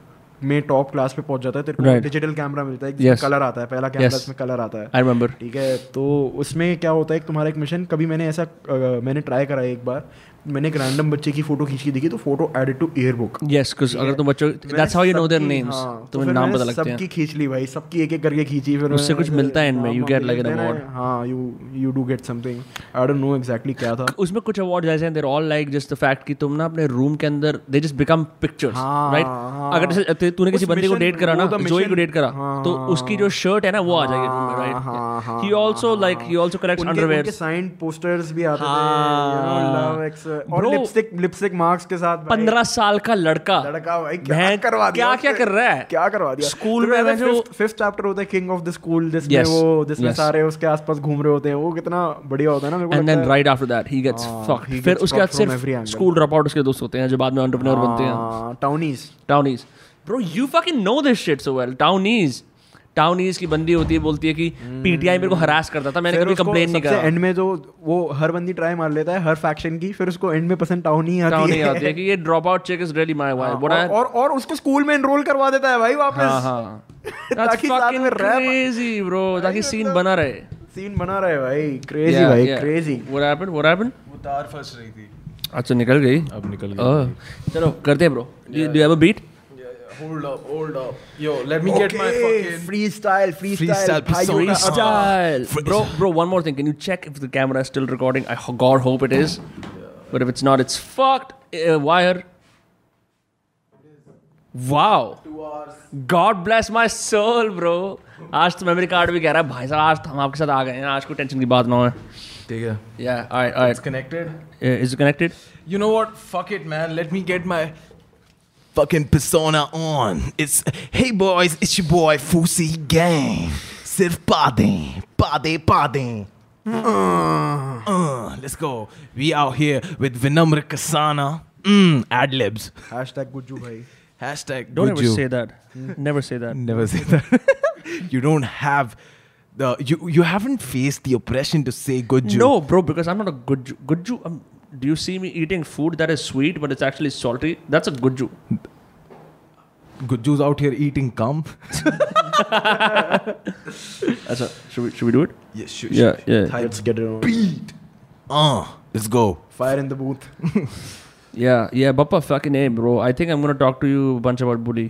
Speaker 4: में टॉप क्लास पे पहुंच जाता है तेरे को
Speaker 2: Right.
Speaker 4: डिजिटल कैमरा मिलता है
Speaker 2: Yes.
Speaker 4: कलर आता है पहला कैमरा
Speaker 2: Yes.
Speaker 4: इसमें कलर आता है
Speaker 2: I remember.
Speaker 4: ठीक है तो उसमें क्या होता है कि तुम्हारा एक मिशन कभी मैंने ऐसा अ, मैंने ट्राई करा है एक बार मैंने एक रैंडम बच्चे की फोटो खींच के देखी तो photo added to yearbook
Speaker 2: Yes, because अगर तुम बच्चों that's how you know their names.
Speaker 4: हाँ,
Speaker 2: तुम्हें नाम पता लगते हैं.
Speaker 4: तो सबकी खींच ली भाई सबकी एक एक करके खींची फिर
Speaker 2: उससे
Speaker 4: मैंने
Speaker 2: कुछ
Speaker 4: ऐसे
Speaker 2: मिलता है इनमें,
Speaker 4: नाम
Speaker 2: you
Speaker 4: वाम
Speaker 2: get like
Speaker 4: लिख
Speaker 2: an
Speaker 4: देना है।
Speaker 2: award.
Speaker 4: हाँ you you do get something I don't know exactly क्या था
Speaker 2: उसमें कुछ अवार्ड ऐसे हैं there all like just the fact कि तुम ना अपने रूम के अंदर दे जस्ट बिकम पिक्चर्स
Speaker 4: हाँ,
Speaker 2: राइट
Speaker 4: हाँ।
Speaker 2: अगर जैसे ते- तूने किसी
Speaker 4: उस
Speaker 2: बंदे को
Speaker 4: mission-
Speaker 2: डेट करा ना
Speaker 4: वो तो
Speaker 2: जोई को
Speaker 4: mission-
Speaker 2: डेट करा
Speaker 4: हाँ,
Speaker 2: तो उसकी जो शर्ट है ना वो आ जाएगी रूम में
Speaker 4: हाँ, हाँ,
Speaker 2: राइट
Speaker 4: हाँ,
Speaker 2: he also like he also collects
Speaker 4: उनके
Speaker 2: अंडरवेयर
Speaker 4: उनके साइंड पोस्टर्स भी आते थे you know,
Speaker 2: हाँ।
Speaker 4: love ex- और
Speaker 2: Bro,
Speaker 4: लिपस्टिक लिपस्टिक मार्क्स के साथ भाई।
Speaker 2: पंद्रह साल का लड़का
Speaker 4: लड़का भाई क्या
Speaker 2: बहन,
Speaker 4: करवा दिया
Speaker 2: क्या क्या
Speaker 4: उसने?
Speaker 2: कर रहा है
Speaker 4: क्या करवा दिया तो
Speaker 2: स्कूल में मैं जो
Speaker 4: फिफ्थ चैप्टर होता है किंग ऑफ द स्कूल जिसमें
Speaker 2: Yes,
Speaker 4: वो जिसमें
Speaker 2: yes.
Speaker 4: सारे उसके आसपास घूम रहे होते हैं वो कितना बढ़िया होता है ना मेरे को
Speaker 2: एंड
Speaker 4: लगता
Speaker 2: देन
Speaker 4: है-
Speaker 2: right after that he gets
Speaker 4: हाँ,
Speaker 2: फक्ड
Speaker 4: he
Speaker 2: फिर
Speaker 4: gets
Speaker 2: उसके बाद
Speaker 4: fucked from every
Speaker 2: सिर्फ
Speaker 4: angle. हाँ,
Speaker 2: स्कूल ड्रॉप आउट उसके दोस्त होते हैं जो बाद में एंटरप्रेन्योर बनते हैं
Speaker 4: townies
Speaker 2: townies bro you fucking know this shit so well townies townies की बंदी होती है बोलती है कि पीटीआई मेरे को
Speaker 4: Hmm.
Speaker 2: हरास करता था मैंने कभी कंप्लेन नहीं करा
Speaker 4: एंड में जो वो हर बंदी ट्राई मार लेता है हर फैक्शन की फिर उसको एंड में पसंद टाउन ही
Speaker 2: टाउन
Speaker 4: आती
Speaker 2: नहीं
Speaker 4: है
Speaker 2: आती है कि ये drop out chick is really my wife what
Speaker 4: और,
Speaker 2: आई
Speaker 4: और और उसको स्कूल में एनरोल करवा देता है भाई
Speaker 2: हां
Speaker 4: वापस
Speaker 2: हां दैट्स
Speaker 4: ताकि साथ
Speaker 2: फकिंग
Speaker 4: में rap-
Speaker 2: क्रेजी ब्रो ताकि सीन बना रहे
Speaker 4: सीन बना रहे भाई क्रेजी मतलब भाई crazy
Speaker 2: what happened what happened
Speaker 5: वो तार फंस रही थी
Speaker 2: अच्छा निकल गई
Speaker 5: अब निकल गई
Speaker 2: Oh, चलो करते हैं bro do you have a beat
Speaker 5: hold up hold up yo let me get my fucking
Speaker 4: freestyle freestyle
Speaker 5: Freestyle,
Speaker 4: भाइयों का
Speaker 5: freestyle.
Speaker 2: Style. Bro, bro, one more thing. Can you check if the camera is still recording? I ho- God hope it is. But if it's not, it's fucked. Uh, wire. Wow. God bless my soul, bro. आज तो memory card भी कह रहा है भाई साहब आज तो हम आपके साथ आ गए हैं आज कोई टेंशन की बात ना हो
Speaker 5: ठीक है
Speaker 2: या alright alright
Speaker 5: connected
Speaker 2: is connected
Speaker 5: You know what? Fuck it, man. Let me get my fucking persona on. It's hey boys, it's your boy Fusi Gang. Sirf pade, pade, pade. Uh, uh, let's go. We out here with Vinamra Kasana. Mm, ad libs.
Speaker 4: Hashtag Gujju भाई
Speaker 5: Hashtag
Speaker 2: don't ever
Speaker 5: Guju.
Speaker 2: Say that never say that
Speaker 5: Never say that. you don't have the you you haven't faced the oppression to say good Jew.
Speaker 2: No, bro, because I'm not a good Jew. Good Jew. Um, do you see me eating food that is sweet but it's actually salty? That's a good Jew.
Speaker 5: Good Jews out here eating cum.
Speaker 2: That's a, should we should we do it?
Speaker 5: yes, sure,
Speaker 2: Yeah, yeah,
Speaker 4: let's get it on
Speaker 5: Beat. Uh, let's go.
Speaker 4: Fire in the booth
Speaker 2: yeah, yeah. Bappa, fucking a bro. I think I'm gonna talk to you a bunch about bully.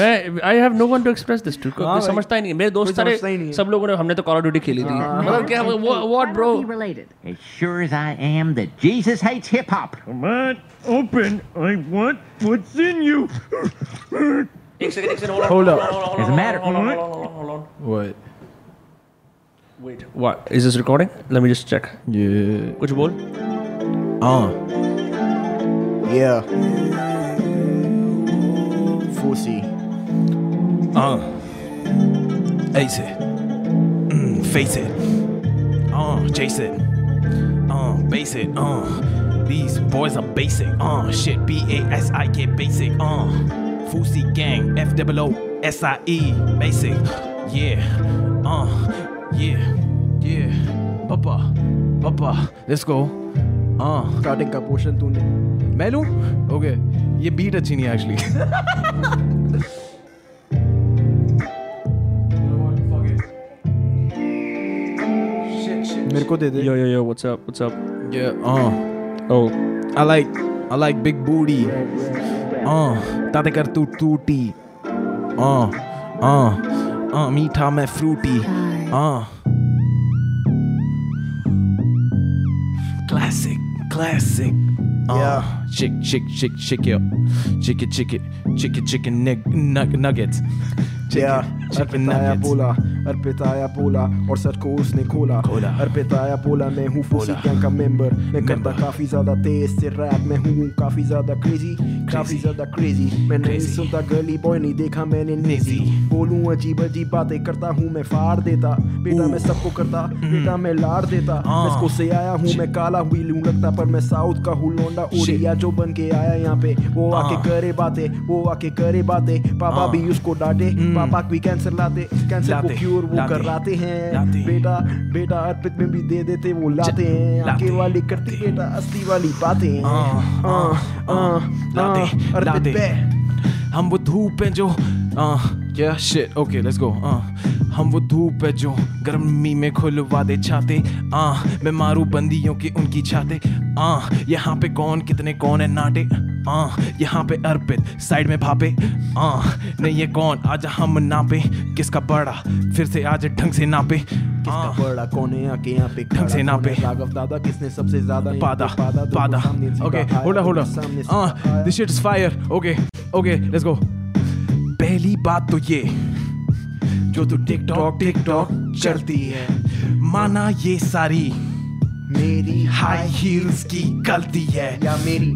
Speaker 2: मैं I have no one to express this to. कोई
Speaker 4: हाँ भाई,
Speaker 2: समझता ही नहीं है। मेरे दोस्त
Speaker 4: कोई
Speaker 2: सारे
Speaker 4: समझता ही नहीं है।
Speaker 2: सब लोगों ने हमने तो कॉल ऑफ ड्यूटी खेली थी मतलब क्या what, what bro
Speaker 7: Family related. As sure as I am that Jesus hates hip hop.
Speaker 6: Come on, open. I want what's in you.
Speaker 2: एक second, एक second, hold on,
Speaker 4: Hold
Speaker 2: hold
Speaker 4: up.
Speaker 2: on, hold on,
Speaker 7: As a matter-
Speaker 2: hold on, hold on, hold on, hold on.
Speaker 5: What?
Speaker 2: Wait, what is this recording? Let me just check.
Speaker 5: Yeah.
Speaker 2: कुछ बोल
Speaker 5: Uh.
Speaker 4: या फूसी
Speaker 5: Uh. Ace it. Mm, face it. Uh. Chase it. Uh. Base it. Uh. These boys are basic. Uh. Shit. B A S I K basic. Uh. Fusi gang. F O O S I E. Basic. Yeah. Uh. Yeah. Yeah. Papa. Papa. Let's go. Uh.
Speaker 4: Starting का portion तूने
Speaker 5: मैं लूं okay ये beat अच्छी नहीं actually
Speaker 4: मेरे को दे दे
Speaker 2: yo yo yo what's up what's up
Speaker 5: yeah uh
Speaker 2: Oh,
Speaker 5: I like I like big booty. Uh, ताते कर तू टूटी. Uh, uh, uh, मीठा मैं Frooti. Uh. Classic, classic. Uh, yeah. Chick, chick, chick, chick it, chick it, chick it, chick it, chicken nug, nug, nuggets. Chicken, chicken
Speaker 4: अर्पिताया
Speaker 5: nuggets.
Speaker 4: पोला अर्पिताया पोला और सच को उसने खोला
Speaker 5: खोला।
Speaker 4: अर्पिताया पोला मैं हूँ फूसी
Speaker 5: पोला।
Speaker 4: गैंग का मेंबर मैं करता
Speaker 5: Member।
Speaker 4: काफी ज्यादा तेज से रैप मैं हूँ काफी ज्यादा क्रेजी काफी ज्यादा क्रेजी मैं नहीं
Speaker 5: Crazy।
Speaker 4: सुनता गली बॉय नहीं देखा मैंने निजी
Speaker 5: Nizi।
Speaker 4: बोलूँ अजीब अजीब बातें करता हूँ मैं फाड़ देता
Speaker 5: Uh.
Speaker 4: बेटा मैं सबको करता
Speaker 5: Mm-hmm.
Speaker 4: बेटा मैं लाड़ देता
Speaker 5: हाँ।
Speaker 4: मैं इसको से आया हूँ मैं काला
Speaker 5: e
Speaker 4: हुई लूँ लगता पर मैं साउथ का हूँ लौंडा उड़िया जो बन के आया यहाँ पे वो आके
Speaker 5: हाँ।
Speaker 4: करे बातें वो आके करे बातें पापा
Speaker 5: हाँ।
Speaker 4: भी उसको डांटे पापा भी कैंसर लाते कैंसर को
Speaker 5: लाते,
Speaker 4: क्योर वो
Speaker 5: लाते,
Speaker 4: कराते
Speaker 5: लाते।
Speaker 4: हैं बेटा बेटा अर्पित में भी दे देते वो लाते हैं आगे
Speaker 5: लाते,
Speaker 4: वाली करती बेटा असली वाली बातें हैं।
Speaker 5: हाँ,
Speaker 4: हाँ, हाँ,
Speaker 5: लाते,
Speaker 4: हाँ, अर्पित
Speaker 5: लाते।
Speaker 4: बे
Speaker 5: uh, हम वो धूप है जो uh, क्या shit okay let's go uh, हम वो धूप है जो गर्मी में खुलवा दे छाते आ मैं मारू बंदियों की उनकी छाते आ यहाँ पे कौन कितने कौन है नाटे आ यहाँ पे अर्पित साइड में भापे आ नहीं ये कौन आज हम नापे किसका बड़ा फिर से आज ढंग से नापे uh,
Speaker 4: किसका
Speaker 5: आ,
Speaker 4: बड़ा कौन है आके यहाँ पे खड़ा
Speaker 5: हाँ। से ना
Speaker 4: कौन है?
Speaker 5: पे।
Speaker 4: राघव दादा किसने सबसे ज्यादा यहाँ
Speaker 5: Pada,
Speaker 4: पे पादा दोनों
Speaker 5: Pada.
Speaker 4: सामने से
Speaker 5: Okay,
Speaker 4: बाहर
Speaker 5: hold on, hold
Speaker 4: दोनों
Speaker 5: on.
Speaker 4: सामने से
Speaker 5: Ah,
Speaker 4: बाहर।
Speaker 5: this shit is fire. Okay, okay, let's go. पहली बात तो ये जो तू टिकटॉक टिकटॉक चलती है माना ये सारी
Speaker 4: मेरी
Speaker 5: हाई
Speaker 4: हाय
Speaker 5: हील्स की गलती है
Speaker 4: या मेरी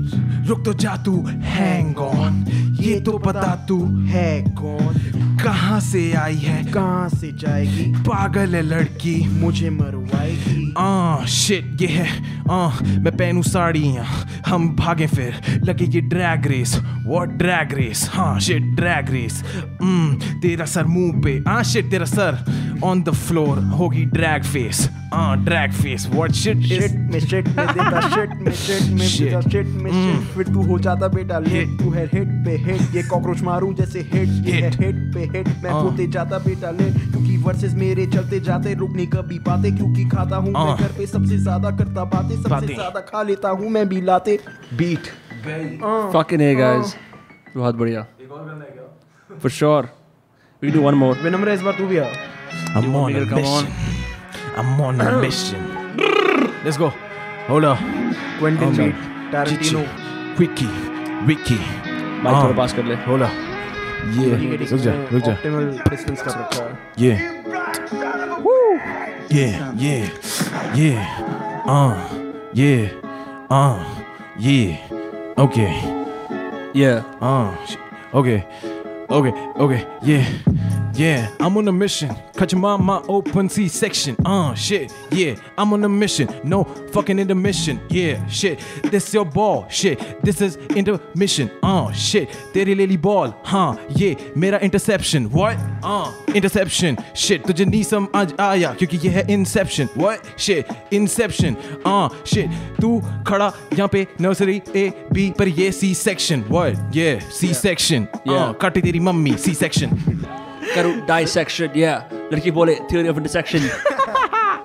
Speaker 5: रुक तो जा तू हैंग ऑन ये तो बता तू
Speaker 4: है कौन
Speaker 5: कहाँ से आई है
Speaker 4: कहाँ से जाएगी
Speaker 5: पागल है लड़की
Speaker 4: मुझे मरवाएगी
Speaker 5: आ शिट ये है आ Ah, मैं पहनूं साड़ियाँ हम भागे फिर लगे ये drag race what drag race हाँ शिट ड्रैग रेस हम्म तेरा सर मुंह पे आ शिट तेरा सर ऑन द फ्लोर होगी Ah, ड्रैग फेस आ drag face what shit
Speaker 4: shit
Speaker 5: is
Speaker 4: में shit में देता shit में shit में
Speaker 5: Shit. Mm.
Speaker 4: देता shit में shit फिर तू हो जाता बेटा लेट तू है हिट पे हिट ये कॉकरोच मारू जैसे हिट ये है
Speaker 5: Hit. हाँ.
Speaker 4: हिट पे हिट मैं होते जाता बेटा लेट क्योंकि वर्सेस मेरे चलते जाते रुक नहीं कभी पाते क्योंकि खाता हूँ मैं
Speaker 5: हाँ।
Speaker 4: घर पे सबसे ज्यादा करता बातें सबसे
Speaker 5: बातें।
Speaker 4: ज्यादा खा लेता हूँ मैं भी लाते बीट
Speaker 2: fucking A, guys. बहुत बढ़िया. For sure. We can do one more.
Speaker 4: विनम्र इस बार तू भी आ
Speaker 5: I'm on a
Speaker 2: to come on?
Speaker 5: mission I'm on a mission Let's go Hold on
Speaker 4: Quentin
Speaker 5: Hold on.
Speaker 4: Beat
Speaker 5: हाँ, Chichi,
Speaker 4: Tarantino
Speaker 5: Ricky Ricky
Speaker 2: Mic
Speaker 5: हाँ,
Speaker 2: थोड़ा पास कर ले.
Speaker 5: Hold on ये रुक जा रुक जा
Speaker 4: ऑप्टिमल डिस्टेंस कर रखा है
Speaker 5: Yeah. Woo. Yeah, yeah, yeah. Uh, yeah, uh, yeah. Okay,
Speaker 2: Yeah.
Speaker 5: uh, sh- okay, okay, okay, yeah, yeah. I'm on a mission. Cut your mama open C section. Uh, shit, yeah. I'm on a mission. No fucking intermission. Yeah, shit. This your ball. Shit. This is intermission. Uh, shit. Teri lily ball. Huh, yeah. Mera हाँ, interception. What? Uh, interception. Shit. तुझे नीसम आज आया क्योंकि ये है Inception what shit Inception uh shit हाँ, तू खड़ा यहाँ पे नर्सरी ए बी पर ये सी सेक्शन व्हाट ये सी सेक्शन
Speaker 2: Yeah.
Speaker 5: हाँ, काटी तेरी मम्मी सी सेक्शन
Speaker 2: करूँ डाइसेक्शन या लड़की बोले थ्योरी ऑफ इंटरसेक्शन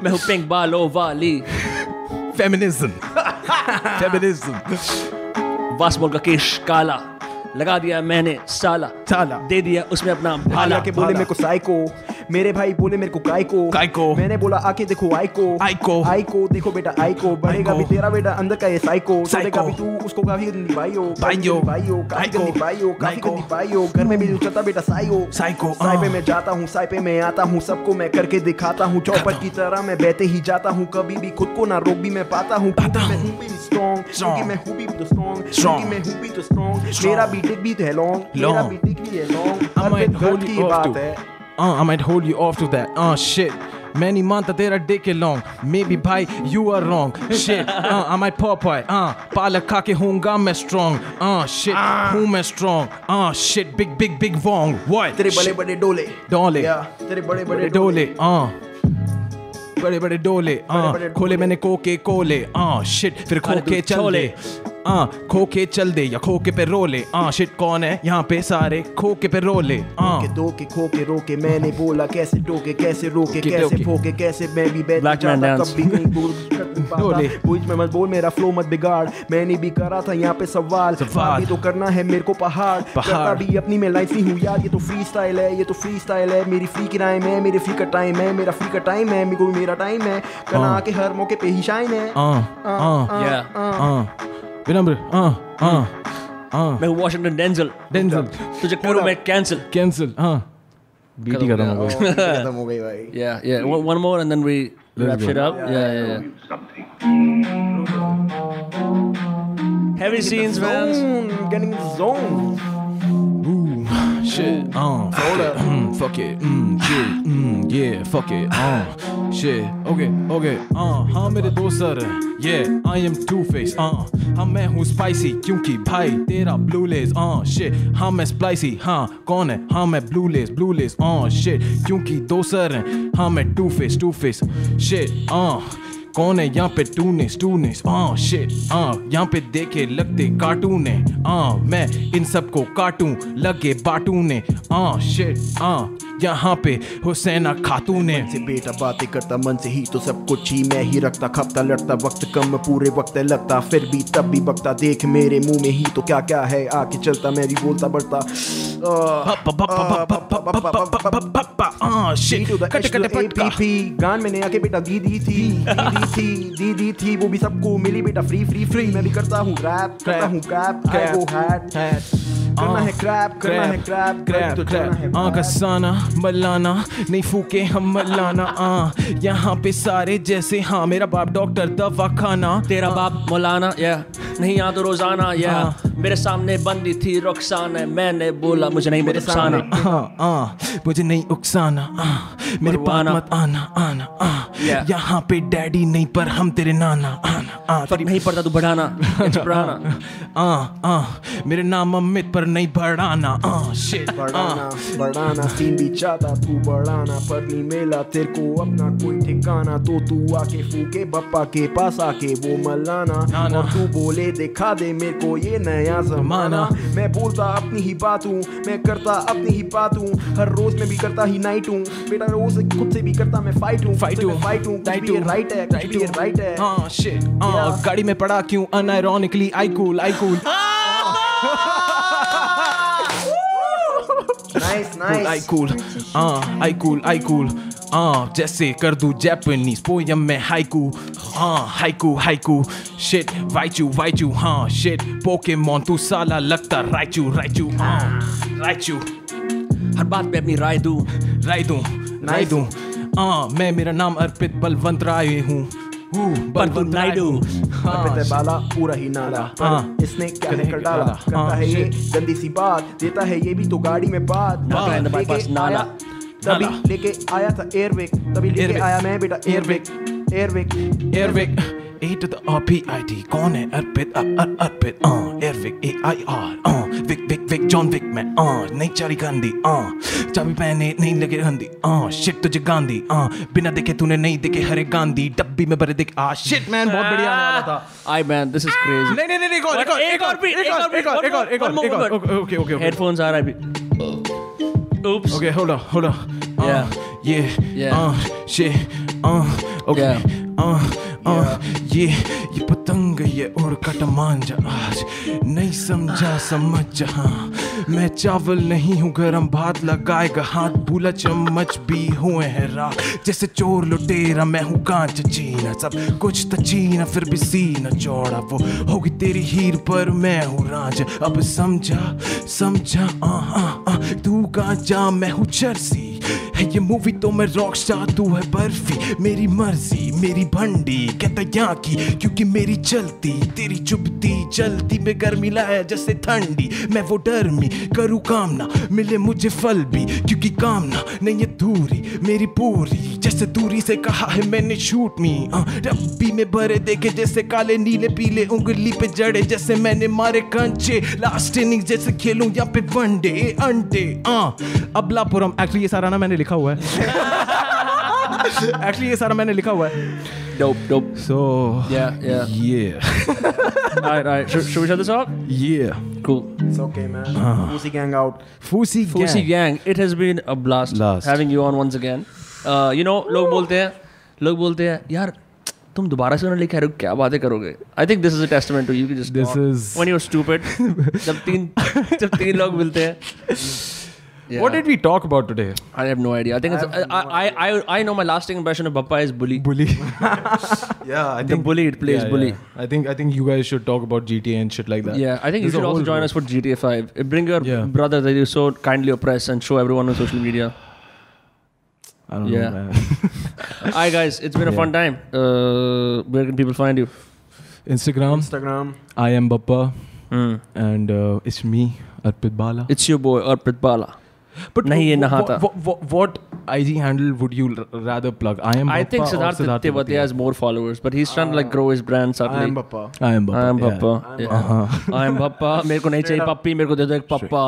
Speaker 2: मैं हूँ पिंक बालो वाली
Speaker 5: फेमिनिज्म फेमिनिज्म
Speaker 2: वासमोल का केश काला लगा दिया मैंने साला
Speaker 5: साला।
Speaker 2: दे दिया उसमें अपना भाला
Speaker 4: के बोले मेरे को साइको मेरे भाई बोले मेरे को काइको
Speaker 5: काइको।
Speaker 4: मैंने बोला आके देखो आइको
Speaker 5: आइको।
Speaker 4: आइको देखो बेटा आइको बढ़ेगा भी
Speaker 5: आइको।
Speaker 4: तेरा बेटा अंदर का ये साइको चलेगा
Speaker 5: साइको।
Speaker 4: भी तू उसको काफी गंदी बाइयो
Speaker 5: बाइयो।
Speaker 4: बाइयो काफी
Speaker 5: आइको।
Speaker 4: गंदी बाइयो काफी
Speaker 5: नाइको।
Speaker 4: गंदी बाइयो घर में भी जो चलता बेटा साइयो
Speaker 5: साइको,
Speaker 4: साइपे
Speaker 5: हाँ।
Speaker 4: में जाता हूँ साइपे में आता हूँ सबको मैं करके दिखाता हूँ चौपट की तरह मैं बहते ही जाता हूँ कभी भी खुद को ना रोक भी मैं पाता हूँ
Speaker 5: पाता
Speaker 4: क्योंकि मैं
Speaker 5: हूँ।
Speaker 4: हूँ भी स्ट्रॉन्ग क्योंकि मैं हूँ भी
Speaker 5: Strong.
Speaker 4: तो स्ट्रॉन्ग क्योंकि
Speaker 5: Strong.
Speaker 4: मैं हूँ भी तो स्ट्रॉन्ग
Speaker 5: Strong.
Speaker 4: मेरा बीटेक भी तो है लॉन्ग मेरा
Speaker 5: Long.
Speaker 4: बीटेक भी है long
Speaker 5: I might
Speaker 4: Arpit
Speaker 5: hold
Speaker 4: गर्द
Speaker 5: you
Speaker 4: की
Speaker 5: off
Speaker 4: बात
Speaker 5: to.
Speaker 4: है
Speaker 5: Uh, I might hold you off to that. Uh, shit. मैं नहीं मानता तेरा dick है long. Maybe भाई you are wrong. Shit. Uh, I might Popeye. Uh, पालक खा के होऊंगा मैं strong. Uh, shit. हूँ मैं strong. Uh, shit. Big big big wrong. What?
Speaker 4: तेरे बड़े
Speaker 5: Shit.
Speaker 4: बड़े डोले
Speaker 5: डोले।
Speaker 4: Yeah, तेरे बड़े बड़े
Speaker 5: बड़े डोले. Uh. बड़े बड़े डोले. Uh,
Speaker 4: बड़े
Speaker 5: खोले
Speaker 4: डोले।
Speaker 5: मैंने कोके कोले. Uh, shit.
Speaker 2: अरे
Speaker 5: फिर खोके
Speaker 2: दूध
Speaker 5: चल
Speaker 2: छोले।
Speaker 5: ले. आ खोके चल दे या खोके पे रो ले आ शिट कौन है यहाँ पे सारे खोके पे रो ले आ
Speaker 4: के दो के खो के रो के
Speaker 5: हाँ।
Speaker 4: मैंने बोला कैसे टोके कैसे रोके
Speaker 5: Okay,
Speaker 4: कैसे
Speaker 5: okay.
Speaker 4: फोके कैसे मैं भी बैठ
Speaker 2: Black man
Speaker 4: जाता,
Speaker 2: dance.
Speaker 4: कभी नहीं बोल कर नहीं
Speaker 5: डोले।
Speaker 4: पाता बीच में मत बोल मेरा फ्लो मत बिगाड़ मैंने भी करा था यहाँ पे सवाल
Speaker 5: सवाल।
Speaker 4: अभी तो करना है मेरे को पहाड़
Speaker 5: पहाड़।
Speaker 4: करता भी अपनी मैं लाइफ ही हूँ यार ये तो फ्री स्टाइल है ये तो फ्री स्टाइल है मेरी फ्री की राइम है मेरे फ्री का टाइम है मेरा फ्री का टाइम है मेरे को भी मेरा टाइम है कना
Speaker 5: हाँ।
Speaker 4: के हर मौके पे ही शाइन है
Speaker 5: आ आ
Speaker 2: Yeah.
Speaker 5: आ विनम्र आ आ आ
Speaker 2: मैं वॉशिंगटन डेंजल
Speaker 5: डेंजल
Speaker 2: तुझे करूं मैं कैंसिल
Speaker 5: कैंसिल हाँ बीटी खत्म हो गई
Speaker 4: खत्म हो गई भाई
Speaker 2: Yeah, yeah. One, one more and then we wrap
Speaker 5: go.
Speaker 2: shit up. Yeah, yeah, yeah. Heavy scenes, man.
Speaker 4: Zone, getting in the zone.
Speaker 5: Shit, uh, fuck it, mm, fuck it, mm, shit, mm, yeah, fuck it, uh, shit, okay, okay, uh, हाँ मेरे दो sir yeah, I am two face, uh, हाँ मैं हूँ spicy क्योंकि भाई तेरा blue lace, uh, shit, हाँ मैं spicy, हाँ कौन है, हाँ मैं blue lace, blue lace, uh, shit, क्योंकि दो सर हैं, हाँ मैं two face, two face, shit, uh, कौन है यहाँ पे टूनेस टूनेस आ शिट आ यहाँ पे देखे लगते कार्टून है आ मैं इन सबको काटूं लगे बाटू ने आ शिट आ यहाँ पे हुसैना खातू ने
Speaker 4: से बेटा बातें करता मन से ही तो सब कुछ ही मैं ही रखता खपता लड़ता वक्त कम पूरे वक्त है लगता फिर भी तब भी बकता देख मेरे मुंह में ही तो क्या क्या है आके चलता मैं भी बोलता बढ़ता हाँ,
Speaker 5: आ शिट कट कट पटका
Speaker 4: गान मैंने आके बेटा दी दी थी दी थी दी दी थी वो भी सबको मिली बेटा फ्री फ्री फ्री मैं भी करता हूँ रैप करता हूँ क्रैप
Speaker 5: Crap. Ah,
Speaker 4: वो हैट करना है क्रैप करना है तो क्रैप
Speaker 5: क्रैप क्रैप आ कसाना मलाना नहीं फूके हम मलाना आ यहाँ पे सारे जैसे हाँ मेरा बाप डॉक्टर दवा खाना
Speaker 2: तेरा बाप मौलाना yeah. नहीं आता रोजाना yeah.
Speaker 5: हाँ।
Speaker 2: मेरे सामने बंदी थी रुखसाना मैंने बोला मुझे नहीं मेरे सामने
Speaker 5: हाँ, हाँ, मुझे नहीं उकसाना हाँ, मेरे पास
Speaker 2: मरवाना।
Speaker 5: मत आना आना हाँ,
Speaker 2: Yeah.
Speaker 5: यहाँ पे डैडी नहीं पर हम तेरे नाना आना हाँ,
Speaker 2: फर्क नहीं पड़ता तू बढ़ाना it's बढ़ाना
Speaker 5: हाँ, हाँ, मेरे नाम अमित पर नहीं बढ़ाना हाँ, shit,
Speaker 4: बढ़ाना
Speaker 5: हाँ,
Speaker 4: बढ़ाना सीन भी चाहता तू बढ़ाना पर नहीं मिला तेरे को अपना कोई ठिकाना तो तू आके फूके बप्पा के पास आके वो मलाना
Speaker 5: नाना।
Speaker 4: और तू बोले दिखा दे मेरे को ये नया जमाना
Speaker 5: माना।
Speaker 4: मैं बोलता अपनी ही बात हूँ मैं करता अपनी ही बात हूँ हर रोज मैं भी करता ही नाइट हूँ बेटा रोज खुद से भी करता मैं फाइट हूँ
Speaker 5: Fight हूँ।
Speaker 4: फाइट हूँ
Speaker 5: Right हूँ।
Speaker 4: राइट है
Speaker 5: Right हूँ।
Speaker 4: राइट है
Speaker 5: हाँ, shit, हाँ,
Speaker 4: Yeah.
Speaker 5: गाड़ी में पड़ा क्यों unironically I cool I cool
Speaker 4: nice
Speaker 5: cool, I
Speaker 4: nice
Speaker 5: cool, uh, I cool, I cool, uh, जैसे कर दूं Japanese poem में haiku, uh, haiku, haiku, shit, वाइचू वाइचू हाँ shit, Pokemon तू साला लगता राइचू राइचू uh, राइचू
Speaker 2: हर बात पे अपनी राय दू
Speaker 5: राइदू राइदू uh, मैं मेरा नाम अर्पित बलवंत राय हूँ हूँ, बलवंत राय
Speaker 2: नायडू।
Speaker 5: हूँ। हाँ,
Speaker 4: करते बाला पूरा ही नाला पर
Speaker 5: हाँ।
Speaker 4: इसने क्या
Speaker 5: करेंगे
Speaker 4: है कर डाला
Speaker 5: डाला।
Speaker 4: करता
Speaker 5: हाँ,
Speaker 4: है ये
Speaker 5: shit.
Speaker 4: गंदी सी बात देता है ये भी तो गाड़ी में बात
Speaker 2: नाला है ना
Speaker 4: लेके
Speaker 2: bypass, नाला।
Speaker 4: आया- तभी
Speaker 5: नाला।
Speaker 4: लेके आया था एयरवेक तभी लेके
Speaker 5: Airwick.
Speaker 4: आया मैं बेटा एयरवेक एयरवेक
Speaker 5: Airwick, A to the R P I T. कौन है अर्पित अ- अ- अर्पित uh, Airwick A I R uh, Vic Vic Vic John Vic मैं uh, नहीं चारी गांधी uh, चाबी पहने नहीं लगे गांधी uh, shit तुझे गांधी uh, बिना देखे तूने नहीं देखे हरे गांधी डब्बी में भरे देख आ shit man बहुत बढ़िया नारा था
Speaker 2: I man this is crazy
Speaker 5: नहीं नहीं नहीं एक और एक और एक और
Speaker 2: भी,
Speaker 5: एक और
Speaker 2: भी,
Speaker 5: एक और एक और एक
Speaker 2: one
Speaker 5: और
Speaker 2: more,
Speaker 5: एक
Speaker 2: one
Speaker 5: और
Speaker 2: more.
Speaker 5: Okay okay okay
Speaker 2: headphones आ रहा है अभी oops
Speaker 5: Okay, hold on, hold on. Uh,
Speaker 2: Yeah.
Speaker 5: yeah,
Speaker 2: Yeah.
Speaker 5: Uh, shit. Uh, okay. Uh, uh, yeah. ये पतंग ये उड़ कट मांझा आज नहीं समझा समझ जहाँ मैं चावल नहीं हूँ गरम भात लगाएगा हाथ भूला चम्मच भी हुए हैं राह जैसे चोर लुटेरा मैं हूँ कांच चीना सब कुछ तो चीना फिर भी सीना चौड़ा वो होगी तेरी हीर पर मैं हूँ राजा अब समझा समझा आ, आ, आ, तू का जा मैं हूँ चर्सी है ये मूवी तो मैं रॉक स्टार तू है बर्फी मेरी मर्जी मेरी भंडी कहता यहाँ की क्योंकि मेरी चलती तेरी चुभती जलती में गर्मी लाया जैसे ठंडी मैं वो डरमी करूँ कामना मिले मुझे फल भी क्योंकि कामना नहीं अधूरी मेरी पूरी जैसे दूरी से कहा है मैंने शूट मी रब्बी में भरे देखे जैसे काले नीले पीले उंगली पे जड़े जैसे मैंने मारे कंचे लास्ट इनिंग जैसे खेलूं यहाँ पे वनडे अंडे आ अबलापुरम एक्चुअली ये सारा ना मैंने लिखा हुआ है एक्चुअली ये सारा मैंने लिखा हुआ है
Speaker 2: dope, dope.
Speaker 5: So
Speaker 2: Yeah, Oh, yeah.
Speaker 5: yeah,
Speaker 2: all right, all right. Should, should we shut this up?
Speaker 5: yeah.
Speaker 2: Cool.
Speaker 4: It's okay, man. Pussy gang out.
Speaker 5: Fusi
Speaker 2: Fusi Gang,
Speaker 5: gang.
Speaker 2: it has been a blast
Speaker 5: Blast.
Speaker 2: having you on once again. Uh, you know, लोग बोलते हैं लोग बोलते हैं यार तुम दोबारा से उन्हें लेके आ रहे हो क्या बातें करोगे I think this is a testament to you just
Speaker 5: This is-
Speaker 2: when you are stupid जब तीन जब तीन लोग मिलते हैं
Speaker 5: What did we talk about today?
Speaker 2: I have no idea. I think it's, I, I, I, I know my lasting impression of Bappa is bully.
Speaker 5: Bully.
Speaker 4: Yeah, I
Speaker 2: The
Speaker 4: think
Speaker 2: bully it plays
Speaker 5: Yeah,
Speaker 2: bully.
Speaker 5: yeah. I think I think you guys should talk about GTA and shit like that.
Speaker 2: Yeah, I think you
Speaker 5: There's a
Speaker 2: should also
Speaker 5: whole
Speaker 2: join
Speaker 5: group.
Speaker 2: us for GTA 5. Uh, Bring your
Speaker 5: Yeah.
Speaker 2: brother that you so kindly oppress and show everyone on social media.
Speaker 5: I don't
Speaker 2: Yeah.
Speaker 5: know. Man.
Speaker 2: Hi guys, it's been a
Speaker 5: Yeah.
Speaker 2: fun time. Uh, where can people find you?
Speaker 5: Instagram.
Speaker 4: Instagram.
Speaker 5: I am Bappa,
Speaker 2: Hmm.
Speaker 5: and uh, it's me, Arpit Bala.
Speaker 2: It's your boy Arpit Bala.
Speaker 5: But
Speaker 2: नहीं, ये
Speaker 5: wh-
Speaker 2: नहा
Speaker 5: wh-
Speaker 2: था।
Speaker 5: wh- wh- What IG handle would you r- rather plug? I am.
Speaker 2: I
Speaker 5: Bappa
Speaker 2: think
Speaker 5: or
Speaker 2: Siddharth Uh, Tevatia has more followers, but he's trying to like grow his brand
Speaker 4: I am
Speaker 2: suddenly.
Speaker 4: Bappa.
Speaker 5: I am Bappa.
Speaker 2: I am
Speaker 5: yeah. Uh-huh.
Speaker 2: Bappa. Yeah. I am Bappa. मेरे को नहीं चाहिए पप्पी मेरे को दे दो एक पप्पा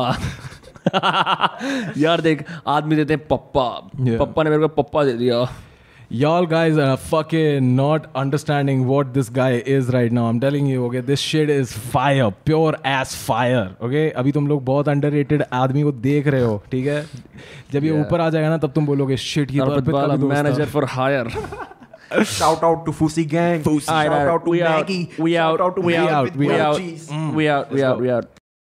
Speaker 2: यार देख आदमी देते हैं पप्पा
Speaker 5: Yeah.
Speaker 2: पप्पा ने मेरे को पप्पा दे दिया
Speaker 5: Y'all guys are fucking not understanding what this guy is right now. I'm telling you, okay, this shit is fire, pure ass fire. Okay, अभी तुम लोग बहुत underrated आदमी को देख रहे हो, ठीक है? जब ये ऊपर आ जाएगा ना, तब तुम बोलोगे shit, ये तो
Speaker 2: Arpit
Speaker 5: अर्पित का
Speaker 2: Bala,
Speaker 5: भी दोस्त
Speaker 2: manager
Speaker 5: था."
Speaker 2: for hire.
Speaker 4: Shout out to Fusi gang. Shout
Speaker 2: Alright, alright.
Speaker 4: out to
Speaker 2: We out.
Speaker 4: Maggie.
Speaker 2: We
Speaker 4: Shout
Speaker 2: out.
Speaker 4: out to
Speaker 2: We
Speaker 4: Mel
Speaker 2: out.
Speaker 4: with
Speaker 2: We
Speaker 4: no
Speaker 2: out.
Speaker 4: cheese.
Speaker 2: We out. We out. We out.